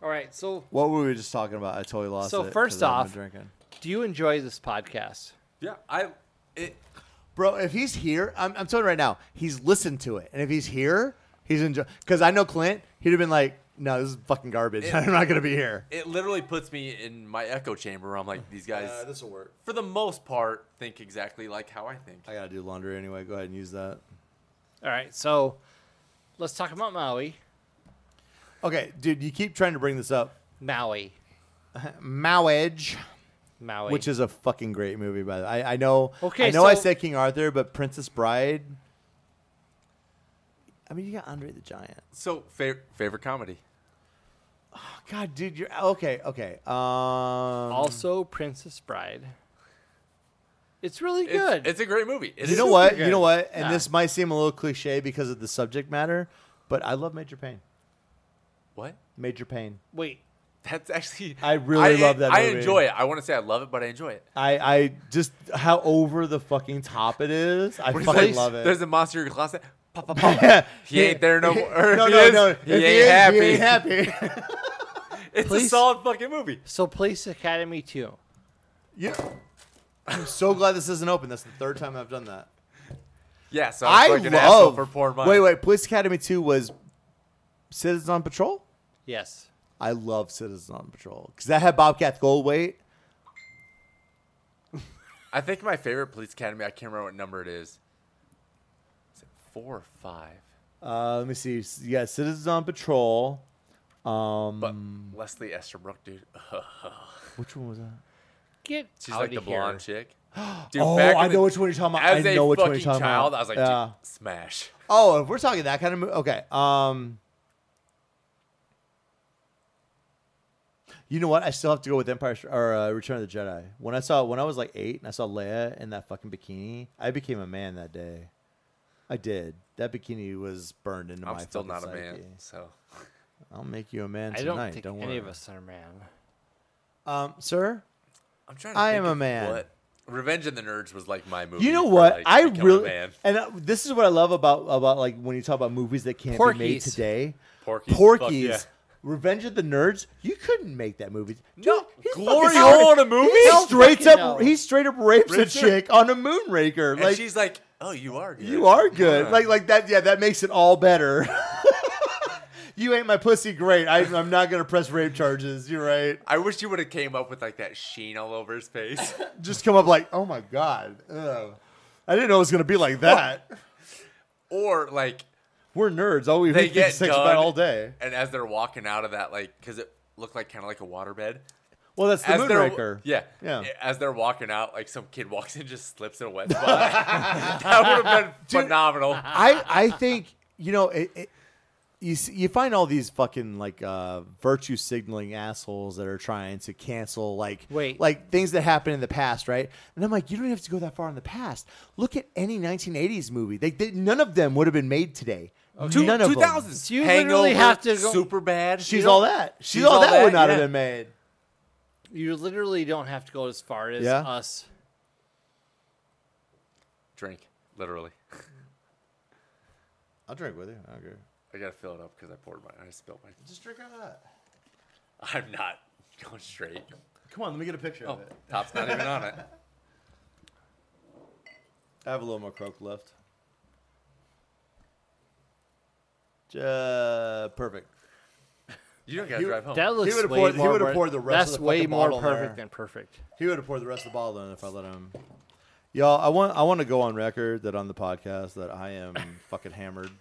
Speaker 1: All right. So,
Speaker 4: What were we just talking about? I totally lost it.
Speaker 1: so
Speaker 4: 'cause
Speaker 1: first
Speaker 4: I've
Speaker 1: off,
Speaker 4: been drinking.
Speaker 1: do you enjoy this podcast?
Speaker 3: yeah, I. It,
Speaker 4: bro, if he's here, I'm, I'm telling you right now, he's listened to it, and if he's here, he's enjoying. Because I know Clint, he'd have been like, "No, this is fucking garbage.
Speaker 3: It-
Speaker 4: I'm not gonna be here."
Speaker 3: It literally puts me in my echo chamber. I'm like, these guys,
Speaker 4: Uh,
Speaker 2: Yeah, this'll work.
Speaker 3: for the most part, think exactly like how I think.
Speaker 4: I gotta do laundry anyway. Go ahead and use that.
Speaker 1: All right. So, let's talk about Maui.
Speaker 4: Okay, dude, you keep trying to bring this up.
Speaker 1: Maui.
Speaker 4: Mowage.
Speaker 1: Maui.
Speaker 4: Which is a fucking great movie, by the way. I, I know.
Speaker 1: Okay,
Speaker 4: I know I
Speaker 1: so-
Speaker 4: said King Arthur, but Princess Bride. I mean, you got Andre the Giant.
Speaker 3: So, fa- favorite comedy?
Speaker 4: God, dude, you're okay. Okay. Um,
Speaker 1: also Princess Bride. It's really
Speaker 3: It's-
Speaker 1: good.
Speaker 3: It's, a great movie. It
Speaker 4: you
Speaker 3: is
Speaker 4: know what?
Speaker 3: super
Speaker 4: You know
Speaker 3: good.
Speaker 4: what? And
Speaker 3: Nah.
Speaker 4: this might seem a little cliche because of the subject matter, but I love Major Payne.
Speaker 3: What?
Speaker 4: Major Payne.
Speaker 1: Wait.
Speaker 3: That's actually.
Speaker 4: I really
Speaker 3: I-
Speaker 4: love that
Speaker 3: I
Speaker 4: movie.
Speaker 3: enjoy it. I want to say I love it, but I enjoy it.
Speaker 4: I, I just how over the fucking top it is. I
Speaker 3: What is
Speaker 4: fucking
Speaker 3: it?
Speaker 4: love it.
Speaker 3: There's a monster in your closet. Pop, pop, pop. he ain't there no more. Or
Speaker 4: No,
Speaker 3: if
Speaker 4: no,
Speaker 3: he is,
Speaker 4: no.
Speaker 3: He
Speaker 4: If
Speaker 3: ain't
Speaker 4: he is,
Speaker 3: happy.
Speaker 4: he ain't
Speaker 3: it's a
Speaker 1: Police-
Speaker 3: solid fucking movie.
Speaker 1: So, Police Academy 2.
Speaker 4: Yeah. I'm so glad this isn't open. That's the third time I've done that.
Speaker 3: Yeah, so
Speaker 4: I
Speaker 3: I was like an asshole
Speaker 4: love.
Speaker 3: for poor money.
Speaker 4: wait, wait. Police Academy Two was Citizens on Patrol.
Speaker 1: Yes.
Speaker 4: I love Citizens on Patrol because that had Bobcat Goldthwait.
Speaker 3: I think my favorite Police Academy. I can't remember what number it is. Is it four or five?
Speaker 4: Uh, let me see. Yeah, Citizens on Patrol. Um,
Speaker 3: But Leslie Esterbrook, dude.
Speaker 4: which one was that?
Speaker 1: Get
Speaker 3: She's like the
Speaker 1: outta here.
Speaker 3: blonde chick.
Speaker 4: Oh,
Speaker 3: back
Speaker 4: I
Speaker 3: in
Speaker 4: know which one you're talking about.
Speaker 3: As
Speaker 4: I
Speaker 3: a
Speaker 4: know which one you're
Speaker 3: fucking
Speaker 4: talking
Speaker 3: child,
Speaker 4: about.
Speaker 3: I was like,
Speaker 4: Yeah.
Speaker 3: dude, smash.
Speaker 4: Oh, if we're talking that kind of movie, okay. Um, you know what? I still have to go with Empire Stri- or uh, Return of the Jedi. When I saw when I was like eight and I saw Leia in that fucking bikini, I became a man that day. I did. That bikini was burned into
Speaker 3: I'm
Speaker 4: my.
Speaker 3: still
Speaker 4: fucking
Speaker 3: not a
Speaker 4: psyche.
Speaker 3: man, so
Speaker 4: I'll make you a man
Speaker 1: I
Speaker 4: tonight.
Speaker 1: don't think
Speaker 4: don't worry,
Speaker 1: any of us are man.
Speaker 4: Um, sir.
Speaker 3: I'm trying. To
Speaker 4: I
Speaker 3: think
Speaker 4: am a
Speaker 3: of
Speaker 4: man.
Speaker 3: What Revenge of the Nerds was like my movie.
Speaker 4: You know
Speaker 3: for,
Speaker 4: what?
Speaker 3: like,
Speaker 4: I
Speaker 3: becoming a
Speaker 4: really
Speaker 3: man.
Speaker 4: and uh, this is what I love about about like when you talk about movies that can't be made
Speaker 1: Porky's.
Speaker 4: today.
Speaker 3: Porky's, fuck
Speaker 4: Porky's.
Speaker 3: yeah.
Speaker 4: Revenge of the Nerds. You couldn't make that movie. Dude,
Speaker 3: No,
Speaker 4: he's
Speaker 3: glory
Speaker 4: fucking-
Speaker 3: hole in a movie?
Speaker 4: He
Speaker 3: Hell
Speaker 4: straight
Speaker 1: fucking
Speaker 4: up.
Speaker 1: no.
Speaker 4: He straight up rapes a
Speaker 3: Rapes her.
Speaker 4: chick on a moonraker.
Speaker 3: And
Speaker 4: like
Speaker 3: she's like, "Oh, you are. Good.
Speaker 4: you are good.
Speaker 3: Yeah.
Speaker 4: Like like that. Yeah, that makes it all better. you ain't my pussy. Great. I, I'm not gonna press rape charges. You're right.
Speaker 3: I wish you would have came up with like that sheen all over his face.
Speaker 4: Just come up like, oh my god. Ugh. I didn't know it was gonna be like that.
Speaker 3: or like
Speaker 4: We're nerds. All we
Speaker 3: they
Speaker 4: we
Speaker 3: get
Speaker 4: get sex
Speaker 3: done,
Speaker 4: about all day.
Speaker 3: and as they're walking out of that, like, because it looked like kind of like a waterbed.
Speaker 4: Well, that's the
Speaker 3: as they're-
Speaker 4: Moonraker.
Speaker 3: Yeah,
Speaker 4: Yeah.
Speaker 3: As they're walking out, like some kid walks in, just slips in a wet spot. that would have been phenomenal.
Speaker 4: I I think you know it. it you, see, you find all these fucking like uh, virtue signaling assholes that are trying to cancel like
Speaker 1: Wait.
Speaker 4: like things that happened in the past, right? And I'm like, you don't have to go that far in the past. Look at any 1980s movie; they, they none of them would have been made today.
Speaker 3: Two,
Speaker 4: none of
Speaker 3: 2000s.
Speaker 4: them.
Speaker 1: You literally have to go-
Speaker 3: super bad.
Speaker 4: She's all that. She's, all, that, would not have been made.
Speaker 1: You literally don't have to go as far as
Speaker 4: Yeah.
Speaker 1: us.
Speaker 3: Drink, literally.
Speaker 4: I'll drink with you. I don't care.
Speaker 3: I gotta fill it up because I poured mine. I spilled mine.
Speaker 4: Just drink out of that.
Speaker 3: I'm not going straight.
Speaker 4: Come on, let me get a picture
Speaker 3: Oh,
Speaker 4: of it.
Speaker 3: top's not even on it.
Speaker 4: I have a little more Coke left. Uh, perfect.
Speaker 3: You don't gotta drive home.
Speaker 1: That looks
Speaker 4: would've
Speaker 1: way
Speaker 4: poured- he
Speaker 1: more.
Speaker 4: would've
Speaker 1: wor-
Speaker 4: poured the rest of
Speaker 1: That's
Speaker 4: the
Speaker 1: way
Speaker 4: fucking
Speaker 1: more
Speaker 4: bottle
Speaker 1: perfect
Speaker 4: there.
Speaker 1: than perfect.
Speaker 4: He would have poured the rest of the bottle in if I let him. Y'all, I want I want to go on record that on the podcast that I am fucking hammered.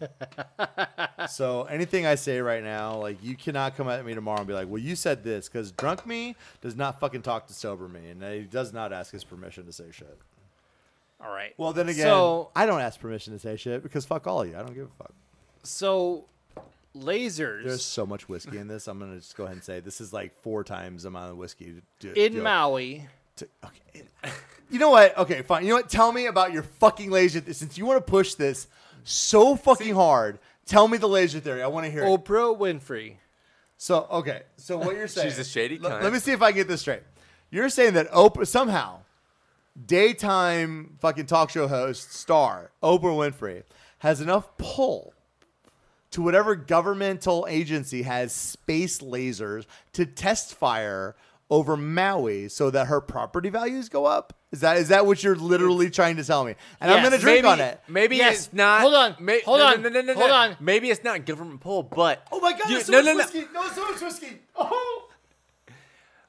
Speaker 4: so anything I say right now, like you cannot come at me tomorrow and be like, "Well, you said this," because drunk me does not fucking talk to sober me, and he does not ask his permission to say shit.
Speaker 1: All right.
Speaker 4: Well, then again,
Speaker 1: So,
Speaker 4: I don't ask permission to say shit because fuck all of you. I don't give a fuck.
Speaker 1: so lasers
Speaker 4: There's so much whiskey in this. I'm gonna just go ahead and say this is like four times the amount of whiskey. To,
Speaker 1: in
Speaker 4: to-
Speaker 1: Maui.
Speaker 4: to- okay. You know what? Okay, fine. You know what? Tell me about your fucking laser. Th- since you want to push this so fucking hard, tell me the laser theory. I want to hear it.
Speaker 1: Oprah Winfrey.
Speaker 4: So okay, so what you're saying?
Speaker 3: She's a shady
Speaker 4: Let-
Speaker 3: cunt.
Speaker 4: Let me see if I get this straight. You're saying that Oprah somehow daytime fucking talk show host star Oprah Winfrey has enough pull to whatever governmental agency has space lasers to test fire over Maui so that her property values go up. Is that is that what you're literally trying to tell me? And I'm
Speaker 3: Yes.
Speaker 4: going to drink
Speaker 3: Maybe-
Speaker 4: on it.
Speaker 3: Maybe
Speaker 1: Yes.
Speaker 3: it's not.
Speaker 1: Hold on.
Speaker 3: May-
Speaker 1: Hold
Speaker 3: no,
Speaker 1: on.
Speaker 3: No, no, no, no,
Speaker 1: Hold
Speaker 3: no.
Speaker 1: on.
Speaker 3: Maybe it's not government pull, but
Speaker 4: oh my god,
Speaker 3: you,
Speaker 4: there's so
Speaker 3: no,
Speaker 4: much
Speaker 3: no, no.
Speaker 4: whiskey. No, there's so much whiskey. Oh,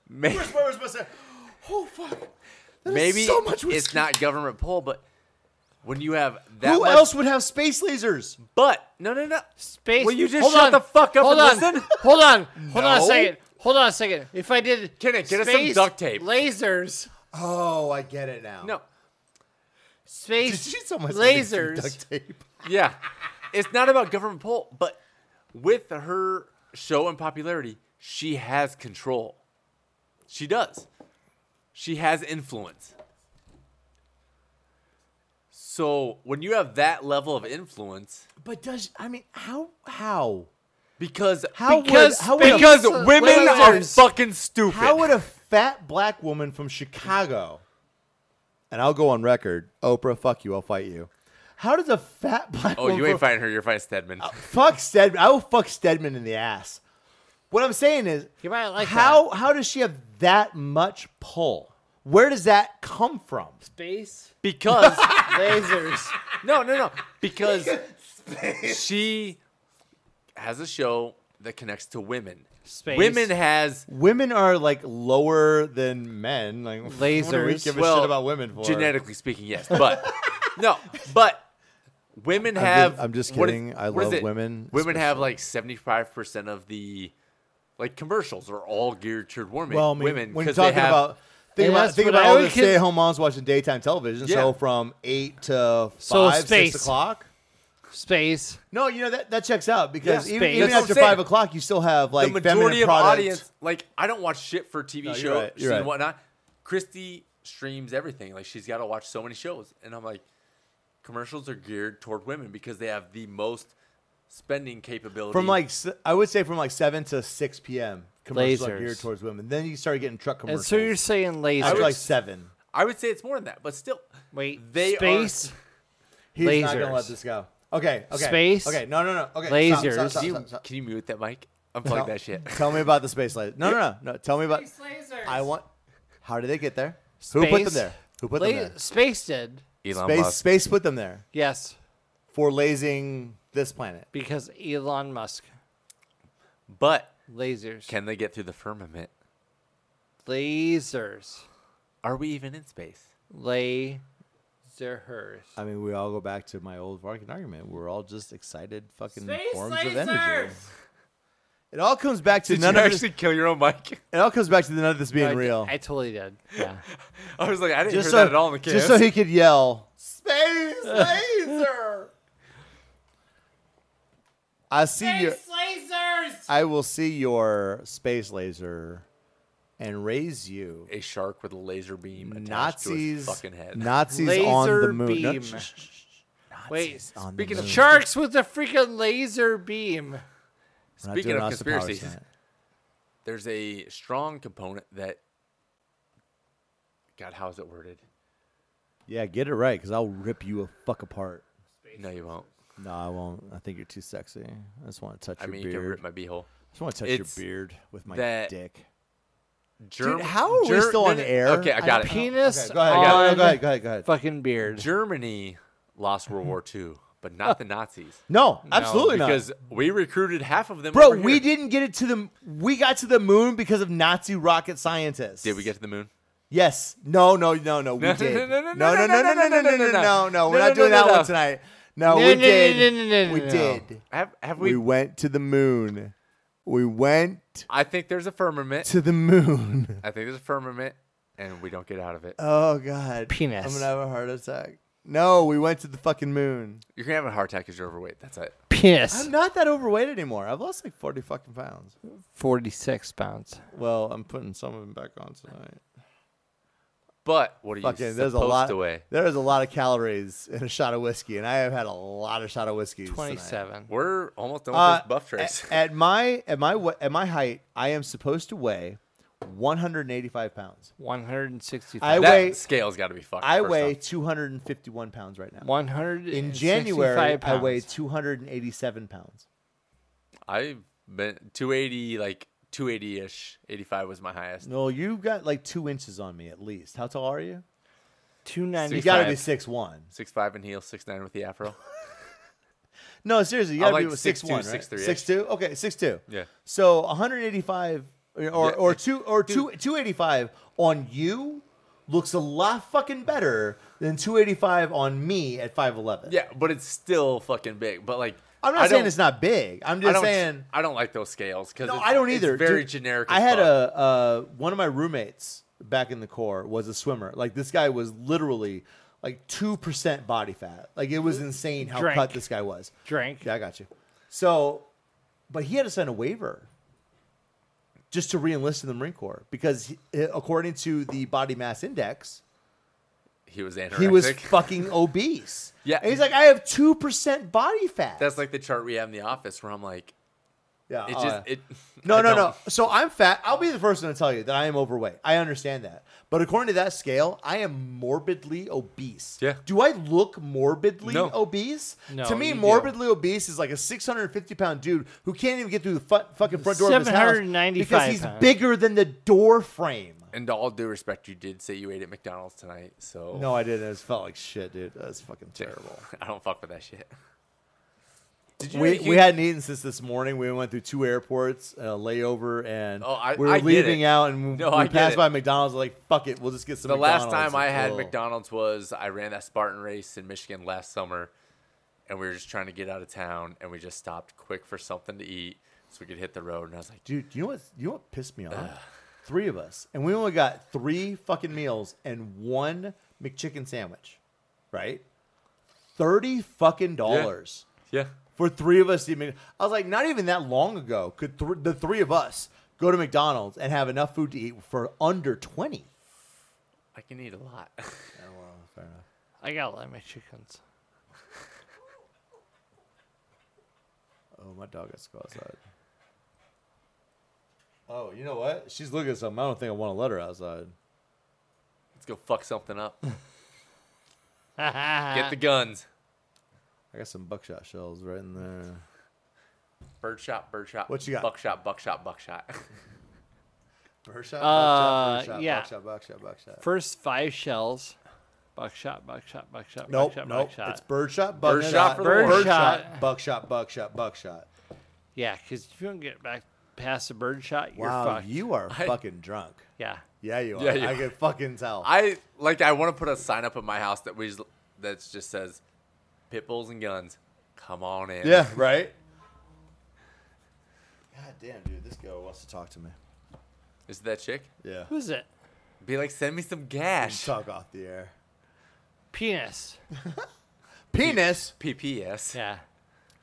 Speaker 3: May-
Speaker 4: where's, where's, where's, where's, oh fuck. That is
Speaker 3: Maybe
Speaker 4: so much
Speaker 3: it's
Speaker 4: whiskey.
Speaker 3: not government pull, but when you have that
Speaker 4: Who
Speaker 3: much,
Speaker 4: else would have space lasers?
Speaker 3: But no, no, no.
Speaker 1: Space.
Speaker 3: Will you just
Speaker 1: hold
Speaker 3: shut
Speaker 1: on,
Speaker 3: the fuck up
Speaker 1: Hold
Speaker 3: and
Speaker 1: on.
Speaker 3: listen?
Speaker 1: Hold on. Hold on a
Speaker 3: No.
Speaker 1: second. Hold on a second. If I did,
Speaker 3: Can it get us some
Speaker 1: space
Speaker 3: duct tape?
Speaker 1: Lasers.
Speaker 4: Oh, I get it now.
Speaker 3: No.
Speaker 1: Space
Speaker 4: Did you someone
Speaker 1: lasers.
Speaker 4: Duct tape.
Speaker 3: Yeah, it's not about government pull, but with her show and popularity, she has control. She does. She has influence. So when you have that level of influence,
Speaker 4: But does I mean how how
Speaker 3: because
Speaker 4: How
Speaker 3: because
Speaker 4: would- how would a-
Speaker 3: because women
Speaker 4: Lasers.
Speaker 3: are fucking stupid.
Speaker 4: how would a fat black woman from Chicago and I'll go on record, Oprah, fuck you, I'll fight you. How does a fat black
Speaker 3: oh,
Speaker 4: woman
Speaker 3: you ain't
Speaker 4: from-
Speaker 3: fighting her. You're fighting Stedman.
Speaker 4: fuck Stedman? I will fuck Stedman in the ass. What I'm saying is
Speaker 1: You might like
Speaker 4: how how does she have that much pull? Where does that come from?
Speaker 1: Space
Speaker 3: because
Speaker 1: lasers.
Speaker 3: no, no, no. Because she has a show that connects to women.
Speaker 1: Space.
Speaker 3: Women has
Speaker 4: Women are like lower than men. Like what do we
Speaker 1: Lasers.
Speaker 4: give a
Speaker 3: well,
Speaker 4: shit about women for
Speaker 3: genetically speaking, yes, but no, but women
Speaker 4: I'm
Speaker 3: have.
Speaker 4: just- I'm just
Speaker 3: what is-
Speaker 4: kidding. I
Speaker 3: what is
Speaker 4: love
Speaker 3: it?
Speaker 4: women,
Speaker 3: Women have like seventy five percent of the like commercials are all geared toward women.
Speaker 4: Well, I mean,
Speaker 3: women
Speaker 4: when you're
Speaker 3: 'cause they
Speaker 4: talking
Speaker 3: have-
Speaker 4: about think
Speaker 1: And
Speaker 4: about
Speaker 1: that's
Speaker 4: think
Speaker 1: what
Speaker 4: about
Speaker 1: I
Speaker 4: all the
Speaker 1: always kid-
Speaker 4: stay-at-home moms watching daytime television.
Speaker 3: Yeah.
Speaker 4: So from eight to
Speaker 1: So
Speaker 4: five,
Speaker 1: space.
Speaker 4: six o'clock.
Speaker 1: Space.
Speaker 4: No, you know that that checks out because
Speaker 1: Yeah,
Speaker 4: even,
Speaker 1: space.
Speaker 4: even
Speaker 1: That's what
Speaker 4: after
Speaker 3: I'm saying.
Speaker 4: five o'clock, you still have like
Speaker 3: the
Speaker 4: feminine
Speaker 3: majority of
Speaker 4: product.
Speaker 3: audience, like I don't watch shit for TV
Speaker 4: No, you're
Speaker 3: shows
Speaker 4: right, you're
Speaker 3: and
Speaker 4: right.
Speaker 3: whatnot. Christy streams everything. Like she's got to watch so many shows, and I'm like, commercials are geared toward women because they have the most spending capability.
Speaker 4: from like s- I would say from like seven to six p.m. commercials are
Speaker 1: Lasers.
Speaker 4: geared towards women. Then you start getting truck
Speaker 1: And
Speaker 4: commercials.
Speaker 1: so you're saying lasers?
Speaker 4: after like seven.
Speaker 3: I would say it's more than that, but still,
Speaker 1: Wait,
Speaker 3: they
Speaker 1: space.
Speaker 4: He's not gonna
Speaker 1: Lasers.
Speaker 4: let this go. Okay. Okay.
Speaker 1: Space.
Speaker 4: Okay. No. No. No. Okay. stop,
Speaker 1: Lasers.
Speaker 4: Stop, stop,
Speaker 3: Are, can,
Speaker 4: stop,
Speaker 3: you,
Speaker 4: stop.
Speaker 3: can you mute that mic? Unplug
Speaker 4: Tell-
Speaker 3: that shit.
Speaker 4: Tell me about the space laser. No. No. No. No. Tell me about.
Speaker 6: lasers.
Speaker 4: I want. How did they get there? Who put them
Speaker 1: Space.
Speaker 4: there? Who put
Speaker 1: La-
Speaker 4: them there?
Speaker 1: Space did.
Speaker 3: Elon
Speaker 4: Space,
Speaker 3: Musk.
Speaker 4: space put them there
Speaker 1: Yes,
Speaker 4: for lazing this planet.
Speaker 1: because Elon Musk.
Speaker 3: But
Speaker 1: Lasers.
Speaker 3: can they get through the firmament?
Speaker 1: Lasers.
Speaker 3: Are we even in space?
Speaker 1: Lasers.
Speaker 4: I mean, we all go back to my old fucking argument. We're all just excited fucking
Speaker 6: Space
Speaker 4: forms of energy.
Speaker 6: lasers.
Speaker 4: It all comes back to
Speaker 3: Did
Speaker 4: none
Speaker 3: you
Speaker 4: of
Speaker 3: actually kill your own mic?
Speaker 4: this. It all comes back to none of this being
Speaker 1: I,
Speaker 4: real.
Speaker 1: I totally did. Yeah.
Speaker 3: I was like, I didn't
Speaker 4: just
Speaker 3: hear
Speaker 4: so,
Speaker 3: that at all in the case.
Speaker 4: just so he could yell.
Speaker 7: Space laser.
Speaker 4: I see your.
Speaker 6: Space lasers.
Speaker 4: I will see your space laser, and raise you.
Speaker 3: a shark with a laser beam attached
Speaker 4: Nazis,
Speaker 3: to his fucking head.
Speaker 4: Nazis on
Speaker 1: Laser
Speaker 4: the moon. No,
Speaker 1: beam.
Speaker 4: shh, shh, shh.
Speaker 1: Wait.
Speaker 4: on the Oh,
Speaker 1: Speaking of
Speaker 4: moon.
Speaker 1: sharks with a freaking laser beam.
Speaker 4: We're not
Speaker 3: Speaking
Speaker 4: doing
Speaker 3: of
Speaker 4: Austin Powers
Speaker 3: conspiracies,
Speaker 4: tonight.
Speaker 3: there's a strong component that God, how is it worded?
Speaker 4: yeah, get it right, because I'll rip you a fuck apart.
Speaker 3: No, you won't.
Speaker 4: No, I won't. I think you're too sexy. I just want to touch
Speaker 3: I
Speaker 4: your
Speaker 3: mean,
Speaker 4: beard.
Speaker 3: you can rip my beehole.
Speaker 4: I just want to touch
Speaker 3: It's
Speaker 4: your beard with my
Speaker 3: that-
Speaker 4: dick.
Speaker 3: Germ-
Speaker 4: Dude, how are we
Speaker 3: Ger-
Speaker 4: still
Speaker 3: no,
Speaker 4: on
Speaker 3: no,
Speaker 4: the air?
Speaker 3: Okay, I got it.
Speaker 1: Penis
Speaker 4: Okay, go ahead, go ahead,
Speaker 1: on
Speaker 4: go ahead, go ahead, go ahead.
Speaker 1: fucking beard.
Speaker 3: Germany lost World War II, but not the Nazis.
Speaker 4: No, absolutely not.
Speaker 3: because we recruited half of them.
Speaker 4: Bro,
Speaker 3: over here.
Speaker 4: we didn't get it to the. We got to the moon because of Nazi rocket scientists.
Speaker 3: Did we get to the moon?
Speaker 4: Yes. No. No. No. No. We
Speaker 3: No,
Speaker 4: did.
Speaker 3: no, no, no,
Speaker 4: no. No. No. No. No. No. No. No. No.
Speaker 3: No,
Speaker 4: We're not
Speaker 3: no,
Speaker 4: doing
Speaker 3: no,
Speaker 4: that
Speaker 3: no.
Speaker 4: one tonight. No.
Speaker 1: No,
Speaker 4: We
Speaker 1: no, no, no, no,
Speaker 4: did.
Speaker 1: no,
Speaker 4: We
Speaker 1: no.
Speaker 4: did.
Speaker 3: Have have
Speaker 4: We
Speaker 3: we?
Speaker 4: went to the moon. We went
Speaker 3: I think there's a firmament.
Speaker 4: to the moon.
Speaker 3: I think there's a firmament, and we don't get out of it.
Speaker 4: Oh God.
Speaker 1: Penis.
Speaker 4: I'm gonna have a heart attack. No. We went to the fucking moon.
Speaker 3: You're gonna have a heart attack because you're overweight. That's it.
Speaker 1: Penis.
Speaker 4: I'm not that overweight anymore. I've lost like 40 fucking pounds.
Speaker 1: 46 pounds.
Speaker 4: Well, I'm putting some of them back on tonight.
Speaker 3: But what are you
Speaker 4: Fucking, there's
Speaker 3: supposed
Speaker 4: a lot.
Speaker 3: to weigh?
Speaker 4: There is a lot of calories in a shot of whiskey, and I have had a lot of shot of whiskeys. tonight.
Speaker 3: We're almost done with
Speaker 4: Uh,
Speaker 3: this buff trace.
Speaker 4: At, at my at my we- at my height, I am supposed to weigh 185 pounds.
Speaker 1: 165.
Speaker 4: I
Speaker 3: That
Speaker 4: weigh
Speaker 3: scale's gotta be fucked,
Speaker 4: I
Speaker 3: first
Speaker 4: weigh 251 pounds right now.
Speaker 1: 100
Speaker 4: in January. I weigh 287 pounds.
Speaker 3: I've been 280, like 280 ish. 85 was my highest.
Speaker 4: No, you've got like two inches on me at least. How tall are you?
Speaker 1: Two
Speaker 4: You got to be six one.
Speaker 3: Six five in heels, six nine with the afro.
Speaker 4: No, seriously, you
Speaker 3: I'm
Speaker 4: got to
Speaker 3: like
Speaker 4: be six one,
Speaker 3: 6'2",
Speaker 4: right?
Speaker 3: 6'3" -ish.
Speaker 4: Six two. Okay, six two.
Speaker 3: Yeah.
Speaker 4: So 185 or or,
Speaker 3: Yeah,
Speaker 4: or
Speaker 3: it's-
Speaker 4: two or two 285 on you looks a lot fucking better than 285 on me at 5'11.
Speaker 3: Yeah, but it's still fucking big. But like,
Speaker 4: I'm not
Speaker 3: I
Speaker 4: saying
Speaker 3: don't-
Speaker 4: it's not big. I'm
Speaker 3: I
Speaker 4: just
Speaker 3: don't-
Speaker 4: saying
Speaker 3: I don't like those scales because
Speaker 4: no, I don't either.
Speaker 3: It's very
Speaker 4: Dude,
Speaker 3: generic.
Speaker 4: I had a uh, one of my roommates back in the Corps was a swimmer. Like this guy was literally like two percent body fat. Like it was insane how
Speaker 1: Drank.
Speaker 4: cut this guy was.
Speaker 1: Drank.
Speaker 4: Yeah, I got you. So, but he had to sign a waiver just to reenlist in the Marine Corps because he, according to the body mass
Speaker 3: a.
Speaker 4: index,
Speaker 3: He was anorexic.
Speaker 4: he was fucking obese.
Speaker 3: Yeah.
Speaker 4: and he's like, I have two percent body fat.
Speaker 3: That's like the chart we have in the office where I'm like,
Speaker 4: Yeah,
Speaker 3: it
Speaker 4: oh,
Speaker 3: just
Speaker 4: yeah.
Speaker 3: it.
Speaker 4: No,
Speaker 3: I
Speaker 4: no, no.
Speaker 3: don't-
Speaker 4: So I'm fat. I'll be the first one to tell you that I am overweight. I understand that. But according to that scale, I am morbidly obese.
Speaker 3: Yeah.
Speaker 4: Do I look morbidly
Speaker 3: No.
Speaker 4: obese?
Speaker 1: No,
Speaker 4: to me,
Speaker 1: you do.
Speaker 4: morbidly obese is like a 650 pound dude who can't even get through the fu- fucking front door of his house
Speaker 1: 795
Speaker 4: because he's
Speaker 1: pounds.
Speaker 4: bigger than the door frame.
Speaker 3: And to all due respect, you did say you ate at McDonald's tonight, so
Speaker 4: No, I didn't. It felt like shit, dude. That's fucking terrible.
Speaker 3: I don't fuck with that shit. Did
Speaker 4: we,
Speaker 3: you-
Speaker 4: we hadn't eaten since this morning. We went through two airports, a layover, and
Speaker 3: Oh, I-
Speaker 4: we were
Speaker 3: I get
Speaker 4: leaving
Speaker 3: it.
Speaker 4: out, and we,
Speaker 3: No,
Speaker 4: we
Speaker 3: I get
Speaker 4: passed
Speaker 3: it.
Speaker 4: by McDonald's. Like, fuck it, we'll just get some.
Speaker 3: the last
Speaker 4: McDonald's.
Speaker 3: time I had
Speaker 4: Ugh.
Speaker 3: McDonald's was I ran that Spartan race in Michigan last summer, and we were just trying to get out of town, and we just stopped quick for something to eat so we could hit the road. And I was like,
Speaker 4: dude, you know what? You know what pissed me off? Three of us, and we only got three fucking meals and one McChicken sandwich, right? Thirty fucking dollars.
Speaker 3: Yeah.
Speaker 4: For three of us to eat Mc- I was like, not even that long ago could thr the three of us go to McDonald's and have enough food to eat for under twenty.
Speaker 3: I can eat a lot.
Speaker 4: Oh, fair enough.
Speaker 1: I got a lot of my chickens.
Speaker 4: Oh, my dog has to go outside. Oh, you know what? She's looking at something. I don't think I want to let her outside.
Speaker 3: Let's go fuck something up. Get the guns.
Speaker 4: I got some buckshot shells right in there.
Speaker 3: Birdshot, birdshot.
Speaker 4: What you got?
Speaker 3: Buckshot, buckshot, buckshot.
Speaker 4: Birdshot,
Speaker 1: Uh,
Speaker 4: buckshot, birdshot,
Speaker 1: yeah.
Speaker 4: buckshot, buckshot, buckshot.
Speaker 1: First five shells. Buckshot, buckshot, buckshot,
Speaker 4: Nope,
Speaker 1: buckshot,
Speaker 4: nope.
Speaker 1: buckshot.
Speaker 4: It's birdshot, buckshot,
Speaker 1: Birdshot for the win.
Speaker 4: birdshot, buckshot, buckshot, buckshot.
Speaker 1: Yeah, because if you don't get back past the bird shot, you're
Speaker 4: Wow,
Speaker 1: fucked.
Speaker 4: you are
Speaker 1: I-
Speaker 4: fucking drunk.
Speaker 1: Yeah.
Speaker 4: Yeah, you are.
Speaker 3: Yeah, you
Speaker 4: I
Speaker 3: are.
Speaker 4: can fucking tell.
Speaker 3: I like. I want to put a sign up at my house that we just, that just says, "Pit bulls and guns, come on in."
Speaker 4: yeah, right.
Speaker 2: God damn, dude, this girl wants to talk to me.
Speaker 3: Is it that chick?
Speaker 4: Yeah.
Speaker 1: Who's it?
Speaker 3: Be like, send me some gash.
Speaker 4: Talk off the air.
Speaker 1: Penis.
Speaker 4: Penis.
Speaker 3: PPS.
Speaker 1: Yeah.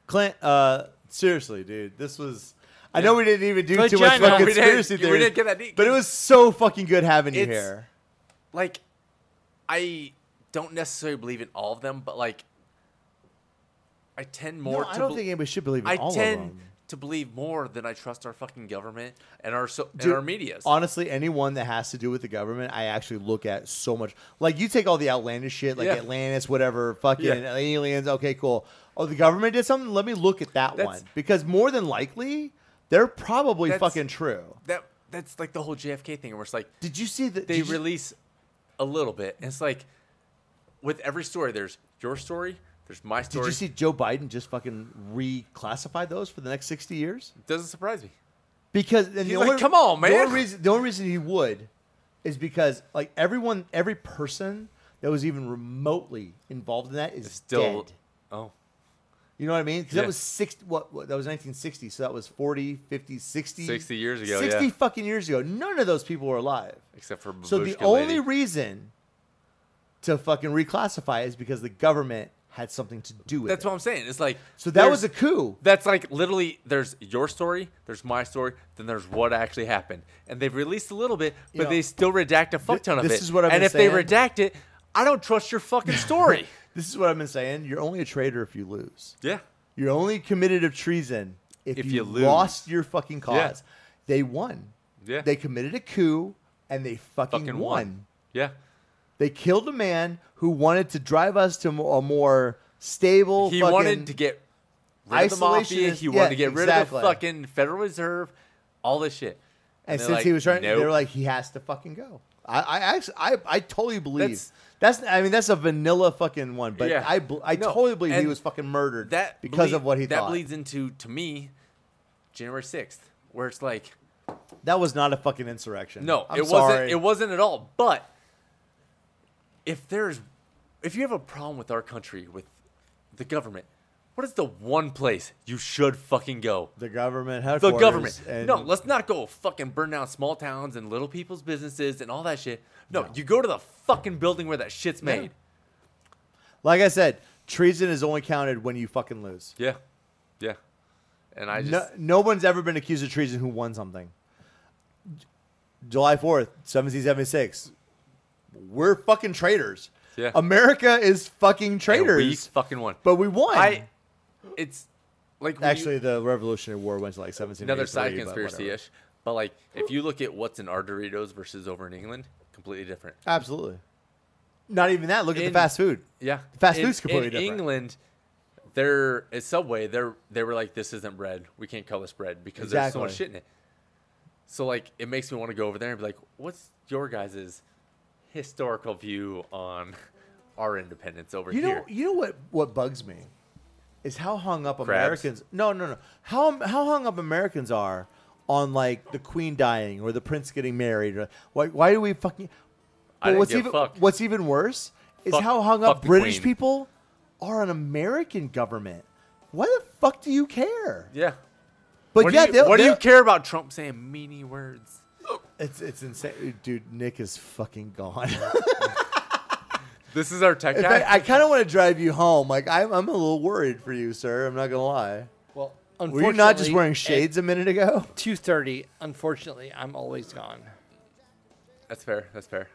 Speaker 4: Clint, uh, seriously, dude, this was. I know we didn't even do too much
Speaker 1: Vagina.
Speaker 4: about
Speaker 1: We didn't-
Speaker 4: conspiracy
Speaker 3: we
Speaker 4: theories,
Speaker 3: didn't get that deep.
Speaker 4: but it was so fucking good having you
Speaker 3: It's-
Speaker 4: here.
Speaker 3: Like, I don't necessarily believe in all of them, but like, I tend more.
Speaker 4: No,
Speaker 3: to
Speaker 4: I don't
Speaker 3: bel-
Speaker 4: think anybody should believe in
Speaker 3: I
Speaker 4: all of
Speaker 3: tend
Speaker 4: them.
Speaker 3: to believe more than I trust our fucking government and our so- and
Speaker 4: Dude,
Speaker 3: our media's.
Speaker 4: Honestly, anyone that has to do with the government, I actually look at so much. Like you take all the outlandish shit, like
Speaker 3: Yeah.
Speaker 4: Atlantis, whatever, fucking
Speaker 3: Yeah.
Speaker 4: aliens. Okay, cool. Oh, the government did something. Let me look at that
Speaker 3: That's-
Speaker 4: one because more than likely, they're probably
Speaker 3: That's-
Speaker 4: fucking true.
Speaker 3: that that's like the whole JFK thing, where it's like,
Speaker 4: Did you see that?
Speaker 3: they
Speaker 4: did you-
Speaker 3: release a little bit. And it's like with every story, there's your story, there's my
Speaker 4: Did
Speaker 3: story.
Speaker 4: you see Joe Biden just fucking reclassify those for the next sixty years?
Speaker 3: Doesn't surprise me.
Speaker 4: Because and
Speaker 3: He's
Speaker 4: the
Speaker 3: like,
Speaker 4: only,
Speaker 3: "Come on,
Speaker 4: The
Speaker 3: man."
Speaker 4: only, reason, the only reason he would is because like everyone, every person that was even remotely involved in that is
Speaker 3: Still,
Speaker 4: dead.
Speaker 3: oh,
Speaker 4: You know what I mean? 'Cause
Speaker 3: Yeah.
Speaker 4: that was 60 what, what that was 1960, so that was 40, 50, 60
Speaker 3: 60 years ago,
Speaker 4: 60
Speaker 3: yeah.
Speaker 4: fucking years ago. None of those people were alive.
Speaker 3: except for
Speaker 4: So the
Speaker 3: Babushka
Speaker 4: only
Speaker 3: lady.
Speaker 4: reason to fucking reclassify is because the government had something to do with
Speaker 3: That's
Speaker 4: it.
Speaker 3: what I'm saying. It's like
Speaker 4: So that
Speaker 3: there's-
Speaker 4: was a coup.
Speaker 3: That's like literally there's your story, there's my story, then there's what actually happened, and they've released a little bit, but
Speaker 4: You know,
Speaker 3: they still redact a fuck ton of
Speaker 4: this
Speaker 3: it.
Speaker 4: is what I've
Speaker 3: and
Speaker 4: been
Speaker 3: if they
Speaker 4: saying.
Speaker 3: redact it, I don't trust your fucking story.
Speaker 4: This is what I've been saying. You're only a traitor if you lose.
Speaker 3: Yeah.
Speaker 4: You're only committed of treason if,
Speaker 3: If
Speaker 4: you,
Speaker 3: you lose.
Speaker 4: lost your fucking cause.
Speaker 3: Yeah.
Speaker 4: They won.
Speaker 3: Yeah.
Speaker 4: They committed a coup and they fucking,
Speaker 3: Fucking
Speaker 4: won.
Speaker 3: won. yeah,
Speaker 4: They killed a man who wanted to drive us to mo- a more stable.
Speaker 3: he
Speaker 4: fucking-
Speaker 3: wanted to get rid of the mafia.
Speaker 4: isolationist-
Speaker 3: He wanted
Speaker 4: yeah,
Speaker 3: to get rid
Speaker 4: exactly.
Speaker 3: of the fucking Federal Reserve, all this shit.
Speaker 4: And,
Speaker 3: they're
Speaker 4: since
Speaker 3: like,
Speaker 4: he was trying, they
Speaker 3: "Nope."
Speaker 4: were like, he has to fucking go. I, I actually, I, I totally believe
Speaker 3: That's-
Speaker 4: that's, I mean, that's a vanilla fucking one, but
Speaker 3: Yeah.
Speaker 4: I, bel- I
Speaker 3: No,
Speaker 4: totally believe he
Speaker 3: and
Speaker 4: was fucking murdered
Speaker 3: that
Speaker 4: because
Speaker 3: ble-
Speaker 4: of what he
Speaker 3: that
Speaker 4: thought.
Speaker 3: bleeds into to me, January sixth, where it's like.
Speaker 4: that was not a fucking insurrection.
Speaker 3: No,
Speaker 4: I'm
Speaker 3: it
Speaker 4: sorry.
Speaker 3: wasn't. It wasn't at all. But if there's, if you have a problem with our country, with the government, what is the one place you should fucking go?
Speaker 4: The government
Speaker 3: The
Speaker 4: headquarters.
Speaker 3: government.
Speaker 4: and-
Speaker 3: No, let's not go fucking burn down small towns and little people's businesses and all that shit. No, you go to the fucking building where that shit's made.
Speaker 4: like I said, treason is only counted when you fucking lose.
Speaker 3: Yeah, yeah. And I just
Speaker 4: no, no one's ever been accused of treason who won something. J- July 4th, 1776. We're fucking traitors.
Speaker 3: Yeah.
Speaker 4: America is fucking
Speaker 3: and
Speaker 4: traitors.
Speaker 3: we fucking won.
Speaker 4: but we won.
Speaker 3: I. It's like when you-
Speaker 4: Actually, the Revolutionary War went to like 17
Speaker 3: another side conspiracy ish. But like, if you look at what's in our Doritos versus over in England, completely different.
Speaker 4: Absolutely. Not even that. Look at
Speaker 3: In-
Speaker 4: the fast food.
Speaker 3: Yeah,
Speaker 4: The fast
Speaker 3: in,
Speaker 4: food's completely
Speaker 3: in
Speaker 4: different.
Speaker 3: England, they're at Subway. They're they were like, this isn't bread. We can't call this bread because there's so much
Speaker 4: Exactly.
Speaker 3: shit in it. So like, it makes me want to go over there and be like, what's your guys' historical view on our independence over
Speaker 4: you know,
Speaker 3: here?
Speaker 4: you know what what bugs me is how hung up
Speaker 3: Crabs?
Speaker 4: Americans. No, no, no. How how hung up Americans are on like the queen dying or the prince getting married. Or, why why do we fucking?
Speaker 3: I didn't
Speaker 4: what's
Speaker 3: give a
Speaker 4: even
Speaker 3: fuck.
Speaker 4: what's even worse is
Speaker 3: Fuck-
Speaker 4: how hung
Speaker 3: fuck
Speaker 4: up
Speaker 3: the
Speaker 4: British
Speaker 3: queen.
Speaker 4: people are on American government. Why the fuck do you care?
Speaker 3: yeah,
Speaker 4: But
Speaker 3: what do
Speaker 4: yeah,
Speaker 3: you,
Speaker 4: they'll-
Speaker 3: what do you
Speaker 4: they'll-
Speaker 3: care about Trump saying meany words?
Speaker 4: It's it's insane, dude. Nick is fucking gone.
Speaker 3: This is our tech
Speaker 4: In
Speaker 3: guy.
Speaker 4: fact, I kind of want to drive you home. Like I'm, I'm a little worried for you, sir. I'm not gonna lie.
Speaker 1: Well,
Speaker 4: were you not just
Speaker 1: unfortunately,
Speaker 4: wearing
Speaker 1: at
Speaker 4: shades a minute ago?
Speaker 1: 2:30. Unfortunately, I'm always gone.
Speaker 3: That's fair. That's fair.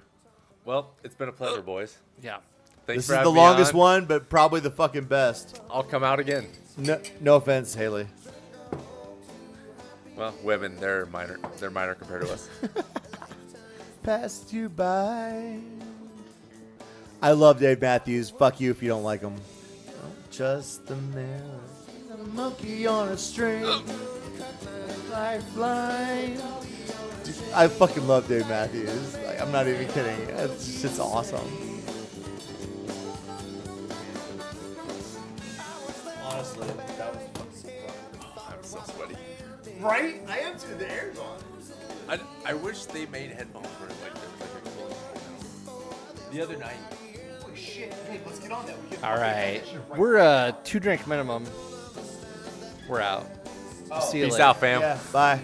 Speaker 3: Well, it's been a pleasure, boys.
Speaker 1: Yeah.
Speaker 3: Thanks
Speaker 4: this
Speaker 3: for
Speaker 4: is the
Speaker 3: having me
Speaker 4: longest
Speaker 3: on.
Speaker 4: one, but probably the fucking best.
Speaker 3: I'll come out again.
Speaker 4: No, no offense, Haley.
Speaker 3: Well, women, they're minor. They're minor compared to us.
Speaker 4: Passed you by. I love Dave Matthews. Fuck you if you don't like him. Just the man.
Speaker 5: A monkey on a string. Lifeline.
Speaker 4: I fucking love Dave Matthews. Like, I'm not even kidding. It's just awesome.
Speaker 5: Honestly, that was fucking
Speaker 3: I'm so sweaty.
Speaker 5: fun. Right? I am too. The air's on.
Speaker 3: I, I wish they made headphones where like there was like a closed panel. The other night.
Speaker 7: Holy shit. Hey, let's get on that. We can
Speaker 1: All right, we're uh two drink minimum. We're out. See you
Speaker 3: Peace
Speaker 1: later.
Speaker 3: out, fam.
Speaker 4: Yeah. Bye.